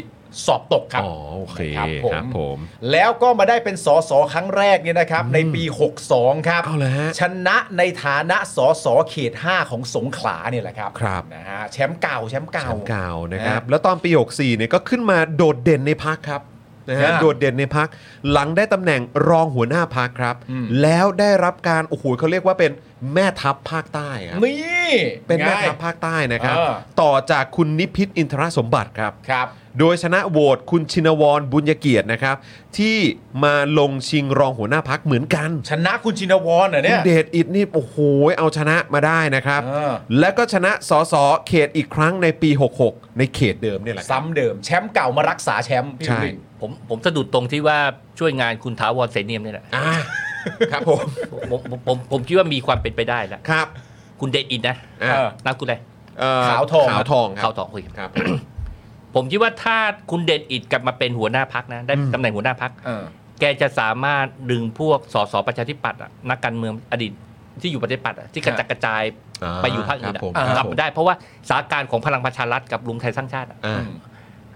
Speaker 3: สอบตกครับ
Speaker 1: อ๋อโอเค
Speaker 3: ครับผม
Speaker 1: ครับผม
Speaker 3: แล้วก็มาได้เป็นสสครั้งแรกเนี่ยนะครับ ในปี 62 ครับ
Speaker 1: เอาเลยฮะ
Speaker 3: ชนะในฐานะสสเขต 5 ของสงขลาเนี่ยแหละครับ
Speaker 1: ครับ
Speaker 3: นะฮะแชมป์เก่าแชมป์เก่า
Speaker 1: แชมป์เก่านะครับ
Speaker 3: นะ
Speaker 1: แล้วตอนปี 64เนี่ยก็ขึ้นมาโดดเด่นในพักครับนะฮะ
Speaker 3: นะ
Speaker 1: โดดเด่นในพักหลังได้ตำแหน่งรองหัวหน้าพักครับ
Speaker 3: อืม
Speaker 1: แล้วได้รับการโอ้โหเขาเรียกว่าเป็นแม่ทัพภาคใต้ครับ
Speaker 3: นี่
Speaker 1: เป็นแม่
Speaker 3: ไง
Speaker 1: ทัพภาคใต้นะครับ
Speaker 3: เออ
Speaker 1: ต่อจากคุณนิพิษอินทรสมบัติครับ
Speaker 3: ครับ
Speaker 1: โดยชนะโหวตคุณชินวรบุญยเกียรตินะครับ ที่มาลงชิงรองหัวหน้าพักเหมือนกัน
Speaker 3: ชนะคุณชินวรเหรอ
Speaker 1: คุ
Speaker 3: เนี่
Speaker 1: ณ
Speaker 3: ย
Speaker 1: เดชอิดนี่โอ้โหเอาชนะมาได้นะครับ
Speaker 3: เออ
Speaker 1: และก็ชนะสสเขตอีกครั้งในปี 66 ในเขตเดิมเนี่ยแหละครับ
Speaker 3: ซ้ำเดิม แชมป์เก่ามารักษาแชมป์พี่
Speaker 1: ใช่
Speaker 3: ลิง
Speaker 5: ผมผมสะดุดตรงที่ว่าช่วยงานคุณถาวรเสนเนียมเนี่ยแหละ
Speaker 1: อ่าครับผม
Speaker 5: ผมผมผมผมคิดว่ามีความเป็นไปได้แล้ว
Speaker 1: ครับ
Speaker 5: คุณเดชอินนะ
Speaker 1: อ่า
Speaker 5: นามคุณอะไร
Speaker 1: เอ่
Speaker 3: ขาวทอง
Speaker 1: ขาวทองครั
Speaker 5: เขา
Speaker 1: บ
Speaker 5: ต่อคุยกัน
Speaker 1: ครับ
Speaker 5: ผมคิดว่าถ้าคุณเดชอิดกลับมาเป็นหัวหน้าพักนะ ได้ตำแหน่งหัวหน้าพัก
Speaker 3: เออ
Speaker 5: แกจะสามารถดึงพวกสสประชาธิปัตย์อะนักการเมืองอดีตที่อยู่ประชาธิปัตย์อะที่กระจัดกระจาย
Speaker 1: อ่า
Speaker 5: ไปอยู่ภาคอื่น
Speaker 1: ครั
Speaker 5: อะ
Speaker 1: บผม
Speaker 5: ก
Speaker 1: ครั
Speaker 5: ลั
Speaker 1: บบ ผม
Speaker 5: มาได้เพราะว่าสถานการณ์ของพลังประชารัฐกับรวมไทยสร้างชาติอะ
Speaker 1: อ่า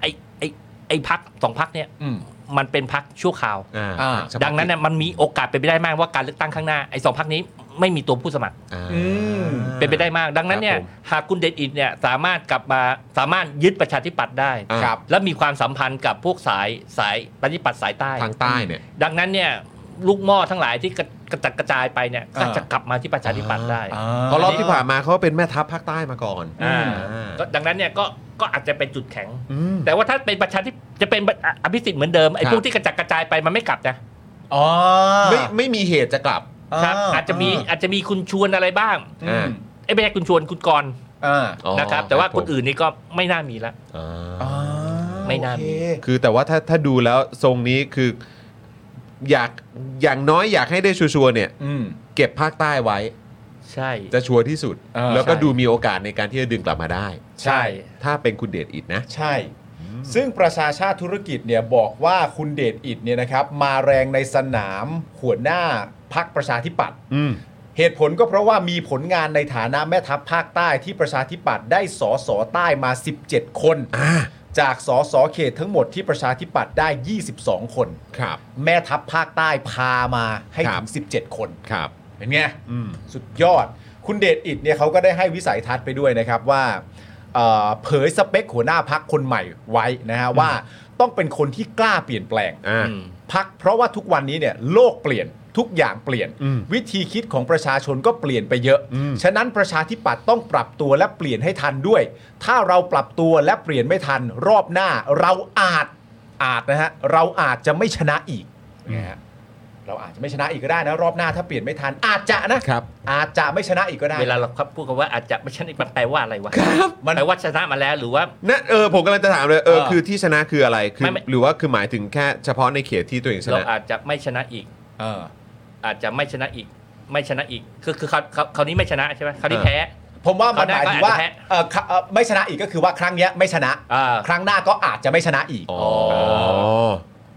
Speaker 5: ไอไอไอพักสองพักเนี่ย
Speaker 3: อืม
Speaker 5: มันเป็นพักชั่วคราว
Speaker 1: อ่า
Speaker 3: อ่า
Speaker 1: เฉพาะ
Speaker 5: ดังนั้นนะมันมีโอกาสเป็นไปได้มากว่าการเลือกตั้งข้างหน้าไอ้สองพักนี้ไม่มีตัวผู้สมัคร
Speaker 1: อ่า
Speaker 3: อืม
Speaker 5: เป็นไปได้มาก ดังนั้นเนี่ย
Speaker 1: ครับผม
Speaker 5: หากคุณเดชอิดเนี่ยสามารถกลับมาสามารถยึดประชาธิปัตย์ได้
Speaker 1: อ่า
Speaker 3: ครับ
Speaker 5: และมีความสัมพันธ์กับพวกสายสายประชาธิปัตย์สายใต้
Speaker 1: ทางใต้เนี่ย
Speaker 5: ดังนั้นเนี่ยลูกหม้อทั้งหลายที่กระกระจัดกระจายไปเนี่ยก็
Speaker 3: อ่า
Speaker 5: จะกลับมาที่ประชาธิปัตย์ได้
Speaker 3: อ่า
Speaker 1: เพราะรอบที่ผ่านมาเขาเป็นแม่ทัพภาคใต้มาก่อน
Speaker 5: อ่า
Speaker 1: อ่า
Speaker 5: ก็ดังนั้นเนี่ยก็ก็อาจจะเป็นจุดแข็ง
Speaker 1: อืม
Speaker 5: แต่ว่าถ้าเป็นประชาธิจะเป็นอ่ะอภิสิทธิ์เหมือนเดิม
Speaker 1: ค
Speaker 5: ไอ้
Speaker 1: รับ
Speaker 5: พวกที่กระจัดกระจายไปมันไม่กลับนะ
Speaker 3: อ๋อ
Speaker 1: ไม่ไม่มีเหตุจะกลับ
Speaker 5: ครับอาจจะมีอาจจะมีคุณชวนอะไรบ้าง
Speaker 3: อ่า
Speaker 5: ไอ้ยไม่ใช่คุณชวนคุณกรณ์
Speaker 3: อ่า
Speaker 1: อ๋อ
Speaker 5: นะครับ แต่ว่า
Speaker 1: รับผม
Speaker 5: คนอื่นนี่ก็ไม่น่ามีละ
Speaker 1: อ่
Speaker 3: อ่า
Speaker 1: า
Speaker 5: ไม่น่า
Speaker 3: โอ
Speaker 5: มี
Speaker 3: เค
Speaker 1: คือแต่ว่าถ้าถ้าดูแล้วทรงนี้คืออยากอย่างน้อยอยากให้ได้ชัวร์ๆเนี่ย
Speaker 3: อืม
Speaker 1: เก็บภาคใต้ไว้
Speaker 5: ใช่
Speaker 1: จะชัวร์ที่สุด
Speaker 3: เออ
Speaker 1: แล้วก็
Speaker 5: ใช่
Speaker 1: ดูมีโอกาสในการที่จะดึงกลับมาได้
Speaker 3: ใช่
Speaker 1: ถ้าเป็นคุณเดชอิดนะ
Speaker 3: ใช่ ซึ่งประชาชาติธุรกิจเนี่ยบอกว่าคุณเดชอิดเนี่ยนะครับ มาแรงในสนามหัวหน้าพักประชาธิปัตย์
Speaker 1: อืม
Speaker 3: เหตุผลก็เพราะว่ามีผลงานในฐานะแม่ทัพภาคใต้ที่ประชาธิปัตย์ได้สอสอใต้มา 17 คน
Speaker 1: อ่า
Speaker 3: จากสอสอเขตทั้งหมดที่ประชาธิปัตย์ได้ 22 คน
Speaker 1: ครับ
Speaker 3: แม่ทัพภาคใต้พามาให้
Speaker 1: ครั
Speaker 3: ถึ
Speaker 1: บ
Speaker 3: ง 17 คน
Speaker 1: ครับ
Speaker 3: เป็นไง
Speaker 1: อืม
Speaker 3: สุดยอด คุณเดชอิดเนี่ยเขาก็ได้ให้วิสัยทัศน์ไปด้วยนะครับว่าเอ่อเผยสเปคหัวหน้าพักคนใหม่ไว้นะฮะว่าต้องเป็นคนที่กล้าเปลี่ยนแปลง
Speaker 1: อ่า
Speaker 3: พักเพราะว่าทุกวันนี้เนี่ยโลกเปลี่ยนทุกอย่างเปลี่ยน
Speaker 1: อืม
Speaker 3: วิธีคิดของประชาชนก็เปลี่ยนไปเยอะ
Speaker 1: อืม
Speaker 3: ฉะนั้นประชาธิปัตย์ต้องปรับตัวและเปลี่ยนให้ทันด้วย ถ้าเราปรับตัวและเปลี่ยนไม่ทัน รอบหน้าเราอาจอาจนะฮะเราอาจจะไม่ชนะอีกนะฮะเราอาจจะไม่ชนะอีกก็ได้นะรอบหน้าถ้าเปลี่ยนไม่ทัน อาจจะนะ
Speaker 1: ครับ
Speaker 3: อาจจะไม่ชนะอีกก็ได้
Speaker 5: เวลาเราครับพูดกันว่าอาจจะไม่ใช่มันแปลว่าอะไรวะ
Speaker 3: มัน
Speaker 5: แปลว่าชนะมาแล้วหรือว่า
Speaker 1: นั่นเออผมกำลังจะถามเลยเออ
Speaker 3: เออ
Speaker 1: คือที่ชนะคืออะไรคือ
Speaker 5: ไม่ไม่
Speaker 1: หรือว่าคือหมายถึงแค่เฉพาะในเขตที่ตัวเองช
Speaker 5: เรา
Speaker 1: นะ
Speaker 5: อาจจะไม่ชนะอีก
Speaker 3: เออ
Speaker 5: อาจจะไม่ชนะอีก ไม่ชนะอีก คือคือเขาเขาเขาวนี้ไม่ชนะใช่ไหมเขาวนี้
Speaker 1: เออ
Speaker 5: แพ้
Speaker 3: ผมว่ามันหมายถึงว่า
Speaker 5: เขาได้ก็อาจจะแพ้
Speaker 3: เอ่อครับเอ่อไม่ชนะอีกก็คือว่าครั้งเนี้ยไม่ชนะ
Speaker 5: อ่า
Speaker 3: ครั้งหน้าก็อาจจะไม่ชนะอีก
Speaker 1: อ๋อ
Speaker 5: เอ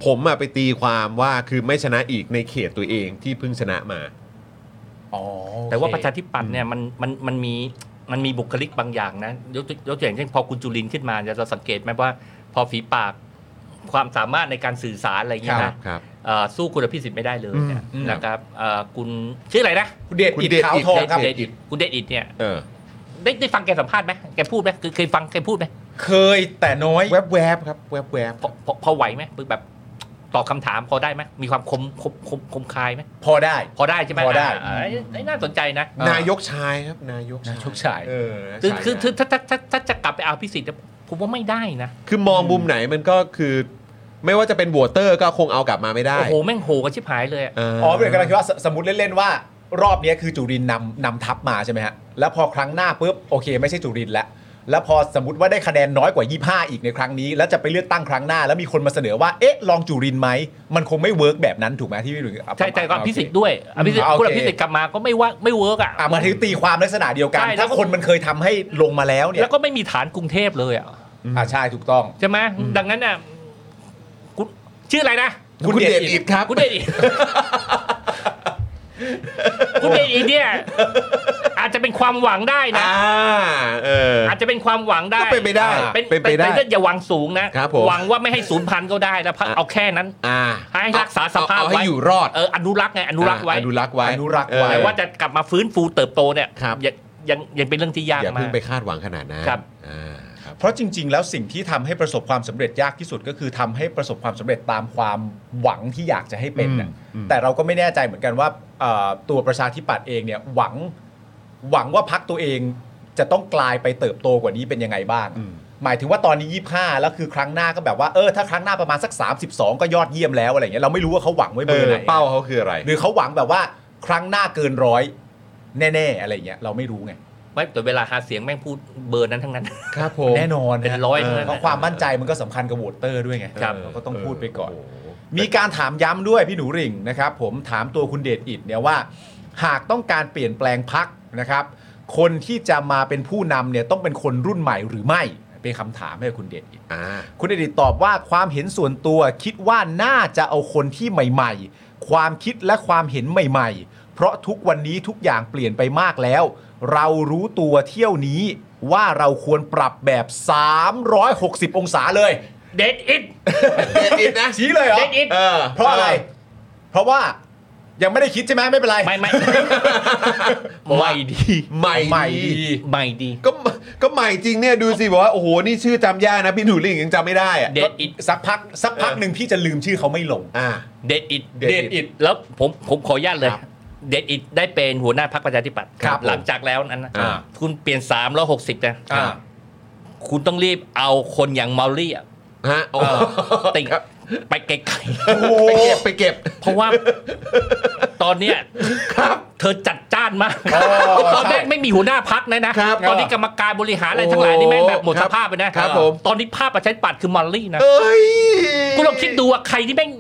Speaker 1: ผมอะไปตีความว่าคือไม่ชนะอีกในเขตตัวเองที่เพิ่งชนะมา
Speaker 3: อ๋อโอเค
Speaker 5: แต่ว่าประชาธิปัตย์เนี่ยมันมันมันมีมันมีบุคลิกบางอย่างนะยกตัวยกตัวอย่างเช่นพอคุณจุลินขึ้นมาเนี่ยเราสังเกตไหมว่า พอฝีปากความสามารถในการสื่อสารอะไรอย่างเงี้ยนะครับ เอ่อสู้คุณอภิสิทธิ์ไม่ได้เลยเนี่ย
Speaker 1: อืม
Speaker 5: นะครับเอ่อคุณชื่ออะไรนะ
Speaker 3: คุณเดช
Speaker 1: คุณ
Speaker 3: อิด
Speaker 1: เดช
Speaker 3: ขาว
Speaker 1: อิฐ
Speaker 3: ทองครับ
Speaker 5: เดชอิดคุณเดชอิดเนี่ย
Speaker 1: เออ
Speaker 5: ได้ได้ฟังแกสัมภาษณ์ไหมแกพูดไหมคือเคยฟังเคยพูดไหม
Speaker 3: เคยแต่น้อย
Speaker 1: แวบแวบๆครับ แวบแวบ
Speaker 5: พอพอพอไหวไหมคือแบบตอบคำถามพอได้ไหมมีความคมคมคมคมคายไหม
Speaker 3: พอได้
Speaker 5: พอได้ใช่ไหม
Speaker 3: พอได้
Speaker 5: าเยเอ้ยน่าสนใจนะ
Speaker 1: ๆนายกชายครับ นายก
Speaker 3: นะ
Speaker 1: ชาย
Speaker 3: ชกชาย
Speaker 1: เออ
Speaker 5: คือ
Speaker 1: ใช่
Speaker 5: คือ
Speaker 1: นะ
Speaker 5: คือถ้าถ้าถ้าถ้าจะกลับไปเอาพิสิทธิ์เนี่ยผมว่าไม่ได้นะ
Speaker 1: คือมองมุมไหนมันก็คือ ไม่ว่าจะเป็นบวเตอร์ก็คงเอากลับมาไม่ได้
Speaker 5: โอ้โห แม่งโหกันชิบหายเลยอะ
Speaker 1: เออ
Speaker 3: อ๋อเป็นกำลังคิดว่าสสมมติเล่น ๆ ว่า รอบเนี้ยคือจุรินทร์นำนำทัพมาใช่ไหมฮะ แล้วพอครั้งหน้าปุ๊บโอเค ไม่ใช่จุรินทร์แล้ว แล้วพอสมมติว่าได้คะแนนน้อยกว่า 25 อีกในครั้งนี้ แล้วจะไปเลือกตั้งครั้งหน้า แล้วมีคนมาเสนอว่า เอ๊ะ ลองจุรินทร์ไหม มันคงไม่เวิร์กแบบนั้นถูกไหมที่พี่หลุยส์
Speaker 5: ใช่แต่ก็
Speaker 3: โอเค
Speaker 5: พิสิทธิ์ด้วยอภิสิทธิ์
Speaker 3: อ่าโอเค
Speaker 5: คุณพิสิทธิ์กลับมาก็ไม่ว่าไม่เวิร์กอ่ะ
Speaker 3: อ่ะมาถึงตีความลักษณะเดียวกัน
Speaker 5: ใช่แล้
Speaker 3: ถ้าว
Speaker 5: ก็
Speaker 3: คนมันเคยทำให้ลงมาแล้วเนี่ย
Speaker 5: แล้วก็ไม่มีฐานกรุงเทพเลยอ่ะ
Speaker 3: อ่าใช่ถูกต้อง
Speaker 5: ใช่ไหมดังนั้นอ่ะคุณชื่ออะไรนะ
Speaker 1: คุณเดชอิดครับ
Speaker 5: คุณเดชอิด คุณเดชอิดเนี่ย อาจจะเป็นความหวังได้นะ
Speaker 1: อ่าเออ
Speaker 5: อาจจะเป็นความหวังได้
Speaker 1: ก็เป็นไปได้
Speaker 5: อ่าเป็น
Speaker 1: เป็นไปได้
Speaker 5: อย่าหวังสูงนะครับ
Speaker 1: ผม
Speaker 5: หวังว่าไม่ให้สูญพันธุ์ก็ได้แล้วพัก
Speaker 1: อ่ะ
Speaker 5: เอาแค่นั้น
Speaker 1: อ่า
Speaker 5: ให้รักษาสภาพ
Speaker 1: เอให้
Speaker 5: ไว้
Speaker 1: อยู่รอด
Speaker 5: เอออนุรักษ์ไงอนุรักษ์ไว้
Speaker 1: าอนุรักษ์ไว้
Speaker 3: อนุรักษ์ไว้
Speaker 5: แต่
Speaker 1: เออ
Speaker 5: ว่าจะกลับมาฟื้นฟูเติบโตเนี่ย
Speaker 1: ครับ
Speaker 5: ยังยังยังเป็นเรื่องที่ยาก
Speaker 1: อย่า
Speaker 5: มา
Speaker 1: เพิ่ง
Speaker 5: ก
Speaker 1: ไปคาดหวังขนาดนั้น
Speaker 5: ครับ
Speaker 1: อ่าครับ
Speaker 3: เพราะจริง ๆ แล้วสิ่งที่ทำให้ประสบความสำเร็จยากที่สุดก็คือทำให้ประสบความสำเร็จตามความหวังที่อยากจะให้เป็นน่ะแต่เราก็ไม่แน่ใจเหมือนกันว่าเอ่อตัวประชาธิปัตย์เองเนี่ยหวังหวังว่าพักตัวเองจะต้องกลายไปเติบโตกว่านี้เป็นยังไงบ้าง หมายถึงว่าตอนนี้ 25 แล้วคือครั้งหน้าก็แบบว่าเออถ้าครั้งหน้าประมาณสัก 32 ก็ยอดเยี่ยมแล้วอะไรเงี้ยเราไม่รู้ว่าเขาหวังไว้เบ
Speaker 1: เอ
Speaker 3: อ
Speaker 1: อ
Speaker 3: ร์ไหน
Speaker 1: เป้าเขาคืออะไร
Speaker 3: หรือเขาหวังแบบว่าครั้งหน้าเกินร้อยแน่ๆอะไรเงี้ยเราไม่รู้ไง
Speaker 5: ไม่แต่เวลาหาเสียงแม่งพูดเบอร์นั้นทั้งนั้น
Speaker 1: ครับผม
Speaker 3: แน่นอน
Speaker 5: เป็นร้อย
Speaker 3: เ
Speaker 5: เท่านั้น
Speaker 3: เพราะความมั่นใจมันก็สำคัญกับโหวตเตอร์ด้วยไง
Speaker 5: ครับ
Speaker 3: เราก็ต้องพูดไปก่อน
Speaker 1: โโห
Speaker 3: มีการถามย้ำด้วยพี่หนูหริ่งนะครับผมถามตัวคุณเดชอิดเนี่ยว่า หากต้องการเปลี่ยนแปลงพักนะครับ คนที่จะมาเป็นผู้นำเนี่ยต้องเป็นคนรุ่นใหม่หรือไม่เป็นคำถามให้คุณเดชอิด
Speaker 1: อ่า
Speaker 3: คุณเดชอิดตอบว่าความเห็นส่วนตัวคิดว่าน่าจะเอาคนที่ใหม่ ๆ ความคิดและความเห็นใหม่ ๆ เพราะทุกวันนี้ทุกอย่างเปลี่ยนไปมากแล้ว เรารู้ตัวเที่ยวนี้ว่าเราควรปรับแบบ 360 องศาเลย
Speaker 5: เด็ดอิด
Speaker 1: อิดนะ
Speaker 3: ชี้เลยเหรอ
Speaker 5: เด็ดอิด
Speaker 1: เออ
Speaker 3: เพราะอะไร เพราะว่ายังไม่ได้คิดใช่ไหมไม่เป็นไร
Speaker 5: ไม่ไม่ ไม่ดี
Speaker 1: ใหม่
Speaker 3: ใหม่ดี
Speaker 1: ดี
Speaker 5: ไม่ดี
Speaker 1: ก็ [laughs] ก็ใหม่จริงเนี่ยดูสิบอกว่าโอ้โหนี่ชื่อจำยากนะพี่หนูลิงยังจำไม่ได้อะ
Speaker 5: เด็ดอิด
Speaker 3: สักพักสักพักหนึ่งพี่จะลืมชื่อเขาไม่ลง
Speaker 1: อ่า
Speaker 5: เด็ดอิด
Speaker 1: Dead It
Speaker 5: แล้วผมผมขออนุญาตเลย
Speaker 1: ครับ
Speaker 5: เด็ดอิดได้เป็นหัวหน้าพรรคประชาธิปัตย์
Speaker 1: ครับ
Speaker 5: หลังจากแล้วนั้นนะ
Speaker 1: อ่า
Speaker 5: คุณเปลี่ยน3ามแล้วหกสิบนะ
Speaker 3: อ่า
Speaker 5: คุณต้องรีบเอาคนอย่างเมาลี่อะ
Speaker 1: ฮะโอ้
Speaker 5: ติ่ง
Speaker 1: ครับ
Speaker 5: ไปไกล
Speaker 1: ไปเก็บไปเก็บ
Speaker 5: ๆเพราะว่าตอนเนี้ยเธอจัดจ้านมาก
Speaker 3: อ๋อ
Speaker 5: ตอนแรก
Speaker 3: ใช่
Speaker 5: ไม่มีหัวหน้าพักนะนะครับ ตอนนี้กรรมการบริหารอะไรทั้งหลายนี่แม่งแบบหมด
Speaker 1: ครั
Speaker 5: ส
Speaker 1: บ
Speaker 5: ภาพไปนะครับ
Speaker 1: ผม
Speaker 5: ตอนนี้ภาพประชาธิปัตย์คือเมาลี่นะ
Speaker 1: เอ้ย
Speaker 5: คุณลองคิดดูว่าใครที่แม่ง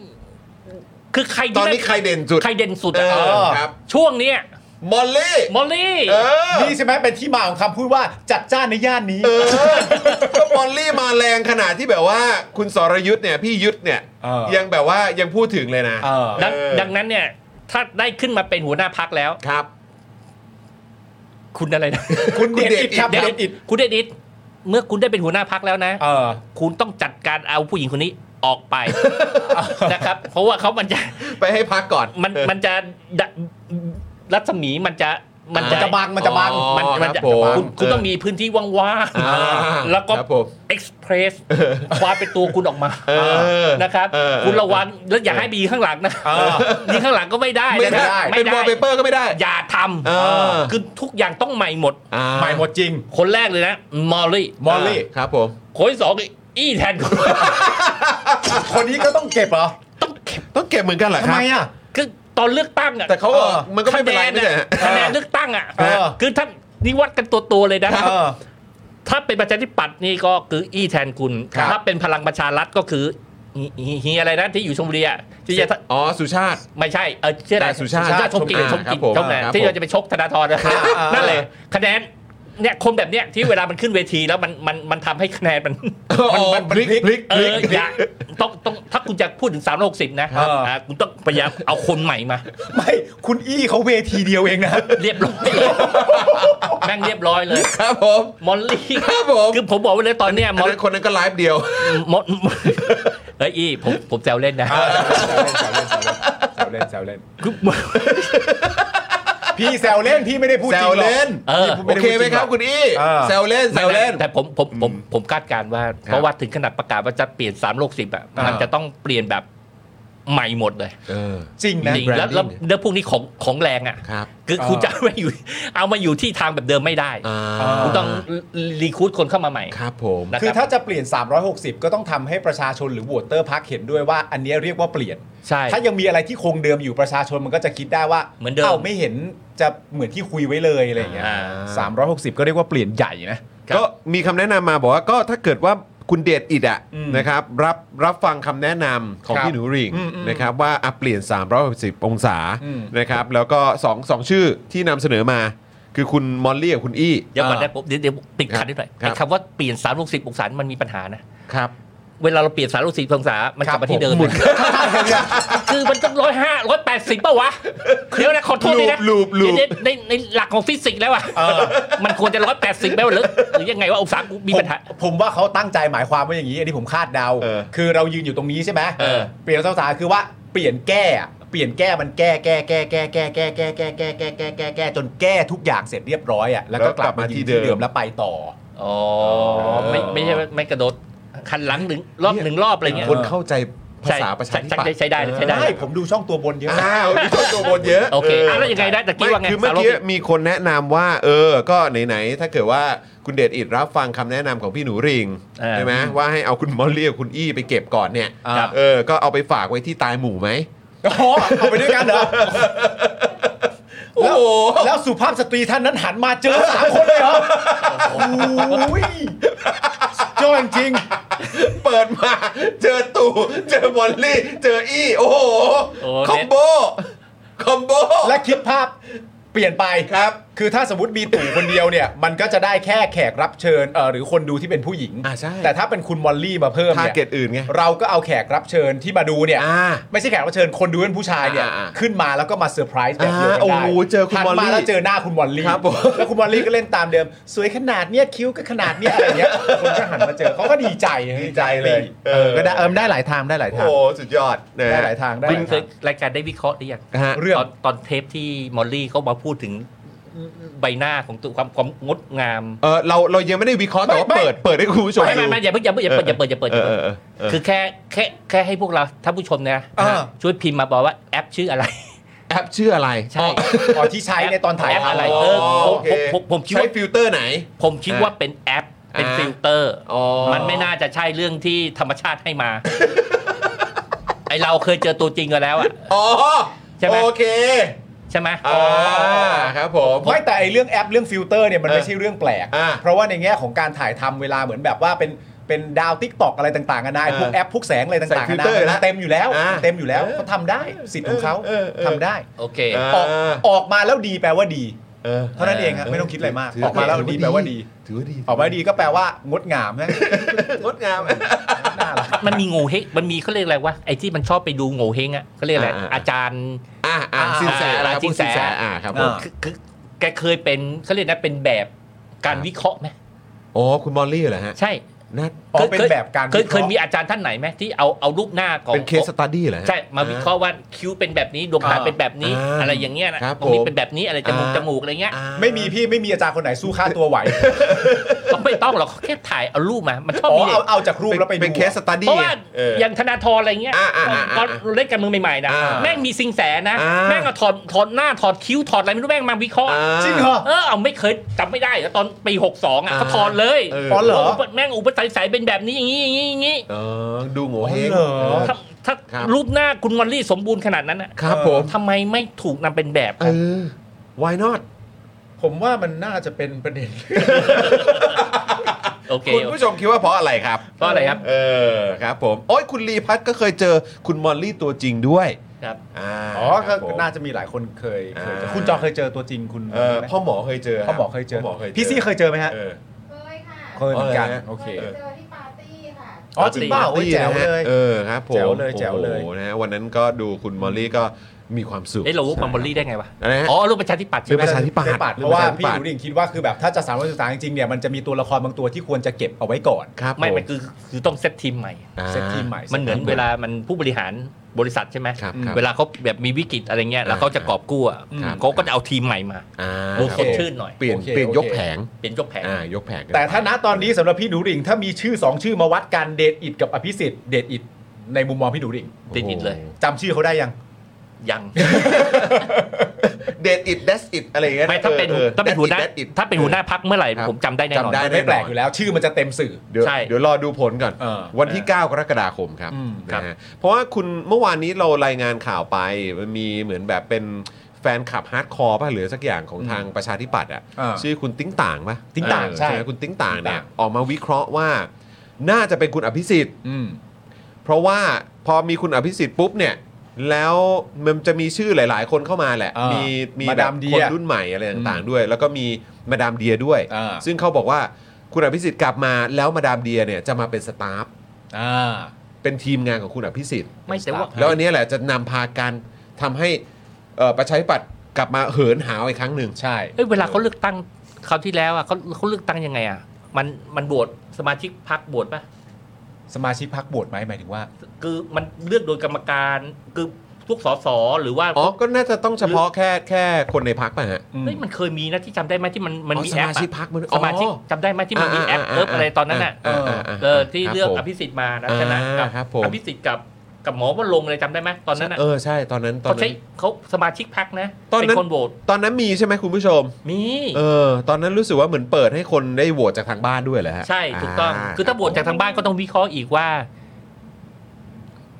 Speaker 5: คือใครที่
Speaker 1: ตอน
Speaker 5: แม่ง
Speaker 1: นี้ใครเด่นสุด
Speaker 5: ใครเด่นสุด
Speaker 1: เอ
Speaker 5: อะ
Speaker 1: อครับ
Speaker 5: ช่วงเนี้ย
Speaker 1: มอลลี่
Speaker 5: มอลลี่
Speaker 1: เออ
Speaker 3: นี่ใช่ไหมเป็นที่มาของคำพูดว่าจัดจ้านในย่านนี้
Speaker 1: เออก็มอลลี่มาแรงขนาดที่แบบว่า คุณสรยุทธ์เนี่ยพี่ยุทธ์เนี่ยยังแบบว่ายังพูดถึงเลยนะ
Speaker 3: เออ
Speaker 5: ดัง
Speaker 1: เออ
Speaker 5: ดังนั้นเนี่ย ถ้าได้ขึ้นมาเป็นหัวหน้าพักแล้ว
Speaker 1: ครับ
Speaker 5: คุณอะไรนะ
Speaker 1: คุณเดชอิท
Speaker 3: ครับ
Speaker 1: เด
Speaker 3: เด็
Speaker 1: ช
Speaker 3: ดอิด
Speaker 5: คุณเดชอิดเมื่อคุณได้เป็นหัวหน้าพักแล้วนะ
Speaker 3: เออ
Speaker 5: คุณต้องจัดการเอาผู้หญิงคนนี้ออกไป นะครับ เพราะว่าเขามันจะ
Speaker 1: ไปให้พักก่อน
Speaker 5: มัน
Speaker 1: เออ
Speaker 5: มันจะดะรัศมีมันจะมันจะ
Speaker 3: มันจะบังมันจะบัง
Speaker 1: อ๋อ
Speaker 5: มันมันจะ
Speaker 1: ครับผม
Speaker 5: คุณคุณ
Speaker 1: เออ
Speaker 5: ต้องมีพื้นที่ว่าง
Speaker 1: อ่า
Speaker 5: ๆแล้วก็
Speaker 1: ครับผม
Speaker 5: เอ็กซ์เพรสความเป็นตัวคุณออกมา
Speaker 1: เออ
Speaker 5: นะครับ
Speaker 1: เออ
Speaker 5: คุณระวังแล้วอย่าให้มีข้างหลังนะ
Speaker 3: เออ
Speaker 5: มีข้างหลังก็ไม่ได้
Speaker 1: ไม่ได้
Speaker 5: นะ
Speaker 1: เป็
Speaker 5: ไม่
Speaker 1: นว
Speaker 5: ได้
Speaker 1: อลเปเปอร์ก็ไม่ได้
Speaker 5: อย่าท
Speaker 1: เออ
Speaker 5: ำคือทุกอย่างต้องใหม่หมด
Speaker 1: อ่า
Speaker 3: ใหม่หมดจริง
Speaker 5: คนแรกเลยนะมอลลี่
Speaker 3: มอลลี่
Speaker 1: ครับผม
Speaker 5: คนที่สองอีแทน [laughs] คุณ
Speaker 3: คนนี้ก็ต้องเก็บเหรอ
Speaker 5: ต้องเก็บ
Speaker 1: ต้องเก็บเหมือนกันเหรอค
Speaker 3: ทำ
Speaker 1: รับ
Speaker 3: ไมอ่ะ
Speaker 5: คือตอนเลือกตั้งอ่ะ
Speaker 1: แต่เขาก็
Speaker 3: เออ
Speaker 1: มันก็ไม่เป็นไรไม่ใช่เหรอ
Speaker 5: คะแนนเลือกตั้งอ่ะ
Speaker 3: เออ
Speaker 5: คือท่านนี่วัดกันตัวตัวๆเลยนะ
Speaker 3: เออ
Speaker 5: ถ้าเป็นประชาธิปัตย์นี่ก็คืออีแทนคุณ
Speaker 3: ครับ
Speaker 5: ถ้าเป็นพลังประชารัฐก็คืออีอีอีอะไรนะที่อยู่ชมบุรีอ่ะที่จะ
Speaker 1: อ๋อสุชาติ
Speaker 5: ไม่ใช่ เออชื่ออะไร
Speaker 1: แต่สุชาติ
Speaker 5: ชาติชมกิจ
Speaker 1: อ่า
Speaker 5: ชมกิจ
Speaker 1: ครับผม
Speaker 5: ชมแหน
Speaker 1: ครับ
Speaker 5: ที่
Speaker 1: ผ
Speaker 5: เรา
Speaker 1: ม
Speaker 5: จะไปชกธนาธรนะนั่นแหละคะแนนเนี่ยคนแบบเนี้ยที่เวลามันขึ้นเวทีแล้วมันมันมันทำให้คะแนนมัน
Speaker 1: อ๋อ
Speaker 5: มัน
Speaker 1: พลิกพลิก
Speaker 5: เอ
Speaker 1: พลิก
Speaker 5: ออย่าต้องต้องถ้าคุณจะพูดถึง 3 6 0 นะ
Speaker 3: เอออ่
Speaker 5: าคุณต้องพยายามเอาคนใหม่มา
Speaker 3: ไม่คุณอี้เขาเวทีเดียวเองนะ
Speaker 5: เรียบร้อย
Speaker 1: [laughs]
Speaker 5: แม่งเรียบร้อยเลย
Speaker 1: ครับผม
Speaker 5: มอลลี่
Speaker 1: ครับผม
Speaker 5: คือผมบอกไว้เลยตอนเนี้ย
Speaker 1: อัน
Speaker 5: มอล
Speaker 1: นั้นคนนั้นก็ไลฟ์เดียว
Speaker 5: มอล [laughs] เฮ้ยอีผมผมแซวเล่นนะ
Speaker 3: แซวเล่นแซวเล่นพี่แซวเล่นพี่ไม่ได้พูดจ
Speaker 1: แซ
Speaker 3: ริง
Speaker 1: ว
Speaker 3: หรอก
Speaker 1: เล่น
Speaker 5: เออ
Speaker 1: โอเคไหมครับคุณอี้
Speaker 3: เออ
Speaker 1: แซวเล่นแซวเล่น
Speaker 5: แต่ผมผมผมผมคาดการณ์ว่า เพราะว่าถึงขนาดประกาศว่าจะเปลี่ยน3ามโลกสิบอ่ะ
Speaker 3: อ่ามั
Speaker 5: มันจะต้องเปลี่ยนแบบใหม่หมดเลย
Speaker 1: เออ
Speaker 3: จริงนะ
Speaker 5: จริงแล้วแล้ว
Speaker 1: branding
Speaker 5: เนื้อพวกนี้ของของแรงอ่ะ
Speaker 1: ครับ
Speaker 5: คือ
Speaker 3: อ่า
Speaker 5: คุณจะไม่อยู่ เอามาอยู่ที่ทางแบบเดิมไม่ได้
Speaker 1: อ่า
Speaker 5: คุณต้องรีคูดคนเข้ามาใหม่
Speaker 1: ครับผม
Speaker 5: นะ
Speaker 3: คือ
Speaker 5: ค
Speaker 3: ถ้า
Speaker 5: รับ
Speaker 3: จะเปลี่ยน 360 ก็ต้องทำให้ประชาชนหรือโหวตเตอร์พักเห็นด้วยว่า อันเนี้ยเรียกว่าเปลี่ยน
Speaker 5: ใช่
Speaker 3: ถ้ายังมีอะไรที่คงเดิมอยู่ประชาชนมันก็จะคิดได้ว่า
Speaker 5: เหมือนเดิม
Speaker 3: ไม่เห็นจะเหมือนที่คุยไว้เลยอะไรอย่างเงี้ย
Speaker 5: อ่า
Speaker 3: สามร้อยหกสิบก็เรียกว่าเปลี่ยนใหญ่นะ
Speaker 5: ครับ
Speaker 1: ก็มีคำแนะนำมาบอกว่าก็ถ้าเกิดว่าคุณเดชอิดอะ
Speaker 3: อืม
Speaker 1: นะครับรับรับฟังคำแนะนำของ
Speaker 3: ครับ
Speaker 1: พี่หนูริง
Speaker 3: อืมอืม
Speaker 1: นะครับว่าอ่ะเปลี่ยน 360 องศา
Speaker 3: อืม
Speaker 1: นะครับแล้วก็สองสองชื่อที่นำเสนอมา คือคุณมอลลี่กับคุณอี้
Speaker 5: เดี๋ยวก่อน
Speaker 3: อ่า
Speaker 5: ได้ผมเดี๋ยวเดี๋ยวติดขัดนิดหน่อย
Speaker 1: ครับ
Speaker 5: ไอ้คำว่าเปลี่ยน3ามโลกสิบองศามันมีปัญหานะ
Speaker 1: ครับ
Speaker 5: เวลาเราเปลี่ยนสารสิบองศามันกลับมาที่เดิมคือมันต้องร้อยห้าร้อยแปดสิบป่าวะเดี๋ยวนะขอโทษด้วยนะ
Speaker 1: ลูบลูบลูบ
Speaker 5: เดี๋ยวในในในหลักของฟิสิกส์แล้วอะมันควรจะร้อยแปดสิบไหมวะหรือหรือยังไงว่าองศากูมีปัญหา
Speaker 3: ผมผมว่าเขาตั้งใจหมายความว่าอย่างนี้ อันนี้ผมคาดเดา
Speaker 1: เออ
Speaker 3: คือเรายืนอยู่ตรงนี้ใช่ไหม
Speaker 5: เออ
Speaker 3: เปลี่ยนภาษาคือว่าเปลี่ยนแก้อะเปลี่ยนแก้มันแก้แก้แก้แก้แก้แก้แก้แก้แก้แก้แก้แก้แก้จนแก้ทุกอย่างเสร็จเรียบร้อยอ่ะแล้วก็กลับมายืนที่เดิมแล้วไปต่อ
Speaker 5: อ๋อไม่ไม่ใช่ว่าไม่กระโดดคันหลังหนึ่งรอบหนึ่งรอบอะไรเงี้ย
Speaker 1: คนเข้าใจภาษาประชาธิปัตย์
Speaker 5: ใช้ได้ใช้ได้
Speaker 3: ได้ผมดูช่องตัวบนเยอะ
Speaker 1: อ้าวมีคนโดนเยอะ
Speaker 5: โอเคอ่ะแล้วยังไงนะตะกี้ว่าไง
Speaker 1: ม่คือเมื่อกี้มีคนแนะนำว่า เออ ก็ไหนๆถ้าเกิดว่าคุณเดชอิดรับฟังคำแนะนำของพี่หนูริง
Speaker 5: เออ
Speaker 1: ใช่ไหมว่าให้เอาคุณมอลลี่กับคุณอี้ไปเก็บก่อนเนี่ย
Speaker 3: ครับ
Speaker 1: เออก็เอาไปฝากไว้ที่ตายหมู่ไหม
Speaker 3: โอ้โหเอาไปด้วยกันเหรอแล้วแล้วสุภาพสตรีท่านนั้นหันมาเจอสามคนเลยเหรอโอ้ยจอยจริง
Speaker 1: เปิดมาเจอตู่ [laughs] เจอมอลลี่ เจออี้ โอ้โห
Speaker 5: โอ้
Speaker 1: คอมโบ คอมโบ
Speaker 3: และคลิปภาพเปลี่ยนไปครับ คือถ้าสมมติมีตู่คนเดียวเนี่ย มันก็จะได้แค่แขกรับเชิญเออหรือคนดูที่เป็นผู้หญิง
Speaker 1: อ่าใช่
Speaker 3: แต่ถ้าเป็นคุณมอลลี่มาเพิ่ม
Speaker 1: ทา
Speaker 3: เนี่ย
Speaker 1: เก็ตอื่นไง
Speaker 3: เราก็เอาแขกรับเชิญที่มาดูเนี่ย
Speaker 1: อ่า
Speaker 3: ไม่ใช่แขกรับเชิญคนดูเป็นผู้ชายเนี่ย
Speaker 1: อ่าอ่า
Speaker 3: ขึ้นมาแล้วก็มาเซอร์ไพรส์แบบเดียวกั
Speaker 1: อ่า
Speaker 3: นได้
Speaker 1: โอ้โหเจอคุณ
Speaker 3: หัน
Speaker 1: มอลลี่
Speaker 3: มาแล้วเจอหน้าคุณมอลลี่
Speaker 1: ครับผม
Speaker 3: แล้วคุณมอลลี่ก็เล่นตามเดิม สวยขนาดเนี้ยคิ้วก็ขนาดเนี้ยอะไรเงี้ยคนก็หันมาเจอเขาก็ดีใจ
Speaker 1: ดีใจเลย
Speaker 3: เออก็ได้เออได้หลายทางได้หลายทาง
Speaker 1: โอ้สุดยอดนะ
Speaker 3: ได้
Speaker 1: ฮะ
Speaker 3: หลายทางได้ห
Speaker 5: คุณ
Speaker 3: ลายทา
Speaker 5: เค
Speaker 3: ย ง
Speaker 5: รายการได้วิเคราะห์หรือยัง
Speaker 1: ฮะ
Speaker 3: เรื่อง
Speaker 5: ตนตอนเทปที่มอลลี่เขามาพูดถึงใบหน้าของตัวความความงดงาม
Speaker 1: เออเราเรายังไม่ได้วิเคราะห์แต่ว่า
Speaker 3: ไม่ไม่
Speaker 1: เปิดเปิดให้คุณผู้ชม
Speaker 5: ไม่
Speaker 1: ดู
Speaker 5: ไม่ไม่อย่าเพิ่งอย่าเพิ่งอย่าเปิดอย่าเปิดอย่า
Speaker 1: เออ
Speaker 5: เปิดอย่าเปิด
Speaker 1: เออเออ
Speaker 5: คือแค่แค่แค่ให้พวกเราท่านผู้ชมเนยนะ
Speaker 3: เออ
Speaker 5: ช่วยพิมพ์มาบอกว่าแอปชื่ออะไร
Speaker 1: แอปชื่ออะไร
Speaker 5: ใช่
Speaker 3: อ๋อที่ใช้ในตอนถ่าย
Speaker 5: แอป
Speaker 3: ทำ
Speaker 5: อะไร
Speaker 1: อ๋อ
Speaker 5: เออ
Speaker 1: โอ
Speaker 5: ผม
Speaker 1: เค
Speaker 5: ผมผมผมคิด
Speaker 1: ใช้
Speaker 5: ว่า
Speaker 1: ฟิลเตอร์ไหน
Speaker 5: ผมคิดว่าเป็นแอปเป็น
Speaker 1: อ่า
Speaker 5: ฟิลเตอร์
Speaker 1: อ๋อ
Speaker 5: มันไม่น่าจะใช่เรื่องที่ธรรมชาติให้มา ไอเราเคยเจอตัวจริงกันแล้วอะ
Speaker 1: อ๋อ
Speaker 5: ใช่ไหม
Speaker 1: โอเค
Speaker 5: ใช่ไหม
Speaker 1: อ่าครับผม
Speaker 3: ไม่แต่ไอเรื่องแอปเรื่องฟิลเตอร์เนี่ยมัน
Speaker 1: เออ
Speaker 3: ไม่ใช่เรื่องแปลก
Speaker 1: อ่า
Speaker 3: เพราะว่าในแง่ของการถ่ายทำเวลาเหมือนแบบว่าเป็นเป็นดาวทิกตอกอะไรต่างๆกันานาไอ้พวก
Speaker 1: เออ
Speaker 3: แอปพวกแสงอะไร
Speaker 1: ใส่
Speaker 3: ต่างๆ
Speaker 1: ฟิล
Speaker 3: กันนา
Speaker 1: เตอร์
Speaker 3: นา
Speaker 1: แล้
Speaker 3: มั
Speaker 1: วน
Speaker 3: เต็มอยู่แล้ว
Speaker 1: อ่า
Speaker 3: เต็มอยู่แล้ว
Speaker 1: เออ
Speaker 3: เขาทำได้สิทธิ์ของเขา
Speaker 1: เออเออ
Speaker 3: ทำได้
Speaker 5: โอเค
Speaker 1: เออ
Speaker 3: ออกออกมาแล้วดีแปลว่าดี
Speaker 1: เออ
Speaker 3: เท่านั้นเองครับไม่ต้องคิดอะไรมากออกมาแล้วดีแปลว่าดี
Speaker 1: ถือว่าดี
Speaker 3: ออกมาดีก็แปลว่างดงามนะ
Speaker 1: งดงาม
Speaker 3: น่ารัก
Speaker 5: มันมีโง่เฮงมันมีเขาเรียกอะไรวะไอที่มันชอบไปดูโง่เฮงอะเขาเรียกอะไร
Speaker 1: อ่าๆ
Speaker 5: อาจารย์
Speaker 1: อ่าอ่าสินแสนะครับ
Speaker 5: สิ
Speaker 1: สิน
Speaker 5: น
Speaker 1: แส
Speaker 5: แส
Speaker 1: อ่าครับผม
Speaker 3: อ่า
Speaker 5: คือคือแกเคยเป็นเขาเรียกนะเป็นแบบการวิเคราะห์ไหม
Speaker 1: โอ้คุณมอลลี่เหรอฮะ
Speaker 5: ใช่
Speaker 1: นัด
Speaker 3: อ๋อ
Speaker 5: คย
Speaker 3: เป็น
Speaker 5: คย
Speaker 3: แบบการ
Speaker 5: เคย
Speaker 3: วิเคราะห์
Speaker 5: เคยมีอาจารย์ท่านไหนไหมที่เอาเอารูปหน้าของ
Speaker 1: เป็นเคสสตัดดี้เหรอฮะ
Speaker 5: ใช่มาวิเคราะห์ว่าคิ้วเป็นแบบนี้ดวงตา
Speaker 3: อ่า
Speaker 5: เป็นแบบนี้
Speaker 1: อ่า
Speaker 5: อะไรอย่างเงี้ยนะครับ ตรงนี้
Speaker 1: ผม
Speaker 5: เป็นแบบนี้อะไรจมูก
Speaker 1: อ่า
Speaker 5: จมูกอะไรเงี้ย
Speaker 1: อ่า
Speaker 3: ไม่มีพี่ไม่มีอาจารย์คนไหนสู้ค่าตัว
Speaker 1: [laughs]
Speaker 3: ไหว
Speaker 5: ก็ไม่ต้องหรอกแค่ถ่ายเอารูปมา มันชอบ
Speaker 3: อ๋อ
Speaker 5: มีเด็
Speaker 3: เอา
Speaker 5: ก
Speaker 3: เอาจากรูปแล้วไป
Speaker 1: เป็น
Speaker 3: ดู
Speaker 1: เคสสตัดดี้
Speaker 5: เพราะว่า
Speaker 1: เออ
Speaker 5: อ
Speaker 1: อ
Speaker 5: ย่างธนาธรอะไรเงี้ย
Speaker 1: อ่าอ่าอ่า
Speaker 5: ตอนเล่นการเมืองใหม่ๆนะ
Speaker 1: อ่า
Speaker 5: แม่งมีสิงแสนะ
Speaker 1: อ่า
Speaker 5: แม่งก็ถอดถอดหน้าถอดคิ้วถอดอะไรไม่รู้แม่งมาวิเคราะห์
Speaker 1: อ่า
Speaker 3: จริงเหรอ
Speaker 5: เออเอาไม่เคยจำไม่ได้เหรอตอนปี 62 อ่ะ
Speaker 1: อ่า
Speaker 5: เขาถอนเลย
Speaker 1: เออ
Speaker 3: อ๋อเหรอ
Speaker 5: แม่งอุปสัยสายเป็นแบบนี้อย่างนี้อย่างนี้อย่างนี้
Speaker 1: เออดูโง่เฮง
Speaker 3: อ๋อเหรอ
Speaker 5: ถ้าถ้า
Speaker 1: ครับ
Speaker 5: รูปหน้าคุณมอลลี่สมบูรณ์ขนาดนั้นอ่ะ
Speaker 1: ครับผม
Speaker 5: ทำไมไม่ถูกนำเป็นแบบ
Speaker 1: เออ why not
Speaker 3: ผมว่ามันน่าจะเป็นประเด็น
Speaker 5: โอเค
Speaker 1: คุณผู้ชมคิดว่าเพราะอะไรครับ
Speaker 5: เพราะอะไรครับ
Speaker 1: เออครับผม โอ้ยคุณลีพัทก็เคยเจอคุณมอลลี่ตัวจริงด้วย
Speaker 5: ครับ
Speaker 1: อ่า
Speaker 3: อ๋อ
Speaker 1: ค
Speaker 3: ก็
Speaker 1: รับผม
Speaker 3: น่าจะมีหลายคนเคยเคยเจอ
Speaker 1: อ่า
Speaker 3: คุณจอเคยเจอตัวจริงคุณ
Speaker 1: เออพ่อหมอเคยเจอ
Speaker 3: พ่อหมอเคยเจอ
Speaker 1: พ่อหมอเคยเจอ
Speaker 3: พี่ซี่เคยเจอไหมฮะ
Speaker 1: เออ
Speaker 6: เคยค่ะ
Speaker 3: เคยเหมือนกัน
Speaker 1: เออฮะ
Speaker 3: โอเค
Speaker 6: เคยเจอที่ปาร์ตี้ค่ะ
Speaker 3: อ๋อจริงเปล่าโอ้ยแจ๋วเลย
Speaker 1: เออครับผม
Speaker 3: แจ๋วเลยแจ๋วเลย
Speaker 1: โอ้โหนะฮะวันนั้นก็ดูคุณมอลลี่ก็มีความสุข
Speaker 5: เอ้ยเรารู้มามอลลี่ได้ไงวะ
Speaker 1: อะไรฮะ
Speaker 5: อ๋อรูปประชาธิปัตย์ใช่ไหม
Speaker 1: เรื่องประชาธิปัตย์
Speaker 3: ปัตย์เพราะว่าพี่หนูดิ่งคิดว่าคือแบบถ้าจะสามารถศึกษาจริงๆเนี่ยมันจะมีตัวละครบางตัวที่ควรจะเก็บเอาไว้ก่อน
Speaker 1: ครับ
Speaker 5: ไม่
Speaker 1: ผ
Speaker 5: มันคือคือต้องเซตทีมใหม่
Speaker 1: อ่า
Speaker 3: เซตทีมใหม่
Speaker 5: มันเหมือนเวลามันผู้บริหารบริษัทใช่ไหม
Speaker 1: ครับครับ
Speaker 5: เวลาเขาแบบมีวิกฤตอะไรเงี้ยแล้วเขาจะกอบกู้อะ
Speaker 1: ครับ
Speaker 5: เขาก็จะเอาทีมใหม่มา
Speaker 1: อ่า
Speaker 5: ดูส
Speaker 1: ครับผ
Speaker 5: ด
Speaker 1: ม
Speaker 5: ชื่นหน่อย
Speaker 1: เปลี่ยน
Speaker 3: โอค
Speaker 1: เปลี่ยนยก
Speaker 3: โอค
Speaker 1: แผง
Speaker 5: เปลี่ยนยกแผน
Speaker 1: อ่ายกแผงกัน
Speaker 3: แต่ถ้าณตอนนี้สำหรับพี่หนูดิ่งถ้ามีชื่อสองชื่อมาวัดกันเดทอิดกับอภิสิทธิ์เดทอิดในมุมมองพี่หนูดิ่ง
Speaker 5: ติดอิดเลย
Speaker 3: จำชื่อเขาได้ยัง
Speaker 5: ยัง
Speaker 1: [laughs] เดดอิดเดสอิดอะไรอย่างเงี้ย
Speaker 5: ไม่ถ้าเป็น
Speaker 1: ออ
Speaker 5: ถ้าเป็นหัวหน้า
Speaker 1: เดดอิด
Speaker 5: ถ้าเป็นหัวหน้าพักเมื่อไหร่
Speaker 1: ครับ
Speaker 5: ผมจำได้แน่นอน
Speaker 1: จำได้
Speaker 3: ไม่แปลกอยู่แล้ว ชื่อมันจะเต็มสื่อ
Speaker 1: เดี๋ยว
Speaker 5: ใช่
Speaker 1: เดี๋ยวรอดูผลก่อน
Speaker 3: เออ
Speaker 1: วันที่ 9 กรกฎาคมครับ
Speaker 3: อืม
Speaker 5: ครับ
Speaker 1: นะฮะเพราะว่าคุณเมื่อวานนี้เรารายงานข่าวไปมันมีเหมือนแบบเป็นแฟนคลับฮาร์ดคอร์ป่ะหรือสักอย่างของทางประชาธิปัตย์อ่ะ
Speaker 3: เออ
Speaker 1: ชื่อคุณติ๊งต่างป่ะ
Speaker 3: ติ๊งต่าง
Speaker 1: เออ
Speaker 3: ใช่
Speaker 1: ไหมคุณติ๊งต่างเนี่ย
Speaker 3: ติ๊งต่าง
Speaker 1: ออกมาวิเคราะห์ว่า น่าจะเป็นคุณอภิสิทธิ์
Speaker 3: อืม
Speaker 1: เพราะว่าพอมีคุณอภิสิทธิ์ปุ๊บเนี่ยแล้วมันจะมีชื่อหลาย ๆ คนเข้ามาแหละ
Speaker 3: อ่ามี
Speaker 1: มีมี
Speaker 3: มา
Speaker 1: แบ
Speaker 3: ดา
Speaker 1: บ
Speaker 3: มเดี
Speaker 1: คน
Speaker 3: ย
Speaker 1: รุ่นใหม่อะไรต่างๆด้วย แล้วก็มีมาดามเดียด้วย
Speaker 3: อ่า
Speaker 1: ซึ่งเขาบอกว่าคุณอภิสิทธิ์กลับมาแล้วมาดามเดียเนี่ยจะมาเป็นสตาฟ
Speaker 3: อ่า
Speaker 1: เป็นทีมงานของคุณอภิสิทธิ์
Speaker 5: ไม่แต่ว่า
Speaker 1: แล้วอันเนี้ยแหละจะนำพาการทำให้เอ่อประชาธิปัตย์กลับมาเหินหาวอีกครั้งหนึ่ง
Speaker 3: ใช่
Speaker 5: เอ้ยเวลาเขาเลือกตั้งคราวที่แล้วอ่ะเขาเขาเลือกตั้งยังไงอ่ะมันมันโหวตสมาชิกพักโหวตปะ
Speaker 3: สมาชิกพักบวชไหมหมายถึงว่า
Speaker 5: คือมันเลือกโดยกรรมการคือพวกสสหรือว่า
Speaker 1: อ๋อ ก็น่าจะต้องเฉพาะแค่แค่คนในพักป่ะฮะ
Speaker 5: เฮ้ยมันเคยมีนะที่จำได้ไหมที่มันมัน
Speaker 1: อ๋อ
Speaker 5: มีแอป
Speaker 1: สมาชิกพรรคมัน
Speaker 5: สมาชิก
Speaker 1: อ๋อ
Speaker 5: จำได้ไหมที่มันมีแอปเอิบอะไรตอนนั้นอ่ะ
Speaker 1: เออ
Speaker 5: เออที่เลือก
Speaker 1: ครับผม
Speaker 5: อภิสิทธิ์มานะชนะกั
Speaker 1: อ่าครับผม
Speaker 5: อภิสิทธิ์กับกับหมอว่าลงค์อะไรจำได้ไหมตอนนั้นอ่ะ
Speaker 1: เออใช่ตอนนั้นตอน
Speaker 5: เขา
Speaker 1: นั้
Speaker 5: ใช้
Speaker 1: น
Speaker 5: เขาสมาชิกพักนะ
Speaker 1: ตอนนั้น
Speaker 5: เป็นคนโหวต
Speaker 1: ตอนนั้นมีใช่ไหมคุณผู้ชม
Speaker 5: มี
Speaker 1: เออ ตอนนั้นรู้สึกว่าเหมือนเปิดให้คนได้โหวตจากทางบ้านด้วยเหรอฮะ
Speaker 5: ใช่ถูกต้อง
Speaker 1: า
Speaker 5: คือถ้าโหวตจากทางบ้านก็ต้องวิเคราะห์อีกว่า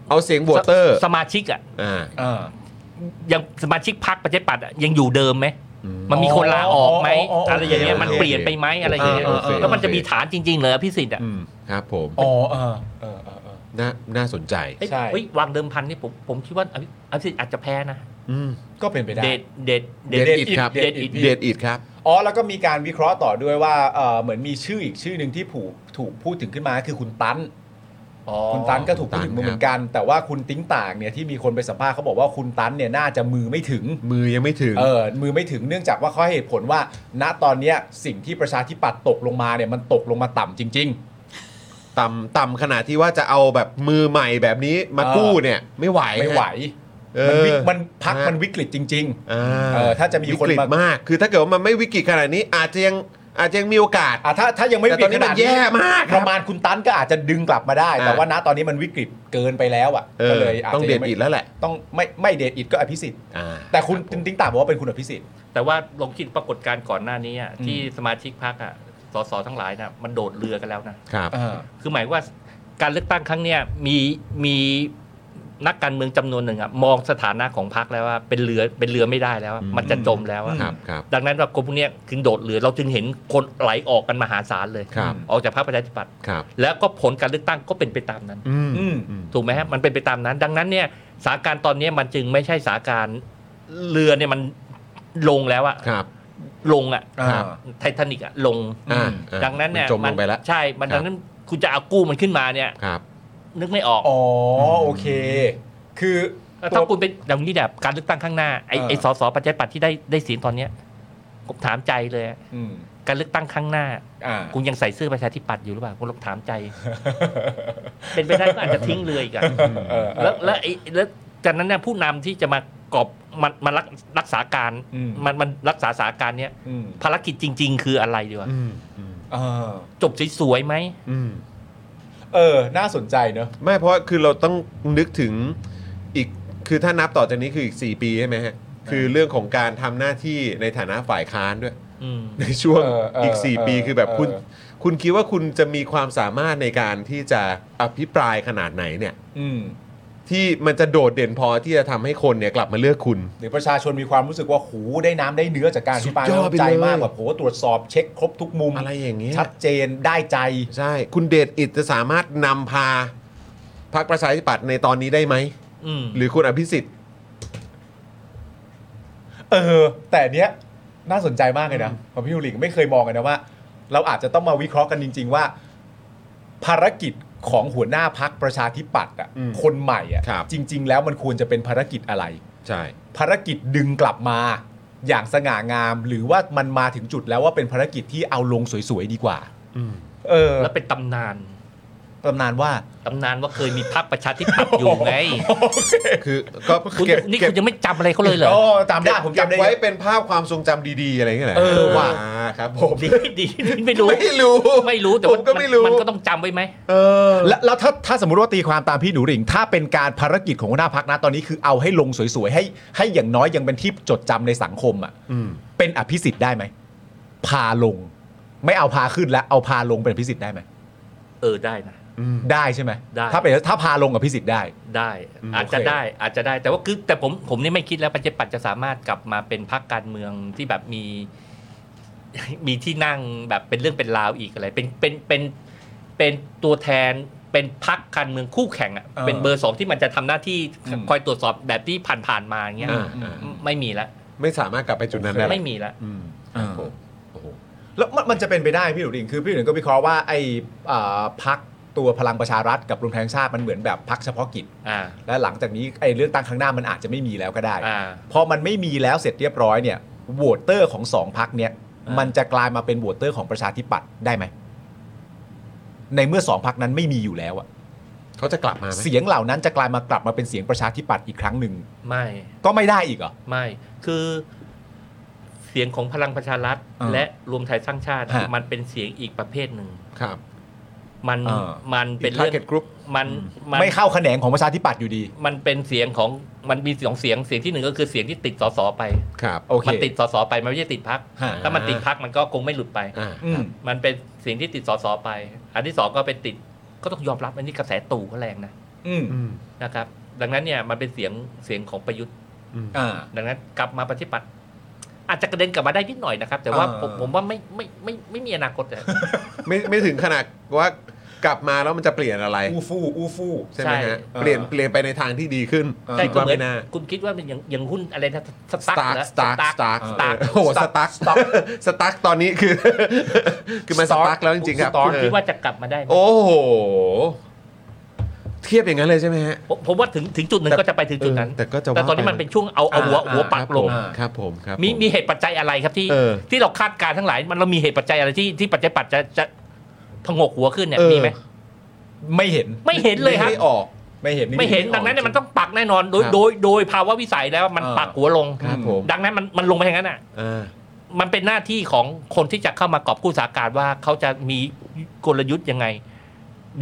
Speaker 1: เอาเสียงโหวตเตอร์
Speaker 5: สมาชิกอ่ะ
Speaker 1: อ่า
Speaker 3: เออ
Speaker 5: ยังสมาชิกพรรคประชาธิปัตย์อะยังอยู่เดิมไหม
Speaker 1: อืม
Speaker 5: มันมีคนลาออกไหม
Speaker 3: อ๋ออ๋ออ๋ออ๋ออ
Speaker 5: อะไรอย่างเงี้ย
Speaker 1: โอเค
Speaker 5: มันเปลี่ยนไปไหมอะไรอย่างเงี้ย
Speaker 1: โอเค
Speaker 5: แล้วมันจะมีฐานจริงๆเหรอพี่สิทธิ์อ่ะ
Speaker 3: อืม
Speaker 1: ครับผม
Speaker 3: อ๋อเออเออเออเออ
Speaker 1: น่าน่าสนใจ
Speaker 5: เอ้ย
Speaker 3: ใช่
Speaker 5: เฮ้ยวางเดิมพันนี่ผมผมคิดว่าอภิอภิสิทธิ์อาจจะแพ้นะ
Speaker 1: อืม
Speaker 3: ก็เป็นไปได้
Speaker 5: เดดเดด
Speaker 1: เดดอิดครับ
Speaker 5: เดดอิด
Speaker 1: เดดอิดครับ
Speaker 3: อ๋อ แล้วก็มีการวิเคราะห์ต่อด้วยว่าเออเหมือนมีชื่ออีกชื่อหนึ่งที่ผูกถูกพูดถึงขึ้นมาคือคุณตั้น
Speaker 5: อ๋อ
Speaker 3: คุณตั้นก็ถูก
Speaker 1: คุ
Speaker 3: พู
Speaker 1: ณ
Speaker 3: ด
Speaker 1: ตั้
Speaker 3: ถึ
Speaker 1: น
Speaker 3: งมาเหมือนกัน แต่ว่าคุณติ้งต่างเนี่ยที่มีคนไปสัมภาษณ์เขาบอกว่าคุณตั้นเนี่ยน่าจะมือไม่ถึง
Speaker 1: มือยังไม่ถึง
Speaker 3: เออ มือไม่ถึงเนื่องจากว่าเขาให้เหตุผลว่า ณ ตอนเนี้ยสิ่งที่ประชาธิปัตย์ตกลงมาเนี่ยมันตกลงมาต่ำจริง
Speaker 1: ต่ำต่ำขนาดที่ว่าจะเอาแบบมือใหม่แบบนี้มา
Speaker 3: เออ
Speaker 1: กู้เนี่ย ไม่ไหว
Speaker 3: ๆ ไม่ไหว
Speaker 1: เอ
Speaker 3: มั
Speaker 1: อ
Speaker 3: นวิกมันพัก
Speaker 1: ฮะ
Speaker 3: มันวิกฤตจริง
Speaker 1: อ่
Speaker 3: เออถ้าจะมี
Speaker 1: วิ
Speaker 3: คน
Speaker 1: กฤต
Speaker 3: มาม
Speaker 1: มาก คือถ้าเกิดว่ามันไม่วิกฤตขนาดนี้ อาจจะยังอาจจะยังมีโอกาส
Speaker 3: ๆอ่ะถ้าถ้ายังไม่
Speaker 1: แต่
Speaker 3: วิกฤ
Speaker 1: ตอนนี้
Speaker 3: ข
Speaker 1: มัน
Speaker 3: ด
Speaker 1: แย่มากค
Speaker 3: ป
Speaker 1: รับ
Speaker 3: ระมาณคุณตันก็อาจจะดึงกลับมาได้ แต่
Speaker 1: อ่ะ
Speaker 3: ว่าณตอนนี้มันวิกฤตเกินไปแล้วอ่ะ
Speaker 1: เอ
Speaker 3: ก็
Speaker 1: อ
Speaker 3: เลยอาจ
Speaker 1: ต้อง
Speaker 3: จะ
Speaker 1: เด
Speaker 3: ยั
Speaker 1: ด
Speaker 3: ไม่
Speaker 1: อิดแล้วแหละ
Speaker 3: ต้องไม่ไม่เดทอิดก็อภิสิทธิ์
Speaker 1: อ่า
Speaker 3: แต่คุณ
Speaker 1: รับผม
Speaker 3: ติ๊งต่างบอกว่าเป็นคุณอภิสิทธิ์
Speaker 5: แต่ว่าลองคิดปรากฏการณ์ก่อนหน้านี้อะที่สมาชิกพรรคอ่ะสสทั้งหลายน่ะมันโดดเรือกันแล้วนะ
Speaker 1: ครับ
Speaker 5: คือหมายว่าการเลือกตั้งครั้งเนี้ยมีมีนักการเมืองจำนวนหนึ่งอะมองสถานะของพรรคแล้วว่าเป็นเรือเป็นเรือไม่ได้แล้วอะ
Speaker 1: อืม
Speaker 5: มันจะจมแล้วอะ
Speaker 1: ครับครับ
Speaker 5: ดังนั้นแบบคนพวกเนี้ยถึงโดดเรือเราจึงเห็นคนไหลออกกันมหาศาลเลย
Speaker 1: ครับ
Speaker 5: ออกจากพรรคประชาธิปัตย์
Speaker 1: ครับ
Speaker 5: แล้วก็ผลการเลือกตั้งก็เป็นไปตามนั้น
Speaker 1: อืม
Speaker 3: อืม
Speaker 1: อืม
Speaker 5: ถูกไหมฮะมันเป็นไปตามนั้น ดังนั้นเนี่ยสถานการณ์ตอนเนี้ยมันจึงไม่ใช่สถานการณ์เรือเนี่ยมันลงแล้วอะ
Speaker 1: ครับ
Speaker 5: ลงอะ
Speaker 3: อ่า
Speaker 5: ไททานิกอะลง
Speaker 1: อ่าอ่า
Speaker 5: ดังนั้นเนี่ย
Speaker 1: มัจมลงไปแล้ว
Speaker 5: ใช่มัน
Speaker 1: ครับ
Speaker 5: ดังนั้นคุณจะเอากู้มันขึ้นมาเนี่ย
Speaker 1: ครับ
Speaker 5: นึกไม่ออก
Speaker 3: อ๋อโอเค คือ
Speaker 5: ถ้า
Speaker 3: ตัว
Speaker 5: คุณเป็นอย่างนี้แบบการเลือกตั้งข้างหน้า ไอ้
Speaker 3: เออ
Speaker 5: ไอ้สสปัจจัยปัตย์ที่ได้ได้เสียงตอนเนี้ยผมถามใจเลยอะ
Speaker 3: อืม
Speaker 5: การเลือกตั้งข้างหน้า
Speaker 3: อ่า
Speaker 5: คุณยังใส่เสื้อประชาธิปัตย์อยู่หรือเปล่าคุณลองถามใจ เป็นไปได้ก็อาจจะทิ้งเลย
Speaker 1: [laughs]
Speaker 5: อีกัน
Speaker 3: เออเออ
Speaker 5: แล้วแล้วไอ้แล้วจากนั้นเนี่ยผู้นำที่จะมากอบมันมันรักรักษาการ
Speaker 3: อืม
Speaker 5: มันมันรักษาสถานการณ์เนี้ย
Speaker 3: อืม
Speaker 5: ภารกิจจริง ๆ คืออะไรดีวะ
Speaker 1: อืมอืม
Speaker 3: เออ
Speaker 5: จบสวยๆไหม
Speaker 1: อืม
Speaker 3: เออ น่าสนใจเนอะ
Speaker 1: ไม่เพราะคือเราต้องนึกถึงอีกคือถ้านับต่อจากนี้คืออีก 4 ปีใช่ไหมฮะ คือเรื่องของการทำหน้าที่ในฐานะฝ่ายค้านด้วย [laughs]
Speaker 5: อืม
Speaker 1: ในช่วง
Speaker 3: เออเอออี
Speaker 1: อีก 4 ปี
Speaker 3: เออ
Speaker 1: คือแบบคุณ
Speaker 3: เออ
Speaker 1: คุณคิดว่าคุณจะมีความสามารถในการที่จะอภิปรายขนาดไหนเนี่ย
Speaker 3: อืม
Speaker 1: ที่มันจะโดดเด่นพอที่จะทำให้คนเนี่ยกลับมาเลือกคุณ
Speaker 3: หรือประชาชนมีความรู้สึกว่าหูได้น้ำได้เนื้อจากการอภิปราย
Speaker 1: สุดยอดไปเลย
Speaker 3: ใจมากแบบโหตรวจสอบเช็คครบทุกมุม
Speaker 1: อะไรอย่างเงี้ย
Speaker 3: ชัดเจนได้ใจ
Speaker 1: ใช่ คุณเดชอิดจะสามารถนำพาพรรคประชาธิปัตย์ในตอนนี้ได้ไหม
Speaker 5: อืม
Speaker 1: หรือคุณอภิสิทธิ์
Speaker 3: เออ แต่เนี้ยน่าสนใจมากเลยนะผมพี่ยูหลิงไม่เคยมองกันนะว่า เราอาจจะต้องมาวิเคราะห์กันจริง ๆ ว่า ภารกิจของหัวหน้าพักประชาธิปัตย์อ่ะ
Speaker 1: อืม
Speaker 3: คนใหม่อ่ะ
Speaker 1: ครับ
Speaker 3: จริง ๆ แล้วมันควรจะเป็นภารกิจอะไร
Speaker 1: ใช่
Speaker 3: ภารกิจดึงกลับมาอย่างสง่างาม หรือว่ามันมาถึงจุดแล้วว่าเป็นภารกิจที่เอาลงสวยๆดีกว่า เออ
Speaker 5: แล้วเป็นตำนาน
Speaker 3: ตำนานว่า
Speaker 5: ตำนานว่าเคยมีพรรคประชาธิปัตย์อยู่ไง
Speaker 1: คือก็
Speaker 5: คุณ
Speaker 1: เก็บ
Speaker 5: นี่
Speaker 1: เก็บ
Speaker 5: คุณยังไม่จำอะไรเขาเลยเหรอ
Speaker 3: โอ้ตามได้ผมจำได้
Speaker 1: เก็บไว้เป็นภาพความทรงจำดีๆ อะไรอย่างเงี้ยเหรอ
Speaker 3: เออว่ะ
Speaker 1: อ่าครับผม
Speaker 5: ดีดีไม่รู้
Speaker 1: ไม่รู้
Speaker 5: ไม่รู้แต่
Speaker 1: ผ
Speaker 5: ว่าม
Speaker 1: ก็ไม่รู้
Speaker 5: มันก็ต้องจำไว้ไหม
Speaker 1: เออ
Speaker 3: และแล้วถ้าถ้าสมมติว่าตีความตามพี่หนูหริ่ง ถ้าเป็นการภารกิจของหัวหน้าพักนะตอนนี้คือเอาให้ลงสวยๆ ให้ให้อย่างน้อยยังเป็นที่จดจำในสังคมอ่ะ
Speaker 1: อืม
Speaker 3: เป็นอภิสิทธิ์ได้ไหมพาลง ไม่เอาพาขึ้นแล้วเอาพาลงเป็นอภิสิทธิ์ได้ไหม
Speaker 5: เออได้นะ
Speaker 1: อืม
Speaker 3: ได้ใช่ไหม
Speaker 5: ได้
Speaker 3: ถ้าเป็นถ้าพาลงอภิสิทธิ์ได้
Speaker 5: ได้
Speaker 1: อืม
Speaker 5: อาจจะ
Speaker 1: โอเค
Speaker 5: ได้อาจจะได้แต่ว่าคือแต่ผมผมนี่ไม่คิดแล้วประชาธิปัตย์จะสามารถกลับมาเป็นพรรคการเมืองที่แบบมี [laughs] มีที่นั่งแบบเป็นเรื่องเป็นราวอีกอะไร เป็นเป็นเป็นเป็นตัวแทนเป็นพรรคการเมืองคู่แข่งอ่ะ
Speaker 3: เออ
Speaker 5: เป็นเบอร์สองที่มันจะทำหน้าที่
Speaker 3: อืม
Speaker 5: คอยตรวจสอบแบบที่ผ่านๆมาอย่างเงี้ย
Speaker 1: อ่าอ่า
Speaker 5: ไม่มีละ
Speaker 1: ไม่สามารถกลับไปจุดนั้นได้
Speaker 5: ไม่มีละ
Speaker 1: อืม
Speaker 3: อ่า
Speaker 1: ผมโอ้โห
Speaker 3: แล้วมันมันจะเป็นไปได้พี่หนูหริ่งคือพี่หนูหริ่งก็วิเคราะห์ว่าไอ้อ่าพัก ตัวพลังประชารัฐกับรวมไทยสร้างชาติมันเหมือนแบบพักเฉพาะกิจ
Speaker 5: อ่า
Speaker 3: และหลังจากนี้ไอ้เรื่องตั้งข้างหน้ามันอาจจะไม่มีแล้วก็ได้
Speaker 5: อ่า
Speaker 3: พอมันไม่มีแล้วเสร็จเรียบร้อยเนี่ยโหวตเตอร์ของสองพักเนี่ย
Speaker 5: อ่ามั
Speaker 3: มันจะกลายมาเป็นโหวตเตอร์ของประชาธิปัตย์ได้ไหม ในเมื่อสองพักนั้นไม่มีอยู่แล้วอะ
Speaker 1: เขาจะกลับมาไหม
Speaker 3: เสียงเหล่านั้นจะกลายมากลับมาเป็นเสียงประชาธิปัตย์อีกครั้งหนึ่ง
Speaker 5: ไม่
Speaker 3: ก็ไม่ได้อีกเหรอ
Speaker 5: ไม่ คือเสียงของพลังประชารัฐ
Speaker 3: อ่า
Speaker 5: และรวมไทยสร้างชาติ
Speaker 3: ฮะ
Speaker 5: มันเป็นเสียงอีกประเภทหนึ่ง
Speaker 1: ครับ
Speaker 5: มัน
Speaker 3: อ่า
Speaker 5: มัน
Speaker 1: เป็
Speaker 5: เป็น น
Speaker 1: ทา
Speaker 5: เรื่
Speaker 1: ร์เก็ตกรุ๊ป
Speaker 5: มัน มัน
Speaker 3: ไม่เข้าแขนงของประชาธิปัตย์อยู่ดี
Speaker 5: มันเป็นเสียงของ มันมีสองเสียง เสียงที่หนึ่งก็คือเสียงที่ติดสสไป
Speaker 1: ครับ
Speaker 3: โอเค
Speaker 5: มันติดสสไป มันไม่ใช่ติดพัก
Speaker 3: ฮะ
Speaker 5: ถ้ามันติดพักมันก็คงไม่หลุดไป
Speaker 1: อ่า
Speaker 3: อืม
Speaker 5: มันเป็นเสียงที่ติดสสไป อันที่สองก็เป็นติด ก็ต้องยอมรับอันนี้กระแสตู่ก็แรงนะ
Speaker 3: อืม
Speaker 2: อืม
Speaker 5: นะครับ ดังนั้นเนี่ยมันเป็นเสียง เสียงของประยุทธ์
Speaker 2: อืม
Speaker 3: อ่า
Speaker 5: ดังนั้นกลับมาปฏิปัติอาจจะกระเด็นกลับมาได้นิดหน่อยนะครับ แต่ว่า
Speaker 3: เออ
Speaker 5: ผมผมว่าไม่ไม่ไม่ไม่ไม่มีอนาคตเลย
Speaker 1: ไม่ไม่ถึงขนาดว่ากลับมาแล้วมันจะเปลี่ยนอะไร
Speaker 3: อูฟู่อูฟู่
Speaker 1: ใช่ไหมฮะ
Speaker 3: ใช่
Speaker 1: เปลี่ยน
Speaker 3: เออ
Speaker 1: เปลี่ยนไปในทางที่ดีขึ้น
Speaker 5: ใช่
Speaker 1: คิด
Speaker 5: ก็
Speaker 1: ว่า
Speaker 5: เหมือ
Speaker 1: ไม่
Speaker 5: น
Speaker 1: น่า
Speaker 5: คุณคิดว่ามันอย่างอย่างหุ้นอะไรนะส
Speaker 1: ส
Speaker 5: ตาร์
Speaker 1: ตาร์
Speaker 5: ก
Speaker 1: สตาร์สตาร์
Speaker 5: สตาร์
Speaker 1: [laughs] โอ้โหสตาร์ส [laughs] ตาร์ตอนนี้คือ [laughs] คือมันสตาร์แล้วจริงๆครับ
Speaker 5: คุณคิดว่าจะกลับมาได้ไหม
Speaker 1: โอ้โห เทียบอย่างนั้นเลยใช่ไหมฮะ
Speaker 5: ผมผมว่าถึงถึงจุดหนึ่ง
Speaker 1: แต่
Speaker 5: ก็จะไปถึงจุดนั้น
Speaker 1: เออแต่ก็จะ
Speaker 5: แต่
Speaker 1: ว่า
Speaker 5: ตอนนี้มันเป็นช่วงเอาเอาหัวหัวปักลง
Speaker 1: อ่าครับผมครับผ
Speaker 5: มีมีเหตุปัจจัยอะไรครับที่
Speaker 1: เออ
Speaker 5: ที่เราคาดการณ์ทั้งหลาย มันเรามีเหตุปัจจัยอะไรที่ที่ปัจจัยปัจจะจะพงกหัวขึ้นเนี่ย
Speaker 1: ออ
Speaker 5: มีไหม
Speaker 3: ไม่เห็น
Speaker 5: ไม่เห็นเลยครับ
Speaker 1: ไม่ออก
Speaker 3: ไม่เห็น
Speaker 5: ไม่เห็นดังนั้นเนี่ยมันต้องปักแน่นอนโดย
Speaker 1: ครับ
Speaker 5: โดยโดยภาวะวิสัยแล้วมันปักหัวลง
Speaker 1: ครับผม
Speaker 5: ดังนั้นมันมันลงไปอย่างนั้นอ่ะ
Speaker 1: อ่า
Speaker 5: มันเป็นหน้าที่ของคนที่จะเข้ามากอบกู้สถานการณ์ว่าเขาจะมีกลยุทธ์ยังไง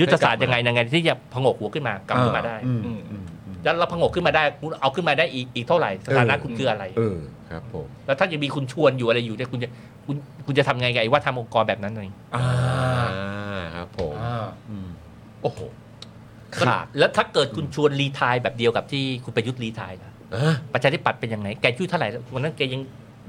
Speaker 5: ยุทธศาสตร์ยังไงยังไงที่จะพงกหัวขึ้นมากลับขึ้นมาได้
Speaker 1: อืม
Speaker 3: อืม
Speaker 1: อืมอืม
Speaker 5: แล้วเราพงกขึ้นมาได้คุณเอาขึ้นมาได้อีกอีกเท่าไหร่สถานะคุณคืออะไร
Speaker 1: เออครับผม
Speaker 5: แล้วถ้าจะมีคุณชวนอยู่อะไรอยู่เนี่ยคุณจะคุณคุณจะทำไงไงว่าทำองค์กรแบบนั้นไง
Speaker 3: อ่า
Speaker 1: อ่าครับผม
Speaker 3: อ่า
Speaker 1: อืมโอ้โห
Speaker 3: ขาด
Speaker 5: แล้วถ้าเกิดคุณชวนรีไทายแบบเดียวกับที่คุณประยุทธ์รีไทายล่ะ
Speaker 1: อ่ะ
Speaker 5: ประชาธิปัตย์เป็นยังไงแกช่วยเท่าไหร่แล้ววันนั้นแกยัง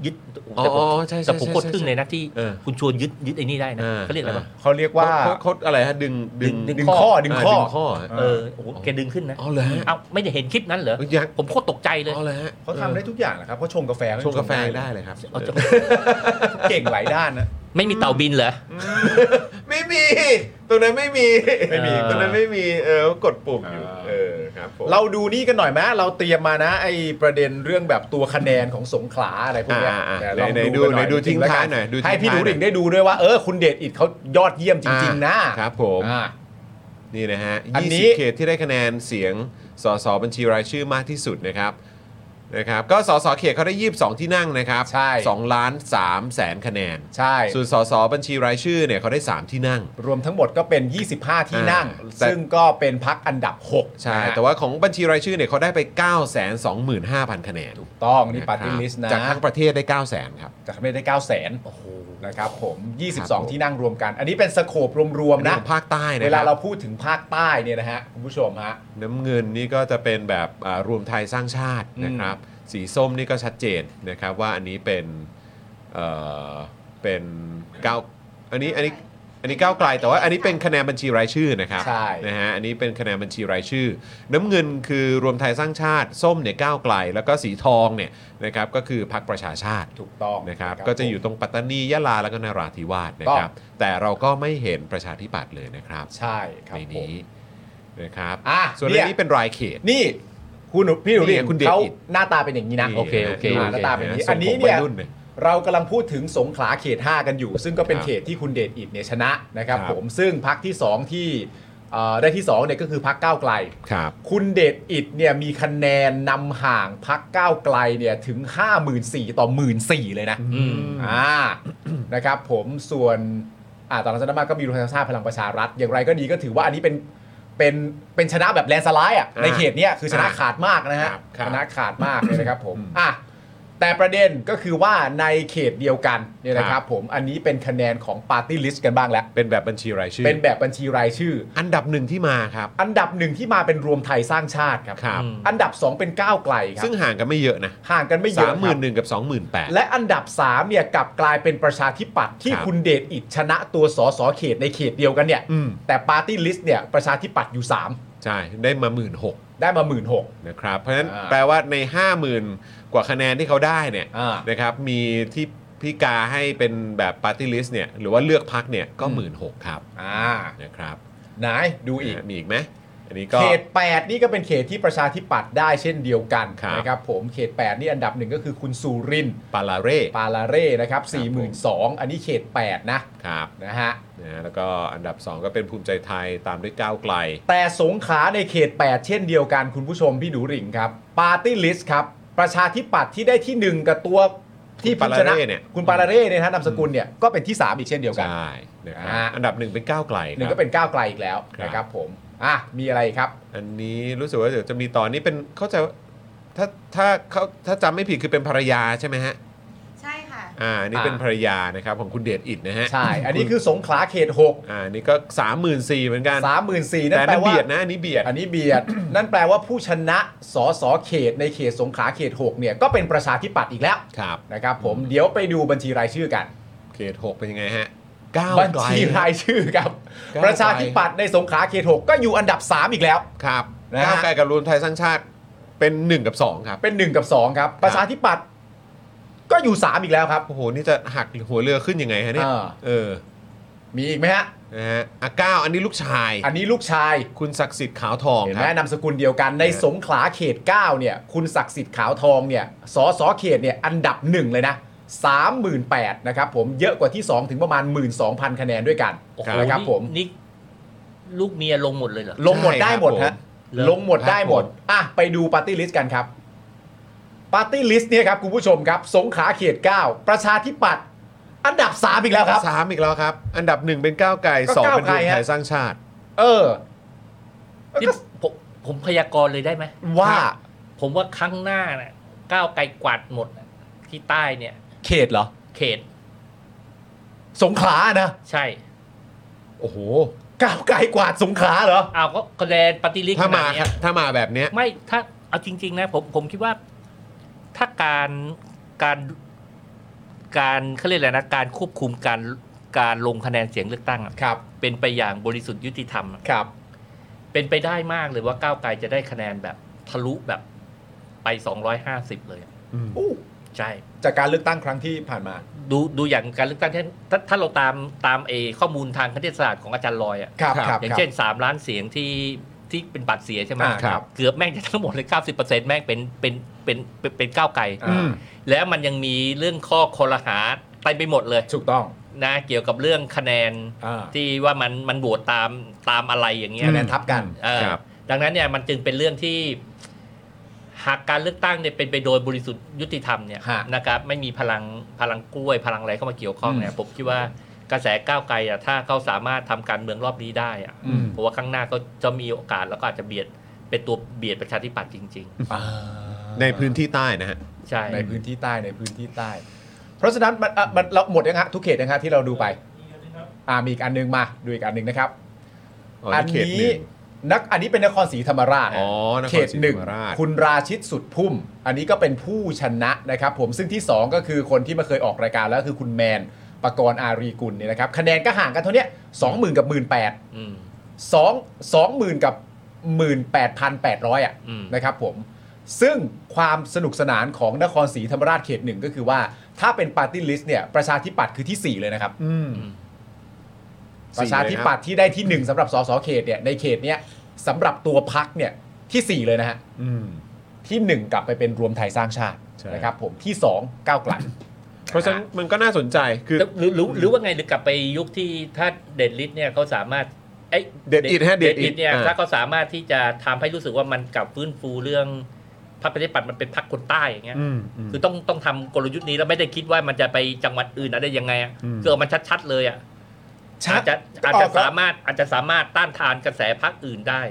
Speaker 5: ยึด
Speaker 1: อ๋อ
Speaker 5: แต่ผม
Speaker 1: ใช่ใช่
Speaker 5: แต่ผม
Speaker 1: ใช่
Speaker 5: โคตรทึ่งเลย
Speaker 1: ใช่
Speaker 5: นะที่
Speaker 1: เออ
Speaker 5: คุณชวนยึดยึดไอ้นี่ได้นะ
Speaker 1: เออ
Speaker 5: เขาเรียกอะไรวะ
Speaker 3: เขาเรียกว่า
Speaker 1: เขเขาอะไรฮะดึงดึง
Speaker 5: ดึง
Speaker 3: ดึงข้อดึงข้อ
Speaker 1: าดึงข้อฮะ
Speaker 5: เออโอ้โหแกดึงขึ้นนะ
Speaker 1: อ๋อเหรอฮะ
Speaker 5: เอาไม่ได้เห็นคลิปนั้นเหรอ
Speaker 1: ยัง
Speaker 5: ผมโคตรตกใจเลย
Speaker 1: อ๋อเลยฮะ
Speaker 3: เขาทำได้ทุกอย่างแหละครับเขาชงกาแฟ
Speaker 1: เออชงกาแฟได้เลยครับ
Speaker 5: เอาจะ
Speaker 3: เก่งหลายด้านนะ [laughs]
Speaker 5: ไม่มีเต่าบินเหรอ
Speaker 1: ไม่มีตรงนั้นไม่มี
Speaker 5: ไม่มี
Speaker 1: ตรงนั้นไม่มีเออกดปุ่มอยู่
Speaker 3: อ่า
Speaker 1: เออครับผม
Speaker 3: เราดูนี่กันหน่อยไหมเราเตรียมมานะไอประเด็นเรื่องแบบตัวคะแนนของสงขลาอะไรพวกเนี้ย
Speaker 1: อ่าอ่า
Speaker 3: เดี๋ยวลอง
Speaker 1: ไหนๆดูไหน
Speaker 3: กั
Speaker 1: ดูทิ้งท้ายหน่อยดู
Speaker 3: ให้พี่
Speaker 1: ทิ้
Speaker 3: ห
Speaker 1: งท้ายหน่อย
Speaker 3: นูดิ่งได้ดูด้วยว่าเออคุณเดชอิดเขายอดเยี่ยมจริง ๆ นะครับ
Speaker 1: ผม
Speaker 3: อ่า
Speaker 1: นี่นะฮะ
Speaker 3: อันนี้
Speaker 1: 20เขตที่ได้คะแนนเสียงสสบัญชีรายชื่อมากที่สุดนะครับนะครับ ก็สสเขตเขาได้ 22 ที่นั่งนะครับ
Speaker 3: ใช่
Speaker 1: 2ล้าน3แสนคะแนน
Speaker 3: ใช่
Speaker 1: ส่วนสสบัญชีรายชื่อเนี่ยเขาได้ 3 ที่นั่ง
Speaker 3: รวมทั้งหมดก็เป็น 25 ที่นั่ง
Speaker 1: อ่าแต่
Speaker 3: ซึ่งก็เป็นพักอันดับ 6
Speaker 1: ใช่ แต่ว่าของบัญชีรายชื่อเนี่ยเขาได้ไป 9 2 5 0 0 0 คะแนน
Speaker 3: ต้องนี่ปาร์ตี้
Speaker 1: ะครับ
Speaker 3: ลิสต์นะ
Speaker 1: จากทั้งประเทศได้ 9 0 0 0 0 0 ครับ
Speaker 3: จากประเทศได้ 9 0 0 0 0 0 นะครั
Speaker 1: ครั
Speaker 3: บผม
Speaker 1: บผม
Speaker 3: 22 ที่นั่งรวมกัน อันนี้เป็นสโคปรวมๆ
Speaker 1: นะ
Speaker 3: นะ
Speaker 1: ภาคใต้นะ
Speaker 3: เว
Speaker 1: ครั
Speaker 3: ลา
Speaker 1: บ
Speaker 3: เราพูดถึงภาคใต้เนี่ยนะฮะคุณผู้ชมฮะ
Speaker 1: น้ำเงินนี่ก็จะเป็นแบบอ่ารวมไทยสร้างชาตินะครับ สีส้มนี่ก็ชัดเจนนะครับว่าอันนี้เป็นเอ่อเป็นก้าวอันนี้อันนี้อันนี้ก้าวไกลแต่ว่าอันนี้เป็นคะแนนบัญชีรายชื่อนะครับ
Speaker 3: ใช่
Speaker 1: นะฮะอันนี้เป็นคะแนนบัญชีรายชื่อ น้ำเงินคือรวมไทยสร้างชาติ ส้มเนี่ยก้าวไกล แล้วก็สีทองเนี่ยนะครับก็คือพรรคประชาชาติ
Speaker 3: ถูกต้อง
Speaker 1: นะครับก็จะอยู่ตรงปัตตานียะลาแล้วก็นราธิวาสนะครับ แต่เราก็ไม่เห็นประชาธิปัตย์เลยนะครับ
Speaker 3: ใช่ครับ
Speaker 1: ใน
Speaker 3: ผม
Speaker 1: นี้นะครับ
Speaker 3: อ่ะ
Speaker 1: ส่วน
Speaker 3: เนี่
Speaker 1: อัน
Speaker 3: ย
Speaker 1: นี้เป็นรายเขต
Speaker 3: นี่คุณหนูพี่หนู
Speaker 1: นี่
Speaker 3: ดิ
Speaker 1: คุณเดช
Speaker 3: เขา
Speaker 1: อิฐ
Speaker 3: หน้าตาเป็นอย่างนี้นะ
Speaker 1: นี่
Speaker 5: โอเคโอเค
Speaker 1: ดู
Speaker 3: อ่าหน้าตาเป็นอย่างนี้ อันนี้
Speaker 1: ทรงผม
Speaker 3: เนี่ย
Speaker 1: วัรุ่
Speaker 3: เรากำลังพูดถึงสงขลาเขต 5 กันอยู่ ซึ่งก็เป็น
Speaker 1: ครับ
Speaker 3: เขตที่คุณเดชอิดเนี่ยชนะนะครับ
Speaker 1: ครับ
Speaker 3: ผมซึ่งพักที่สองที่เอ่อได้ที่สองเนี่ยก็คือพักก้าวไกล
Speaker 1: ครับ
Speaker 3: คุณเดชอิดเนี่ยมีคะแนนนำห่างพักก้าวไกลเนี่ยถึง 54,000ต่อ 14,000เลยนะ
Speaker 5: อืม
Speaker 3: อ่า นะครับผมส่วนอ่าตอนหลังจากนั้นมาก็มีรวมไทยสร้างชาติพลังประชารัฐ อย่างไรก็ดีก็ถือว่าอันนี้เป็นเป็นเป็นชนะแบบแลนด์สไลด์อ่ะในเขตเนี้ยคือชนะขาดมากนะฮะชนะขาดมากเลยนะครับผมอ่ะแต่ประเด็นก็คือว่าในเขตเดียวกันเนี่ยนะครับผมอันนี้เป็นคะแนนของปาร์ตี้ลิสต์กันบ้างแล้ว
Speaker 1: เป็นแบบบัญชีรายชื่อ
Speaker 3: เป็นแบบบัญชีรายชื่อ
Speaker 1: อันดับหนึ่งที่มาครับ
Speaker 3: อันดับหนึ่งที่มาเป็นรวมไทยสร้างชาติครับ
Speaker 1: ครับ
Speaker 3: อันดับ 2 เป็นก้าวไกลครับ
Speaker 1: ซึ่งห่างกันไม่เยอะนะ
Speaker 3: ห่างกันไม่เย
Speaker 1: สา
Speaker 3: อะ
Speaker 1: มห
Speaker 3: ค
Speaker 1: มื่
Speaker 3: รั
Speaker 1: น
Speaker 3: บ
Speaker 1: หนึ่งกับสองหมื่นแปด
Speaker 3: และอันดับ 3 เนี่ยกลับกลายเป็นประชาธิปัตย์ที่
Speaker 1: ครับ
Speaker 3: คุณเดชอิดชนะตัวสอสอเขตในเขตเดียวกันเนี่ย
Speaker 1: อืม
Speaker 3: แต่ปาร์ตี้ลิสต์เนี่ยประชาธิปัตย์อยู่
Speaker 1: ใช่ ได้มาหมื่นหก
Speaker 3: 3 ได้มา 1 6ื่น
Speaker 1: นะครับ เพราะฉะนั้น
Speaker 3: อ่า
Speaker 1: แปลว่าใน 50,000 กว่าคะแนนที่เขาได้เนี่ย
Speaker 3: อ่าน
Speaker 1: นะครับมีที่พี่กาให้เป็นแบบปาร์ตี้ลิสต์เนี่ยหรือว่าเลือกพักเนี่ยก็หมื่นหกครับ
Speaker 3: อ่า
Speaker 1: นะครับ
Speaker 3: ไหนดูอีก
Speaker 1: มีอีกไหมอันนี้ก็
Speaker 3: เขต 8 นี่ก็เป็นเขตที่ประชาธิปัตย์ได้เช่นเดียวกัน
Speaker 1: ครับ
Speaker 3: นะครับผมเขต 8 นี่อันดับหนึ่งก็คือคุณสุรินทร์
Speaker 1: ปาลาเร่
Speaker 3: ปาลาเร่นะครับ42,000อันนี้เขต 8 นะครับ นะฮะ
Speaker 1: นะฮะแล้วก็อันดับ 2 ก็เป็นภูมิใจไทยตามด้วยก้าวไกล
Speaker 3: แต่สงขลาในเขต 8 เช่นเดียวกันคุณผู้ชมพี่หนูหริ่งครับปาร์ตี้ลิสต์ครับประชาธิปัตย์ที่ได้ทีหนึ่1 กับตัวที่
Speaker 1: คุณปาลาเร่เนี่ย
Speaker 3: คุณปาลาเร่เนี่ยนะฮะนามสกุลเนี่ยก็เป็นที่ 3 อีกเช่นเดียวกัน
Speaker 1: ใช่นะครับ
Speaker 3: อ่า
Speaker 1: อันดับหนึ่งเป็นก้าวไกล
Speaker 3: หนึ่ง
Speaker 1: ครั
Speaker 3: ก็
Speaker 1: บ
Speaker 3: เป็นก้าวไกลอีกแล้ว
Speaker 1: ครับ
Speaker 3: นะครับผมอ่ะมีอะไรครับ
Speaker 1: อันนี้รู้สึกว่าเดี๋ยวจะมีตอนนี้เป็นเข้าใจว่าถ้าถ้าเขาถ้าจำไม่ผิดคือเป็นภรรยาใช่ไหมฮะ
Speaker 6: ใช่ค่ะ
Speaker 1: อ่าอันนี่
Speaker 3: อ่า
Speaker 1: เป็นภรรยานะครับของคุณเดชอิดนะฮะ
Speaker 3: ใช่ อันนี้คือสงขลาเขต 6
Speaker 1: อ่าอันนี่ก็ 3 4 0 0 0เหมือนกัน
Speaker 3: 34,000นั่
Speaker 1: แต่
Speaker 3: น
Speaker 1: อัน
Speaker 3: แปล
Speaker 1: นั้น
Speaker 3: ว่า
Speaker 1: เบียดนะอันนี้เบียด
Speaker 3: อันนี้เบียด นั่นแปลว่าผู้ชนะสสเขตในเขตสงขลาเขต 6 เนี่ย ก็เป็นประชาธิปัตย์อีกแล้ว
Speaker 1: ครับ
Speaker 3: นะครับผมเดี๋ยวไปดูบัญชีรายชื่อกัน
Speaker 1: เขต6เป็นยังไงฮะก้าว
Speaker 3: บัญ
Speaker 1: ไกล
Speaker 3: ชีรายชื่อครับ
Speaker 1: ก้าวไกล
Speaker 3: ประชาธิปัตย์ในสงขลาเขต 6 ก็อยู่อันดับ 3 อีกแล้ว
Speaker 1: ครับ
Speaker 3: นะฮะ
Speaker 1: ก้าวไกลกับรวมไทยสร้างชาติเป็น 1 กับ 2 ครับ
Speaker 3: เป็น 1 กับ 2 ครับ ประชาธิปัตย์ก็อยู่ 3 อีกแล้วครับ
Speaker 1: โอ้โหนี่จะหักหัวเรือขึ้นยังไงฮะเนี่ย
Speaker 3: อ่า
Speaker 1: เออ
Speaker 3: มีอีกไหมฮะ
Speaker 1: นะฮะอ่ะเก้าอันนี้ลูกชาย
Speaker 3: อันนี้ลูกชาย
Speaker 1: คุณศักดิ์สิทธิ์ขาวทอง
Speaker 3: เห็น
Speaker 1: ค
Speaker 3: ไหม
Speaker 1: รับ
Speaker 3: นามสกุลเดียวกันในสงขลาเขต 9 เนี่ย คุณศักดิ์สิทธิ์ขาวทองเนี่ยสอสอเขตเนี่ยอันดับหนึ่งเลยนะ 38,000นะครับผมเยอะกว่าที่ 2 ถึงประมาณ 12,000 คะแนนด้วยกัน
Speaker 5: โอ้โห
Speaker 3: นะครับ
Speaker 5: นี่
Speaker 3: ผม
Speaker 5: นี่ลูกเมียลงหมดเลยเหรอ
Speaker 3: ลงหมด
Speaker 1: ใช่
Speaker 3: ได้หมด
Speaker 1: ครั
Speaker 3: ฮะ
Speaker 1: บ
Speaker 5: ผม
Speaker 3: ลงหมดได้หมด
Speaker 1: ครับผม
Speaker 3: อ่ะไปดูปาร์ตี้ลิสต์กันครับปาร์ตี้ลิสต์เนี่ยครับคุณผู้ชมครับ สงขลาเขต 9 ประชาธิปัตย์อันดับ 3 อีกแล้วครับ
Speaker 1: สามอีกแล้วครับ อันดับหนึ่งเป็นก้าวไกล
Speaker 3: ก็
Speaker 1: สอง
Speaker 3: ก้าว
Speaker 1: เป็นรวม
Speaker 3: ไกล
Speaker 1: ไท
Speaker 3: ฮะ
Speaker 1: ยสร้างชาติ
Speaker 3: เออ
Speaker 5: นี่ผมผมพยากรณ์เลยได้ไหม
Speaker 3: ว่า
Speaker 5: ผมว่าครั้งหน้าน่ะก้าวไกลกวาดหมดน่ะที่ใต้เนี่ย
Speaker 3: เขตเหรอ
Speaker 5: เขต
Speaker 3: สงขลานะ
Speaker 5: ใช่
Speaker 1: โอ้โห
Speaker 3: ก้าวไกลกวาดสงขลาเหรอ
Speaker 5: เอาก็คะแนนปฏิริษี
Speaker 1: ถ้ามา
Speaker 5: ขนดเนี้ย
Speaker 1: ถ้ามาแบบเนี้ย
Speaker 5: ไม่ถ้าเอาจริง ๆ นะผมผมคิดว่าถ้าการการการเขาเรียกอะไรนะการควบคุมการการลงคะแนนเสียงเลือกตั้งอะ
Speaker 3: ครับ
Speaker 5: เป็นไปอย่างบริสุทธิ์ยุติธรรมอะ
Speaker 3: ครับ
Speaker 5: เป็นไปได้มากเลยว่าก้าวไกลจะได้คะแนนแบบทะลุแบบไป 250 เลยอะใช่
Speaker 3: จากการเลือกตั้งครั้งที่ผ่านมา
Speaker 5: ดูดูอย่างการเลือกตั้งที่ถ้าถ้าเราตามตามเอข้อมูลทางคณิตศาสตร์ของอาจารย์ลอยอ่ะ
Speaker 3: ครับครับ
Speaker 5: อย่างเช่น 3 ล้านเสียงที่ที่เป็นบัตรเสียใช่ไหม
Speaker 3: อ่าครับ
Speaker 5: เกือบแม่งจะทั้งหมดเลย 90%แม่งเป็นเป็นเป็นเป็นเป็นก้าวไกล
Speaker 3: อืม
Speaker 5: แล้วมันยังมีเรื่องข้อคอรหาเต็มไปหมดเลย
Speaker 3: ถูกต้อง
Speaker 5: นะเกี่ยวกับเรื่องคะแนน
Speaker 3: อ่า
Speaker 5: ที่ว่ามันมันโหวตตามตามอะไรอย่างเงี้ย
Speaker 3: คะแนนทับกัน
Speaker 5: เออ
Speaker 1: ครับ
Speaker 5: ดังนั้นเนี่ยมันจึงเป็นเรื่องที่หากการเลือกตั้งเนี่ยเป็นไปโดยบริสุทธิ์ยุติธรรมเนี่ย
Speaker 3: ฮะ
Speaker 5: นะครับไม่มีพลังพลังกล้วย พลังอะไรเข้ามาเกี่ยวข้องเนี่ยผมคิดว่ากระแสก้าวไกลอ่ะถ้าเขาสามารถทำการเมืองรอบนี้ได้อ่ะ
Speaker 3: อืม
Speaker 5: เพราะว่าข้างหน้าก็จะมีโอกาสแล้วก็อาจจะเบียดเป็นตัวเบียดประชาธิปัตย์จริง
Speaker 1: ในพื้นที่ใต้นะฮะ
Speaker 5: ๆ ใช่
Speaker 3: ในพื้นที่ใต้ในพื้นที่ใต้ เพราะฉะนั้นมันอ่ะมันเราหมดยังฮะทุกเขตยังฮะที่เราดูไปอ่ามีอีกอันหนึงมาดูอีกอันหนึงนะครับ
Speaker 1: อ๋อ
Speaker 3: อั
Speaker 1: นี่เขตห
Speaker 3: นี้
Speaker 1: นึ่ง
Speaker 3: นักอันนี้เป็นนครศรีธรรมราช
Speaker 1: อ๋อนค
Speaker 3: เข
Speaker 1: ร
Speaker 3: ต
Speaker 1: ศรี
Speaker 3: หนึ่ง
Speaker 1: ธรรมราช
Speaker 3: คุณราชิตสุดพุ่ม อันนี้ก็เป็นผู้ชนะนะครับผมซึ่งที่ 2 ก็คือคนที่มาเคยออกรายการแล้วคือคุณแมนปกรณ์อารีกุลเนี่ยนะครับคะแนนก็ห่างกันเท่าเนี้สองหมื่นกับหมื่นแปด
Speaker 5: อืม
Speaker 3: สองสองหมื่นกับหมื่นแปดพันแปดร้อยอ่ะ
Speaker 5: อืม
Speaker 3: นะครับผม ซึ่งความสนุกสนานของนครศรีธรรมราชเขตหนึ่งก็คือว่าถ้าเป็นปาร์ตี้ลิสต์เนี่ยประชาธิปัตย์คือที่ 4 เลยนะครับ ประชาธิปัตย์ที่ได้ที่ 1สำหรับสสเขตเนี่ยในเขตเนี่ยสำหรับตัวพักเนี่ยที่ 4 เลยนะฮะ
Speaker 1: อืม
Speaker 3: ที่ 1 กลับไปเป็นรวมไทยสร้างชาติ
Speaker 1: ใช่
Speaker 3: นะครับผมที่ 2 ก้าวไกล
Speaker 1: เพราะฉะนั้นมันก็น่าสนใจคือ
Speaker 5: แล้วหรือหรือหรือว่าไงหรือกลับไปยุคที่ถ้าเด่นฤทธิ์เนี่ยเขาสามารถเอ้ย
Speaker 1: เด็ดอิดฮะเด็
Speaker 5: เด็
Speaker 1: ด
Speaker 5: ด
Speaker 1: อิ
Speaker 5: อิ
Speaker 1: ด
Speaker 5: ดเนี่ย
Speaker 1: อ่า
Speaker 5: ถ้าเขาสามารถที่จะทำให้รู้สึกว่ามันกลับฟื้นฟูเรื่องพรรคประชาธิปัตย์มันเป็นพรรคคนใต้อย่างเงี้ยคือต้องต้องทำกลยุทธ์นี้แล้วไม่ได้คิดว่ามันจะไปจังหวัดอื่นอะไรยังไงอะคือเอามันชัดๆเลยอ่ะอาจจะอาจจะ
Speaker 3: ออกแล้ว
Speaker 5: สามารถอาจจะสามารถต้านทานกระแสพรรคอื่นได้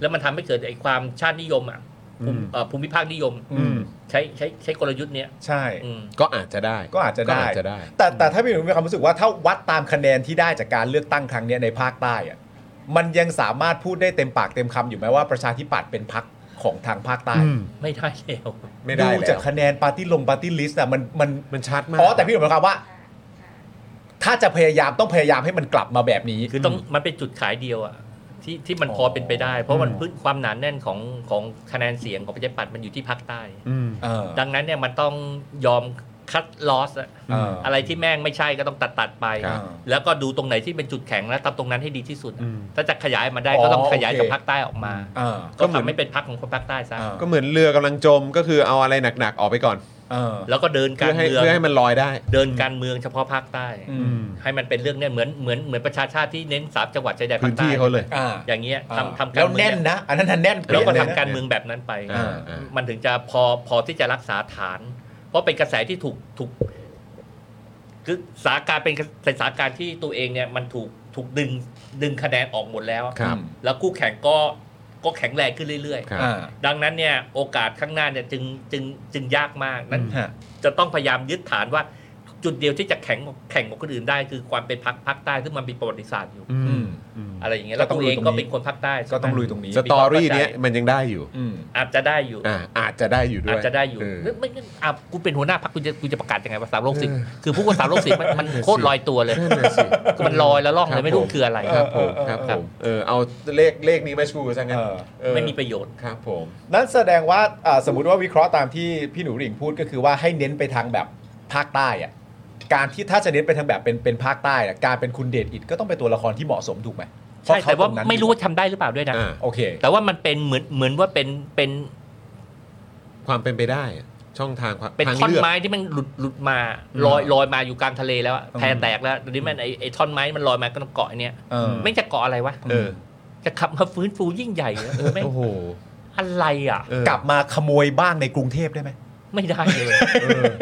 Speaker 5: แล้วมันทำให้เกิดไอ้ความชาตินิยมอ่ะภูมิเอ่อภูมิภาคนิยม
Speaker 3: อืม
Speaker 5: ใช้ใช้ใช้กลยุทธ์เนี้ย
Speaker 3: ใช่
Speaker 5: อืม
Speaker 1: ก็อาจจะได้
Speaker 3: ก็อาจจะได้
Speaker 1: ก็อาจจะได้
Speaker 3: แต่แต่ถ้าพี่หนุ่มมีความรู้สึกว่าถ้าวัดตามคะแนนที่ได้จากการเลือกตั้งครั้งเนี้ยในภาคใต้อะมันยังสามารถพูดได้เต็มปากเต็มคำอยู่ไหมว่าประชาธิปัตย์เป็นพักของทางภาคใต้
Speaker 5: ไม่ได้แล้ว
Speaker 1: ไม่ได้
Speaker 3: ดู
Speaker 1: แล้
Speaker 3: จาก
Speaker 1: ว
Speaker 3: คะแนนปาร์ตี้ลงปาร์ตี้ลิสต์อะมันมัน
Speaker 1: มันชัดมาก
Speaker 3: อ๋อแต่พี่หนุ่มหมายความว่า ถ้าจะพยายามต้องพยายามให้มันกลับมาแบบนี้
Speaker 5: คือต้องมันเป็นจุดขายเดียวอ่ะที่ที่มันพอเป็นไปได้ เพราะมันพื้นความหนาแน่นของของคะแนนเสียงของประชาธิปัตย์มันอยู่ที่ภาคใต้
Speaker 1: อืม
Speaker 3: เออ
Speaker 5: ดังนั้นเนี่ยมันต้องยอม คัดลอสอะ
Speaker 3: เอออ
Speaker 5: อะไรที่แม่งไม่ใช่ก็ต้องตัดตัดๆไป
Speaker 3: ครับ
Speaker 5: แล้วก็ดูตรงไหนที่เป็นจุดแข็งแล้วทำตรงนั้นให้ดีที่สุด
Speaker 2: อืม
Speaker 5: ถ้าจะขยายมาได้ก็ต้อง
Speaker 3: อ๋อ
Speaker 5: ขยาย
Speaker 3: โอเค
Speaker 5: จากภาคใต้ออกมา
Speaker 3: เออ
Speaker 1: ก็
Speaker 5: ก็
Speaker 1: เหมือน
Speaker 5: ทำให้เป็นพักของคนภาคใต้ซะ
Speaker 3: เออ
Speaker 1: ก็เหมือนเรือกำลังจมก็คือเอาอะไรหนักๆออกไปก่อน
Speaker 3: เออ
Speaker 5: แล้วก็เดินกา
Speaker 1: เพื่อ
Speaker 5: ร
Speaker 1: ให้
Speaker 5: เมือง
Speaker 1: เพื่อให้มันลอยได้
Speaker 5: เดินการเมืองเฉพาะภาคใต้
Speaker 3: อื
Speaker 2: อื
Speaker 3: ม
Speaker 2: ม
Speaker 5: ให้มันเป็นเรื่องเนี่ยเหมือนเหมือนเหมือนประชาชาติที่เน้นสามจังหวัดชายแดน
Speaker 1: พื้
Speaker 5: ภาน คใต้
Speaker 1: ที่เขาเลย
Speaker 3: อ่า
Speaker 5: อย่างเงี้ยทำทำการ
Speaker 3: แล้ว
Speaker 5: เมือง
Speaker 3: แน่นนะ อันนั้นน่ะแน่น
Speaker 5: แล้วก็
Speaker 3: เย
Speaker 5: ทำ
Speaker 3: นะ
Speaker 5: การเมืองแบบนั้นไป
Speaker 3: อ่า
Speaker 1: อ่า
Speaker 5: มันถึงจะพอพอที่จะรักษาฐาน เพราะเป็นกระแสที่ถูกถูกคือสถานการณ์เป็นเป็นสถานการณ์ที่ตัวเองเนี่ยมันถูกถูกดึงดึงคะแนนออกหมดแล้ว
Speaker 1: ครับ
Speaker 5: แล้วคู่แข่งก็ก็แข็งแรงขึ้นเรื่อย
Speaker 1: ครับ
Speaker 3: อ่า
Speaker 5: ๆ ดังนั้นเนี่ยโอกาสข้างหน้าเนี่ยจึงจึงจึงยากมากนั้น
Speaker 3: ฮะ
Speaker 5: จะต้องพยายามยึดฐานว่าจุดเดียวที่จะแข่งแข่งกับคนอื่นได้ คือความเป็นพักภาคใต้ซึ่งมันมีประวัติศาสตร์อยู่
Speaker 3: อืม
Speaker 5: อะไรอย่างเงี้ยแล้ว
Speaker 3: ก็ต้อ
Speaker 5: ตั
Speaker 3: ง
Speaker 5: ว
Speaker 3: ลุย
Speaker 5: เอง
Speaker 3: ตรงนี้
Speaker 5: ก็เป็นคนภาคใต้ใช่ไหม
Speaker 3: ก็ต้องลุยตรงนี้
Speaker 1: สตอรี่เนี้ยมันยังได้อยู่
Speaker 3: อืม
Speaker 5: อาจจะได้อยู่
Speaker 1: อ่าอาจจะได้อยู่ด้วย
Speaker 5: อาจจะได้อยู่
Speaker 1: เ
Speaker 5: หรือไม่งั้นอ่ะกูเป็นหัวหน้าพักกูจะกูจะประกาศยังไงว่าสามโลกสิบคือผู้คนสามโลกสิบมันมันโคตรลอยตัวเลย
Speaker 1: นั่นน่ะสิ
Speaker 5: คือมันลอยแล้วล่องเลยไม่รู้คืออะไร
Speaker 1: ครับผม
Speaker 3: เออเออ
Speaker 1: ครับผมเออเอาเลขเลขนี้มาชูซะงั้น
Speaker 3: เออ
Speaker 1: เออ
Speaker 5: ไม่มีประโยชน์
Speaker 1: ครับผม
Speaker 3: นั่นแสดงว่าอ่าสมมติว่าวิเคราะห์ตามที่พี่หนูหริ่งพูดก็คือว่าให้เน้นไปทางแบบภาคใต้อะการที่ถ้าจะเน้นไปทางแบบเป็นเป็นภาคใต้อะการเป็นคุณเดชอิดก็ต้องเป็นตัวละครที่เหมาะสมถูกไหมเพระ
Speaker 5: ใช่แต่
Speaker 3: เข
Speaker 5: ว่า
Speaker 3: รงนั้น
Speaker 5: ไม่รู้ว่าทำได้หรือเปล่าด้วยนะ
Speaker 1: อ่า
Speaker 3: โอเค
Speaker 5: แต่ว่ามันเป็นเหมือนเหมือนว่าเป็นเป็น
Speaker 1: ความเป็นไปได้อะช่องทางความ
Speaker 5: เป็น
Speaker 1: ทาง
Speaker 5: ท่อน
Speaker 1: เลือก
Speaker 5: ไม้ที่มันหลุดหลุดมา
Speaker 3: อืม
Speaker 5: ลอยลอยมาอยู่กลางทะเลแล้วอะ
Speaker 3: อืม
Speaker 5: แพแตกแล้วตอนนี้มันไอไอท่อนไม้มันลอยมาก็ต้องเกาะไอ้เนี่ย
Speaker 3: เออ
Speaker 5: ไม่งจะเกาะอะไรวะ
Speaker 1: เออ
Speaker 5: จะขับมาฟื้นฟูยิ่งใหญ่เหรอเออไม่ง
Speaker 1: โอ้โห
Speaker 5: อะไรอ่ะ
Speaker 1: เออก
Speaker 3: ลับมาขโมยบ้างในกรุงเทพได้ไหม
Speaker 5: ไม่ได้เลย
Speaker 1: เออ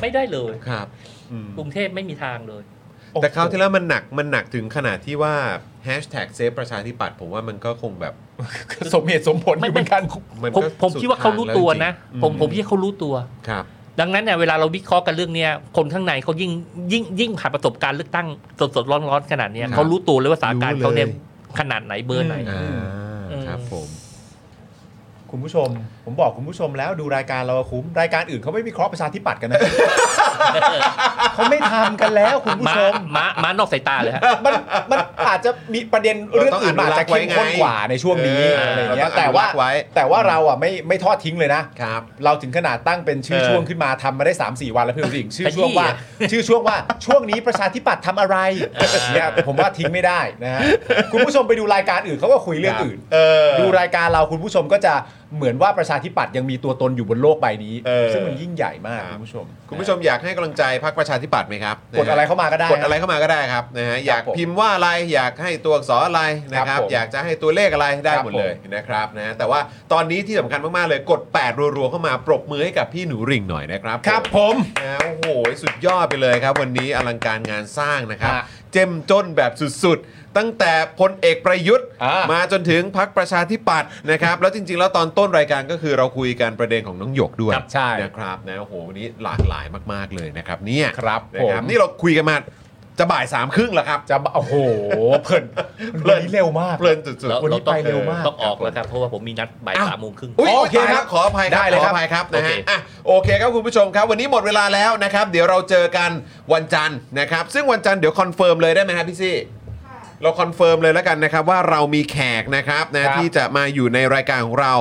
Speaker 5: ไม่ได้เลย
Speaker 1: ครับ
Speaker 5: กรุงเทพไม่มีทางเลย
Speaker 1: แต่คราวที่แล้วมันหนักมันหนักถึงขนาดที่ว่าแฮชแท็กเซฟประชาธิปัตย์ผมว่ามันก็คงแบบ
Speaker 3: [laughs] สมเหตุสมผลอยู่เหมือนกัน
Speaker 1: มัน
Speaker 5: ผม
Speaker 1: ก็
Speaker 5: ผม
Speaker 1: สุ
Speaker 5: คิดว่าเขารู้ตัวนะ
Speaker 1: ทาง
Speaker 5: ผม
Speaker 1: แล้วจริงๆ
Speaker 5: ผมคิดว่าเขารู้ตัว
Speaker 1: ครับ
Speaker 5: ดังนั้นเนี่ยเวลาเราวิเคราะห์กันเรื่องเนี้ยคนข้างในเขายิ่งยิ่งยิ่งผ่านประสบการณ์เลือกตั้งสดสดๆร้อนร้อนๆขนาดเนี้ย
Speaker 1: ครับ
Speaker 5: เขารู้ตัวเลยว่าสถานการณ์เขาเนี่ย
Speaker 1: รู้เลย
Speaker 5: ขนาดไหนเบอร์ไหน
Speaker 3: อืม
Speaker 1: อ่า
Speaker 5: เออ
Speaker 1: ครับผม
Speaker 3: คุณผู้ชม ผมบอกคุณผู้ชมแล้วดูรายการเราคุ้มรายการอื่นเขาไม่วิเคราะห์ประชาธิปัตย์กันนะ เขาไม่ทำกันแล้วคุณผู้
Speaker 5: มา
Speaker 3: ชม
Speaker 5: มามานอกสายตาเลยฮะ
Speaker 3: [laughs] มันมันอาจจะมีประเด็นเรื่องอื่นมันอาจจะเข้มข้นกว่าในช่วงนี้
Speaker 1: เออ
Speaker 3: อะไรเงี้ย
Speaker 1: เราต้อง
Speaker 3: แต่ว่า
Speaker 1: อนุรักษ์ไว้
Speaker 3: แต่ว่าเราอ่ะไม่ไม่ทอดทิ้งเลยนะ
Speaker 1: ครับ
Speaker 3: เราถึงขนาดตั้งเป็นชื่อ
Speaker 1: เออ
Speaker 3: ช่วงขึ้นมาทำมาได้ 3 4 วันแล้วพี่ริ่งชื่อ
Speaker 5: ขยี้
Speaker 3: ช่วงว่า
Speaker 5: อะ
Speaker 3: ชื่อช่วงว่าช่วงนี้ประชาธิปัตย์ทำอะไรเนี่ยผมว่าทิ้งไม่ได้นะ
Speaker 1: [laughs]
Speaker 3: ฮะคุณผู้ชมไปดูรายการอื่นเขาก็คุยเรื่องอื่น
Speaker 1: เออ
Speaker 3: ดูรายการเราคุณผู้ชมก็จะเหมือนว่าประชาธิปัตย์ยังมีตัวตนอยู่บนโลกใบนี้
Speaker 1: เออ
Speaker 3: ซึ่งมันยิ่งใหญ่มาก
Speaker 1: ครับ
Speaker 3: คุณผู้ชม
Speaker 1: คุณผู้ชมอยากให้กำลังใจพรรคประชาธิปัตย์ไหมครับ
Speaker 3: กดอะไรเข้ามาก็ได้
Speaker 1: กดอะไรเข้ามาก็ได้ครับนะฮะอยาก
Speaker 3: ผม
Speaker 1: พิมพ์ว่าอะไรอยากให้ตัวอักษรอะไรนะค
Speaker 3: ครั
Speaker 1: รับบ
Speaker 3: ผม
Speaker 1: อยากจะให้ตัวเลขอะไรได้
Speaker 3: ครับ
Speaker 1: หมดเลยนะครับนะแต่ว่าตอนนี้ที่สำคัญมากๆเลยกด 8 รัวๆเข้ามาปรบมือให้กับพี่หนูริ่งหน่อยนะครับ
Speaker 3: ครับผม
Speaker 1: นะโอ้โหสุดยอดไปเลยครับ วันนี้อลังการงานสร้างนะครับ
Speaker 3: ฮะ
Speaker 1: เจ้มจนแบบสุดๆ ตั้งแต่พลเอกประยุทธ์
Speaker 3: อ่าม
Speaker 1: มาจนถึงพักประชาธิปัตย์นะครับแล้วจริงๆ แล้วตอนต้นรายการก็คือเราคุยกันประเด็นของน้องหยกด้วย
Speaker 3: ครับใช่
Speaker 1: นะครับนะโอ้โหวันนี้หลากหลายมากๆเลยนะครับเนี่ย
Speaker 3: ครับ
Speaker 1: นะ
Speaker 3: ผม
Speaker 1: ครับนี่เราคุยกันมาจะบ่ายสามครึ่งแล้วครับ
Speaker 3: จะโอ้โหเพลิน
Speaker 1: เพลิ
Speaker 3: วัน
Speaker 1: น
Speaker 3: นี้เร็วมาก
Speaker 1: เพลินสุด
Speaker 5: เรา
Speaker 1: ๆ
Speaker 3: วันนี้
Speaker 5: เราต้อง
Speaker 3: ไปเร็วมาก
Speaker 5: ต้องออกแล้วครับ เพราะว่าผมมีนัดบ่าย
Speaker 1: อ้าว
Speaker 5: สามโมงครึ่ง
Speaker 1: อุ๊ย
Speaker 3: โอเค
Speaker 1: ตาย
Speaker 3: ค
Speaker 1: แล้
Speaker 3: รั
Speaker 1: ว
Speaker 3: บ
Speaker 1: ขออภัยครับ
Speaker 3: ได้เลย
Speaker 1: ขอ
Speaker 3: ครับ
Speaker 1: อภัยครับนะ
Speaker 5: โอเค
Speaker 1: ฮะอ่ะโอเคครับคุณผู้ชมครับ วันนี้หมดเวลาแล้วนะครับ เดี๋ยวเราเจอกันวันจันทร์นะครับ ซึ่งวันจันทร์เดี๋ยวคอนเฟิร์มเลยได้ไหมครับพี่ซี่
Speaker 6: ค่ะ
Speaker 1: เราคอนเฟิร์มเลยแล้วกันนะครับว่าเรามีแขกนะครับ
Speaker 3: ค
Speaker 1: นะ
Speaker 3: รับ
Speaker 1: ที่จะมาอยู่ในรายการของเรา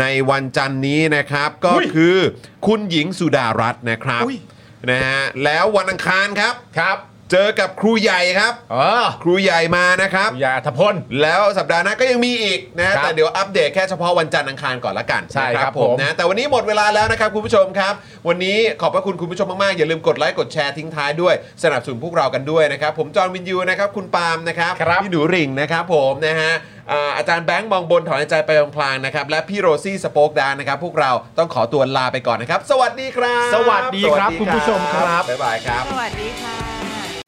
Speaker 1: ในวันจันทร์นี้นะครับ ก็
Speaker 3: อุ๊ย
Speaker 1: คือคุณหญิงสุดารัตน์นะครับ
Speaker 3: อุ๊ย
Speaker 1: นะฮะแล้ววันอังคารครับ
Speaker 3: ครับ
Speaker 1: เจอกับครูใหญ่ครับ
Speaker 3: เออ
Speaker 1: ครูใหญ่มานะครับ
Speaker 3: คุณยายอัธพล
Speaker 1: แล้วสัปดาห์หน้าก็ยังมีอีกนะ
Speaker 3: ครับ
Speaker 1: แต่เดี๋ยวอัปเดตแค่เฉพาะวันจันทร์อังคารก่อนละกัน
Speaker 3: ใช่
Speaker 1: นะครับ
Speaker 3: ผม
Speaker 1: นะแต่วันนี้หมดเวลาแล้วนะครับคุณผู้ชมครับ วันนี้ขอบพระคุณคุณผู้ชมมาก ๆ อย่าลืมกดไลค์กดแชร์ทิ้งท้ายด้วย สนับสนุนพวกเรากันด้วยนะครับ ผมจอห์นวินยูนะครับ คุณปาล์มนะครับ
Speaker 3: ครับ
Speaker 1: พี่หนูหริ่งนะครับผมนะฮะอ่าอาจารย์แบงค์มองบนถอนหายใจไปพลางๆนะครับ และพี่โรซี่สโป๊กดาร์นะครับ พวกเราต้องขอตัวลาไปก่อนนะครับ สวัสดีครับ
Speaker 3: สวัสดีครับคุณผู้ชมครับ
Speaker 1: บ๊ายบายครับ
Speaker 7: สวัสดีค่ะ